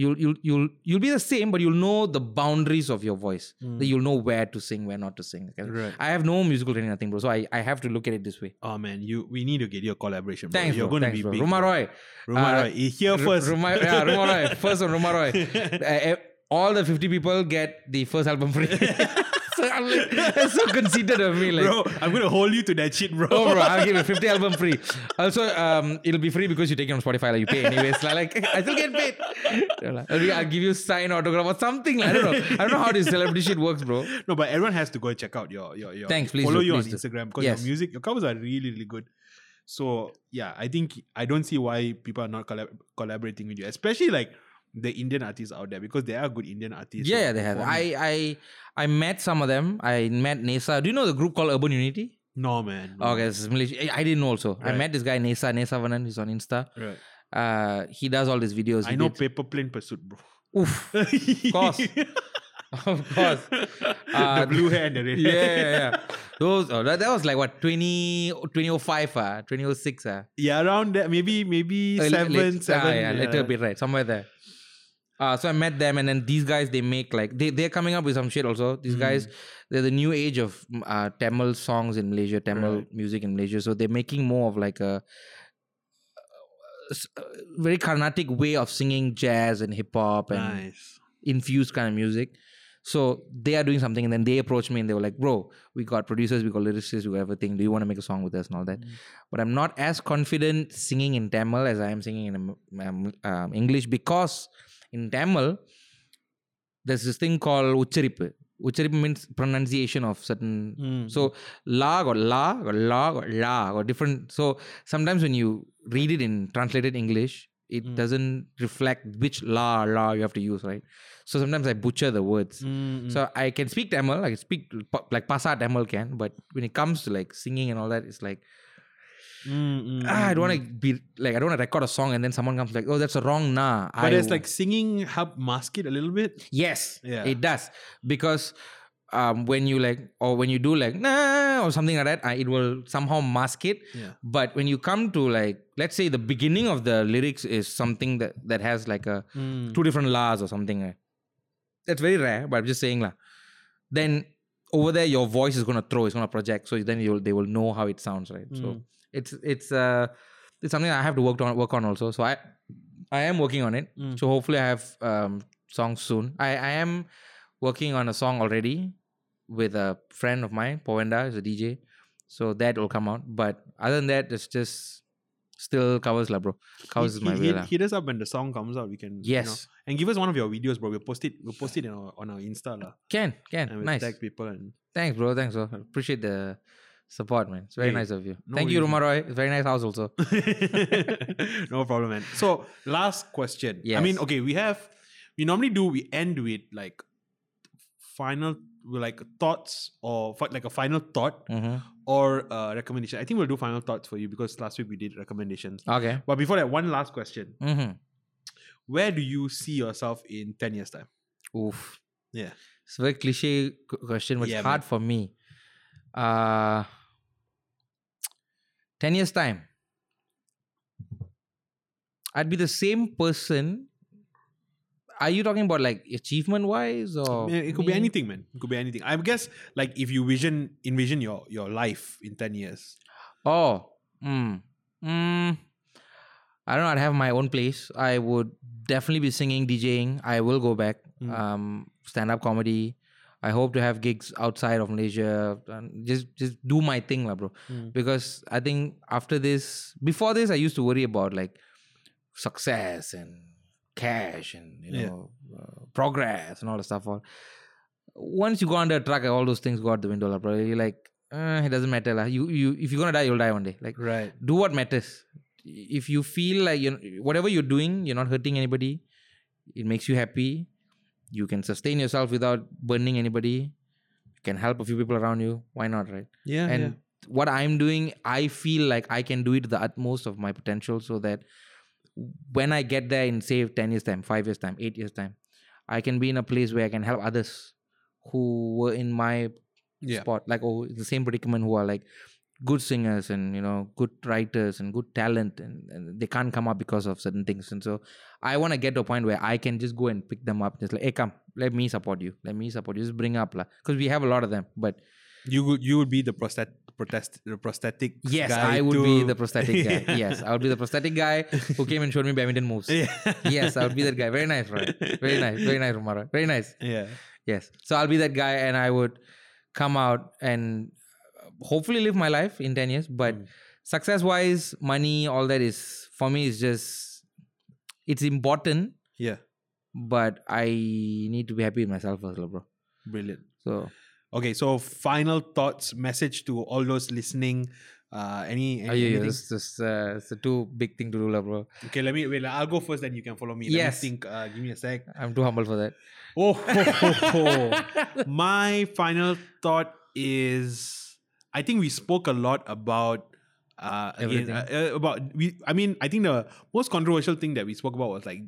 [SPEAKER 4] you'll you'll you'll you'll be the same, but you'll know the boundaries of your voice. That you'll know where to sing, where not to sing. Okay?
[SPEAKER 3] Mm. Right.
[SPEAKER 4] I have no musical training, nothing, bro. So I, I have to look at it this way.
[SPEAKER 3] Oh man, you we need to get you a collaboration. Bro.
[SPEAKER 4] Thanks,
[SPEAKER 3] You're
[SPEAKER 4] bro.
[SPEAKER 3] gonna
[SPEAKER 4] Thanks,
[SPEAKER 3] be
[SPEAKER 4] bro.
[SPEAKER 3] big.
[SPEAKER 4] Ruma
[SPEAKER 3] bro.
[SPEAKER 4] Roy.
[SPEAKER 3] Ruma
[SPEAKER 4] Uh,
[SPEAKER 3] Roy, you here
[SPEAKER 4] R-
[SPEAKER 3] first.
[SPEAKER 4] Ruma, yeah, Ruma Roy. First on Ruma Roy. Uh, eh, all the 50 people get the first album free. so I'm like, that's so conceited of me. Like,
[SPEAKER 3] bro, I'm gonna hold you to that shit, bro.
[SPEAKER 4] Oh, bro, I'll give you 50 album free. Also, um, it'll be free because you take it on Spotify. Like, you pay anyways. Like, like, I still get paid. They're like, "Okay, I'll give you sign autograph or something. Like, I don't know. I don't know how this celebrity shit works, bro.
[SPEAKER 3] No, but everyone has to go and check out your your your.
[SPEAKER 4] Thanks, please
[SPEAKER 3] follow
[SPEAKER 4] do,
[SPEAKER 3] you on
[SPEAKER 4] please do.
[SPEAKER 3] Instagram because
[SPEAKER 4] Yes.
[SPEAKER 3] your music, your covers are really really good. So yeah, I think I don't see why people are not collab- collaborating with you, especially like the Indian artists out there because there are good Indian artists.
[SPEAKER 4] Yeah, yeah,
[SPEAKER 3] like,
[SPEAKER 4] they have.
[SPEAKER 3] for me.
[SPEAKER 4] I, I, I met some of them. I met Nesa. Do you know the group called Urban Unity?
[SPEAKER 3] no man. no.
[SPEAKER 4] Oh, Okay, this is Malaysia. I, I didn't know also. I
[SPEAKER 3] Right.
[SPEAKER 4] met this guy Nesa Nesavanan. He's on Insta.
[SPEAKER 3] Right.
[SPEAKER 4] Uh, he does all these videos.
[SPEAKER 3] I
[SPEAKER 4] He
[SPEAKER 3] know
[SPEAKER 4] did-
[SPEAKER 3] paper plane pursuit, bro.
[SPEAKER 4] Oof,
[SPEAKER 3] of
[SPEAKER 4] course. of course. Uh,
[SPEAKER 3] the blue hair and the red
[SPEAKER 4] Yeah,
[SPEAKER 3] hair.
[SPEAKER 4] yeah, yeah. Those oh, that, that was like what 20, 2005 uh, 2006 uh,
[SPEAKER 3] Yeah, around that. Maybe maybe
[SPEAKER 4] early-
[SPEAKER 3] seven,
[SPEAKER 4] late- ah,
[SPEAKER 3] seven.
[SPEAKER 4] yeah,
[SPEAKER 3] yeah.
[SPEAKER 4] little bit right somewhere there. Uh, so I met them, and then these guys they make like they they're coming up with some shit also. These guys
[SPEAKER 3] Mm.
[SPEAKER 4] they're the new age of mm, uh, Tamil songs in Malaysia, Tamil
[SPEAKER 3] Right.
[SPEAKER 4] music in Malaysia. So they're making more of like a s- uh, very Carnatic way of singing jazz and hip hop and
[SPEAKER 3] Nice.
[SPEAKER 4] infused kind of music. So they are doing something, and then they approached me and they were like, "Bro, we got producers, we got lyricists, we got everything. Do you want to make a song with us and all that?" But I'm not as confident singing in Tamil as I am singing in um, um, um, English because in Tamil there's this thing called ucharippu. Ucharippu means pronunciation of certain.
[SPEAKER 3] Mm,
[SPEAKER 4] So la got la got la got la got different. So sometimes when you read it in translated English, it doesn't reflect which la la you have to use, right? So sometimes I butcher the words.
[SPEAKER 3] Hmm. mm,
[SPEAKER 4] So I can speak Tamil, I can speak pa- like Pasa Tamil can, but when it comes to like singing and all that, it's like
[SPEAKER 3] mm,
[SPEAKER 4] ah, I don't want to be like I don't want to record a song and then someone comes like, oh, that's a wrong na. I
[SPEAKER 3] But it's
[SPEAKER 4] w-
[SPEAKER 3] like singing help mask it a little bit.
[SPEAKER 4] Yes,
[SPEAKER 3] Yeah.
[SPEAKER 4] it does because um, when you like or when you do like nah or something like that, I, it will somehow mask it.
[SPEAKER 3] Yeah.
[SPEAKER 4] But when you come to like let's say the beginning of the lyrics is something that that has like a two different la's or something, right? that's very rare. But I'm just saying lah. Then over there, your voice is gonna throw, it's gonna project, so then you'll they will know how it sounds, right? So it's it's uh it's something I have to work on work on also. So I I am working on it. So
[SPEAKER 3] Mm-hmm.
[SPEAKER 4] hopefully I have um songs soon. I I am working on a song already with a friend of mine, Povenda, is a DJ. So that will come out. But other than that, it's just Still covers lah, bro. Covers
[SPEAKER 3] Hit-
[SPEAKER 4] my
[SPEAKER 3] hit-
[SPEAKER 4] way
[SPEAKER 3] hit-
[SPEAKER 4] lah.
[SPEAKER 3] Hit us up when the song comes out. We can you know,
[SPEAKER 4] Yes,
[SPEAKER 3] and give us one of your videos, bro. We'll post it. We'll post it in our, on our Insta lah.
[SPEAKER 4] can can
[SPEAKER 3] And we'll
[SPEAKER 4] nice.
[SPEAKER 3] tag people and
[SPEAKER 4] Thanks, bro. Thanks, bro. Appreciate the support, man. It's very
[SPEAKER 3] Hey,
[SPEAKER 4] nice of you.
[SPEAKER 3] no
[SPEAKER 4] Thank you,
[SPEAKER 3] worries, man.
[SPEAKER 4] Romaroy. It's very nice house also.
[SPEAKER 3] no problem, man. So last question. I mean,
[SPEAKER 4] Yes.
[SPEAKER 3] okay, we have we normally do we end with like final like thoughts or fi- like a final thought
[SPEAKER 4] Mm-hmm.
[SPEAKER 3] or uh recommendation. I think we'll do final thoughts for you because last week we did recommendations.
[SPEAKER 4] Okay.
[SPEAKER 3] But before that, one last question.
[SPEAKER 4] Mm-hmm.
[SPEAKER 3] Where do you see yourself in 10 years' time?
[SPEAKER 4] Oof.
[SPEAKER 3] Yeah.
[SPEAKER 4] It's a very cliche q- question, but
[SPEAKER 3] Yeah,
[SPEAKER 4] it's hard for me. Uh, ten years time, I'd be the same person. Are you talking about like achievement wise or
[SPEAKER 3] Yeah, it could be
[SPEAKER 4] me?
[SPEAKER 3] anything, man. It could be anything. I guess like if you vision envision your your life in 10 years.
[SPEAKER 4] Oh, mm, mm. I don't know. I'd have my own place. I would definitely be singing, DJing. I will go back.
[SPEAKER 3] Mm.
[SPEAKER 4] Um, stand up comedy. I hope to have gigs outside of Malaysia. and Just, just do my thing, lah, bro.
[SPEAKER 3] Mm.
[SPEAKER 4] Because I think after this, before this, I used to worry about like success and cash and you
[SPEAKER 3] Yeah.
[SPEAKER 4] know uh, progress and all the stuff. All once you go under a truck, all those things go out the window, lah, bro. You're like, eh, it doesn't matter, lah. You, you, if you're gonna die, you'll die one day. Like
[SPEAKER 3] Right.
[SPEAKER 4] do what matters if you feel like you whatever you're doing you're not hurting anybody it makes you happy you can sustain yourself without burning anybody you can help a few people around you why not right
[SPEAKER 3] Yeah.
[SPEAKER 4] and what i'm doing i feel like i can do it to the utmost of my potential so that when i get there in say 10 years time 5 years time 8 years time i can be in a place where i can help others who were in my
[SPEAKER 3] yeah. Yeah.
[SPEAKER 4] spot like oh the same predicament who are like good singers and you know good writers and good talent and, and they can't come up because of certain things and so i want to get to a point where i can just go and pick them up just like hey come let me support you let me support you just bring up because we have a lot of them but
[SPEAKER 3] You would you would be the prostat protest the prosthetic
[SPEAKER 4] yes
[SPEAKER 3] guy
[SPEAKER 4] i would be
[SPEAKER 3] too.
[SPEAKER 4] the prosthetic guy yes i would be the prosthetic guy who came and showed me badminton moves
[SPEAKER 3] Yeah.
[SPEAKER 4] yes i would be that guy very nice right very nice very nice Romara. very nice
[SPEAKER 3] Yeah.
[SPEAKER 4] Yes. So I'll be that guy and I would come out and hopefully live my life in 10 years. But
[SPEAKER 3] Mm.
[SPEAKER 4] success wise, money, all that is for me is just it's important,
[SPEAKER 3] Yeah.
[SPEAKER 4] but I need to be happy with myself first, lah, bro.
[SPEAKER 3] Brilliant.
[SPEAKER 4] So
[SPEAKER 3] Okay, so final thoughts, message to all those listening. Uh any, any
[SPEAKER 4] oh, yeah,
[SPEAKER 3] anything?
[SPEAKER 4] it's just uh, it's a too big thing to do, lah, bro.
[SPEAKER 3] Okay, let me wait. I'll go first, then you can follow me. Let
[SPEAKER 4] Yes.
[SPEAKER 3] me think. Uh, give me a sec.
[SPEAKER 4] I'm too humble for that.
[SPEAKER 3] Oh, ho, ho, ho. my final thought is I think we spoke a lot about uh, again,
[SPEAKER 4] Everything.
[SPEAKER 3] uh, uh, about we I mean I think the most controversial thing that we spoke about was like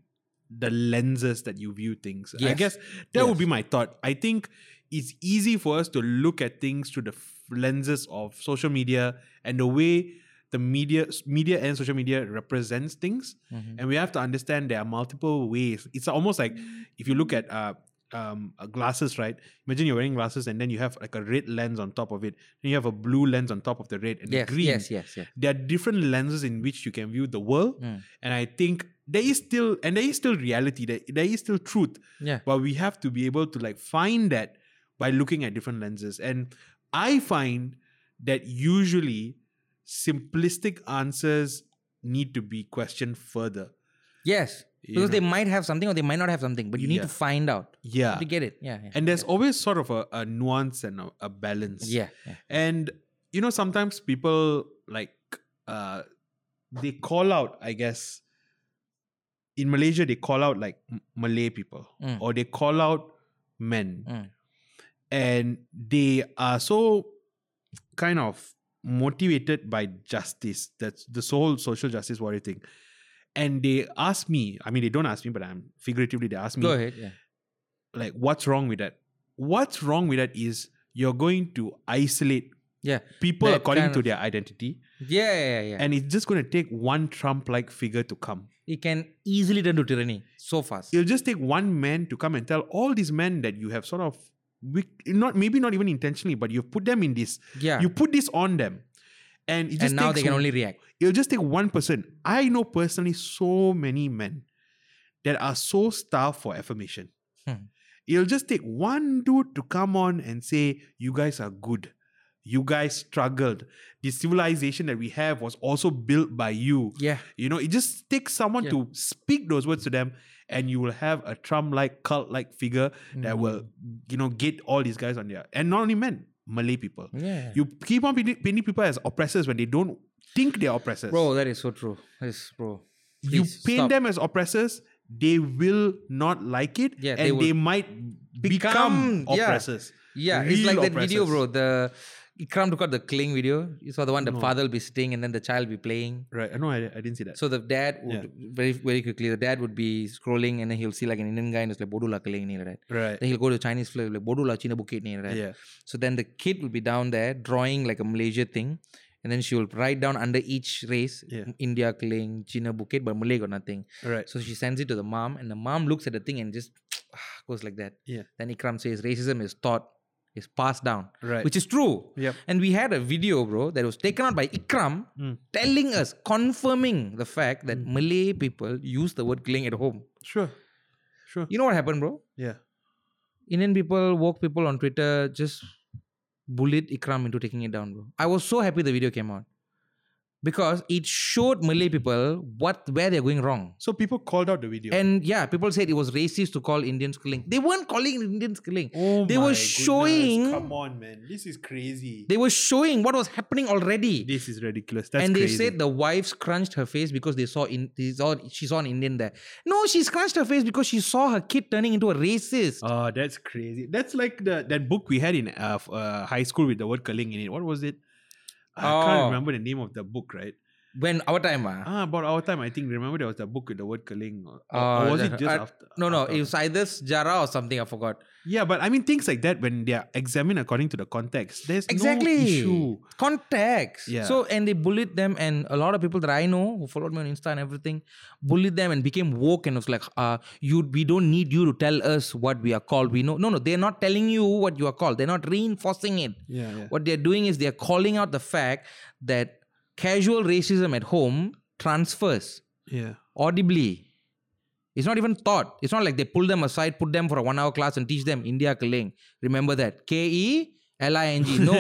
[SPEAKER 3] the lenses that you view things. I
[SPEAKER 4] Yes.
[SPEAKER 3] guess that would
[SPEAKER 4] Yes.
[SPEAKER 3] be my thought. I think it's easy for us to look at things through the f- lenses of social media and the way the media media and social media represents things
[SPEAKER 4] Mhm.
[SPEAKER 3] and we have to understand there are multiple ways it's almost like if you look at uh, um, uh, glasses right imagine you're wearing glasses and then you have like a red lens on top of it and you have a blue lens on top of the red and
[SPEAKER 4] Yes,
[SPEAKER 3] the green
[SPEAKER 4] yes, yes, yes.
[SPEAKER 3] there are different lenses in which you can view the world
[SPEAKER 4] Mm.
[SPEAKER 3] and i think there is still and there is still reality there, there is still truth
[SPEAKER 4] Yeah.
[SPEAKER 3] but we have to be able to like find that by looking at different lenses and i find that usually simplistic answers need to be questioned further
[SPEAKER 4] Yes.
[SPEAKER 3] you
[SPEAKER 4] Because
[SPEAKER 3] know?
[SPEAKER 4] they might have something or they might not have something, but you need to
[SPEAKER 3] Yeah.
[SPEAKER 4] find out. You
[SPEAKER 3] yeah
[SPEAKER 4] have to get it. Yeah. yeah,
[SPEAKER 3] and there's
[SPEAKER 4] yeah.
[SPEAKER 3] always sort of a, a nuance and a, a balance
[SPEAKER 4] yeah, yeah.
[SPEAKER 3] and you know sometimes people like uh they call out i guess in malaysia they call out like M- malay people
[SPEAKER 4] Mm.
[SPEAKER 3] or they call out men
[SPEAKER 4] Mm.
[SPEAKER 3] and they are so kind of motivated by justice that's the whole social justice warrior thing and they ask me i mean they don't ask me but i'm figuratively they ask me
[SPEAKER 4] Go ahead. Yeah.
[SPEAKER 3] like what's wrong with that what's wrong with that is you're going to isolate
[SPEAKER 4] Yeah.
[SPEAKER 3] people
[SPEAKER 4] That
[SPEAKER 3] according
[SPEAKER 4] kind
[SPEAKER 3] to
[SPEAKER 4] of-
[SPEAKER 3] their identity
[SPEAKER 4] Yeah, yeah, yeah.
[SPEAKER 3] and it's just going to take one trump like figure to come
[SPEAKER 4] it can easily turn to tyranny so fast.
[SPEAKER 3] it'll just take one man to come and tell all these men that you have sort of vic- not maybe not even intentionally but you've put them in this
[SPEAKER 4] yeah.
[SPEAKER 3] you put this on them and it just
[SPEAKER 4] and now
[SPEAKER 3] takes
[SPEAKER 4] they can
[SPEAKER 3] one-
[SPEAKER 4] only react.
[SPEAKER 3] it'll just take one person i know personally so many men that are so starved for affirmation
[SPEAKER 4] Hmm.
[SPEAKER 3] it'll just take one dude to come on and say you guys are good You guys struggled. The civilization that we have was also built by you.
[SPEAKER 4] Yeah.
[SPEAKER 3] You know, it just takes someone
[SPEAKER 4] Yeah.
[SPEAKER 3] to speak those words to them, and you will have a Trump-like cult-like figure that
[SPEAKER 4] Mm.
[SPEAKER 3] will, you know, get all these guys on there. And not only men, Malay people.
[SPEAKER 4] Yeah.
[SPEAKER 3] You keep on painting painting people as oppressors when they don't think they're oppressors.
[SPEAKER 4] Bro, that is so true. That is bro.
[SPEAKER 3] you
[SPEAKER 4] Please,
[SPEAKER 3] paint
[SPEAKER 4] stop.
[SPEAKER 3] them as oppressors, they will not like it,
[SPEAKER 4] Yeah, they
[SPEAKER 3] and
[SPEAKER 4] will
[SPEAKER 3] they might become,
[SPEAKER 4] become- yeah.
[SPEAKER 3] oppressors.
[SPEAKER 4] Yeah, it's
[SPEAKER 3] Real
[SPEAKER 4] like that video, bro.
[SPEAKER 3] oppressors.
[SPEAKER 4] The Ikram to cut the cling video. You saw the one the father will be sitting and then the child will be playing.
[SPEAKER 3] Right? I know. I, I didn't see that.
[SPEAKER 4] So the dad would very very quickly the dad would be scrolling and then he'll see like an Indian guy and it's like Bodula killing near that.
[SPEAKER 3] right.
[SPEAKER 4] Then he'll go to Chinese flag like Bodula China Bukit near that.
[SPEAKER 3] Uh, Yeah.
[SPEAKER 4] So then the kid will be down there drawing like a Malaysia thing. And then she will write down under each race,
[SPEAKER 3] Yeah.
[SPEAKER 4] India killing, China Bukit, but Malay got nothing.
[SPEAKER 3] Right.
[SPEAKER 4] So she sends it to the mom, and the mom looks at the thing and just goes like that.
[SPEAKER 3] Yeah.
[SPEAKER 4] Then Ikram says racism is taught, is passed down,
[SPEAKER 3] Right.
[SPEAKER 4] which is true.
[SPEAKER 3] Yep.
[SPEAKER 4] And we had a video, bro, that was taken out by Ikram
[SPEAKER 3] Mm.
[SPEAKER 4] telling us, confirming the fact that Malay people use the word killing at home.
[SPEAKER 3] Sure. Sure.
[SPEAKER 4] You know what happened, bro?
[SPEAKER 3] Yeah.
[SPEAKER 4] Indian people, woke people on Twitter just bullied Ikram into taking it down, bro. I was so happy the video came out because it showed Malay people what where they're going wrong.
[SPEAKER 3] So people called out the video.
[SPEAKER 4] And yeah, people said it was racist to call Indians killing. They weren't calling Indians killing.
[SPEAKER 3] oh
[SPEAKER 4] they
[SPEAKER 3] my
[SPEAKER 4] were
[SPEAKER 3] goodness,
[SPEAKER 4] showing-
[SPEAKER 3] Come on, man. This is crazy.
[SPEAKER 4] They were showing what was happening already.
[SPEAKER 3] this is ridiculous. That's
[SPEAKER 4] and they
[SPEAKER 3] crazy.
[SPEAKER 4] said the wives scrunched her face because they saw in they saw, she saw an Indian there. No, she scrunched her face because she saw her kid turning into a racist.
[SPEAKER 3] Oh, that's crazy. That's like the that book we had in uh, f- uh, high school with the word culling in it. What was it? I
[SPEAKER 4] Oh.
[SPEAKER 3] can't remember the name of the book, right?
[SPEAKER 4] when our time, ah,
[SPEAKER 3] Ah, about our time, I think. Remember, there was the book with the word culling. Or, or-
[SPEAKER 4] Uh,
[SPEAKER 3] or was
[SPEAKER 4] the-
[SPEAKER 3] it just
[SPEAKER 4] uh,
[SPEAKER 3] after?
[SPEAKER 4] no, no,
[SPEAKER 3] after-
[SPEAKER 4] it was either Jara or something. I forgot.
[SPEAKER 3] yeah, but I mean, things like that when they are examined according to the context, there's
[SPEAKER 4] Exactly.
[SPEAKER 3] no issue.
[SPEAKER 4] Context.
[SPEAKER 3] Yeah.
[SPEAKER 4] So and they bullied them, and a lot of people that I know who followed me on Insta and everything bullied them and became woke and was like, uh, you we don't need you to tell us what we are called. We know no no, they're not telling you what you are called. They're not reinforcing it.
[SPEAKER 3] Yeah, yeah.
[SPEAKER 4] What they're doing is they're calling out the fact that casual racism at home transfers
[SPEAKER 3] yeah.
[SPEAKER 4] audibly. It's not even thought. It's not like they pull them aside, put them for a one hour class and teach them India Kaling. Remember that. K E L I N G. No.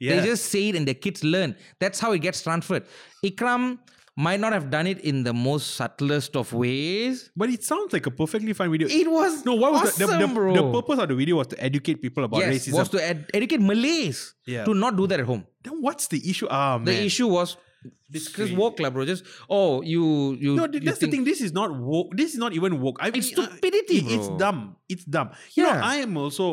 [SPEAKER 3] yeah.
[SPEAKER 4] They just say it and their kids learn. That's how it gets transferred. Ikram might not have done it in the most subtlest of ways.
[SPEAKER 3] but it sounds like a perfectly fine video.
[SPEAKER 4] It was
[SPEAKER 3] no, what was the- the,
[SPEAKER 4] awesome,
[SPEAKER 3] the,
[SPEAKER 4] bro.
[SPEAKER 3] the purpose of the video was to educate people about
[SPEAKER 4] yes,
[SPEAKER 3] racism.
[SPEAKER 4] was to ed- educate Malays
[SPEAKER 3] Yeah.
[SPEAKER 4] to not do that at home.
[SPEAKER 3] then what's the issue? Ah, man.
[SPEAKER 4] The issue was
[SPEAKER 3] This
[SPEAKER 4] because
[SPEAKER 3] crazy.
[SPEAKER 4] woke, lah, bro. Just oh, you you.
[SPEAKER 3] No,
[SPEAKER 4] you
[SPEAKER 3] th- that's
[SPEAKER 4] think-
[SPEAKER 3] the thing. This is not woke. This is not even woke. I mean,
[SPEAKER 4] It's
[SPEAKER 3] uh,
[SPEAKER 4] stupidity,
[SPEAKER 3] it- It's
[SPEAKER 4] bro.
[SPEAKER 3] dumb. It's dumb. You know,
[SPEAKER 4] Yeah.
[SPEAKER 3] I am also.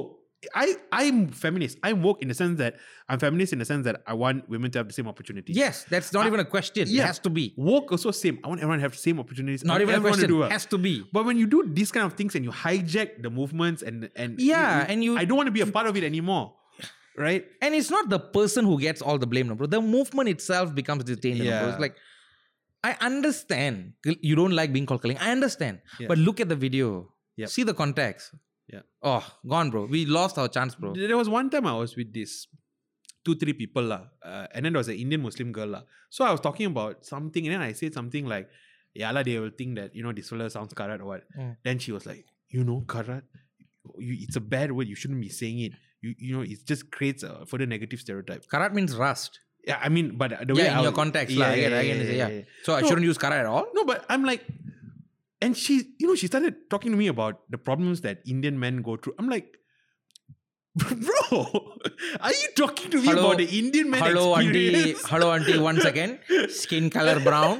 [SPEAKER 3] I I'm feminist. I'm woke in the sense that I'm feminist in the sense that I want women to have the same opportunities.
[SPEAKER 4] Yes, that's not even a question. It
[SPEAKER 3] yeah.
[SPEAKER 4] has to be.
[SPEAKER 3] Woke also same. I want everyone to have the same opportunities. I
[SPEAKER 4] Not
[SPEAKER 3] want
[SPEAKER 4] even a
[SPEAKER 3] everyone
[SPEAKER 4] question.
[SPEAKER 3] To do uh, well.
[SPEAKER 4] has to be.
[SPEAKER 3] But when you do these kind of things and you hijack the movements and and
[SPEAKER 4] Yeah, and you-
[SPEAKER 3] I don't want to be a part of it anymore. Right?
[SPEAKER 4] And it's not the person who gets all the blame, no, bro. The movement itself becomes the danger, no, bro.
[SPEAKER 3] Yeah.
[SPEAKER 4] It's like, I understand Kil- you don't like being called killing. I understand.
[SPEAKER 3] Yeah.
[SPEAKER 4] But look at the video.
[SPEAKER 3] Yep.
[SPEAKER 4] See the context.
[SPEAKER 3] Yeah.
[SPEAKER 4] Oh, gone, bro. We lost our chance, bro.
[SPEAKER 3] There was one time I was with this two, three people, lah, uh, and then there was an Indian Muslim girl. lah. So I was talking about something, and then I said something like, Yeah, lah, they will think that, you know, this fella sounds karat or what.
[SPEAKER 4] Mm.
[SPEAKER 3] Then she was like, You know, karat, you, it's a bad word. You shouldn't be saying it. You, you know, it just creates a further negative stereotype.
[SPEAKER 4] Karat means rust.
[SPEAKER 3] Yeah, I mean, but the way
[SPEAKER 4] yeah,
[SPEAKER 3] I
[SPEAKER 4] in your
[SPEAKER 3] was-
[SPEAKER 4] context. lah. I get it, I get it, yeah. So I
[SPEAKER 3] No.
[SPEAKER 4] shouldn't use karat at all?
[SPEAKER 3] No, but I'm like, and she, you know, she started talking to me about the problems that Indian men go through. I'm like, bro, are you talking to me
[SPEAKER 4] Hello-
[SPEAKER 3] about the Indian men
[SPEAKER 4] hello, auntie.
[SPEAKER 3] experience?
[SPEAKER 4] Hello, auntie. Once again, skin color brown,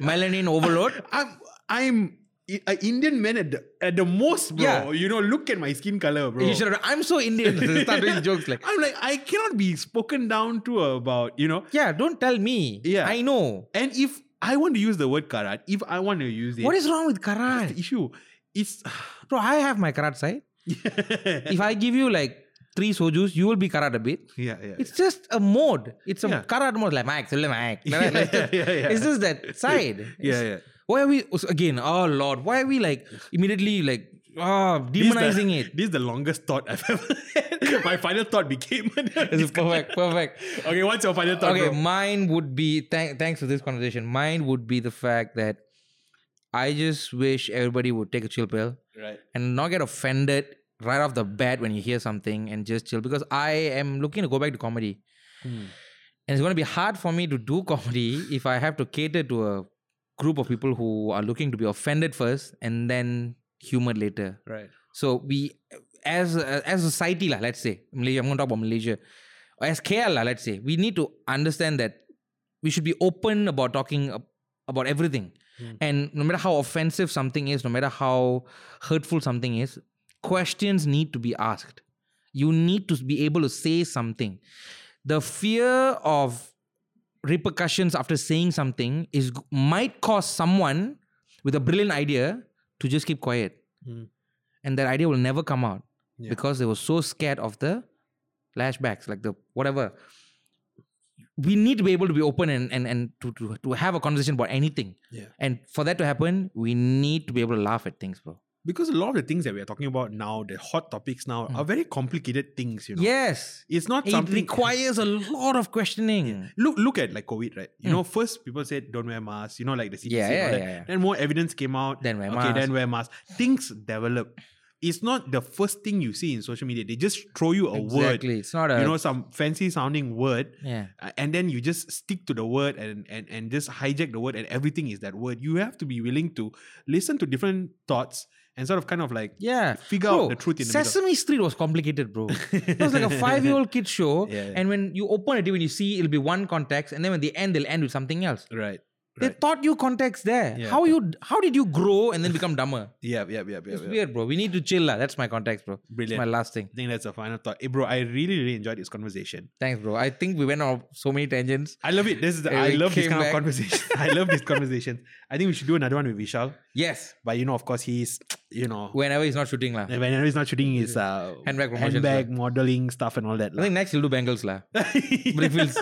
[SPEAKER 4] melanin overload.
[SPEAKER 3] I'm, I'm an Indian man at the, at the most, bro.
[SPEAKER 4] Yeah.
[SPEAKER 3] You know, look at my skin color, bro.
[SPEAKER 4] You should have, I'm so Indian. Start doing jokes like,
[SPEAKER 3] I'm like, I cannot be spoken down to about, you know.
[SPEAKER 4] yeah, don't tell me.
[SPEAKER 3] Yeah.
[SPEAKER 4] I know.
[SPEAKER 3] And if I want to use the word karat, if I want to use it,
[SPEAKER 4] What is wrong with
[SPEAKER 3] what's
[SPEAKER 4] karat?
[SPEAKER 3] the issue? It's
[SPEAKER 4] Bro, I have my karat side. if I give you like three sojus, you will be karat a bit.
[SPEAKER 3] yeah, yeah.
[SPEAKER 4] It's just a mode. It's a
[SPEAKER 3] Yeah.
[SPEAKER 4] karat mode. Like, Mike, tell Mike.
[SPEAKER 3] Yeah, yeah, yeah.
[SPEAKER 4] It's just that side.
[SPEAKER 3] yeah,
[SPEAKER 4] It's-
[SPEAKER 3] yeah.
[SPEAKER 4] Why are we, again, oh Lord, why are we like immediately like, ah, demonizing
[SPEAKER 3] this is the,
[SPEAKER 4] it?
[SPEAKER 3] This is the longest thought I've ever had. My final thought became.
[SPEAKER 4] This is perfect, perfect.
[SPEAKER 3] okay, what's your final thought?
[SPEAKER 4] Okay,
[SPEAKER 3] bro?
[SPEAKER 4] mine would be, thank, thanks for this conversation, mine would be the fact that I just wish everybody would take a chill pill
[SPEAKER 3] Right.
[SPEAKER 4] and not get offended right off the bat when you hear something and just chill because I am looking to go back to comedy.
[SPEAKER 3] Hmm.
[SPEAKER 4] And it's going to be hard for me to do comedy if I have to cater to a group of people who are looking to be offended first and then humored later.
[SPEAKER 3] Right.
[SPEAKER 4] So we, as a- as a society lah, let's say Malaysia. I'm going to talk about Malaysia. As KL lah, let's say we need to understand that we should be open about talking ab- about everything,
[SPEAKER 3] Mm.
[SPEAKER 4] and no matter how offensive something is, no matter how hurtful something is, questions need to be asked. You need to be able to say something. The fear of repercussions after saying something is g- might cause someone with a brilliant idea to just keep quiet
[SPEAKER 3] Hmm.
[SPEAKER 4] and that idea will never come out
[SPEAKER 3] Yeah.
[SPEAKER 4] because they were so scared of the lashbacks like the whatever we need to be able to be open and and, and to, to to have a conversation about anything
[SPEAKER 3] Yeah.
[SPEAKER 4] and for that to happen we need to be able to laugh at things bro
[SPEAKER 3] Because a lot of the things that we are talking about now, the hot topics now,
[SPEAKER 4] Hmm.
[SPEAKER 3] are very complicated things. You know.
[SPEAKER 4] yes
[SPEAKER 3] It's not
[SPEAKER 4] it
[SPEAKER 3] something.
[SPEAKER 4] requires a lot of questioning
[SPEAKER 3] look look at like COVID, right? You
[SPEAKER 4] Mm.
[SPEAKER 3] know, first people said don't wear masks. You know, like the CDC.
[SPEAKER 4] Yeah,
[SPEAKER 3] and all
[SPEAKER 4] yeah,
[SPEAKER 3] that.
[SPEAKER 4] yeah, yeah.
[SPEAKER 3] Then more evidence came out.
[SPEAKER 4] Then wear
[SPEAKER 3] okay,
[SPEAKER 4] mask.
[SPEAKER 3] then wear masks. Things develop. It's not the first thing you see in social media. They just throw you a
[SPEAKER 4] exactly it's not a
[SPEAKER 3] word, you know, some fancy sounding word,
[SPEAKER 4] yeah
[SPEAKER 3] uh, and then you just stick to the word and and and just hijack the word, and everything is that word. You have to be willing to listen to different thoughts and sort of kind of like
[SPEAKER 4] yeah
[SPEAKER 3] figure out the truth in the middle.
[SPEAKER 4] Sesame Street was complicated, bro. it was like a five-year-old kid show,
[SPEAKER 3] Yeah, yeah.
[SPEAKER 4] and when you open it, when you see, it'll be one context, and then when they end, they'll end with something else.
[SPEAKER 3] Right.
[SPEAKER 4] They
[SPEAKER 3] Right.
[SPEAKER 4] taught you context there.
[SPEAKER 3] Yeah.
[SPEAKER 4] How you? How did you grow and then become dumber?
[SPEAKER 3] Yeah. Yeah. Yeah. Yeah.
[SPEAKER 4] It's
[SPEAKER 3] yeah.
[SPEAKER 4] weird, bro. We need to chill, lah. That's my context, bro. It's
[SPEAKER 3] Brilliant.
[SPEAKER 4] my last thing.
[SPEAKER 3] I think that's a final thought. Hey, bro, I really, really enjoyed this conversation.
[SPEAKER 4] Thanks, bro. I think we went on so many tangents.
[SPEAKER 3] I love it. This is the,
[SPEAKER 4] And
[SPEAKER 3] I
[SPEAKER 4] we
[SPEAKER 3] love this
[SPEAKER 4] came
[SPEAKER 3] kind
[SPEAKER 4] back.
[SPEAKER 3] of conversation. I love these conversations. I think we should do another one with Vishal.
[SPEAKER 4] Yes,
[SPEAKER 3] But you know, of course, he's you know
[SPEAKER 4] whenever he's not shooting, lah.
[SPEAKER 3] when he's not shooting his uh,
[SPEAKER 4] Handbag promotions,
[SPEAKER 3] handbag modeling stuff and all that.
[SPEAKER 4] I think next he'll do bangles, lah.
[SPEAKER 3] Did
[SPEAKER 4] But if he'll,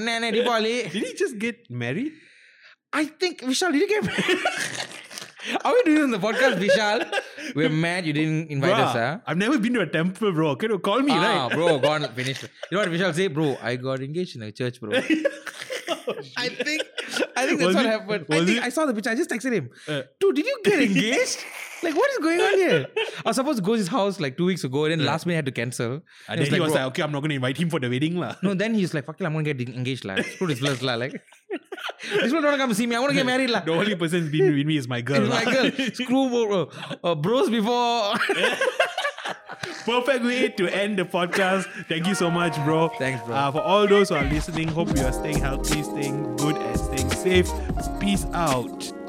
[SPEAKER 4] Anne, Anne, Deepavali.
[SPEAKER 3] he just get married?
[SPEAKER 4] I think Vishal, did you get married? Are we doing this on the podcast, Vishal? We're mad you didn't invite
[SPEAKER 3] Bruh,
[SPEAKER 4] us, ah. huh?
[SPEAKER 3] I've never been to a temple, bro. Can you call me,
[SPEAKER 4] Ah,
[SPEAKER 3] right?
[SPEAKER 4] bro, gone finished. You know what Vishal say, bro? I got engaged in a church, bro. I think I think that's
[SPEAKER 3] Was
[SPEAKER 4] what
[SPEAKER 3] it-
[SPEAKER 4] happened. I
[SPEAKER 3] was
[SPEAKER 4] think
[SPEAKER 3] it-
[SPEAKER 4] I saw the picture. I just texted him.
[SPEAKER 3] Uh.
[SPEAKER 4] Dude, did you get engaged? like, what is going on here? I was supposed to go to his house like two weeks ago, and then last minute I had to cancel.
[SPEAKER 3] And
[SPEAKER 4] It
[SPEAKER 3] then he was
[SPEAKER 4] bro,
[SPEAKER 3] like, okay, I'm not going to invite him for the wedding, lah.
[SPEAKER 4] no, then he's like, fuck it, I'm gonna get engaged, lah. Screw this place, lah. Like, this people don't wanna come see me. I wanna get married, lah.
[SPEAKER 3] The only person who's been with me is my girl.
[SPEAKER 4] It's my
[SPEAKER 3] lah.
[SPEAKER 4] girl. Screw bro, uh, bros before.
[SPEAKER 3] Perfect way to end the podcast. Thank you so much, bro.
[SPEAKER 4] Thanks, bro.
[SPEAKER 3] Uh, for all those who are listening, hope you are staying healthy, staying good, and staying safe. Peace out.